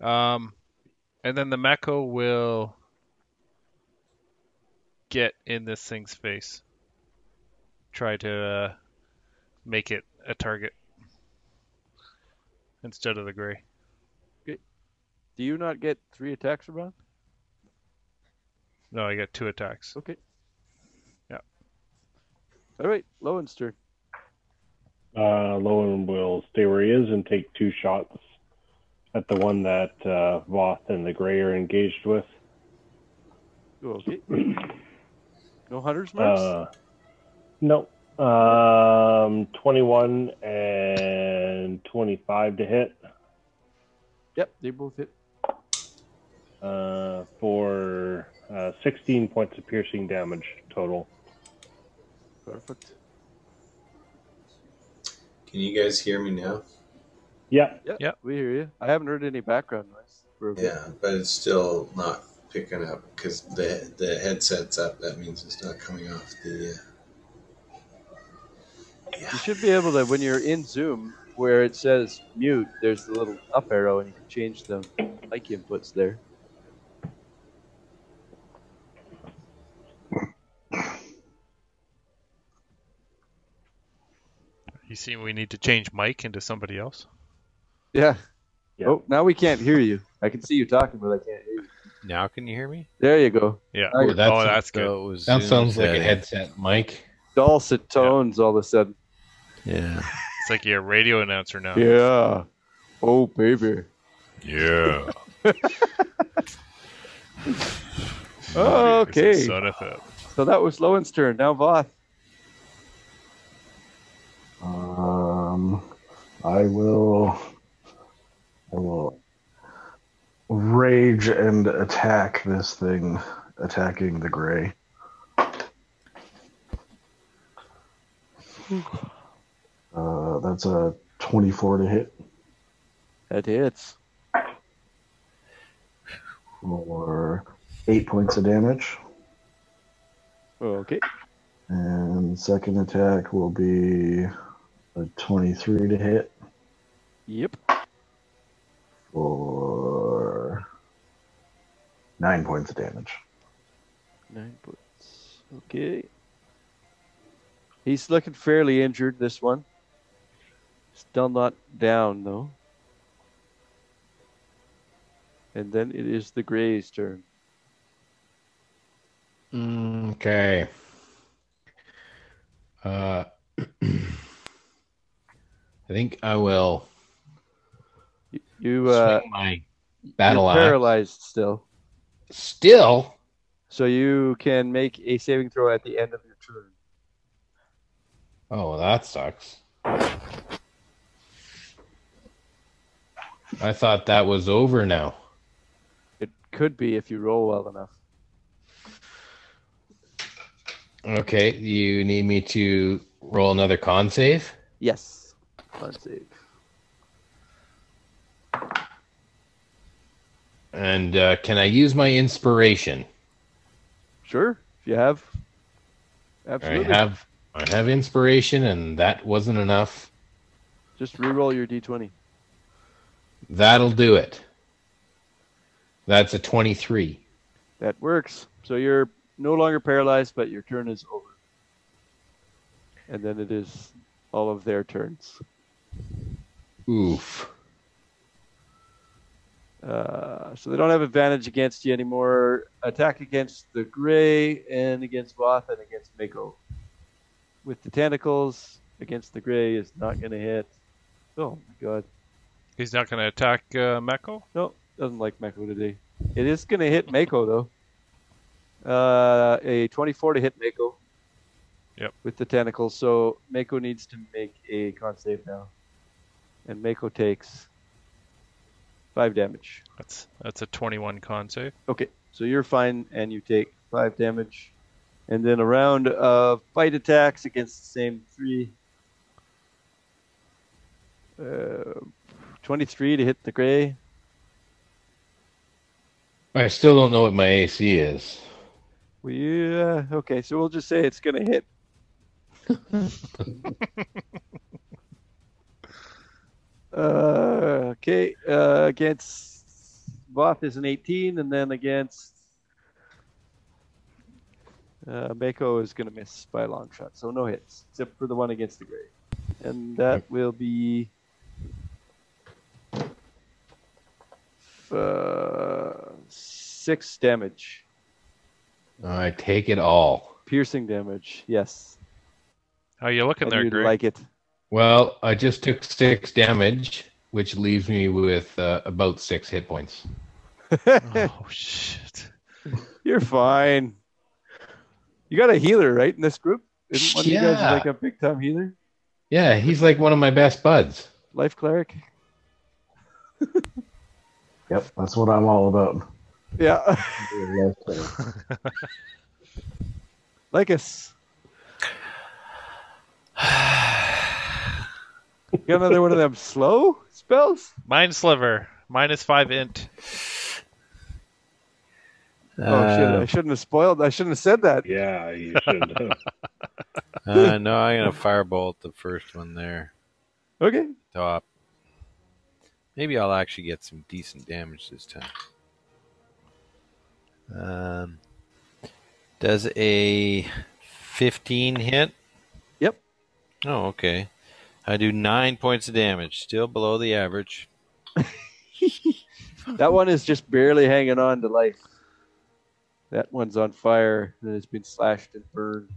Speaker 4: Um, and then the Mako will get in this thing's face. Try to uh, make it a target instead of the gray.
Speaker 2: Do you not get three attacks around?
Speaker 4: No, I got two attacks.
Speaker 2: Okay.
Speaker 4: Yeah.
Speaker 2: All right, Lowen's turn.
Speaker 7: Uh, Lowen will stay where he is and take two shots at the one that uh, Voth and the Gray are engaged with.
Speaker 2: Oh, Okay. No hunters marks.
Speaker 7: Uh, no. Um, 21 and 25 to hit
Speaker 2: yep, they both hit.
Speaker 7: uh, for uh, 16 points of piercing damage total.
Speaker 2: Perfect.
Speaker 3: Can you guys hear me now?
Speaker 7: Yeah,
Speaker 2: Yep,
Speaker 4: Yep.
Speaker 2: we hear you. I haven't heard any background noise. For a bit.
Speaker 3: Yeah, but it's still not picking up because the the headset's up. That means it's not coming off the. Uh...
Speaker 2: You
Speaker 3: Yeah.
Speaker 2: should be able to when you're in Zoom where it says mute. There's the little up arrow, and you can change the mic inputs there.
Speaker 4: You see, we need to change Mike into somebody else.
Speaker 2: Yeah.
Speaker 7: Yeah.
Speaker 2: Oh, now we can't hear you. I can see you talking, but I can't hear you.
Speaker 1: Now can you hear me?
Speaker 2: There you go.
Speaker 4: Yeah.
Speaker 2: Oh,
Speaker 5: that's-
Speaker 4: oh, that's good.
Speaker 1: So it was
Speaker 5: That
Speaker 1: Zoom
Speaker 5: sounds like a
Speaker 1: setting.
Speaker 5: headset, Mike.
Speaker 2: Dulcet tones all of a sudden.
Speaker 1: Yeah.
Speaker 4: It's like you're a radio announcer now.
Speaker 2: Yeah. Oh, baby.
Speaker 1: Yeah.
Speaker 2: Oh, Okay.
Speaker 4: Son of a-
Speaker 2: So that was Lowen's turn. Now Voth.
Speaker 6: Um, I will. I will rage and attack this thing, attacking the gray. Uh, that's a 24 to hit
Speaker 2: That hits.
Speaker 6: for eight points of damage.
Speaker 2: Okay.
Speaker 6: And second attack will be a 23 to hit
Speaker 2: Yep.
Speaker 6: for nine points of damage.
Speaker 2: Nine points. Okay. He's looking fairly injured, this one. Still not down, though. And then it is the Gray's turn. Mm.
Speaker 5: Okay. Uh, I think I will
Speaker 2: You, you uh,
Speaker 5: swing my
Speaker 2: you're
Speaker 5: battle axe.
Speaker 2: paralyzed still.
Speaker 5: Still,
Speaker 2: So you can make a saving throw at the end of your turn.
Speaker 5: oh, that sucks. I thought that was over now.
Speaker 2: It could be if you roll well enough.
Speaker 5: Okay, you need me to roll another con save.
Speaker 2: Yes. Let's see.
Speaker 5: And uh, can I use my inspiration?
Speaker 2: Sure, if you have.
Speaker 5: I
Speaker 2: Absolutely.
Speaker 5: have I have inspiration, and that wasn't enough.
Speaker 2: Just re-roll your d20.
Speaker 5: That'll do it. That's a twenty-three.
Speaker 2: That works. So you're no longer paralyzed, but your turn is over. And then it is all of their turns.
Speaker 5: Oof.
Speaker 2: Uh, so they don't have advantage against you anymore. Attack against the gray and against Voth and against Mako. With the tentacles, against the gray is not going to hit. Oh my god.
Speaker 4: He's not going to attack uh, Meko?
Speaker 2: No, doesn't like Mako today. It is going to hit Mako though. Uh, a 24 to hit Mako.
Speaker 4: Yep.
Speaker 2: With the tentacles, so Mako needs to make a con save now, and Mako takes five damage.
Speaker 4: That's that's a 21 con save.
Speaker 2: Okay, so you're fine, and you take five damage, and then a round of fight attacks against the same three. Uh, 23 to hit the gray.
Speaker 5: I still don't know what my AC is.
Speaker 2: We uh, okay, so we'll just say it's gonna hit. uh, okay, uh, against Voth is an 18, and then against uh, Mako is gonna miss by a long shot, so no hits except for the one against the gray, and that will be. Uh, six damage.
Speaker 5: I take it all.
Speaker 2: Piercing damage, yes.
Speaker 4: How you looking
Speaker 2: And
Speaker 4: there,
Speaker 2: you'd
Speaker 4: Greg?
Speaker 2: like it.
Speaker 5: Well, I just took six damage, which leaves me with uh, about six hit points.
Speaker 4: oh, shit.
Speaker 2: You're fine. You got a healer, right, in this group? Isn't one of you
Speaker 5: Yeah.
Speaker 2: guys like a big time healer?
Speaker 5: Yeah, he's like one of my best buds.
Speaker 2: Life cleric?
Speaker 6: Yep, that's what I'm all about.
Speaker 2: Yeah. like us. You got another one of them slow spells?
Speaker 4: Mind Sliver, minus 5 int.
Speaker 2: oh shit, I
Speaker 3: Uh,
Speaker 2: shouldn't have spoiled I shouldn't have said that.
Speaker 7: Yeah, you should have.
Speaker 3: uh, no, I'm gonna firebolt the first one there.
Speaker 2: Okay.
Speaker 3: Top. Maybe I'll actually get some decent damage this time. Um, does a 15 hit?
Speaker 2: Yep.
Speaker 3: Oh, okay. I do nine points of damage, still below the average.
Speaker 2: That one is just barely hanging on to life. That one's on fire and it's been slashed and burned.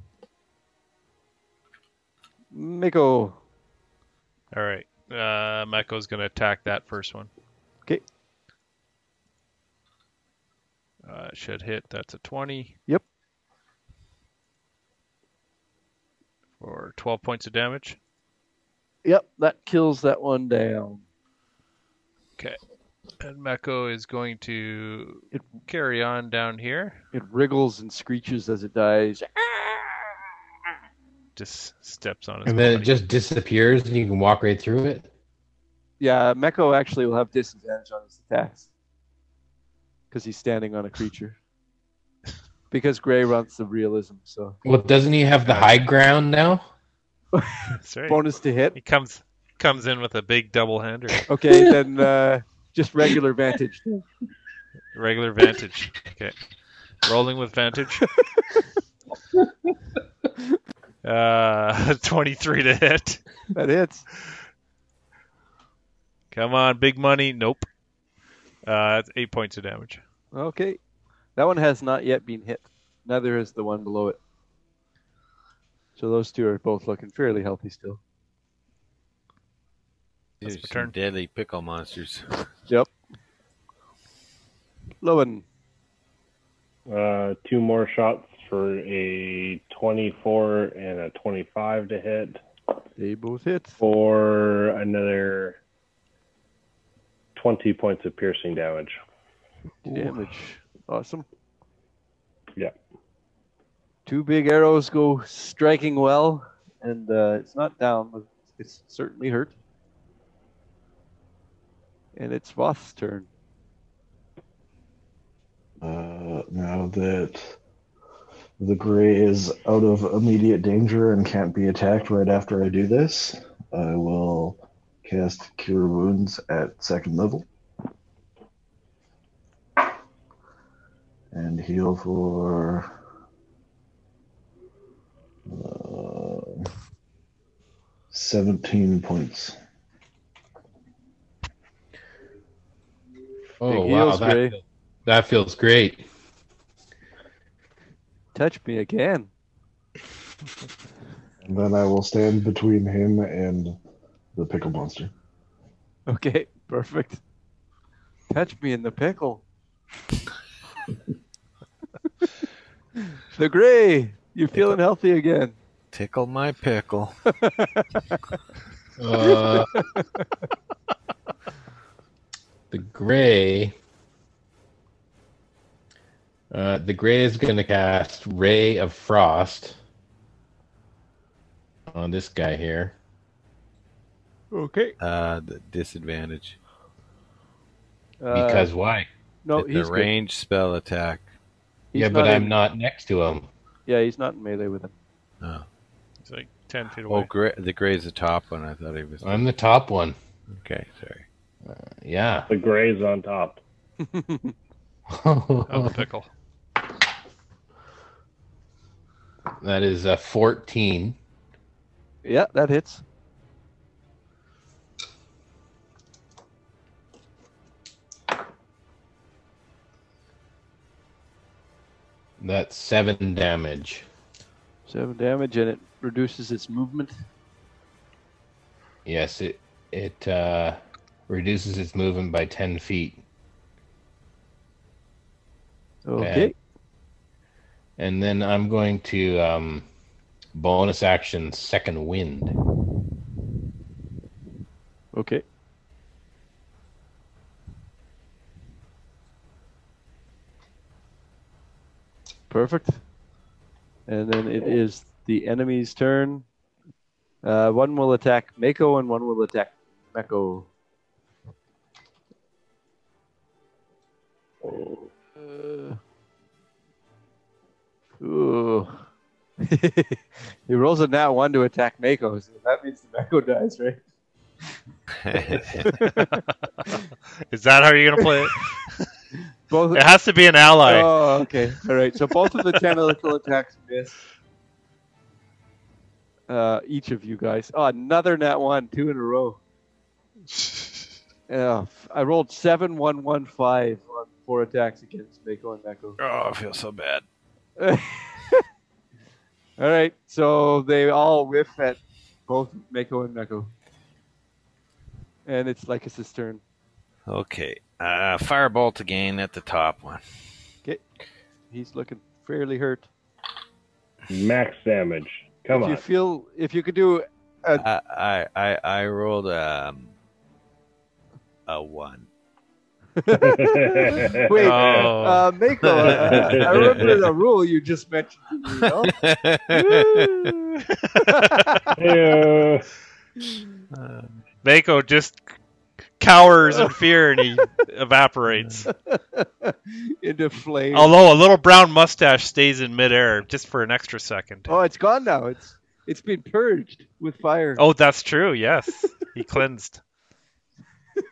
Speaker 2: Miko,
Speaker 4: All right. Uh, Meko's going to attack that first one.
Speaker 2: 'Kay.
Speaker 4: Uh, it should hit. That's a 20.
Speaker 2: Yep.
Speaker 4: For 12 points of damage.
Speaker 2: Yep, that kills that one down.
Speaker 4: And Meko is going to carry on down here.
Speaker 2: It wriggles and screeches as it dies.
Speaker 4: Just steps on his
Speaker 5: And then it
Speaker 4: body.
Speaker 5: just disappears, and you can walk right through it.
Speaker 2: Yeah, Meko actually will have disadvantage on his attacks because he's standing on a creature. Because Gray runs the realism, so
Speaker 5: Well, doesn't he have the high ground now?
Speaker 4: That's right.
Speaker 2: bonus to hit.
Speaker 4: He comes comes in with a big double hander.
Speaker 2: Okay, then uh, just regular vantage.
Speaker 4: Regular vantage. Okay. Rolling with vantage. Uh, 23 to hit.
Speaker 2: That hits.
Speaker 4: Come on, big money. Nope. Uh, that's eight points of damage.
Speaker 2: Okay. That one has not yet been hit. Neither has the one below it. So those two are both looking fairly healthy still.
Speaker 3: There's
Speaker 4: That's my
Speaker 3: some
Speaker 4: turn.
Speaker 3: deadly pickle monsters.
Speaker 2: Lowen,
Speaker 7: Uh, two more shots for a 24 and a 25 to hit
Speaker 2: they both hit.
Speaker 7: for another 20 points of piercing damage.
Speaker 2: Damage. Awesome.
Speaker 7: Yeah.
Speaker 2: Two big arrows go striking well, and uh, it's not down, but it's certainly hurt. And it's Voth's turn.
Speaker 6: Uh, now that The gray is out of immediate danger and can't be attacked right after I do this. I will cast Cure Wounds at second level. And heal for. Uh, 17 points.
Speaker 5: Oh
Speaker 2: Big
Speaker 5: wow,
Speaker 2: heels, Gray.
Speaker 5: that, feel- that feels great.
Speaker 2: Touch me again.
Speaker 6: And then I will stand between him and the pickle monster.
Speaker 2: Okay, perfect. Touch me in the pickle. the gray, you're feeling healthy again.
Speaker 10: Tickle my pickle.
Speaker 5: Uh, the gray. Uh, the gray is going to cast Ray of Frost on this guy here.
Speaker 2: Okay.
Speaker 10: Uh, the disadvantage.
Speaker 5: Because why?
Speaker 2: Uh, no,
Speaker 10: it's
Speaker 2: Oh, he's
Speaker 10: a
Speaker 2: good.
Speaker 10: range spell attack.
Speaker 2: He's
Speaker 5: yeah, but
Speaker 2: not
Speaker 5: I'm
Speaker 2: in-
Speaker 5: not next to him.
Speaker 2: Yeah, he's not in melee with him.
Speaker 4: It's like ten feet
Speaker 10: Oh,
Speaker 4: away.
Speaker 10: gray, the gray's the top one. I thought he was.
Speaker 5: I'm the top one.
Speaker 10: Okay, sorry.
Speaker 5: Yeah.
Speaker 7: The gray's on top.
Speaker 4: I'm a pickle.
Speaker 5: that is a 14.
Speaker 2: Yeah, that hits.
Speaker 5: That's seven damage.
Speaker 2: Seven damage, and it reduces its movement.
Speaker 5: Yes, it it uh, reduces its movement by 10 feet.
Speaker 2: Okay.
Speaker 5: And then I'm going to um, bonus action second wind.
Speaker 2: Okay. Perfect. And then it is the enemy's turn. Uh, one will attack Mako and one will attack Mako. Uh, ooh. he rolls a nat one to attack Mako, so that means the Mako dies, right?
Speaker 4: Is that how you're gonna play it?
Speaker 2: Both,
Speaker 4: It has to be an ally.
Speaker 2: Oh, okay. All right. So both of the tentacle attacks miss. Uh, each of you guys. Oh, another nat one, two in a row. Yeah, f- I rolled seven, one, one, five on four attacks against Mako and Mako.
Speaker 10: oh, I feel so bad.
Speaker 2: all right. So they all whiff at both Mako and Mako. And it's like a cistern.
Speaker 10: Okay, uh, firebolt again at the top one.
Speaker 2: He's looking fairly hurt.
Speaker 7: Max damage. Come
Speaker 2: if you
Speaker 7: on.
Speaker 2: feel if you could do
Speaker 10: I I I, I rolled um a one.
Speaker 2: Wait,
Speaker 4: Oh.
Speaker 2: uh, Mako, uh, I remember the rule you just mentioned. You know?
Speaker 7: Yeah.
Speaker 4: Mako just cowers in fear and he evaporates.
Speaker 2: Into flame.
Speaker 4: Although a little brown mustache stays in midair just for an extra second.
Speaker 2: Oh, it's gone now. It's it's been purged with fire.
Speaker 4: Oh, that's true. Yes, he cleansed.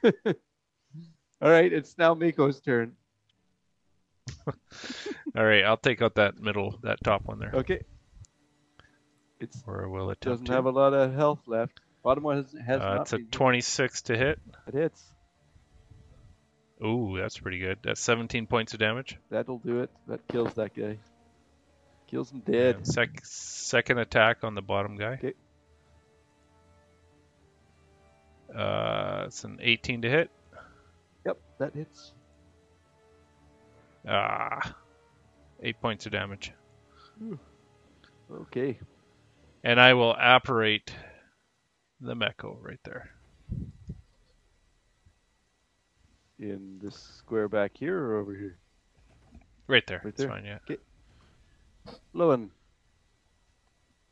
Speaker 2: All right, it's now Mako's turn.
Speaker 4: All right, I'll take out that middle, that top one there,
Speaker 2: Okay, it
Speaker 4: or I will attempt
Speaker 2: doesn't
Speaker 4: to.
Speaker 2: have a lot of health left. Bottom one has, has
Speaker 4: uh,
Speaker 2: not
Speaker 4: it's a
Speaker 2: been hit.
Speaker 4: 26 to hit.
Speaker 2: It hits.
Speaker 4: Ooh, that's pretty good. That's 17 points of damage.
Speaker 2: That'll do it. That kills that guy. Kills him
Speaker 4: And
Speaker 2: dead.
Speaker 4: Sec- second attack on the bottom guy.
Speaker 2: Okay.
Speaker 4: Uh, it's an 18 to hit.
Speaker 2: Yep, that hits.
Speaker 4: Ah, eight points of damage.
Speaker 2: Okay.
Speaker 4: And I will apparate the Meko right there.
Speaker 2: In this square back here or over here?
Speaker 4: Right there.
Speaker 2: Right
Speaker 4: It's
Speaker 2: there.
Speaker 4: fine, yeah.
Speaker 2: Lowen.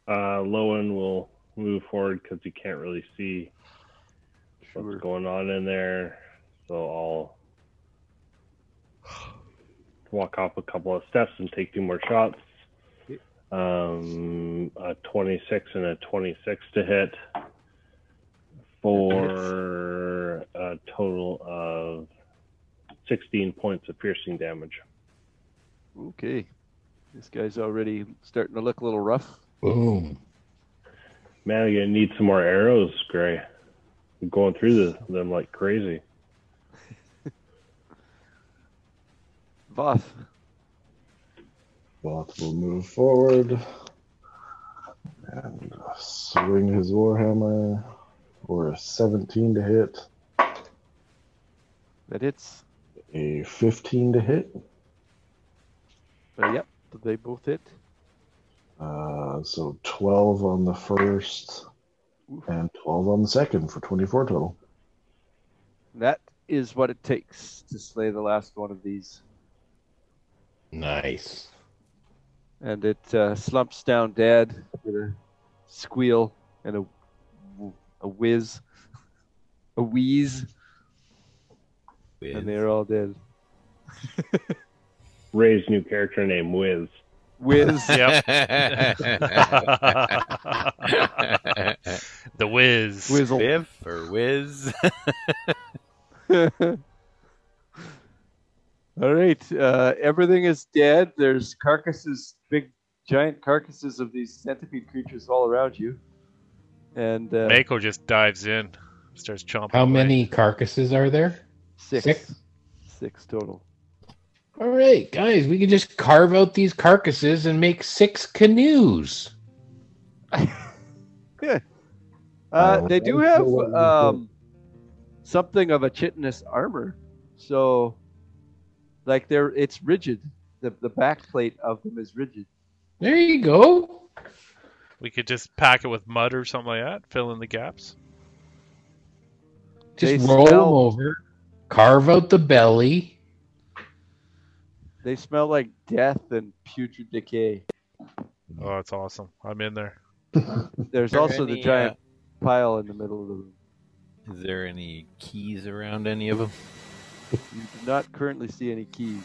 Speaker 7: Uh, Lowen will move forward because he can't really see what's
Speaker 2: Sure.
Speaker 7: going on in there. So I'll walk off a couple of steps and take two more shots. um, a 26 and a 26 to hit for a total of 16 points of piercing damage.
Speaker 2: Okay. This guy's already starting to look a little rough.
Speaker 5: Boom.
Speaker 7: Man, you're gonna need some more arrows, Gray. You're going through the, them like crazy.
Speaker 2: Voth.
Speaker 6: Both will move forward and swing his warhammer or a 17 to hit,
Speaker 2: That hits.
Speaker 6: a 15 to hit.
Speaker 2: Uh, yep. They both hit.
Speaker 6: Uh, so 12 on the first
Speaker 2: Oof.
Speaker 6: and 12 on the second for 24 total.
Speaker 2: That is what it takes to slay the last one of these.
Speaker 5: Nice.
Speaker 2: And it uh, slumps down dead with a squeal and a, a whiz, a wheeze, and they're all dead.
Speaker 7: Ray's new character named Wiz.
Speaker 2: Whiz.
Speaker 4: Yep. the whiz.
Speaker 2: Whizzle.
Speaker 10: Biff or Wiz?
Speaker 2: All right. Uh, everything is dead. There's carcasses, big, giant carcasses of these centipede creatures all around you. And uh,
Speaker 4: Mako just dives in, starts chomping.
Speaker 5: How
Speaker 4: away.
Speaker 5: many carcasses are there?
Speaker 2: six,
Speaker 5: Six?
Speaker 2: six total.
Speaker 5: All right, guys, we can just carve out these carcasses and make six canoes.
Speaker 2: Uh,
Speaker 6: Uh,
Speaker 2: they do
Speaker 6: I
Speaker 2: have
Speaker 6: don't know what you
Speaker 2: um, something of a chitinous armor, so like they're it's rigid. The the back plate of them is rigid.
Speaker 5: There you go.
Speaker 4: We could just pack it with mud or something like that, fill in the gaps.
Speaker 5: Just
Speaker 2: They
Speaker 5: roll
Speaker 2: spell-
Speaker 5: them over, carve out the belly.
Speaker 2: They smell like death and putrid decay.
Speaker 4: Oh, that's awesome. I'm in there.
Speaker 2: There's
Speaker 10: Are
Speaker 2: also
Speaker 10: any,
Speaker 2: the giant pile in the middle of the room.
Speaker 10: Is there any keys around any of them?
Speaker 2: You do not currently see any keys.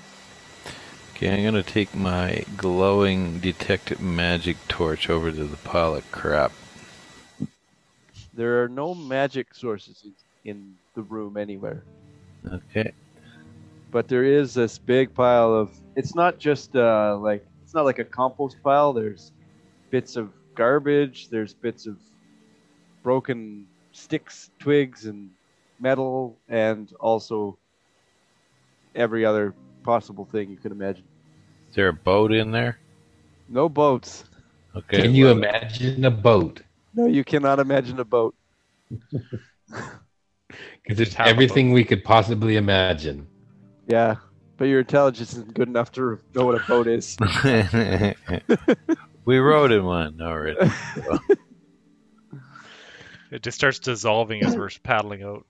Speaker 10: Okay, I'm gonna take my glowing detect magic torch over to the pile of crap.
Speaker 2: There are no magic sources in, in the room anywhere.
Speaker 10: Okay.
Speaker 2: but there is this big pile of it's not just uh, like it's not like a compost pile there's bits of garbage there's bits of broken sticks twigs and metal and also every other possible thing you can imagine
Speaker 10: Is there a boat in there?
Speaker 2: no boats
Speaker 10: Okay.
Speaker 5: can you
Speaker 10: well,
Speaker 5: imagine a boat?
Speaker 2: no you cannot imagine a boat
Speaker 5: Because it's
Speaker 4: Have a boat.
Speaker 5: everything we could possibly imagine.
Speaker 2: yeah but your intelligence isn't good enough to know what a boat is
Speaker 10: we rode in one already.
Speaker 4: It just starts dissolving as we're paddling out.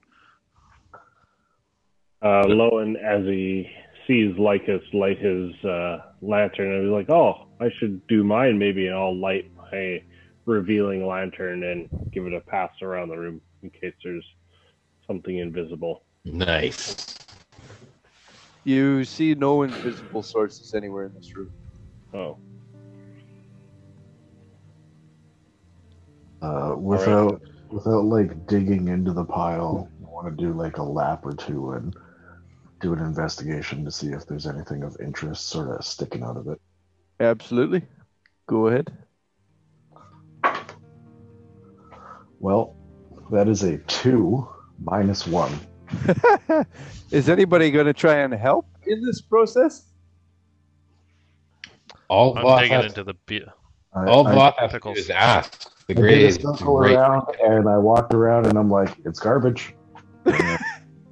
Speaker 7: Uh, Lowen, as he sees Lycus light his uh, lantern, and he's like, "Oh, I should do mine. Maybe and I'll light my revealing lantern and give it a pass around the room in case there's something invisible."
Speaker 5: Nice.
Speaker 2: you see no invisible sources anywhere in this room
Speaker 7: Oh,
Speaker 6: Uh, without without like digging into the pile, I want to do like a lap or two and do an investigation to see if there's anything of interest sort of sticking out of it.
Speaker 2: absolutely go ahead
Speaker 6: Well, that is a two minus one.
Speaker 2: Is anybody going to try and help in this process?
Speaker 5: All
Speaker 4: I'm
Speaker 5: Voth
Speaker 4: digging
Speaker 5: has,
Speaker 4: into the beer.
Speaker 6: I,
Speaker 5: all
Speaker 6: I-
Speaker 5: Voth has to do
Speaker 4: Pickles.
Speaker 5: is ask. The
Speaker 6: I did a
Speaker 5: greatest.
Speaker 6: circle around and I walked around and I'm like, it's garbage.
Speaker 2: All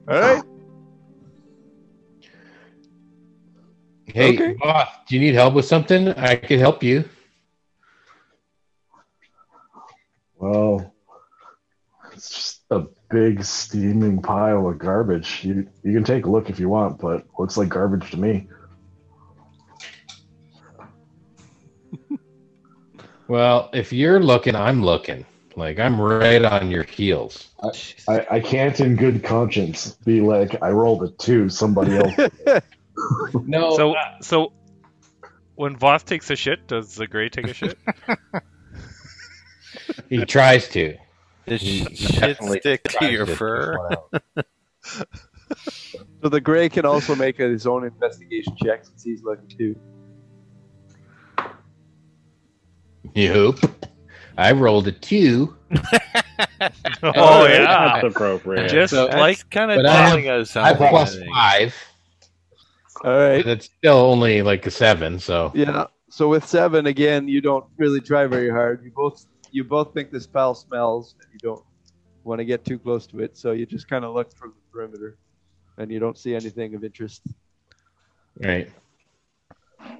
Speaker 2: right.
Speaker 5: Hey,
Speaker 2: Okay.
Speaker 5: Voth, do you need help with something? I could help you.
Speaker 6: Well, it's just a big steaming pile of garbage. You you can take a look if you want, but looks like garbage to me.
Speaker 5: Well, if you're looking, I'm looking. Like I'm right on your heels.
Speaker 6: I, I can't in good conscience be
Speaker 5: Oh,
Speaker 6: like, I rolled a two, somebody else.
Speaker 5: No,
Speaker 4: So, so when Voth takes a shit, does the Gray take a shit?
Speaker 5: He tries to.
Speaker 10: Does
Speaker 5: He-
Speaker 10: sh-
Speaker 5: he
Speaker 10: shit
Speaker 5: definitely
Speaker 10: stick to
Speaker 5: tries
Speaker 10: your
Speaker 5: to push
Speaker 10: fur?
Speaker 5: one out.
Speaker 2: So the gray can also make his own investigation checks since he's lucky too.
Speaker 5: Nope. I rolled a two.
Speaker 4: oh yeah,
Speaker 7: That's appropriate.
Speaker 4: just
Speaker 5: So-
Speaker 4: like
Speaker 10: like kind of
Speaker 5: But I have-
Speaker 10: telling us
Speaker 5: I have
Speaker 10: something,
Speaker 5: plus
Speaker 10: think.
Speaker 5: five.
Speaker 2: All right.
Speaker 5: That's still only like a seven, so
Speaker 2: Yeah. So with seven again, you don't really try very hard. You both you both think this foul smells, and you don't want to get too close to it. So you just kind of look from the perimeter, and you don't see anything of interest.
Speaker 5: right.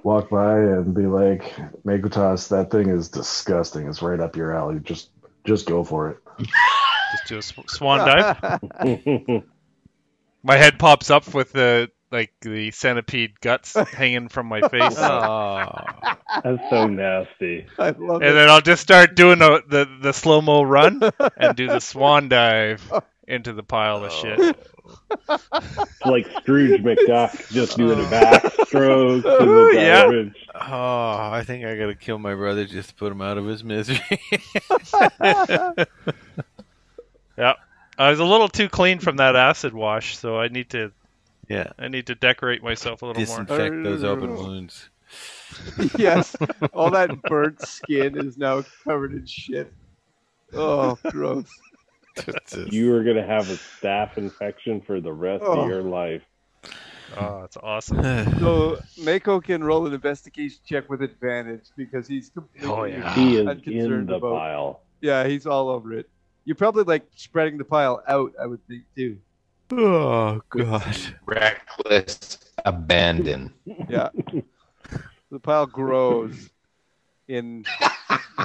Speaker 6: Walk by and be like, Megutas, that thing is disgusting. It's right up your alley. Just just go for it.
Speaker 4: just do a sw- swan dive. My head pops up with the like the centipede guts hanging from my face, and
Speaker 10: Aw.
Speaker 7: That's so nasty.
Speaker 2: I love it.
Speaker 4: then I'll just start doing the the, the slow mo run and do the swan dive into the pile of shit.
Speaker 7: It's like Scrooge McDuck just doing a backstroke. to the
Speaker 4: Ooh, yeah.
Speaker 7: garbage.
Speaker 10: Oh, I think I gotta kill my brother just to put him out of his misery.
Speaker 4: I was a little too clean from that acid wash, so I need to
Speaker 10: yeah,
Speaker 4: I need to decorate myself a little more.
Speaker 10: disinfect those open wounds.
Speaker 2: yes, all that burnt skin is now covered in shit. Oh, gross!
Speaker 7: You are gonna have a staph infection for the rest
Speaker 2: Oh.
Speaker 7: of your life.
Speaker 4: Oh, that's awesome.
Speaker 2: So Mako can roll an investigation check with advantage because he's completely
Speaker 10: Oh, yeah.
Speaker 7: He is
Speaker 2: I'm
Speaker 7: in
Speaker 2: concerned
Speaker 7: the
Speaker 2: about-
Speaker 7: pile.
Speaker 2: yeah, he's all over it. You're probably like spreading the pile out, I would think too.
Speaker 10: oh god.
Speaker 5: Reckless abandon.
Speaker 2: Yeah. the pile grows in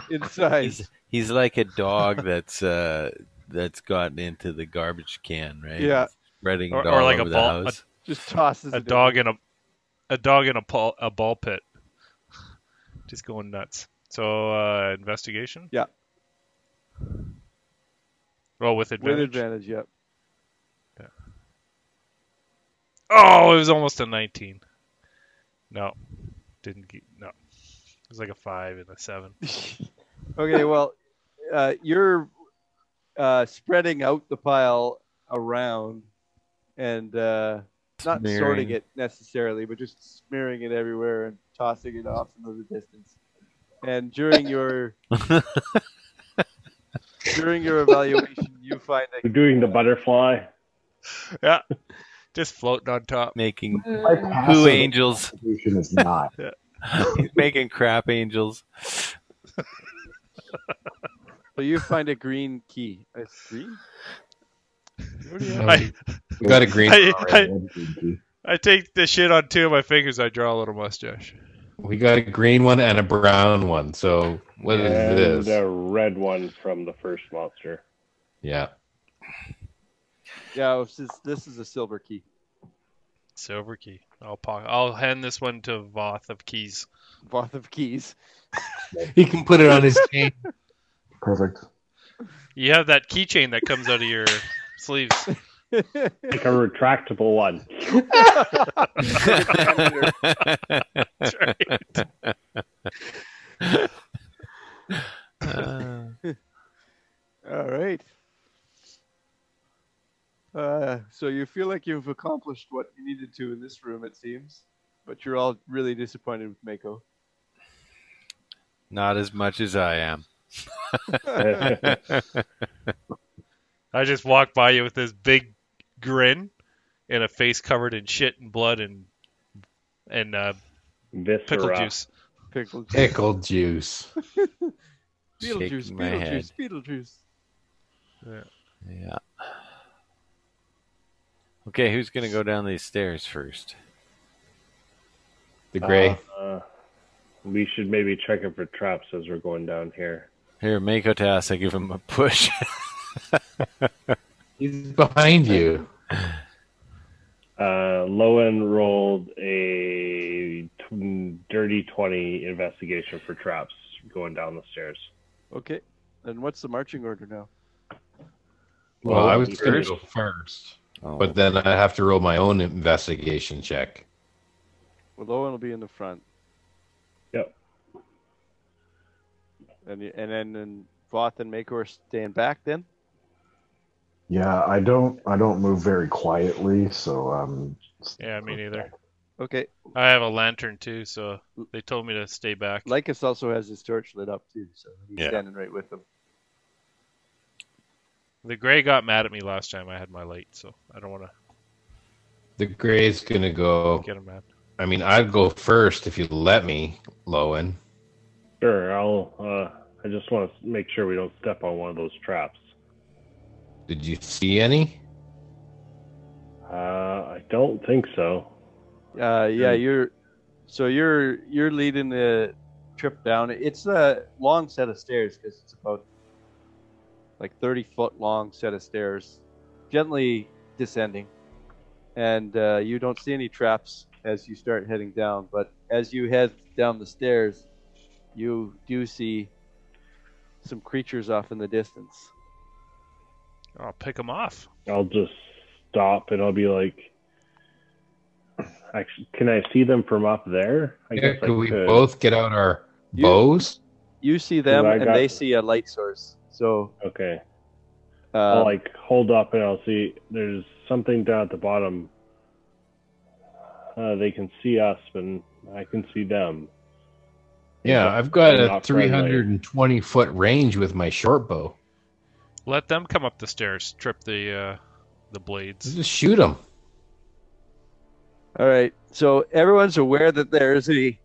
Speaker 2: in size.
Speaker 10: He's, he's like a dog that's uh that's gotten into the garbage can, right?
Speaker 2: Yeah.
Speaker 10: Spreading
Speaker 4: Or-
Speaker 10: it
Speaker 4: or
Speaker 10: all
Speaker 4: like a
Speaker 10: over the
Speaker 4: ball- a-
Speaker 10: house.
Speaker 2: Just tosses
Speaker 4: a
Speaker 2: it
Speaker 4: dog in a a dog in a ball a ball pit, just going nuts. So uh, investigation.
Speaker 2: Yeah.
Speaker 4: Roll with
Speaker 2: in. with advantage.
Speaker 4: advantage.
Speaker 2: Yep.
Speaker 4: Oh, it was almost a nineteen. No, didn't get no. It was like a five and a seven.
Speaker 2: Okay. Well, uh, you're uh, spreading out the pile around, and uh, not sorting
Speaker 10: Smearing.
Speaker 2: it necessarily, but just smearing it everywhere and tossing it off into the distance. And during your during your evaluation, you find that
Speaker 7: We're doing the butterfly.
Speaker 4: Just floating on top.
Speaker 10: Making
Speaker 8: Uh,
Speaker 10: poo angels.
Speaker 6: Solution is not.
Speaker 10: He's making crap angels.
Speaker 2: So you find a green key. A green?
Speaker 4: I,
Speaker 5: We got a green.
Speaker 4: I, I,
Speaker 6: Stinky.
Speaker 4: I take the shit on two of my fingers. I draw a little mustache.
Speaker 5: We got a green one and a brown one. So what is
Speaker 7: And
Speaker 5: this?
Speaker 7: the red one from the first monster.
Speaker 5: Yeah.
Speaker 2: Yeah, this is, this is a silver key.
Speaker 4: Silver key. I'll pocket. I'll hand this one to Voth of Keys.
Speaker 2: Voth of keys.
Speaker 5: He can put it on his chain.
Speaker 6: Perfect.
Speaker 4: You have that keychain that comes out of your sleeves.
Speaker 7: Like a retractable one.
Speaker 4: That's right.
Speaker 10: Uh,
Speaker 2: All right. Uh, so you feel like you've accomplished what you needed to in this room, it seems. But you're all really disappointed with Mako.
Speaker 10: not as much as I am. Uh,
Speaker 4: I just walk by you with this big grin and a face covered in shit and blood and and uh, pickle
Speaker 7: Viscera.
Speaker 4: juice.
Speaker 2: Pickle juice.
Speaker 5: Pickle juice.
Speaker 2: Beetlejuice,
Speaker 10: shaking my head.
Speaker 2: Beetlejuice, Beetlejuice.
Speaker 10: Yeah. Okay, who's gonna go down these stairs first?
Speaker 5: The gray.
Speaker 7: Uh, we should maybe check it for traps as we're going down here.
Speaker 10: Here, Mako Tass, I give him a push.
Speaker 5: He's behind you.
Speaker 7: Uh, Lowen rolled a tw- dirty 20 investigation for traps going down the stairs.
Speaker 2: Okay. And what's the marching order now?
Speaker 5: Well, I was going to
Speaker 7: first.
Speaker 5: go first,
Speaker 10: Oh.
Speaker 5: but then I have to roll my own investigation check.
Speaker 2: Well, Owen will be in the front. And you- and then and Voth and Makor stand back then.
Speaker 6: Yeah, I don't. I don't move very quietly, so um,
Speaker 4: Yeah, me neither.
Speaker 2: Okay.
Speaker 4: I have a lantern too, so they told me to stay back.
Speaker 2: Lycus also has his torch lit up too, so he's
Speaker 4: Yeah.
Speaker 2: standing right with them.
Speaker 4: The gray got mad at me last time I had my light, so I don't want to
Speaker 5: The gray's gonna go.
Speaker 4: get him mad.
Speaker 5: I mean, I'd go first if you let me, Lowen.
Speaker 7: Sure, I'll. Uh, I just want to make sure we don't step on one of those traps.
Speaker 5: Did you see any?
Speaker 7: Uh, I don't think so.
Speaker 2: Uh, yeah, you're. So you're you're leading the trip down. It's a long set of stairs because it's about like thirty foot long set of stairs, gently descending, and uh, you don't see any traps as you start heading down. But as you head down the stairs, you do see some creatures off in the distance.
Speaker 4: I'll pick him off.
Speaker 7: I'll just stop and I'll be like, actually, can I see them from up there? I
Speaker 5: Yeah,
Speaker 7: I
Speaker 5: could we both get out our
Speaker 2: You-
Speaker 5: bows?
Speaker 2: You see them,
Speaker 7: Cause I
Speaker 2: and
Speaker 7: got-
Speaker 2: they see a light source. So
Speaker 7: Okay. I'll
Speaker 2: uh,
Speaker 7: like hold up and I'll see there's something down at the bottom. Uh, they can see us, and I can see them.
Speaker 5: Yeah, I've got
Speaker 7: They're
Speaker 5: a
Speaker 7: not friendly.
Speaker 5: 320 foot range with my short bow.
Speaker 4: Let them come up the stairs, trip the uh, the blades.
Speaker 5: Just shoot them.
Speaker 2: All right. So everyone's aware that there's a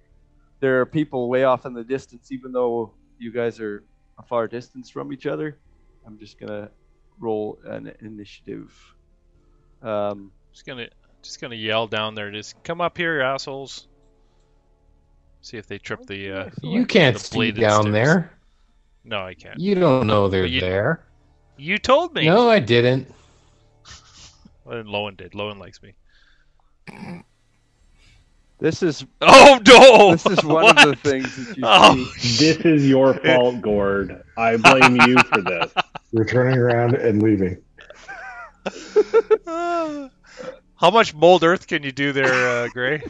Speaker 2: there are people way off in the distance, even though you guys are a far distance from each other. I'm just gonna roll an initiative. Um,
Speaker 4: Just gonna just gonna yell down there. Just come up here, you assholes. See if they trip the. Uh,
Speaker 5: You can't
Speaker 4: the
Speaker 5: see
Speaker 4: bladed
Speaker 5: down
Speaker 4: stairs.
Speaker 5: there.
Speaker 4: No, I can't.
Speaker 5: You don't know they're
Speaker 4: You-
Speaker 5: there.
Speaker 4: You told me.
Speaker 5: No, I didn't.
Speaker 4: Well, Lowen did. Lowen likes me.
Speaker 2: this is
Speaker 4: Oh no!
Speaker 2: this is one of the
Speaker 4: What?
Speaker 2: things that you
Speaker 4: Oh,
Speaker 2: see.
Speaker 7: This is your fault, Gord. I blame you for this.
Speaker 6: we're turning around and leaving.
Speaker 4: How much mold earth can you do there, uh, Gray?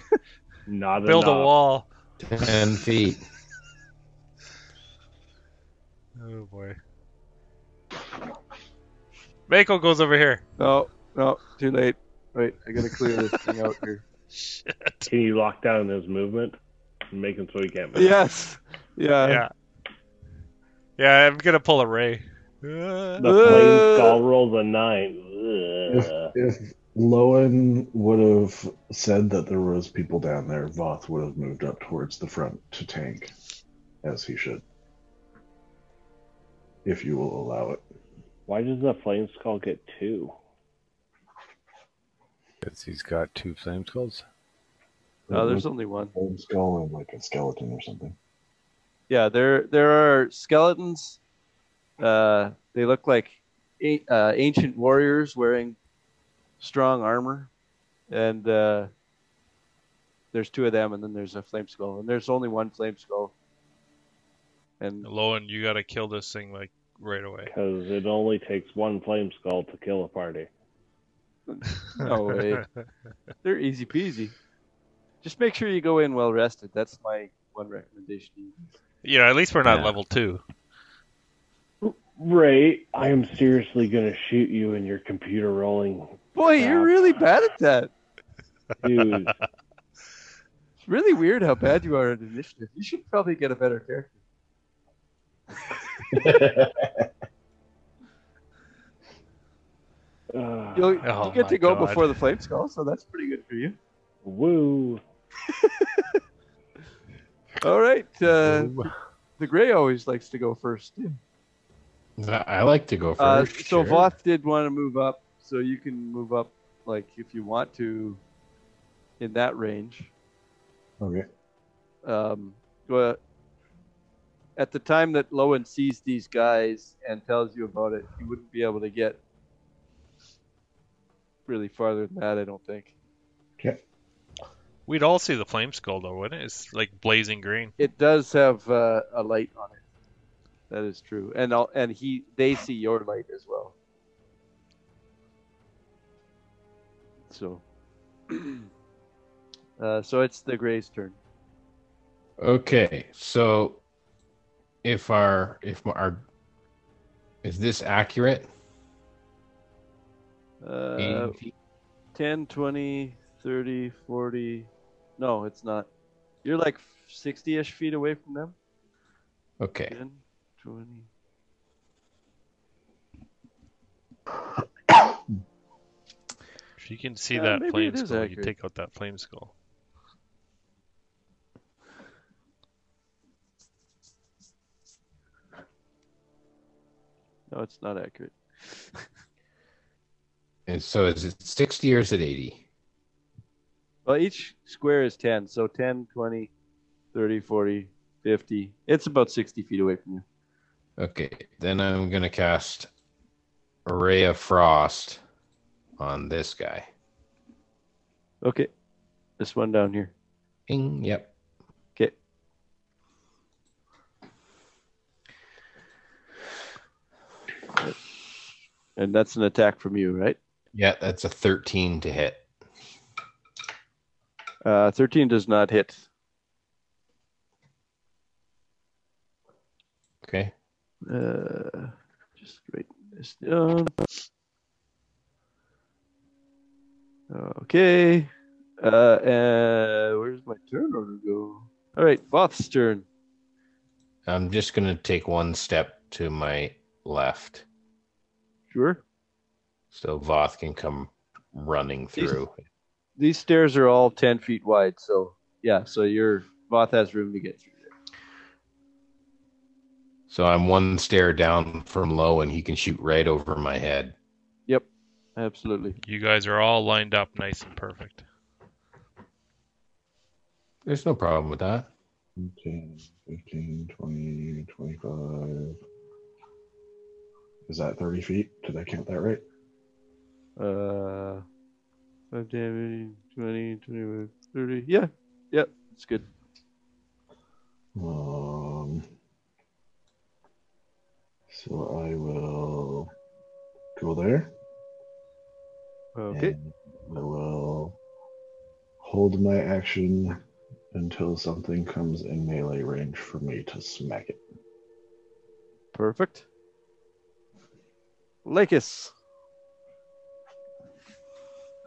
Speaker 7: Not
Speaker 4: Build a
Speaker 7: enough.
Speaker 4: wall.
Speaker 5: 10 feet.
Speaker 4: Oh boy. Mako goes over here.
Speaker 2: No, no, too late. Wait, I gotta clear this thing out here.
Speaker 4: Shit.
Speaker 7: Can you lock down his movement and make him so he can't move?
Speaker 2: Yes. Yeah.
Speaker 4: Yeah. Yeah, I'm gonna pull a ray.
Speaker 7: The
Speaker 4: Uh,
Speaker 2: Uh.
Speaker 7: flame skull rolls a nine. Ugh.
Speaker 6: If Lowen would have said that there was people down there, Voth would have moved up towards the front to tank, as he should. If you will allow it.
Speaker 7: Why does the flame skull get two?
Speaker 10: Because he's got two flame skulls.
Speaker 2: No, Oh, there's only one.
Speaker 6: a skull and like a skeleton or something.
Speaker 2: Yeah, there there are skeletons. Uh, they look like a- uh, ancient warriors wearing strong armor, and uh, there's two of them, and then there's a flame skull, and there's only one flame skull. And
Speaker 4: Lowen, you gotta kill this thing like right away.
Speaker 7: Because it only takes one flame skull to kill a party.
Speaker 2: no way, oh, they're easy peasy. Just make sure you go in well rested. That's my one recommendation.
Speaker 4: Yeah, at least we're not
Speaker 10: Yeah.
Speaker 4: level two.
Speaker 7: Ray, I am seriously gonna shoot you in your computer rolling,
Speaker 2: Boy, you're really bad at that.
Speaker 7: dude.
Speaker 2: It's really weird how bad you are at initiative. You should probably get a better character.
Speaker 7: Ugh.
Speaker 2: You'll,
Speaker 4: Oh
Speaker 2: you get
Speaker 4: my
Speaker 2: to go
Speaker 4: God.
Speaker 2: before the flame skull, so that's pretty good for you.
Speaker 7: Woo!
Speaker 2: All right. Uh, the gray always likes to go first.
Speaker 5: I I like to go
Speaker 2: Uh,
Speaker 5: first.
Speaker 2: so
Speaker 5: sure.
Speaker 2: Voth did want to move up, so you can move up, like if you want to, in that range.
Speaker 6: Okay.
Speaker 2: Um, but at the time that Lowen sees these guys and tells you about it, you wouldn't be able to get really farther than that, I don't think.
Speaker 4: We'd all see the flame skull though, wouldn't it? It's like blazing green.
Speaker 2: It does have uh, a light on it. That is true, and I'll, and he they see your light as well. So, uh, so it's the Gray's turn.
Speaker 5: Okay, so if our if our is this accurate?
Speaker 2: Uh, 10, 20, 30, 40. No, it's not. You're like 60 ish feet away from them.
Speaker 5: Okay.
Speaker 2: 10, 20.
Speaker 4: If you can see
Speaker 2: Uh, maybe
Speaker 4: that
Speaker 2: it
Speaker 4: flame
Speaker 2: is
Speaker 4: skull, you
Speaker 2: accurate.
Speaker 4: take out that flame skull.
Speaker 2: No, it's not accurate.
Speaker 5: And so is it 60 or is it 80?
Speaker 2: Well, each square is 10. So 10, 20, 30, 40, 50. It's about 60 feet away from you.
Speaker 5: Okay, then I'm gonna cast a ray of frost on this guy.
Speaker 2: Okay. This one down here.
Speaker 5: Ping, yep.
Speaker 2: Okay. And that's an attack from you, right?
Speaker 5: Yeah, that's a 13 to hit.
Speaker 2: Uh, 13 does not hit.
Speaker 5: Okay.
Speaker 2: Uh, just write this down. Okay. Uh, uh, where's my turn order go? All right, Voth's turn.
Speaker 5: I'm just gonna take one step to my left
Speaker 2: Sure.
Speaker 5: so Voth can come running through.
Speaker 2: These stairs are all 10 feet wide, so yeah, so your Voth has room to get through there.
Speaker 5: So I'm one stair down from low and he can shoot right over my head.
Speaker 2: Yep, absolutely.
Speaker 4: You guys are all lined up nice and perfect.
Speaker 5: There's no problem with that.
Speaker 6: 10, 15, 20, 25. Is that 30 feet? Did I count that right?
Speaker 2: Uh, 5 damage, 20, 25, 30. Yeah, yep, it's good.
Speaker 6: Um, so I will go there.
Speaker 2: Okay.
Speaker 6: And I will hold my action until something comes in melee range for me to smack it.
Speaker 2: Perfect. Lakis.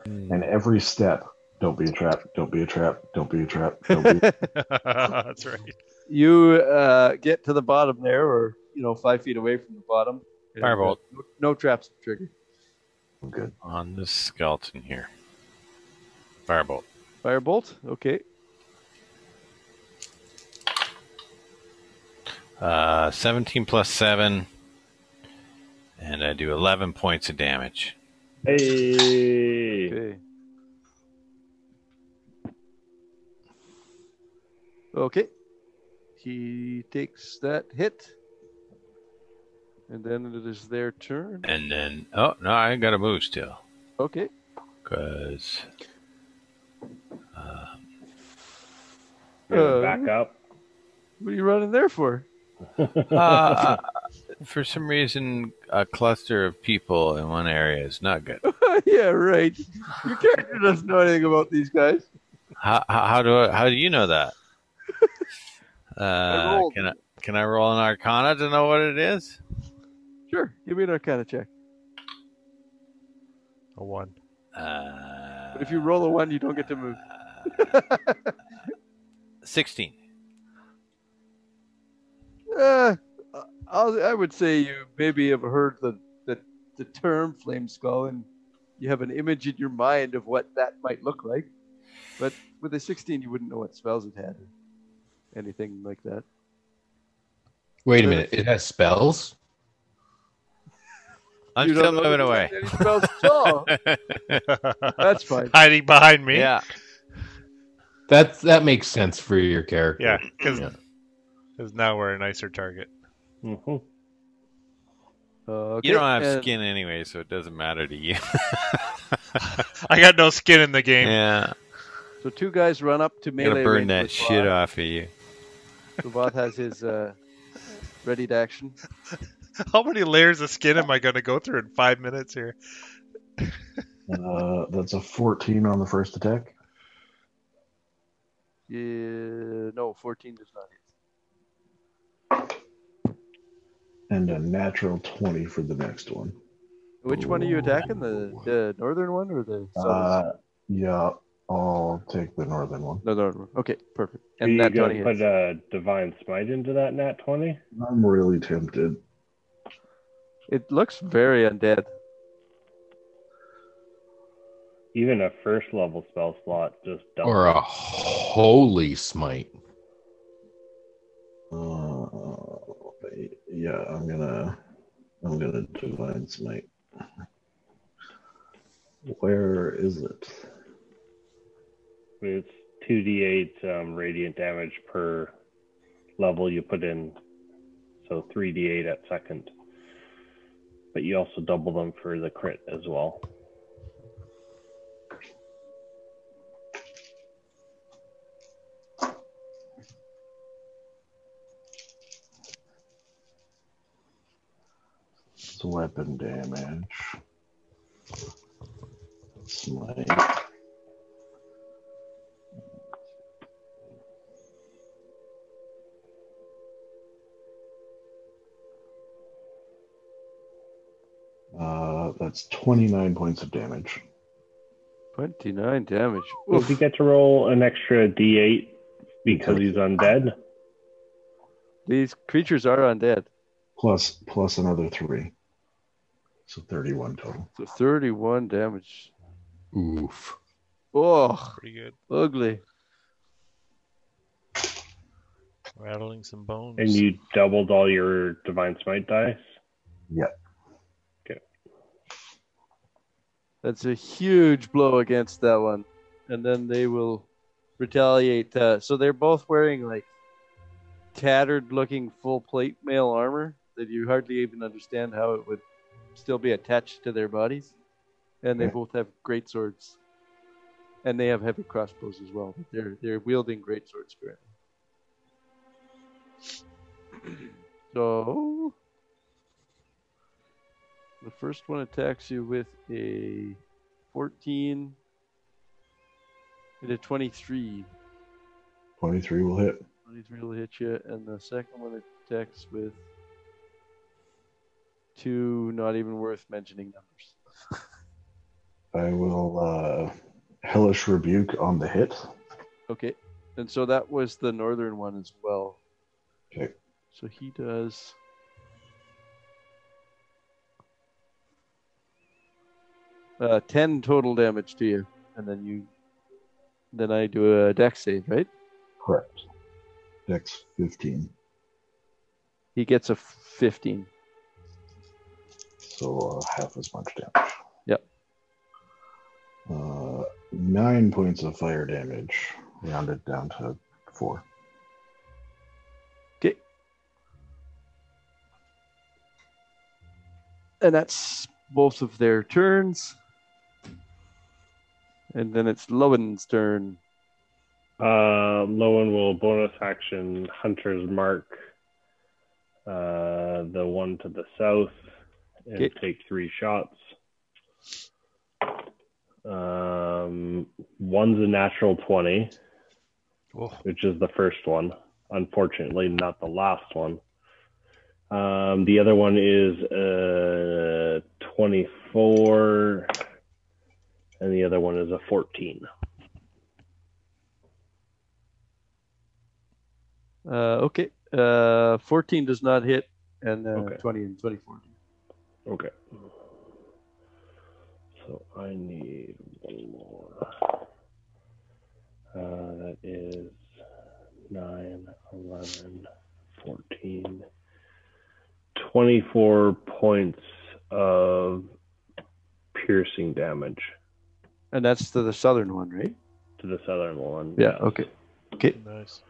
Speaker 6: And every step, don't be a trap, don't be a trap, don't be a trap, don't be a
Speaker 4: That's right.
Speaker 2: you uh, get to the bottom there, or you know, five feat away from the bottom.
Speaker 10: Firebolt.
Speaker 2: No, no traps to trigger.
Speaker 6: good.
Speaker 10: On this skeleton here. Firebolt.
Speaker 2: Firebolt. Okay.
Speaker 10: Uh, 17 plus 7. And I do 11 points of damage.
Speaker 7: Hey.
Speaker 2: Okay. Okay. He takes that hit, and then it is their turn.
Speaker 10: And then, oh, no, I got to move still.
Speaker 2: Okay.
Speaker 10: Because
Speaker 2: Uh,
Speaker 7: back up.
Speaker 2: What are you running there for?
Speaker 10: uh, for some reason, a cluster of people in one area is not good.
Speaker 2: yeah, right. Your character doesn't know anything about these guys.
Speaker 10: How, how, how do I, how do you know that?
Speaker 2: I
Speaker 10: Uh,
Speaker 2: rolled.
Speaker 10: can I can I roll an Arcana to know what it is?
Speaker 2: Sure. Give me an Arcana check.
Speaker 4: A one.
Speaker 10: Uh,
Speaker 2: But if you roll a one, you don't get to move.
Speaker 10: sixteen.
Speaker 2: Uh, I'll, I would say you maybe have heard the, the, the term flame skull and you have an image in your mind of what that might look like. But with a 16, you wouldn't know what spells it had or anything like that.
Speaker 5: Wait a minute, it has spells?
Speaker 10: I'm
Speaker 2: You don't
Speaker 10: still
Speaker 2: know
Speaker 10: moving
Speaker 2: that
Speaker 10: away.
Speaker 2: it has any spells at all. That's fine.
Speaker 4: Hiding behind me.
Speaker 10: yeah,
Speaker 5: That's that makes sense for your character.
Speaker 4: Yeah, because
Speaker 5: Yeah.
Speaker 4: now we're a nicer target.
Speaker 7: Mhm.
Speaker 2: Uh, okay,
Speaker 10: you don't have
Speaker 2: and-
Speaker 10: skin anyway, so it doesn't matter to you.
Speaker 4: I got no skin in the game.
Speaker 10: yeah,
Speaker 2: So two guys run up to
Speaker 10: I'm gonna
Speaker 2: melee.
Speaker 10: burn
Speaker 2: range
Speaker 10: that
Speaker 2: with
Speaker 10: shit
Speaker 2: Voth.
Speaker 10: off of you.
Speaker 2: So Voth has his uh, ready to action.
Speaker 4: How many layers of skin am I going to go through in five minutes here?
Speaker 6: Uh, that's a 14 on the first attack.
Speaker 2: Yeah, no, 14 does not hit.
Speaker 6: and a natural 20 for the next one.
Speaker 2: Which one are you attacking? The, the northern one or the southern?
Speaker 6: Uh, yeah, I'll take the northern one.
Speaker 2: the northern one. Okay, perfect.
Speaker 7: you
Speaker 2: And that
Speaker 7: gonna
Speaker 2: 20 hits.
Speaker 7: put a divine smite into that nat twenty?
Speaker 6: I'm really tempted.
Speaker 2: It looks very undead.
Speaker 7: Even a first level spell slot just double.
Speaker 5: Or a holy smite.
Speaker 6: Uh, yeah, I'm gonna, I'm gonna divine smite. Where is it?
Speaker 7: It's two d eight um, radiant damage per level you put in, so three d eight at second. But you also double them for the crit as well.
Speaker 6: It's weapon damage. Smite. Uh, that's 29 points of damage.
Speaker 2: 29 damage.
Speaker 7: Does he get to roll an extra d eight because he's undead?
Speaker 2: These creatures are undead.
Speaker 6: Plus, plus another three. So 31 total.
Speaker 2: So 31 damage.
Speaker 5: Oof.
Speaker 2: Oh,
Speaker 4: Pretty good.
Speaker 2: ugly.
Speaker 4: Rattling some bones.
Speaker 7: And you doubled all your divine smite dice.
Speaker 2: That's a huge blow against that one. And then they will retaliate. Uh, so they're both wearing like tattered looking full plate mail armor that you hardly even understand how it would still be attached to their bodies. And they
Speaker 6: Yeah.
Speaker 2: both have great swords. And they have heavy crossbows as well. But they're they're wielding great swords currently. So the first one attacks you with a 14 and a 23.
Speaker 6: 23 will hit.
Speaker 2: 23 will hit you, and the second one attacks with two not even worth mentioning numbers.
Speaker 6: I will uh, hellish rebuke on the hit.
Speaker 2: Okay, and so that was the northern one as well.
Speaker 6: Okay.
Speaker 2: So he does. Uh, 10 total damage to you, and then you. Then I do a dex save, right?
Speaker 6: Correct. Dex 15.
Speaker 2: He gets a 15.
Speaker 6: So uh, half as much damage.
Speaker 2: Yep.
Speaker 6: Uh, nine points of fire damage, rounded down to four.
Speaker 2: Okay. And that's both of their turns. And then it's Lowen's turn.
Speaker 7: Uh, Lowen will bonus action Hunter's Mark, uh, the one to the south, and
Speaker 2: Okay.
Speaker 7: take three shots. Um, one's a natural 20,
Speaker 1: Whoa.
Speaker 7: which is the first one. Unfortunately, not the last one. Um, the other one is uh, a 24, and the other one is a 14.
Speaker 2: Uh, okay. Uh, 14 does not hit, and uh,
Speaker 7: Okay.
Speaker 2: 20 and 24.
Speaker 7: Okay. So I need one more. Uh, that is 9, 11, 14, 24 points of piercing damage
Speaker 2: And that's to the southern one, right?
Speaker 7: to the southern one.
Speaker 2: Yeah, okay.
Speaker 4: Nice.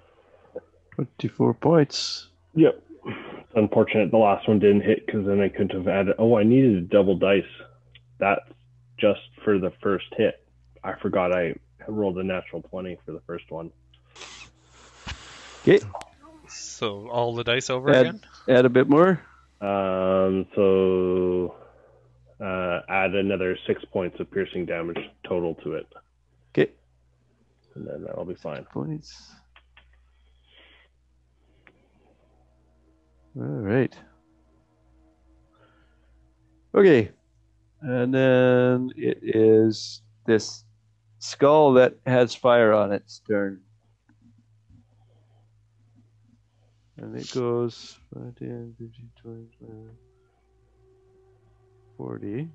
Speaker 2: 24 points.
Speaker 7: Yep. It's unfortunate the last one didn't hit because then I couldn't have added. Oh, I needed a double dice. That's just for the first hit. I forgot I rolled a natural 20 for the first one.
Speaker 4: So all the dice over
Speaker 2: Add,
Speaker 4: again.
Speaker 2: add a bit more.
Speaker 7: Um, so uh, add another six points of piercing damage total to it,
Speaker 2: Okay.
Speaker 7: and then that'll be fine.
Speaker 2: Points. All right. Okay. And then it is this skull that has fire on its turn. And it goes 5, 10, 15, 20, 25, 40.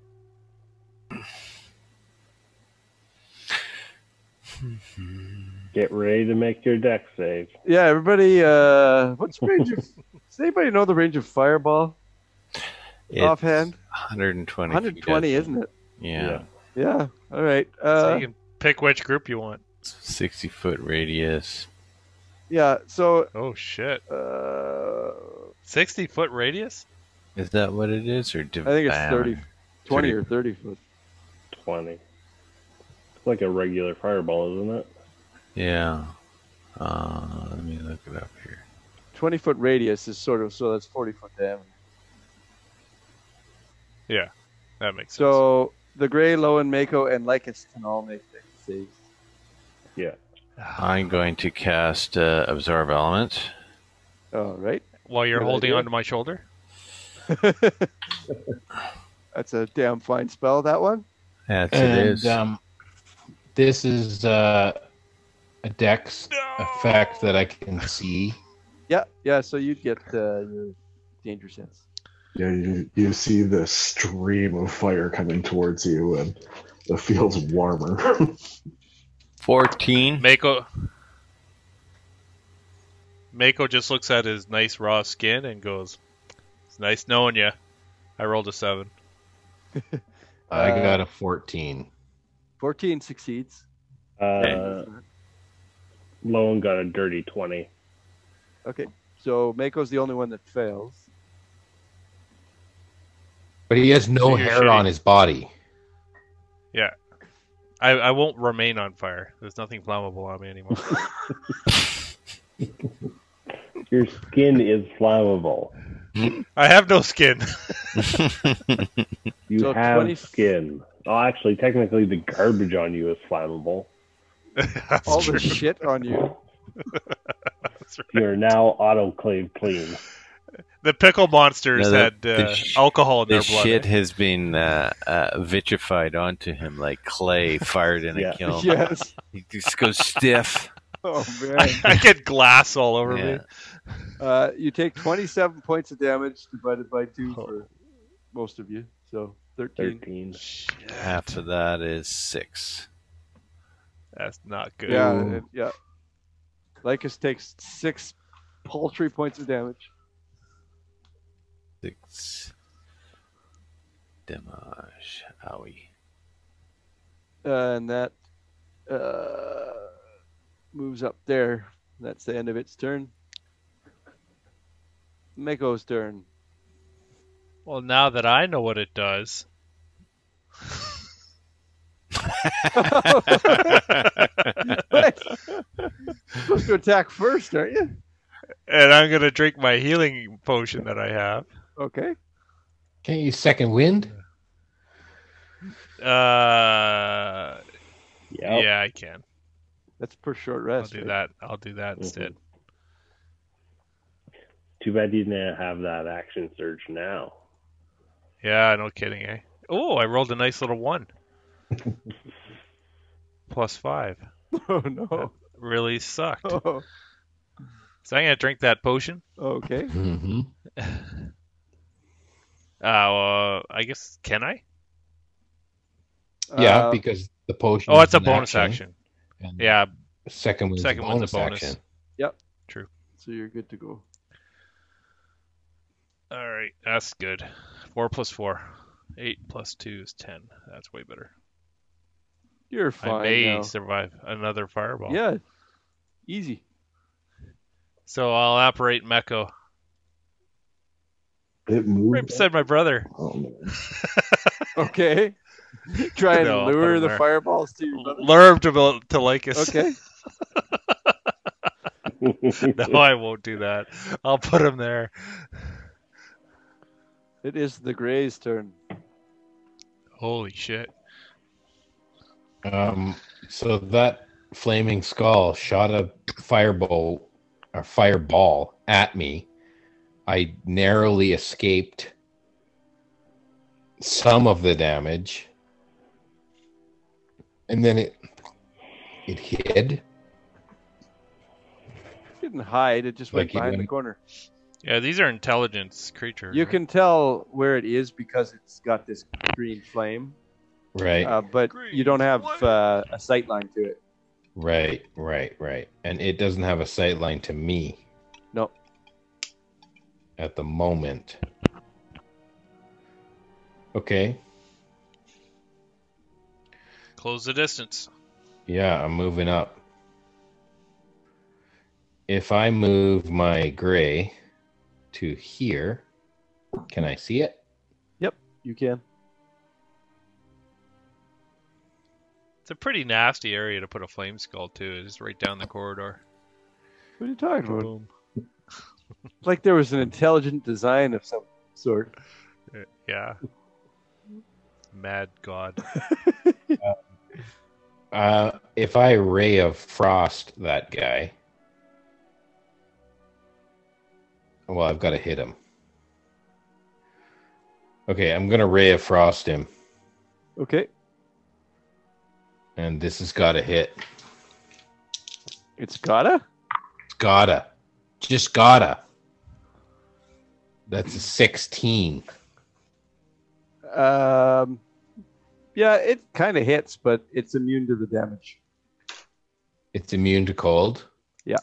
Speaker 7: Get ready to make your deck save.
Speaker 2: Yeah, everybody, uh, what's the range of. does anybody know the range of fireball?
Speaker 10: It's
Speaker 2: Offhand?
Speaker 10: 120.
Speaker 2: 120, isn't it?
Speaker 10: Yeah.
Speaker 2: Yeah. All right.
Speaker 4: so
Speaker 2: Uh,
Speaker 4: you can pick which group you want.
Speaker 10: 60 foot radius.
Speaker 2: yeah. So,
Speaker 4: Oh shit,
Speaker 2: uh,
Speaker 4: sixty foot radius.
Speaker 10: Is that what it is? Or div-
Speaker 2: I think it's
Speaker 10: ah,
Speaker 2: 30, 20 or 30 foot.
Speaker 7: 20. It's like a regular fireball, isn't it?
Speaker 10: Yeah. Uh, let me look it up here.
Speaker 2: 20 foot radius is sort of, so that's 40 foot diameter.
Speaker 4: That makes sense.
Speaker 2: So the Gray, Lowen, Mako, and Lycus can all make deck saves.
Speaker 10: I'm going to cast uh, Absorb Element.
Speaker 2: All right.
Speaker 4: While you're
Speaker 2: Good
Speaker 4: holding
Speaker 2: idea.
Speaker 4: onto my shoulder,
Speaker 2: That's a damn fine spell, that one.
Speaker 10: That's it
Speaker 5: And
Speaker 10: is.
Speaker 7: uh,
Speaker 5: um, this is uh, a dex effect that I can see.
Speaker 2: Yeah, yeah, so you'd get uh, your danger sense.
Speaker 6: Yeah, you, you see the stream of fire coming towards you, and the field's warmer.
Speaker 10: 14.
Speaker 4: Mako. Mako just looks at his nice raw skin and goes, "It's nice knowing you." I rolled a seven.
Speaker 5: I
Speaker 2: Uh,
Speaker 5: got a 14.
Speaker 2: 14 succeeds.
Speaker 7: Uh, Lone got a dirty 20.
Speaker 2: Okay, so Mako's the only one that fails.
Speaker 5: But he has no
Speaker 4: So you're
Speaker 5: hair
Speaker 4: shitty.
Speaker 5: on his body.
Speaker 4: I, I won't remain on fire. There's nothing flammable on me anymore.
Speaker 7: Your skin is flammable.
Speaker 4: I have no skin.
Speaker 7: You
Speaker 2: So
Speaker 7: have
Speaker 2: 20
Speaker 7: skin. Oh, actually, technically, the garbage on you is flammable.
Speaker 4: That's
Speaker 2: All
Speaker 4: true.
Speaker 2: the shit on you.
Speaker 4: That's right.
Speaker 7: You're now autoclave clean.
Speaker 4: The pickle monsters
Speaker 10: No, the-
Speaker 4: had
Speaker 10: the
Speaker 4: uh,
Speaker 10: sh-
Speaker 4: alcohol in
Speaker 10: The
Speaker 4: their blood.
Speaker 10: shit
Speaker 2: eh?
Speaker 10: has been uh, uh, vitrified onto him like clay fired in
Speaker 7: Yeah.
Speaker 10: a kiln.
Speaker 2: Yes.
Speaker 10: He just goes stiff.
Speaker 2: Oh, man.
Speaker 4: I, I get glass all over me.
Speaker 10: Yeah.
Speaker 2: Uh, you take 27 points of damage divided by 2
Speaker 4: Oh.
Speaker 2: for most of you, so 13.
Speaker 7: 13.
Speaker 10: Half of that is six.
Speaker 4: That's not good.
Speaker 2: Yeah, it- yeah. Lycus takes 6 paltry points of damage.
Speaker 10: Six. Damage. Owie.
Speaker 2: Uh, and that uh, moves up there. That's the end of its turn. Mako's turn.
Speaker 4: Well, now that I know what it does,
Speaker 2: What? supposed to attack first, aren't you?
Speaker 4: and I'm gonna drink my healing potion that I have.
Speaker 2: Okay.
Speaker 5: Can't you second wind?
Speaker 4: Uh,
Speaker 7: Yep.
Speaker 4: yeah, I can.
Speaker 2: That's Mm-hmm. per short
Speaker 4: I'll
Speaker 2: rest.
Speaker 4: do
Speaker 2: right?
Speaker 4: that. I'll do that
Speaker 7: Mhm.
Speaker 4: instead.
Speaker 7: Too bad you didn't have that action surge now.
Speaker 4: Yeah, no kidding, eh? Oh, I rolled a nice little one. Plus five.
Speaker 2: Oh, no.
Speaker 4: Really sucked.
Speaker 2: Oh,
Speaker 4: So I'm gonna drink that potion.
Speaker 2: okay.
Speaker 5: Mm-hmm.
Speaker 4: Uh, uh, I guess can I?
Speaker 5: yeah,
Speaker 2: Uh,
Speaker 5: because the potion.
Speaker 4: Oh,
Speaker 5: is
Speaker 4: it's a
Speaker 5: an
Speaker 4: bonus action.
Speaker 5: and
Speaker 4: Yeah,
Speaker 5: Second wind's
Speaker 4: second
Speaker 5: a bonus,
Speaker 4: wind's a bonus.
Speaker 5: action.
Speaker 2: so you're good to go.
Speaker 4: All right, that's good. Four plus four, eight plus two is ten. That's way better.
Speaker 2: You're
Speaker 4: I
Speaker 2: fine.
Speaker 4: may
Speaker 2: now.
Speaker 4: survive another fireball.
Speaker 2: Yeah. Easy.
Speaker 4: So I'll operate Meko.
Speaker 6: It
Speaker 4: Rip
Speaker 6: moved.
Speaker 4: said my brother.
Speaker 6: Oh, man.
Speaker 2: Okay. Try and
Speaker 4: No, I'll put
Speaker 2: lure
Speaker 4: him
Speaker 2: the
Speaker 4: there.
Speaker 2: fireballs to you. brother.
Speaker 4: Lure him to, to Lycus.
Speaker 2: Okay.
Speaker 4: no, I won't do that. I'll put him there.
Speaker 2: It is the Gray's turn.
Speaker 4: Holy shit.
Speaker 5: Um, so that flaming skull shot a fireball, a fireball at me. I narrowly escaped some of the damage. And then it it hid.
Speaker 2: Didn't hide. It just went
Speaker 5: Like he
Speaker 2: behind the
Speaker 5: went-
Speaker 2: corner.
Speaker 4: Yeah, these are intelligence creatures.
Speaker 2: You can tell where it is because it's got this green flame,
Speaker 5: Right.
Speaker 2: uh, but you don't have uh, a sight line to it.
Speaker 5: Right, right, right. And it doesn't have a sight line to me.
Speaker 2: No.
Speaker 5: At the moment. Okay.
Speaker 4: Close the distance.
Speaker 5: Yeah, I'm moving up. If I move my gray to here, can I see it?
Speaker 2: You can.
Speaker 4: It's a pretty nasty area to put a flame skull to. It's right down the corridor.
Speaker 2: What are you talking about?
Speaker 4: Boom.
Speaker 2: It's like there was an intelligent design of some sort.
Speaker 4: Yeah. Mad god.
Speaker 5: Uh, if I ray of frost that guy, well, I've got to hit him. Okay, I'm gonna ray of frost him,
Speaker 2: Okay.
Speaker 5: and this has got to hit.
Speaker 2: It's gotta?
Speaker 5: It's gotta, just gotta. That's a sixteen.
Speaker 2: Um, yeah, it kind of hits, but it's immune to the damage.
Speaker 5: It's immune to cold.
Speaker 2: Yeah.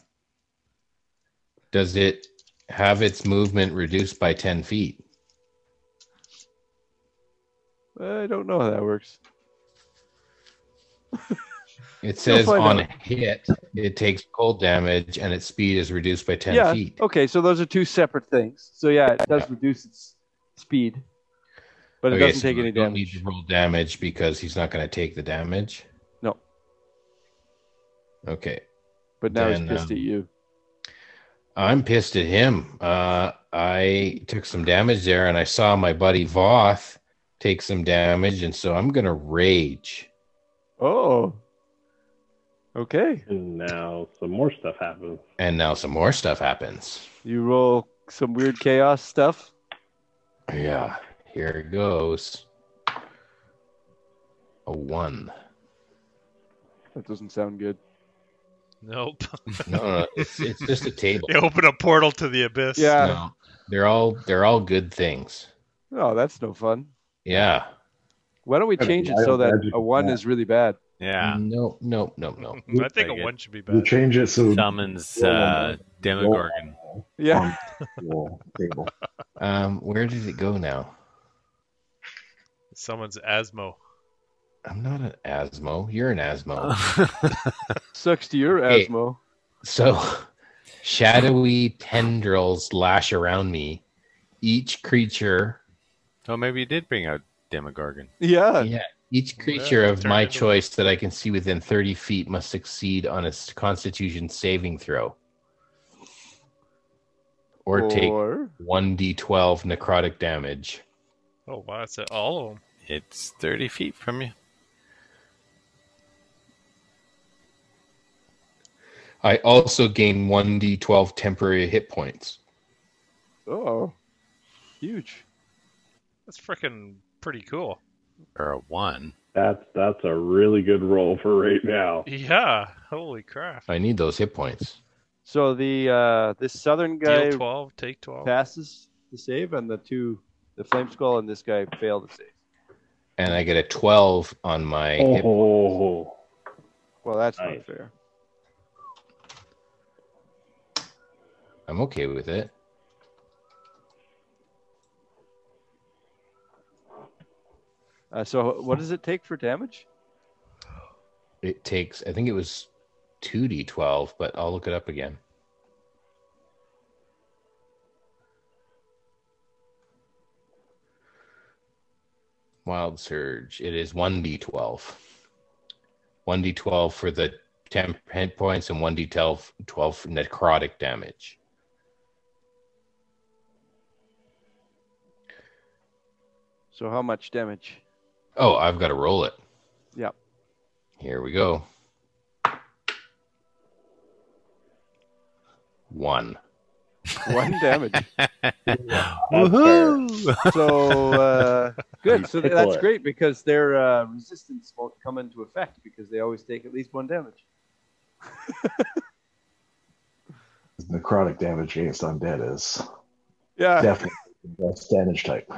Speaker 5: Does it have its movement reduced by ten feet?
Speaker 2: I don't know how that works.
Speaker 5: It
Speaker 2: You'll
Speaker 5: says
Speaker 2: find
Speaker 5: on
Speaker 2: out.
Speaker 5: a hit, it takes cold damage and its speed is reduced by 10
Speaker 2: yeah.
Speaker 5: feet.
Speaker 2: Okay, so those are two separate things. So yeah, it does reduce its speed, but it
Speaker 5: Okay,
Speaker 2: doesn't
Speaker 5: so
Speaker 2: take
Speaker 5: I
Speaker 2: any
Speaker 5: don't need
Speaker 2: damage.
Speaker 5: to roll damage because he's not going to take the damage.
Speaker 2: No.
Speaker 5: Okay.
Speaker 2: But now it's
Speaker 5: then,
Speaker 2: pissed
Speaker 5: um,
Speaker 2: at you.
Speaker 5: I'm pissed at him. Uh, I took some damage there and I saw my buddy Voth take some damage. And so I'm going to rage.
Speaker 2: Oh. Okay.
Speaker 7: And now some more stuff happens.
Speaker 5: And now some more stuff happens.
Speaker 2: You roll some weird chaos stuff.
Speaker 5: Yeah. Here it goes. A one.
Speaker 2: That doesn't sound good.
Speaker 4: Nope.
Speaker 5: No, no, no, it's, it's just a table.
Speaker 4: They open a portal to the abyss.
Speaker 2: Yeah.
Speaker 5: No, they're all they're all good things.
Speaker 2: Oh, that's no fun.
Speaker 5: Yeah.
Speaker 2: Why don't we
Speaker 6: Gotta
Speaker 2: change
Speaker 6: be
Speaker 2: it so that
Speaker 6: magic
Speaker 2: a one
Speaker 6: that.
Speaker 2: is really bad?
Speaker 11: Yeah.
Speaker 5: No, no, no, no.
Speaker 4: I think a
Speaker 11: Like it.
Speaker 4: one should be
Speaker 6: You
Speaker 4: bad.
Speaker 6: change it
Speaker 2: Mm.
Speaker 6: so
Speaker 11: Summons
Speaker 6: Roll
Speaker 11: uh,
Speaker 6: on
Speaker 11: Demogorgon.
Speaker 2: Yeah.
Speaker 6: on the wall table.
Speaker 5: Um, where did it go now?
Speaker 4: Someone's asmo.
Speaker 5: I'm not an Asmo. You're an
Speaker 3: Uh.
Speaker 5: Asmo.
Speaker 2: Sucks to your
Speaker 5: Okay.
Speaker 2: Asmo.
Speaker 5: So, shadowy tendrils lash around me. Each creature,
Speaker 11: so maybe you did bring out Demogorgon.
Speaker 2: Yeah.
Speaker 5: yeah, each creature
Speaker 4: Yeah,
Speaker 5: of
Speaker 4: turn
Speaker 5: my
Speaker 4: it into-
Speaker 5: choice that I can see within 30 feet must succeed on a s- Constitution saving throw, or take
Speaker 2: Or-
Speaker 5: 1d12 necrotic damage.
Speaker 4: Oh wow, that's it. all of them.
Speaker 11: It's 30 feet from you.
Speaker 5: I also gain 1d12 temporary hit points.
Speaker 2: Oh. Huge.
Speaker 4: That's freaking pretty cool.
Speaker 11: Or a one.
Speaker 7: That's that's a really good roll for right now.
Speaker 4: Yeah. Holy crap.
Speaker 5: I need those hit points.
Speaker 2: So the uh this southern guy
Speaker 4: Deal twelve, take twelve.
Speaker 2: passes the save and the two the flame skull and this guy failed the save.
Speaker 5: And I get a 12 on my hit
Speaker 7: Oh,
Speaker 2: Well that's
Speaker 7: Nice.
Speaker 2: not fair.
Speaker 5: I'm okay with it.
Speaker 2: Uh, so what does it take for damage?
Speaker 5: It takes, I think it was 2d12, but I'll look it up again. Wild Surge. It is 1d12. 1d12 for the temp hit points and 1d12 12 for necrotic damage.
Speaker 2: So how much damage?
Speaker 5: Oh, I've got to roll it.
Speaker 2: Yep.
Speaker 5: Here we go. One.
Speaker 2: One damage.
Speaker 11: Woohoo!
Speaker 2: So uh, good. So
Speaker 11: Pickle
Speaker 2: that's
Speaker 11: it.
Speaker 2: great because their uh, resistance won't come into effect because they always take at least one damage.
Speaker 6: Necrotic damage against undead is
Speaker 2: Yeah.
Speaker 6: definitely the best damage type.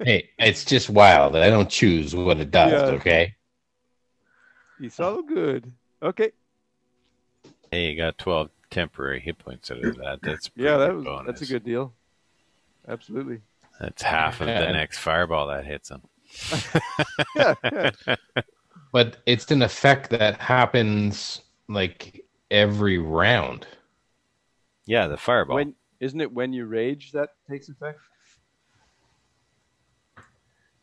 Speaker 5: Hey, it's just wild. I don't choose what it does,
Speaker 2: Yeah.
Speaker 5: okay?
Speaker 2: He's all good. Okay.
Speaker 11: Hey, you got 12 temporary hit points out of that. That's pretty
Speaker 2: Yeah, that
Speaker 11: good
Speaker 2: was
Speaker 11: bonus.
Speaker 2: that's a good deal. Absolutely.
Speaker 11: That's half of
Speaker 5: Yeah.
Speaker 11: the next fireball that hits him.
Speaker 5: But it's an effect that happens like every round.
Speaker 11: Yeah, the fireball.
Speaker 2: When isn't it when you rage that takes effect?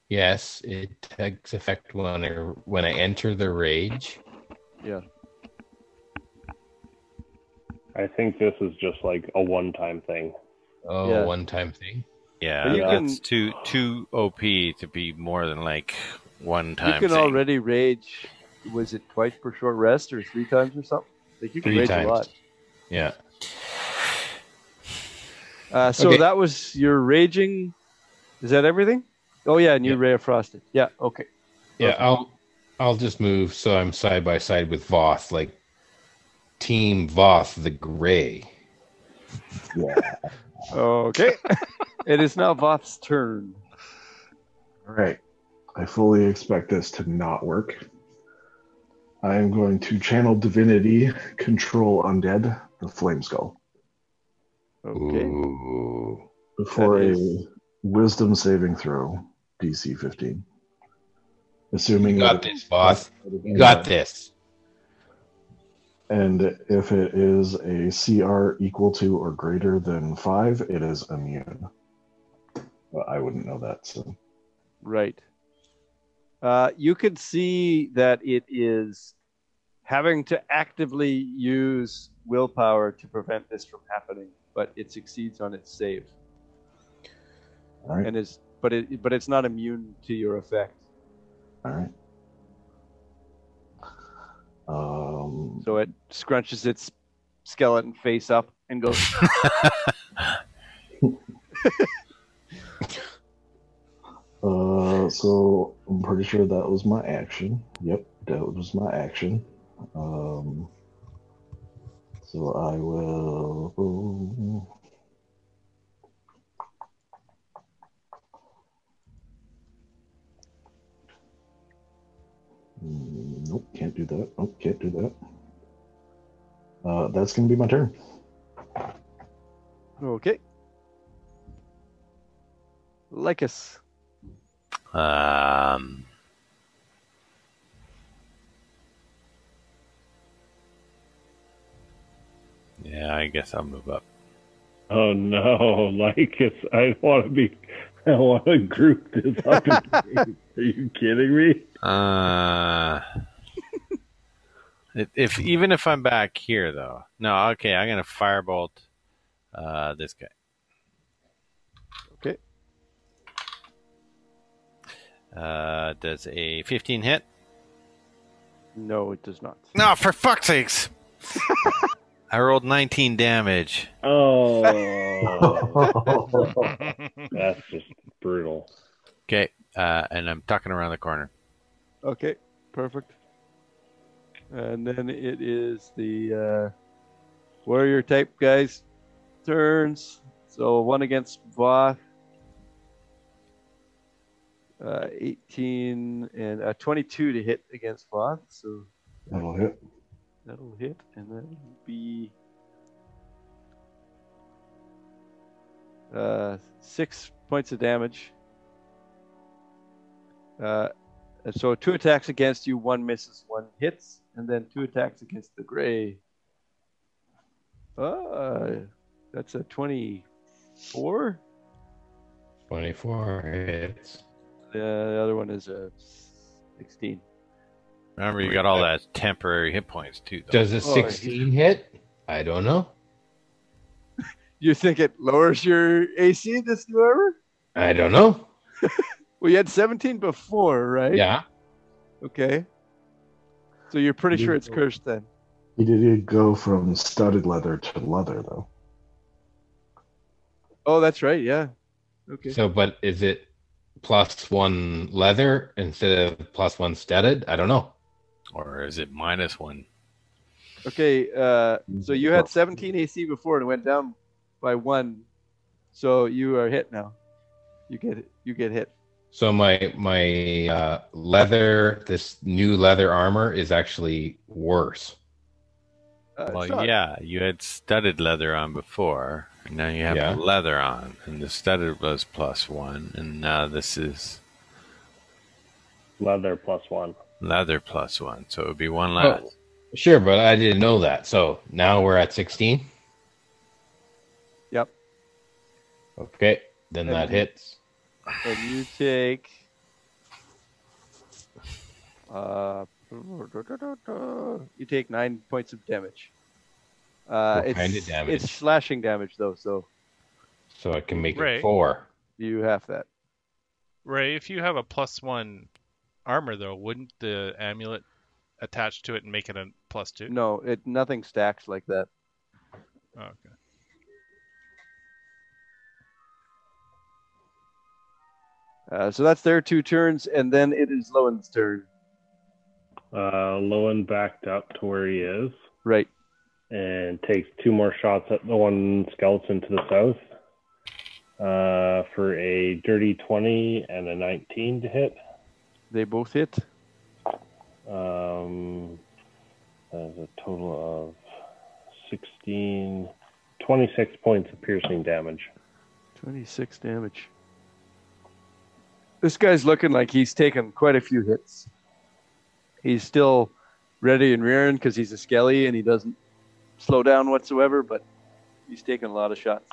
Speaker 5: Yes, it takes effect when I, when I enter the rage.
Speaker 2: Yeah.
Speaker 7: I think this is just like a one-time thing.
Speaker 5: Oh,
Speaker 7: Yeah.
Speaker 5: time thing.
Speaker 11: Yeah,
Speaker 7: But you
Speaker 11: that's
Speaker 7: can-
Speaker 11: too too OP to be more than like one
Speaker 2: you
Speaker 11: time
Speaker 2: can
Speaker 11: thing.
Speaker 2: already rage was it twice per short rest or three times or something? Like you can
Speaker 5: Three
Speaker 2: rage
Speaker 5: times.
Speaker 2: a lot.
Speaker 5: Yeah.
Speaker 2: Uh, so
Speaker 5: Okay.
Speaker 2: that was your raging. Is that everything? Oh yeah, and you ray of frosted. Yeah. Okay.
Speaker 5: Yeah, I'll I'll just move so I'm side by side with Voth, like Team Voth the Gray.
Speaker 6: Yeah.
Speaker 2: Okay. it is now Voth's turn.
Speaker 6: All right. I fully expect this to not work. I am going to channel divinity, control undead, the flame skull.
Speaker 2: Okay.
Speaker 5: Ooh.
Speaker 6: before
Speaker 2: That
Speaker 6: a
Speaker 2: is-
Speaker 6: wisdom saving throw, DC 15. Assuming
Speaker 5: You got
Speaker 6: that-
Speaker 5: this, Voth. You got this.
Speaker 6: And if it is a CR equal to or greater than five, it is immune. Well, I wouldn't know that, so
Speaker 2: Right. Uh, you can see that it is having to actively use willpower to prevent this from happening, but it succeeds on its save.
Speaker 6: all right,
Speaker 2: and is but it but it's not immune to your effect.
Speaker 6: all right. Um,
Speaker 2: So it scrunches its skeleton face up and goes.
Speaker 6: Uh, so I'm pretty sure that was my action. Yep, that was my action. Um, so I will. Mm, Nope, can't do that. Nope, can't do that. Uh, that's gonna be my turn.
Speaker 2: okay. Lycus.
Speaker 11: Um, yeah, I guess I'll move up.
Speaker 7: Oh no! Like it's, I want to be, I want to group this up. in- Are you kidding me?
Speaker 11: Uh, if, if even if I'm back here though, no, okay, I'm gonna firebolt uh, this guy.
Speaker 2: Okay.
Speaker 11: Uh, does a 15 hit?
Speaker 2: No, it does not.
Speaker 11: No, for fuck's sakes! I rolled 19 damage.
Speaker 7: Oh, that's just brutal.
Speaker 11: Okay, uh, and I'm tucking around the corner.
Speaker 2: Okay. Perfect. And then it is the uh, warrior type guys turns. So one against Voth. Uh, 18 and uh, 22 to hit against Voth. So
Speaker 6: That'll hit.
Speaker 2: That'll hit, and that'll be uh, six points of damage. Uh, and so two attacks against you, one misses, one hits, and then two attacks against the gray. Uh, that's a 24.
Speaker 5: 24 hits.
Speaker 2: Uh, the other one is a 16.
Speaker 11: Remember, you got all that temporary hit points too. though.
Speaker 5: Does a
Speaker 2: Oh,
Speaker 5: 16 hit? I don't know.
Speaker 2: You think it lowers your AC this new armor?
Speaker 5: I don't know.
Speaker 2: Well, you had 17 before, right?
Speaker 5: Yeah.
Speaker 2: Okay. So you're pretty
Speaker 6: You
Speaker 2: sure it's
Speaker 6: know.
Speaker 2: cursed then.
Speaker 6: He did go from studded leather to leather, though.
Speaker 2: Oh, that's right. Yeah. Okay.
Speaker 5: So, but is it plus one leather instead of plus one studded? I don't know.
Speaker 11: Or is it minus one?
Speaker 2: Okay, uh, so you had 17 AC before and it went down by one, so you are hit now. You get you get hit.
Speaker 5: So my my uh, leather, this new leather armor is actually worse.
Speaker 2: Uh,
Speaker 11: Well,
Speaker 2: shot.
Speaker 11: yeah, you had studded leather on before, and now you have
Speaker 5: Yeah.
Speaker 11: leather on, and the studded was plus one, and now this is
Speaker 7: Leather plus one.
Speaker 11: leather plus one, so it would be one less.
Speaker 5: Sure, but I didn't know that. So now we're at 16.
Speaker 2: Yep.
Speaker 5: Okay, then that hits.
Speaker 2: And you take. Uh, you take nine points of damage. Uh,
Speaker 5: What
Speaker 2: it's,
Speaker 5: kind of damage?
Speaker 2: It's slashing damage though, so
Speaker 5: So I can make
Speaker 4: Right.
Speaker 5: it four.
Speaker 2: you have that.
Speaker 4: Ray, if you have a plus one armor though, wouldn't the amulet attach to it and make it a plus two?
Speaker 2: No, it nothing stacks like that.
Speaker 4: Oh, okay.
Speaker 2: Uh, so that's their two turns, and then it is Lowen's turn.
Speaker 7: Uh, Lowen backed up to where he is.
Speaker 2: Right.
Speaker 7: And takes two more shots at the one skeleton to the south uh, for a dirty 20 and a 19 to hit.
Speaker 2: They both hit.
Speaker 7: Um, that is a total of 16, 26 points of piercing damage.
Speaker 2: 26 damage. This guy's looking like he's taken quite a few hits. He's still ready and rearing because he's a skelly and he doesn't slow down whatsoever, but he's taking a lot of shots.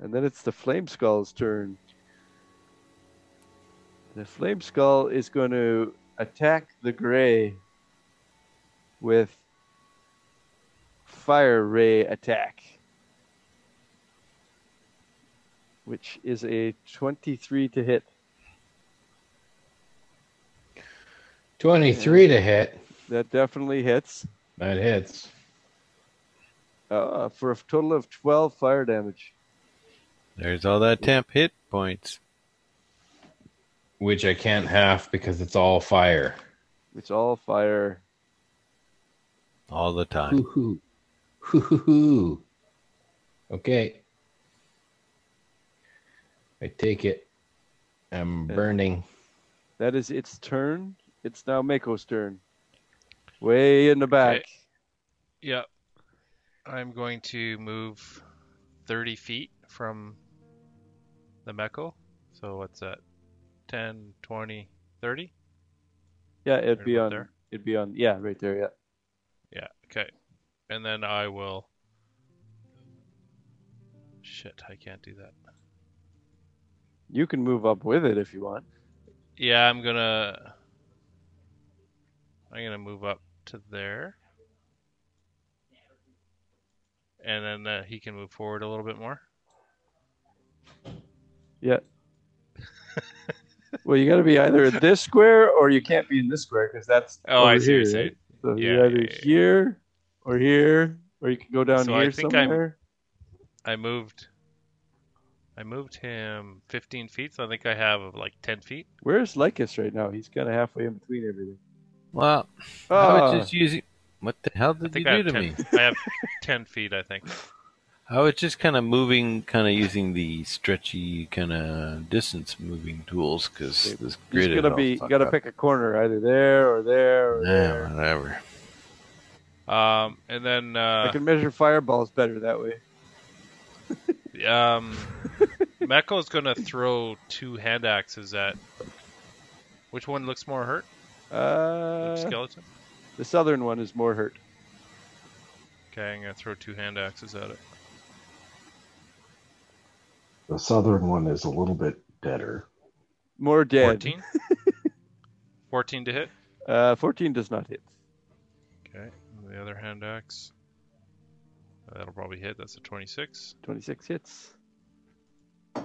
Speaker 2: And then it's the Flame Skull's turn. The Flame Skull is going to attack the Gray with Fire Ray attack, which is a 23 to hit.
Speaker 5: 23 to hit.
Speaker 2: That definitely hits
Speaker 5: That hits.
Speaker 2: uh, for a total of 12 fire damage.
Speaker 11: There's all that temp hit points.
Speaker 5: Which I can't half because it's all fire.
Speaker 2: It's all fire.
Speaker 11: All the time.
Speaker 5: Hoo-hoo. Hoo-hoo-hoo. Okay. I take it. I'm burning.
Speaker 2: That is its turn. It's now Mako's turn. Way in the back.
Speaker 4: Yeah. I'm going to move 30 feet from the Meko. So what's that? 10, 20, 30?
Speaker 2: Yeah, it'd be
Speaker 4: Right
Speaker 2: on.
Speaker 4: there.
Speaker 2: It'd be on. Yeah, right there. Yeah.
Speaker 4: Yeah, okay. And then I will. Shit, I can't do that.
Speaker 2: You can move up with it if you want.
Speaker 4: Yeah, I'm gonna. I'm gonna move up to there. And then uh, he can move forward a little bit more.
Speaker 2: Yeah. well, you got to be either in this square or you can't be in this square because that's.
Speaker 4: Oh, I
Speaker 2: over
Speaker 4: see what you're
Speaker 2: here,
Speaker 4: saying.
Speaker 2: right? So
Speaker 4: Yeah,
Speaker 2: you're either here or here, or you can go down
Speaker 4: So I
Speaker 2: here
Speaker 4: think I'm-
Speaker 2: somewhere.
Speaker 4: I moved. I moved him 15 feet, so I think I have like 10 feet.
Speaker 2: Where's Lycus right now? He's kind of halfway in between everything.
Speaker 11: Well, I was
Speaker 2: Oh,
Speaker 11: just using. What the hell
Speaker 4: I
Speaker 11: did you
Speaker 4: think
Speaker 11: do
Speaker 4: I have
Speaker 11: to
Speaker 4: 10,
Speaker 11: me?
Speaker 4: I have 10 feet, I think.
Speaker 11: I was just kind of moving, kind of using the stretchy, kind of distance moving tools because this
Speaker 2: he's
Speaker 11: grid is
Speaker 2: gonna
Speaker 11: all
Speaker 2: be.
Speaker 11: fucked
Speaker 2: Got to
Speaker 11: up.
Speaker 2: pick a corner, either there or there. Or there.
Speaker 11: Yeah, whatever.
Speaker 4: Um, and then
Speaker 2: I
Speaker 4: uh,
Speaker 2: can measure fireballs better that way.
Speaker 4: um, Meko's gonna throw two hand axes at. Which one looks more hurt? The
Speaker 2: Uh,
Speaker 4: skeleton.
Speaker 2: the southern one is more hurt.
Speaker 4: Okay, I'm gonna throw two hand axes at it.
Speaker 6: The southern one is a little bit better.
Speaker 2: More dead.
Speaker 4: 14. 14 to hit.
Speaker 2: Uh, 14 does not hit.
Speaker 4: Okay, and the other hand axe. That'll probably hit. That's a 26.
Speaker 2: 26 hits.
Speaker 4: Oh,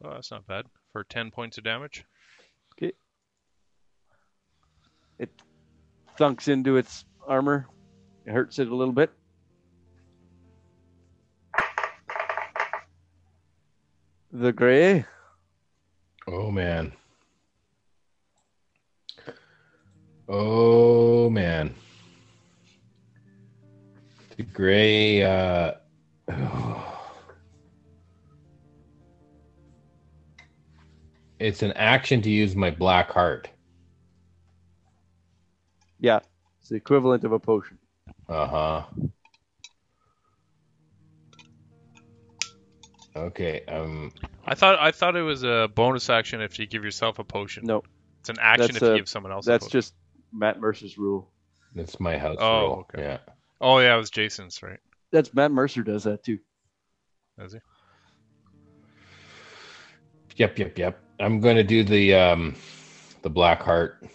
Speaker 4: that's not bad for 10 points of damage.
Speaker 2: Thunks into its armor. It hurts it a little bit. The gray.
Speaker 5: Oh man. Oh man. The gray uh It's an action to use my black heart.
Speaker 2: Yeah, it's the equivalent of a potion.
Speaker 5: Uh-huh. Okay, um
Speaker 4: I thought I thought it was a bonus action if you give yourself a potion.
Speaker 2: No.
Speaker 4: It's an action
Speaker 2: That's
Speaker 4: if you
Speaker 2: a-
Speaker 4: give someone else
Speaker 2: That's
Speaker 4: a potion.
Speaker 2: just Matt Mercer's rule.
Speaker 5: that's my house
Speaker 4: Oh,
Speaker 5: rule.
Speaker 4: okay.
Speaker 5: Yeah.
Speaker 4: Oh yeah, it was Jason's, right?
Speaker 2: That's Matt Mercer does that too.
Speaker 4: Is he?
Speaker 5: Yep, yep, yep. I'm going to do the um the black heart.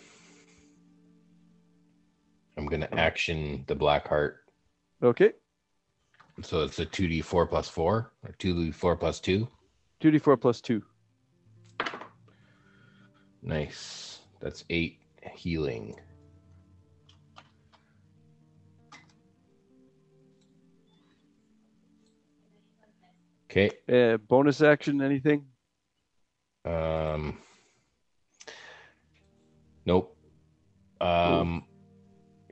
Speaker 5: I'm going to action the black heart.
Speaker 2: Okay,
Speaker 5: So it's a 2d4 plus 4 or 2d4 plus 2.
Speaker 2: two d four plus two.
Speaker 5: Nice. That's 8 healing. Okay.
Speaker 2: Uh, bonus action, anything?
Speaker 5: Um Nope. Um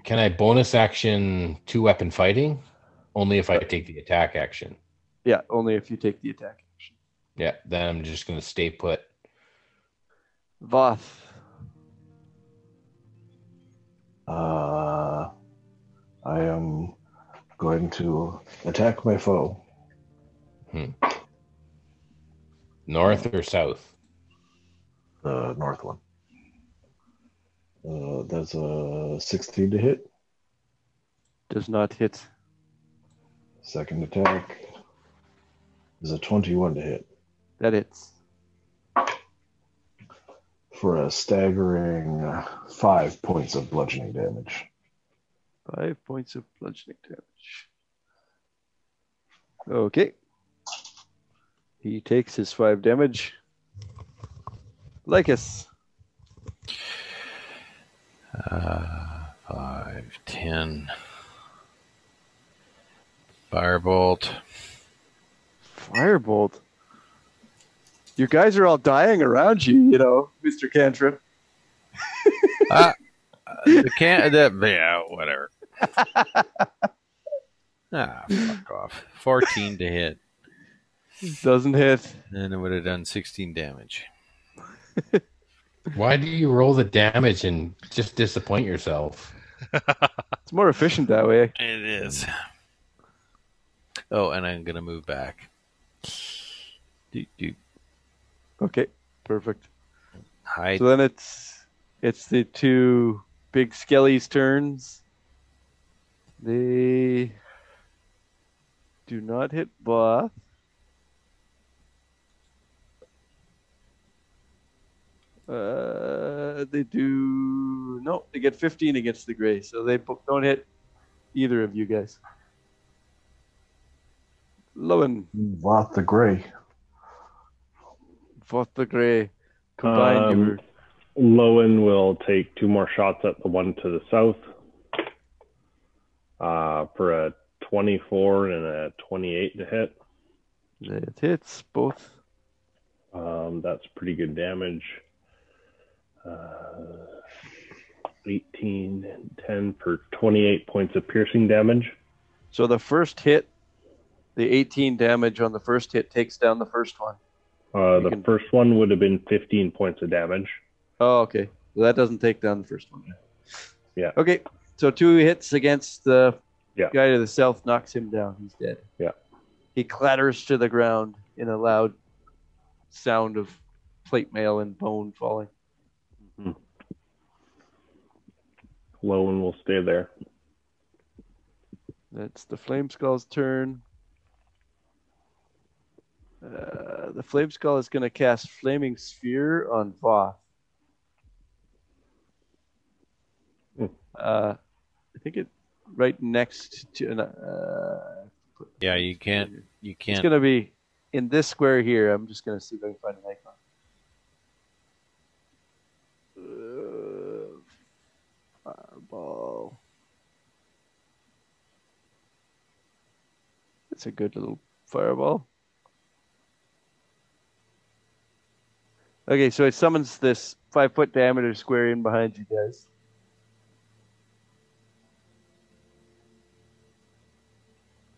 Speaker 5: can I bonus action two weapon fighting? Only if I take the attack action.
Speaker 2: Yeah, only if you take the attack.
Speaker 5: Yeah, then I'm just going to stay put.
Speaker 2: Voth.
Speaker 6: Uh, I am going to attack my foe.
Speaker 5: North or south?
Speaker 6: The north one. Uh, that's a 16 to hit.
Speaker 2: Does not hit.
Speaker 6: Second attack is a 21 to hit
Speaker 2: That hits.
Speaker 6: for a staggering uh, five points of bludgeoning damage.
Speaker 2: Five points of bludgeoning damage. Okay. He takes his five damage. Lycus.
Speaker 11: Uh, 5, 10. Firebolt.
Speaker 2: Firebolt. You guys are all dying around you, you know, Mr. Cantrip.
Speaker 11: Ah, uh, the can that yeah, whatever. Ah, fuck off. Fourteen to hit,
Speaker 2: Doesn't hit.
Speaker 11: and it would have done sixteen damage.
Speaker 5: Why do you roll the damage and just disappoint yourself?
Speaker 2: It's more efficient that way.
Speaker 11: It is. Oh, and I'm gonna move back. Do do
Speaker 2: Okay, perfect.
Speaker 11: hide.
Speaker 2: So then it's it's the two big skellies turns. They do not hit Voth. Uh, they do no. They get 15 against the gray, so they bo- don't hit either of you guys. Lowen,
Speaker 6: Voth the Gray.
Speaker 2: Voth the gray, combined you were
Speaker 7: Um, Lowen will take two more shots at the one to the south uh, for a 24 and a 28 to hit.
Speaker 2: It hits both.
Speaker 7: Um, that's pretty good damage. Uh, 18 and 10 for 28 points of piercing damage.
Speaker 2: So the first hit, the 18 damage on the first hit takes down the first one.
Speaker 7: Uh,
Speaker 2: You
Speaker 7: the
Speaker 2: can-
Speaker 7: first one would have been 15 points of damage.
Speaker 2: Oh, okay. Well, that doesn't take down the first one.
Speaker 7: Yeah.
Speaker 2: Okay. So two hits against the
Speaker 7: Yeah.
Speaker 2: guy to the south knocks him down. He's dead.
Speaker 7: Yeah.
Speaker 2: He clatters to the ground in a loud sound of plate mail and bone falling.
Speaker 7: Lowen will stay there.
Speaker 2: That's the Flame Skull's turn. Uh, the Flame Skull is going to cast Flaming Sphere on Voth.
Speaker 7: Hmm.
Speaker 2: Uh, I think it right next to. Uh,
Speaker 11: Yeah, you can't. You
Speaker 2: it's
Speaker 11: can't.
Speaker 2: going to be in this square here. I'm just going to see if I can find an icon. Uh, fireball. It's a good little fireball. Okay, so it summons this five foot diameter square in behind you guys.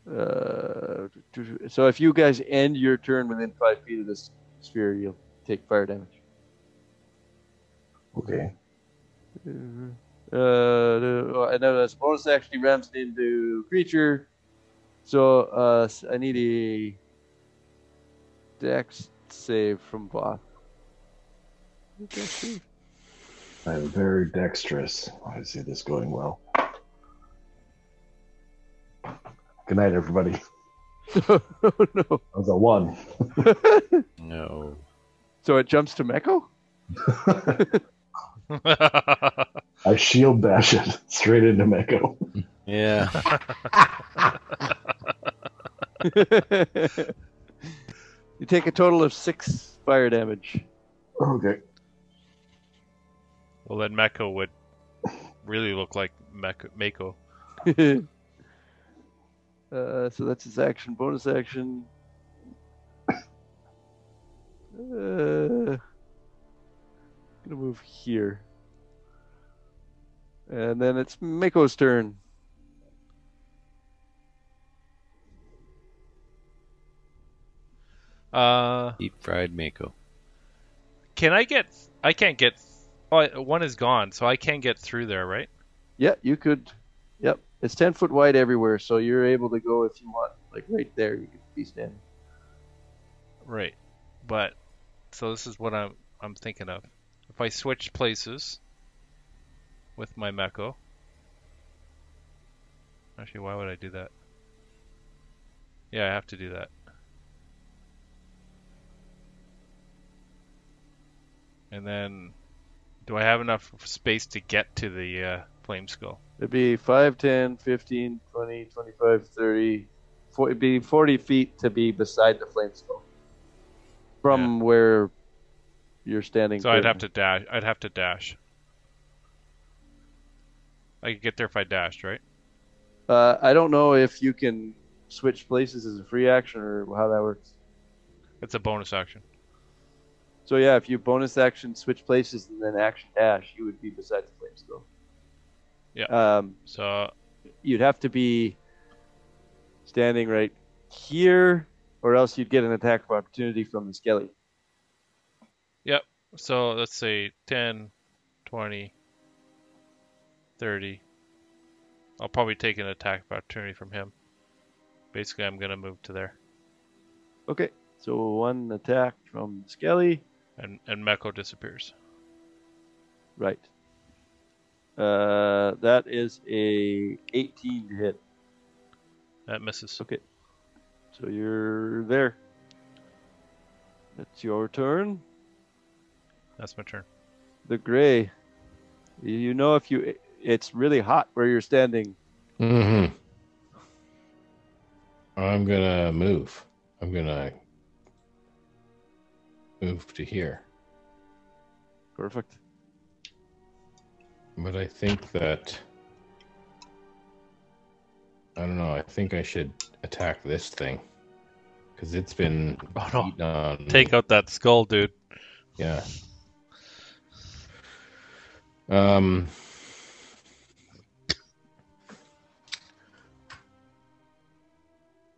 Speaker 2: Uh, so if you guys end your turn within five feet of this sphere, you'll take fire damage.
Speaker 6: Okay.
Speaker 2: Uh, uh, I know that's bonus action. He ramps into creature. So uh, I need a dex save from Voth. Dex save.
Speaker 6: I'm very dexterous. I see this going well. Good night, everybody.
Speaker 2: oh, no. That
Speaker 6: was a one.
Speaker 11: No.
Speaker 2: So it jumps to Meko?
Speaker 6: I shield bash it straight into Meko.
Speaker 11: Yeah.
Speaker 2: you take a total of six fire damage.
Speaker 6: Okay.
Speaker 4: Well, then Meko would really look like Meko. Mako.
Speaker 2: Uh, so that's his action. Bonus action. Uh, gonna move here. And then it's Mako's turn.
Speaker 4: Uh,
Speaker 11: Deep fried Mako.
Speaker 4: can I get? I can't get. Oh, one is gone, so I can't get through there, right?
Speaker 2: Yeah, you could. Yep, it's ten foot wide everywhere, so you're able to go if you want. Like right there, you could be standing.
Speaker 4: Right. But so this is what I'm I'm thinking of. If I switch places with my Meko. Actually, why would I do that? Yeah, I have to do that. And then, do I have enough space to get to the uh, flame skull?
Speaker 2: It'd be 5, 10, 15, 20, 25, 30. 40, it'd be 40 feet to be beside the flame skull from where you're standing.
Speaker 4: So I'd have to dash. I'd have to dash. I could get there if I dashed, right?
Speaker 2: Uh, I don't know if you can switch places as a free action or how that works.
Speaker 4: It's a bonus action.
Speaker 2: So yeah, if you bonus action switch places and then action dash, you would be beside the flame skull.
Speaker 4: Yeah.
Speaker 2: Um,
Speaker 4: So
Speaker 2: you'd have to be standing right here, or else you'd get an attack of opportunity from the skelly.
Speaker 4: Yep. So let's say 10, 20, 30. I'll probably take an attack of opportunity from him. Basically, I'm going to move to there.
Speaker 2: Okay. So one attack from the skelly.
Speaker 4: And, and Meko disappears.
Speaker 2: Right. Uh, that is a 18 to hit.
Speaker 4: That misses.
Speaker 2: Okay. So you're there. It's your turn.
Speaker 4: That's my turn.
Speaker 2: The gray. You know if you it's really hot where you're standing.
Speaker 5: hmm I'm gonna move. I'm gonna move to here.
Speaker 2: Perfect.
Speaker 5: But I think that I don't know. I think I should attack this thing because it's been
Speaker 4: Oh, no.
Speaker 5: beaten on.
Speaker 4: Take out that skull, dude.
Speaker 5: Yeah. Um.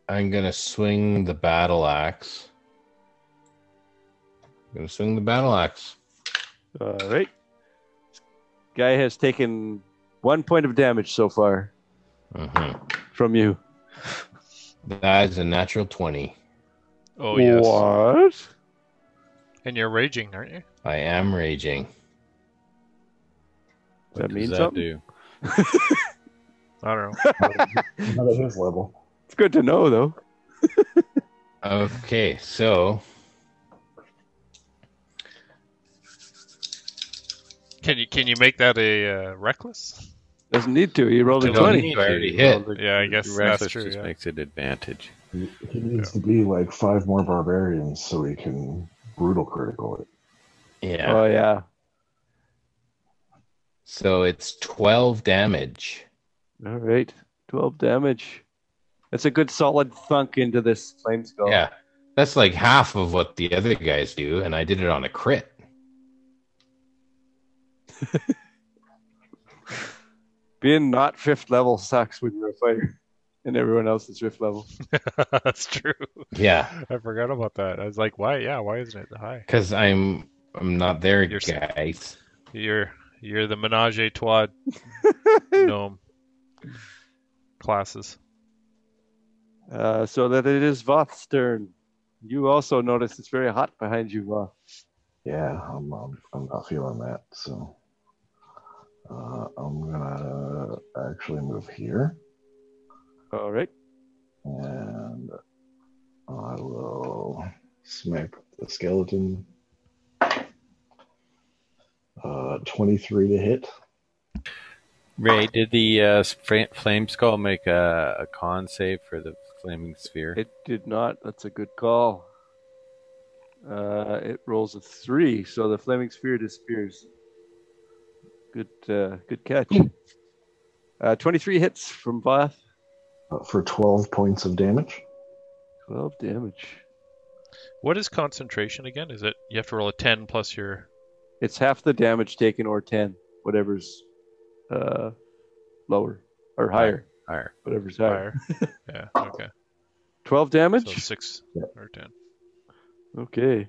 Speaker 5: I'm gonna swing the battle axe. I'm gonna swing the battle axe.
Speaker 2: All right. Guy has taken one point of damage so far
Speaker 5: Mhm.
Speaker 2: from you.
Speaker 5: That is a natural twenty.
Speaker 4: Oh, yes.
Speaker 2: What?
Speaker 4: And you're raging, aren't you?
Speaker 5: I am raging.
Speaker 2: Does that
Speaker 11: Does
Speaker 2: mean
Speaker 11: that
Speaker 2: something?
Speaker 11: do?
Speaker 4: I don't know.
Speaker 6: Not at his level.
Speaker 2: It's good to know though.
Speaker 5: Okay, so
Speaker 4: Can you can you make that a uh, reckless?
Speaker 2: Doesn't need to. You rolled a
Speaker 5: I don't
Speaker 2: twenty.
Speaker 5: need- I already hit.
Speaker 4: Yeah, I guess that's
Speaker 11: Reckless
Speaker 4: true.
Speaker 11: just
Speaker 4: Yeah.
Speaker 11: makes it advantage.
Speaker 6: He, he needs to be like five more barbarians so he can brutal critical it.
Speaker 5: Yeah.
Speaker 2: Oh yeah.
Speaker 5: So it's twelve damage.
Speaker 2: All right. Twelve damage. That's a good solid thunk into this flame skull.
Speaker 5: Yeah. That's like half of what the other guys do, and I did it on a crit.
Speaker 2: Being not fifth level sucks when you're a fighter and everyone else is fifth level.
Speaker 4: That's true.
Speaker 5: Yeah.
Speaker 4: I forgot about that. I was like, why? Yeah, why isn't it high?
Speaker 5: Because I'm I'm not there, guys.
Speaker 4: You're you're the menage a trois gnome classes.
Speaker 2: Uh, so that it is Voth's turn. You also notice it's very hot behind you, Voth.
Speaker 6: Yeah, I'm, um, I'm not feeling that, so uh, I'm gonna actually move here,
Speaker 2: All right.
Speaker 6: and I will smack the skeleton. Uh, 23 to hit.
Speaker 3: Ray, did the uh, s- fra- flame skull make a, a con save for the flaming sphere?
Speaker 2: It did not. That's a good call. Uh, it rolls a three, so the flaming sphere disappears. Good, uh, good catch. Uh, Twenty-three hits from Voth.
Speaker 6: uh, for 12 points of damage.
Speaker 2: 12 damage.
Speaker 4: What is concentration again? Is it you have to roll a ten plus your
Speaker 2: It's half the damage taken, or ten, whatever's uh, lower or higher,
Speaker 3: Higher.
Speaker 2: whatever's higher.
Speaker 4: fire? yeah. Okay.
Speaker 2: Twelve
Speaker 4: So
Speaker 2: damage.
Speaker 4: six or ten.
Speaker 2: Okay.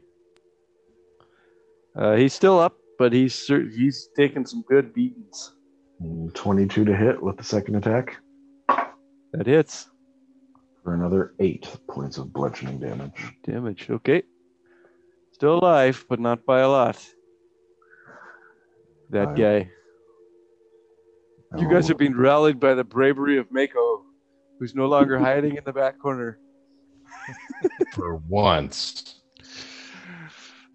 Speaker 2: Uh, he's still up, but he's cer- he's taken some good beatings.
Speaker 6: And 22 to hit with the second attack
Speaker 2: That hits.
Speaker 6: for another 8 points of bludgeoning damage.
Speaker 2: Damage. Okay. Still alive, but not by a lot. That
Speaker 6: Wow.
Speaker 2: guy. You guys have been rallied by the bravery of Mako, who's no longer hiding in the back corner.
Speaker 5: For once.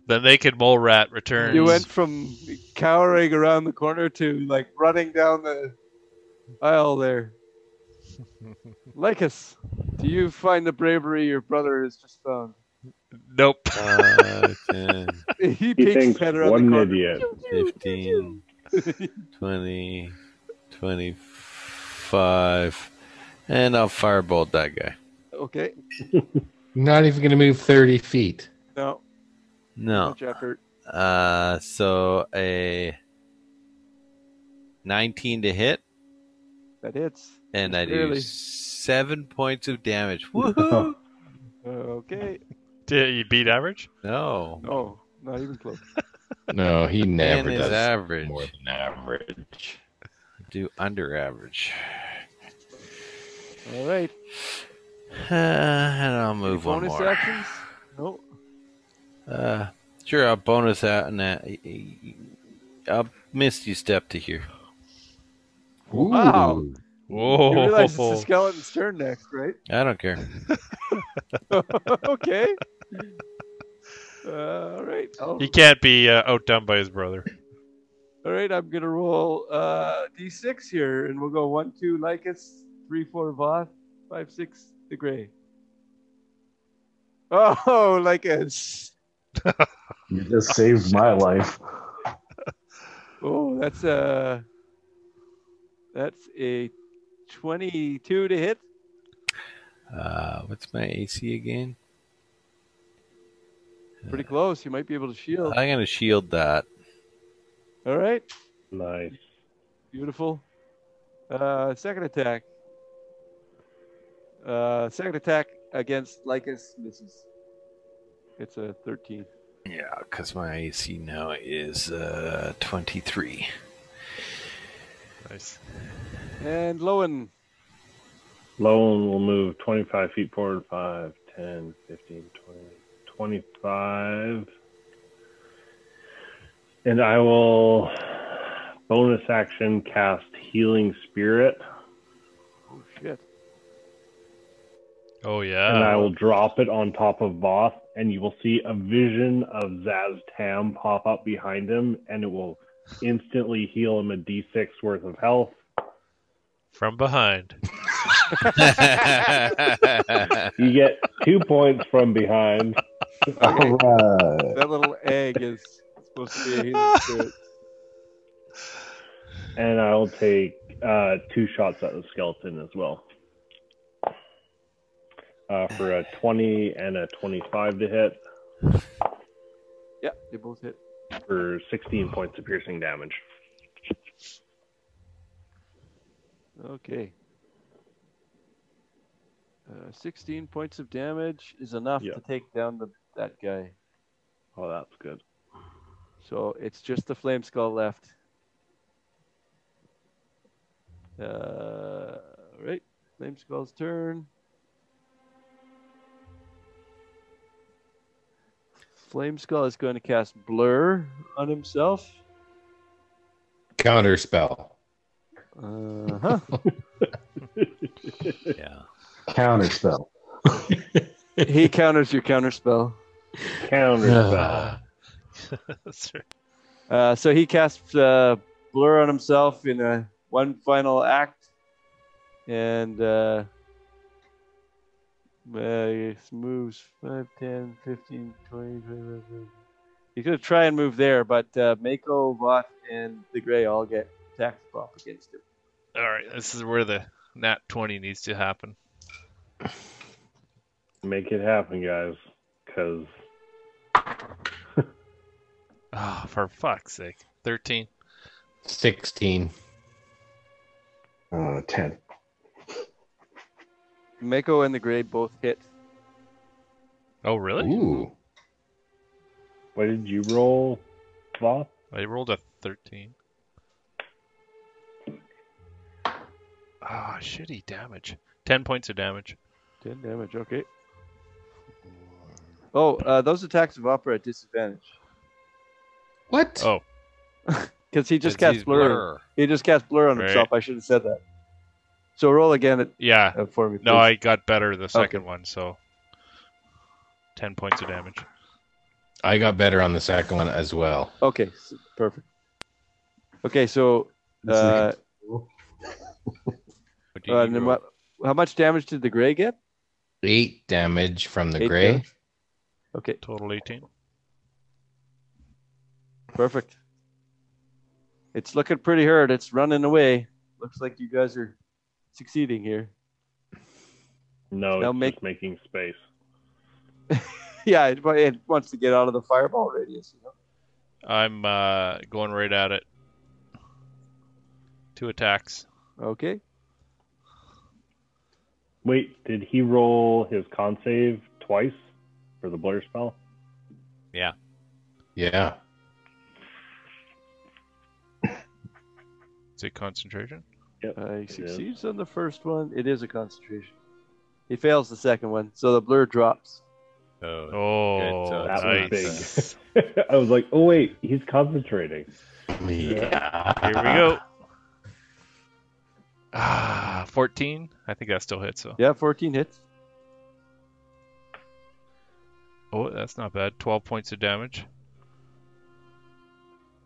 Speaker 4: The naked mole rat returns.
Speaker 2: You went from cowering around the corner to like running down the aisle there. Lycus, do you find the bravery your brother has just found?
Speaker 4: Nope.
Speaker 3: Uh, 10,
Speaker 2: He
Speaker 7: He
Speaker 2: peeks
Speaker 7: thinks
Speaker 2: head around
Speaker 7: what
Speaker 2: the
Speaker 7: an
Speaker 2: corner.
Speaker 7: idiot.
Speaker 3: 15, 20, 25. And I'll firebolt that guy.
Speaker 2: Okay.
Speaker 5: Not even going to move 30 feet.
Speaker 2: No.
Speaker 3: No.
Speaker 2: Much effort.
Speaker 3: Uh, so a 19 to hit,
Speaker 2: That hits.
Speaker 3: and I do
Speaker 2: Barely.
Speaker 3: seven points of damage. Woohoo!
Speaker 2: Uh, Okay.
Speaker 4: Did you beat average?
Speaker 3: no.
Speaker 2: Oh, not even close.
Speaker 5: No, he never
Speaker 3: Man is
Speaker 5: does
Speaker 3: average.
Speaker 5: more than average.
Speaker 3: Do under average.
Speaker 2: All right.
Speaker 3: Uh, and I'll move one
Speaker 2: Bonus
Speaker 3: more.
Speaker 2: actions? No.
Speaker 3: Uh, sure, I'll bonus out and uh, y- y- I'll misty step to here.
Speaker 5: Oh.
Speaker 2: Wow.
Speaker 4: Whoa.
Speaker 2: You realize
Speaker 3: Oh.
Speaker 2: it's the skeleton's turn next, right?
Speaker 3: I don't care.
Speaker 2: okay. Uh, all right. I'll-
Speaker 4: He can't be uh, outdone by his brother.
Speaker 2: All right. I'm gonna roll uh, d6 here, and we'll go one, two, Lycus, three, four, Voth, five, six, the Gray. Oh, Lycus.
Speaker 6: You just saved my life.
Speaker 2: Oh, that's a that's a 22 to hit.
Speaker 3: Uh, what's my AC again?
Speaker 2: Pretty close. You might be able to shield.
Speaker 3: I'm gonna shield that.
Speaker 2: All right.
Speaker 7: Nice.
Speaker 2: Beautiful. Uh, second attack. Uh, second attack against Lycus misses. It's a 13.
Speaker 3: Yeah, because my AC now is uh, 23.
Speaker 4: Nice.
Speaker 2: And Lowen,
Speaker 7: Lowen will move 25 feet forward, 5, 10, 15, 20, 25. And I will bonus action cast Healing Spirit,
Speaker 2: oh shit,
Speaker 4: Oh
Speaker 7: and I
Speaker 4: yeah.
Speaker 7: will drop it on top of Voth, and you will see a vision of Zaz Tam pop up behind him, and it will instantly heal him a d6 worth of health.
Speaker 4: From behind.
Speaker 7: You get two points from behind.
Speaker 6: All right.
Speaker 2: that little egg is supposed to be a healing spirit.
Speaker 7: and I'll take uh, two shots at the skeleton as well. Uh, for a 20 and a 25 to hit
Speaker 2: Yeah, they both hit.
Speaker 7: for 16 points of piercing damage.
Speaker 2: Okay. Uh, 16 points of damage is enough
Speaker 7: Yeah.
Speaker 2: to take down the that guy.
Speaker 7: Oh, that's good.
Speaker 2: So it's just the flame skull left. Uh, right, flame skull's turn. Flame skull is going to cast blur on himself.
Speaker 5: Counter spell.
Speaker 2: Uh huh.
Speaker 11: yeah.
Speaker 6: Counter spell.
Speaker 2: he counters your counter spell.
Speaker 7: Counter
Speaker 6: spell.
Speaker 4: That's right.
Speaker 2: Uh, so he casts uh, blur on himself in a one final act, and uh, uh, he moves 5, 10, 15, 20, 25. He's gonna try and move there, but uh, Mako, Vought, and the Gray all get attack pop against him.
Speaker 4: All right, this is where the nat 20 needs to happen.
Speaker 7: Make it happen, guys. Because
Speaker 4: Oh, for fuck's sake. 13.
Speaker 5: 16.
Speaker 6: Uh, 10.
Speaker 2: Mako and the Gray both hit.
Speaker 4: Oh, really?
Speaker 5: Ooh.
Speaker 7: what did you roll, Voth?
Speaker 4: I rolled a 13. Ah, shitty damage. 10 points of damage.
Speaker 2: 10 damage, okay. Oh, uh, those attacks of Opera at disadvantage.
Speaker 5: What?
Speaker 4: Oh,
Speaker 2: Because he just
Speaker 10: 'Cause
Speaker 2: cast
Speaker 10: he's
Speaker 2: blur.
Speaker 10: blur.
Speaker 2: He just cast blur on
Speaker 4: Right.
Speaker 2: himself. I should have said that. So roll again at,
Speaker 4: yeah.
Speaker 2: uh, for me.
Speaker 4: No,
Speaker 2: please.
Speaker 4: I got better the second one, so 10 points of damage.
Speaker 5: I got better on the second one as well.
Speaker 2: Okay, s- perfect. Okay, so uh,
Speaker 11: What do
Speaker 2: uh,
Speaker 11: you
Speaker 2: Nima- how much damage did the gray get?
Speaker 5: Eight damage from the
Speaker 2: Eight
Speaker 5: gray.
Speaker 2: damage? Okay,
Speaker 4: Total 18.
Speaker 2: perfect. It's looking pretty hurt. It's running away. Looks like you guys are succeeding here.
Speaker 7: No,
Speaker 2: Now
Speaker 7: it's
Speaker 2: make-
Speaker 7: just making space.
Speaker 2: Yeah, it, wa- it wants to get out of the fireball radius. You know?
Speaker 4: I'm uh, going right at it. Two attacks.
Speaker 2: Okay.
Speaker 7: Wait, did he roll his con save twice for the blur spell?
Speaker 5: Yeah.
Speaker 4: Is it concentration?
Speaker 2: Uh, he
Speaker 7: is.
Speaker 2: succeeds on the first one. It is a concentration. He fails the second one, so the blur drops.
Speaker 11: Oh,
Speaker 4: Oh,
Speaker 11: so
Speaker 7: uh, That
Speaker 4: nice.
Speaker 7: was big. I was like, oh wait, he's concentrating.
Speaker 5: Yeah.
Speaker 4: Here we go. Ah, 14. I think that still hits, so.
Speaker 2: Yeah, 14 hits.
Speaker 4: Oh, that's not bad. 12 points of damage.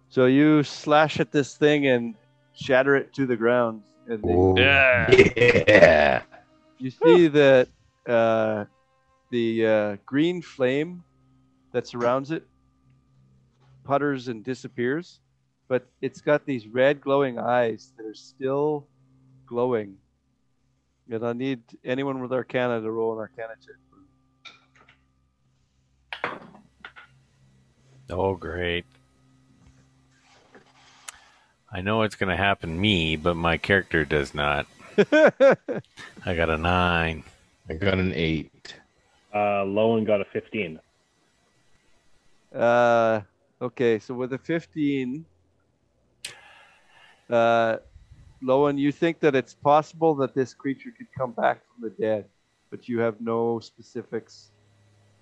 Speaker 2: So you slash at this thing and shatter it to the ground. And the-
Speaker 5: Ooh.
Speaker 4: Yeah.
Speaker 5: Yeah.
Speaker 2: you see that uh, the uh, green flame that surrounds it putters and disappears, but it's got these red glowing eyes that are still glowing. And I need anyone with Arcana to roll an Arcana check.
Speaker 11: oh, great. I know what's going to happen me, but my character does not. I got a nine.
Speaker 5: I got an eight.
Speaker 7: Uh, Lowen got a 15.
Speaker 2: Uh, okay, so with a 15, uh, Lowen, you think that it's possible that this creature could come back from the dead, but you have no specifics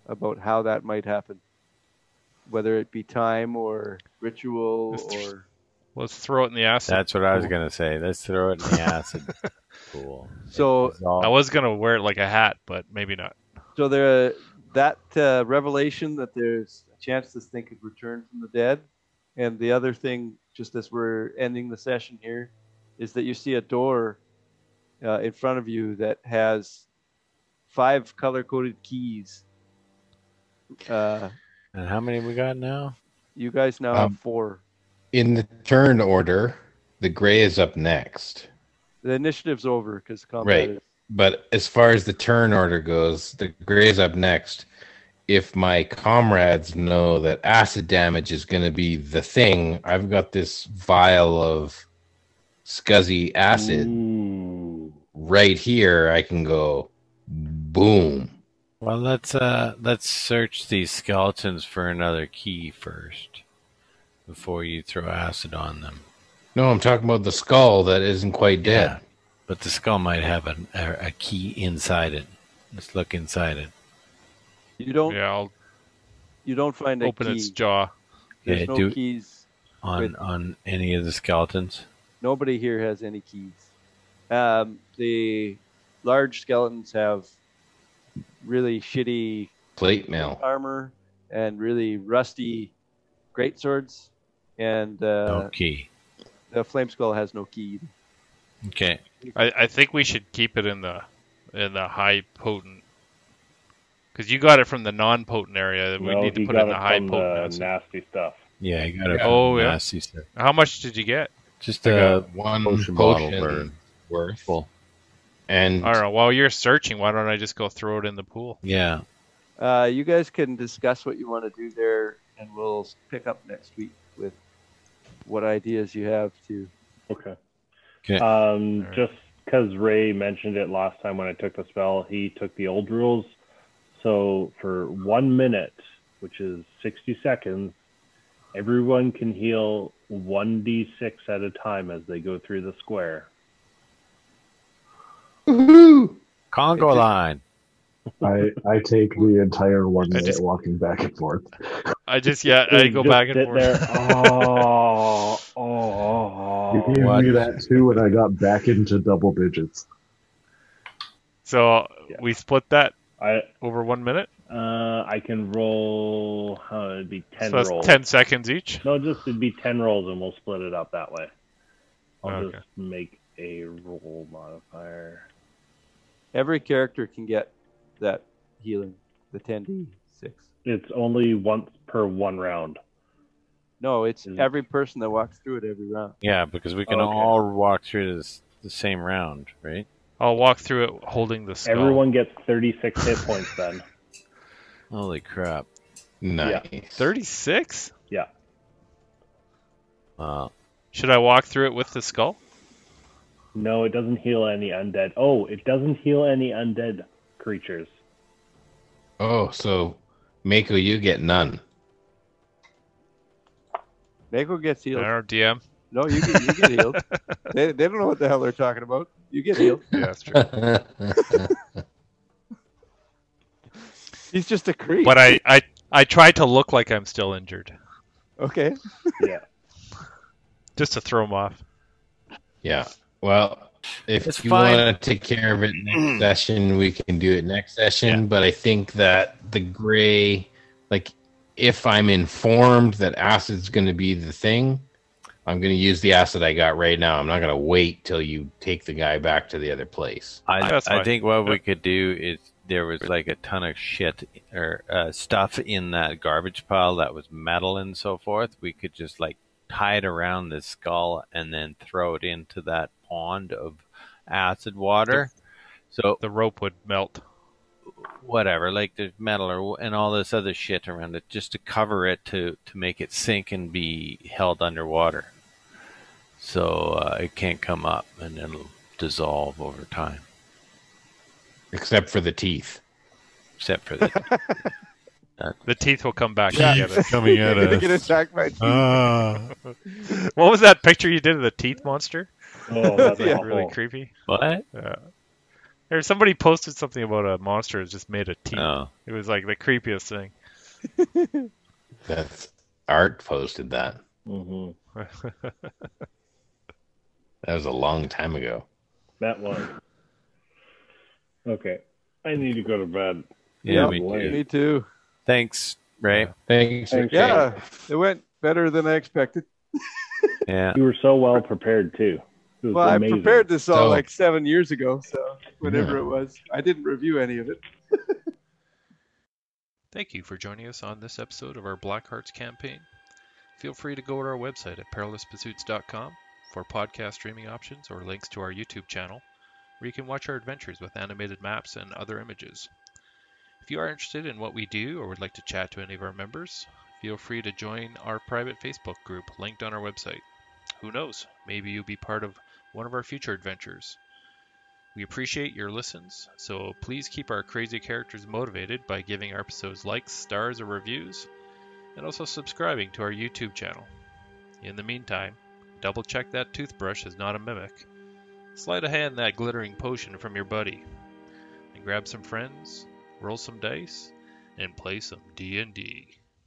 Speaker 2: about how that might happen, whether it be time or ritual
Speaker 4: It's just-
Speaker 2: or.
Speaker 4: Let's throw it in the acid.
Speaker 11: That's what I was going to say. Let's throw it in the acid. cool.
Speaker 2: So,
Speaker 11: Dissolve-
Speaker 4: I was going to wear it like a hat, but maybe not.
Speaker 2: so there, that uh, revelation that there's a chance this thing could return from the dead, and the other thing, just as we're ending the session here, is that you see a door uh, in front of you that has five color-coded keys. Uh,
Speaker 11: And how many we got now?
Speaker 2: you guys now
Speaker 5: Um,
Speaker 2: have four.
Speaker 5: In the turn order, the gray is up next.
Speaker 2: The initiative's over because combat
Speaker 5: Right.
Speaker 2: is.
Speaker 5: But as far as the turn order goes, the gray is up next. If my comrades know that acid damage is going to be the thing, I've got this vial of scuzzy acid.
Speaker 7: Ooh.
Speaker 5: right here, I can go boom.
Speaker 3: Well, let's uh let's search these skeletons for another key first before you throw acid on them.
Speaker 5: No, I'm talking about the skull that isn't quite dead.
Speaker 3: But the skull might have an, a, a key inside it. Let's look inside it.
Speaker 2: You don't.
Speaker 4: Yeah, I'll
Speaker 2: You don't find a
Speaker 4: open
Speaker 2: key.
Speaker 4: its jaw.
Speaker 2: There's
Speaker 3: Yeah,
Speaker 2: no
Speaker 3: do-
Speaker 2: keys.
Speaker 3: on
Speaker 2: With-
Speaker 3: on any of the skeletons.
Speaker 2: Nobody here has any keys. Um, the large skeletons have really shitty
Speaker 5: Plate mail.
Speaker 2: armor and really rusty greatswords, and uh,
Speaker 3: no key.
Speaker 2: the flame skull has no key. either.
Speaker 3: Okay.
Speaker 4: I, I think we should keep it in the in the high potent because you got it from the non potent area. We
Speaker 7: No,
Speaker 4: need to
Speaker 7: he
Speaker 4: put
Speaker 7: got
Speaker 4: in the
Speaker 7: it
Speaker 4: high
Speaker 7: from
Speaker 4: potent.
Speaker 7: the
Speaker 4: acid.
Speaker 7: nasty stuff.
Speaker 3: Yeah, I got it.
Speaker 4: Oh, yeah.
Speaker 3: Nasty stuff.
Speaker 4: How much did you get?
Speaker 3: Just
Speaker 5: I
Speaker 3: uh,
Speaker 5: got one
Speaker 3: potion
Speaker 5: potion,
Speaker 3: bottle burn.
Speaker 5: worth.
Speaker 3: Full.
Speaker 5: And
Speaker 4: I don't know. While you're searching, why don't I just go throw it in the pool?
Speaker 3: yeah.
Speaker 2: Uh, you guys can discuss what you want to do there, and we'll pick up next week with what ideas you have to.
Speaker 7: Okay.
Speaker 3: 'Kay.
Speaker 7: Um, Just because Ray mentioned it last time when I took the spell, he took the old rules. So for one minute, which is 60 seconds, everyone can heal 1d6 at a time as they go through the square.
Speaker 3: Congo
Speaker 2: It just-
Speaker 3: line.
Speaker 6: I I take the entire one minute walking back and forth.
Speaker 4: I just yeah, I
Speaker 7: Just
Speaker 4: go back and
Speaker 7: sit there.
Speaker 4: forth.
Speaker 7: Oh, oh, oh.
Speaker 6: you gave
Speaker 3: what?
Speaker 6: me that too, and I got back into double digits.
Speaker 4: So
Speaker 7: Yeah.
Speaker 4: we split that
Speaker 7: I
Speaker 4: over one minute.
Speaker 7: uh, I can roll. Uh, it'd be ten
Speaker 4: so that's
Speaker 7: rolls.
Speaker 4: ten seconds each.
Speaker 7: No, just it'd be ten rolls, and we'll split it up that way. I'll
Speaker 4: Okay.
Speaker 7: just make a roll modifier.
Speaker 2: Every character can get that healing, the 10d6.
Speaker 7: It's only once per one round.
Speaker 2: No, it's
Speaker 7: Is it-
Speaker 2: every person that walks through it every round.
Speaker 3: Yeah, because we can
Speaker 2: Okay.
Speaker 3: all walk through this the same round, right?
Speaker 4: I'll walk through it holding the skull.
Speaker 7: Everyone gets thirty-six hit points then.
Speaker 3: Holy crap!
Speaker 5: nice.
Speaker 4: thirty-six.
Speaker 3: Wow.
Speaker 4: Should I walk through it with the skull?
Speaker 7: No, it doesn't heal any undead. Oh, it doesn't heal any undead creatures.
Speaker 5: Oh, so Mako, you get none.
Speaker 2: Mako gets
Speaker 4: I
Speaker 2: healed.
Speaker 4: don't know, DM.
Speaker 2: No, you get, you get healed. They, they don't know what the hell they're talking about. You get healed.
Speaker 4: Yeah, that's true.
Speaker 2: He's just a creep.
Speaker 4: but I, I I try to look like I'm still injured,
Speaker 2: Okay.
Speaker 7: Yeah.
Speaker 4: just to throw him off.
Speaker 5: yeah. Well, if
Speaker 3: It's
Speaker 5: you
Speaker 3: fine.
Speaker 5: want to take care of it next session, we can do it next session. But I think that the gray, like, if I'm informed that acid's going to be the thing, I'm going to use the acid I got right now. I'm not going to wait till you take the guy back to the other place.
Speaker 3: I
Speaker 4: That's
Speaker 3: I
Speaker 4: fine.
Speaker 3: think what we could do is there was like a ton of shit or uh, stuff in that garbage pile that was metal and so forth. We could just like tie it around the skull and then throw it into that pond of acid water. So
Speaker 4: The rope would melt.
Speaker 3: whatever, like the metal or and all this other shit around it, just to cover it to to make it sink and be held underwater, so uh, it can't come up and it'll dissolve over time,
Speaker 5: Except for the teeth.
Speaker 3: except for that.
Speaker 4: The teeth will come back
Speaker 12: Yeah.
Speaker 4: together.
Speaker 12: Coming at
Speaker 2: You're gonna get
Speaker 12: us.
Speaker 2: attacked by
Speaker 5: Oh,
Speaker 12: Ah.
Speaker 4: what was that picture you did of the teeth monster?
Speaker 7: Oh, that's
Speaker 2: Yeah.
Speaker 7: awful.
Speaker 4: Really creepy.
Speaker 3: what?
Speaker 4: Yeah. Or somebody posted something about a monster that just made of teeth.
Speaker 3: Oh,
Speaker 4: It was like the creepiest thing.
Speaker 5: That's Art posted that.
Speaker 7: Mhm.
Speaker 5: That was a long time ago.
Speaker 7: That one. Okay. I need to go to bed.
Speaker 3: yeah,
Speaker 2: Yeah,
Speaker 3: me
Speaker 7: boy.
Speaker 3: too.
Speaker 2: Me too.
Speaker 3: Thanks, Ray.
Speaker 5: Thanks.
Speaker 7: Thanks.
Speaker 2: Yeah, it went better than I expected.
Speaker 3: Yeah.
Speaker 7: You were so well prepared too. It was
Speaker 2: Well, I
Speaker 7: amazing.
Speaker 2: prepared this all
Speaker 5: So-
Speaker 2: like seven years ago, so whatever
Speaker 5: Yeah.
Speaker 2: it was, I didn't review any of it.
Speaker 1: Thank you for joining us on this episode of our Black Hearts campaign. Feel free to go to our website at perilouspursuits.com for podcast streaming options or links to our YouTube channel, where you can watch our adventures with animated maps and other images. If you are interested in what we do or would like to chat to any of our members, feel free to join our private Facebook group linked on our website. Who knows, maybe you'll be part of one of our future adventures. We appreciate your listens, so please keep our crazy characters motivated by giving our episodes likes, stars, or reviews, and also subscribing to our YouTube channel. In the meantime, double check that toothbrush is not a mimic. Slide a hand that glittering potion from your buddy, and grab some friends, roll some dice, and play some D&D.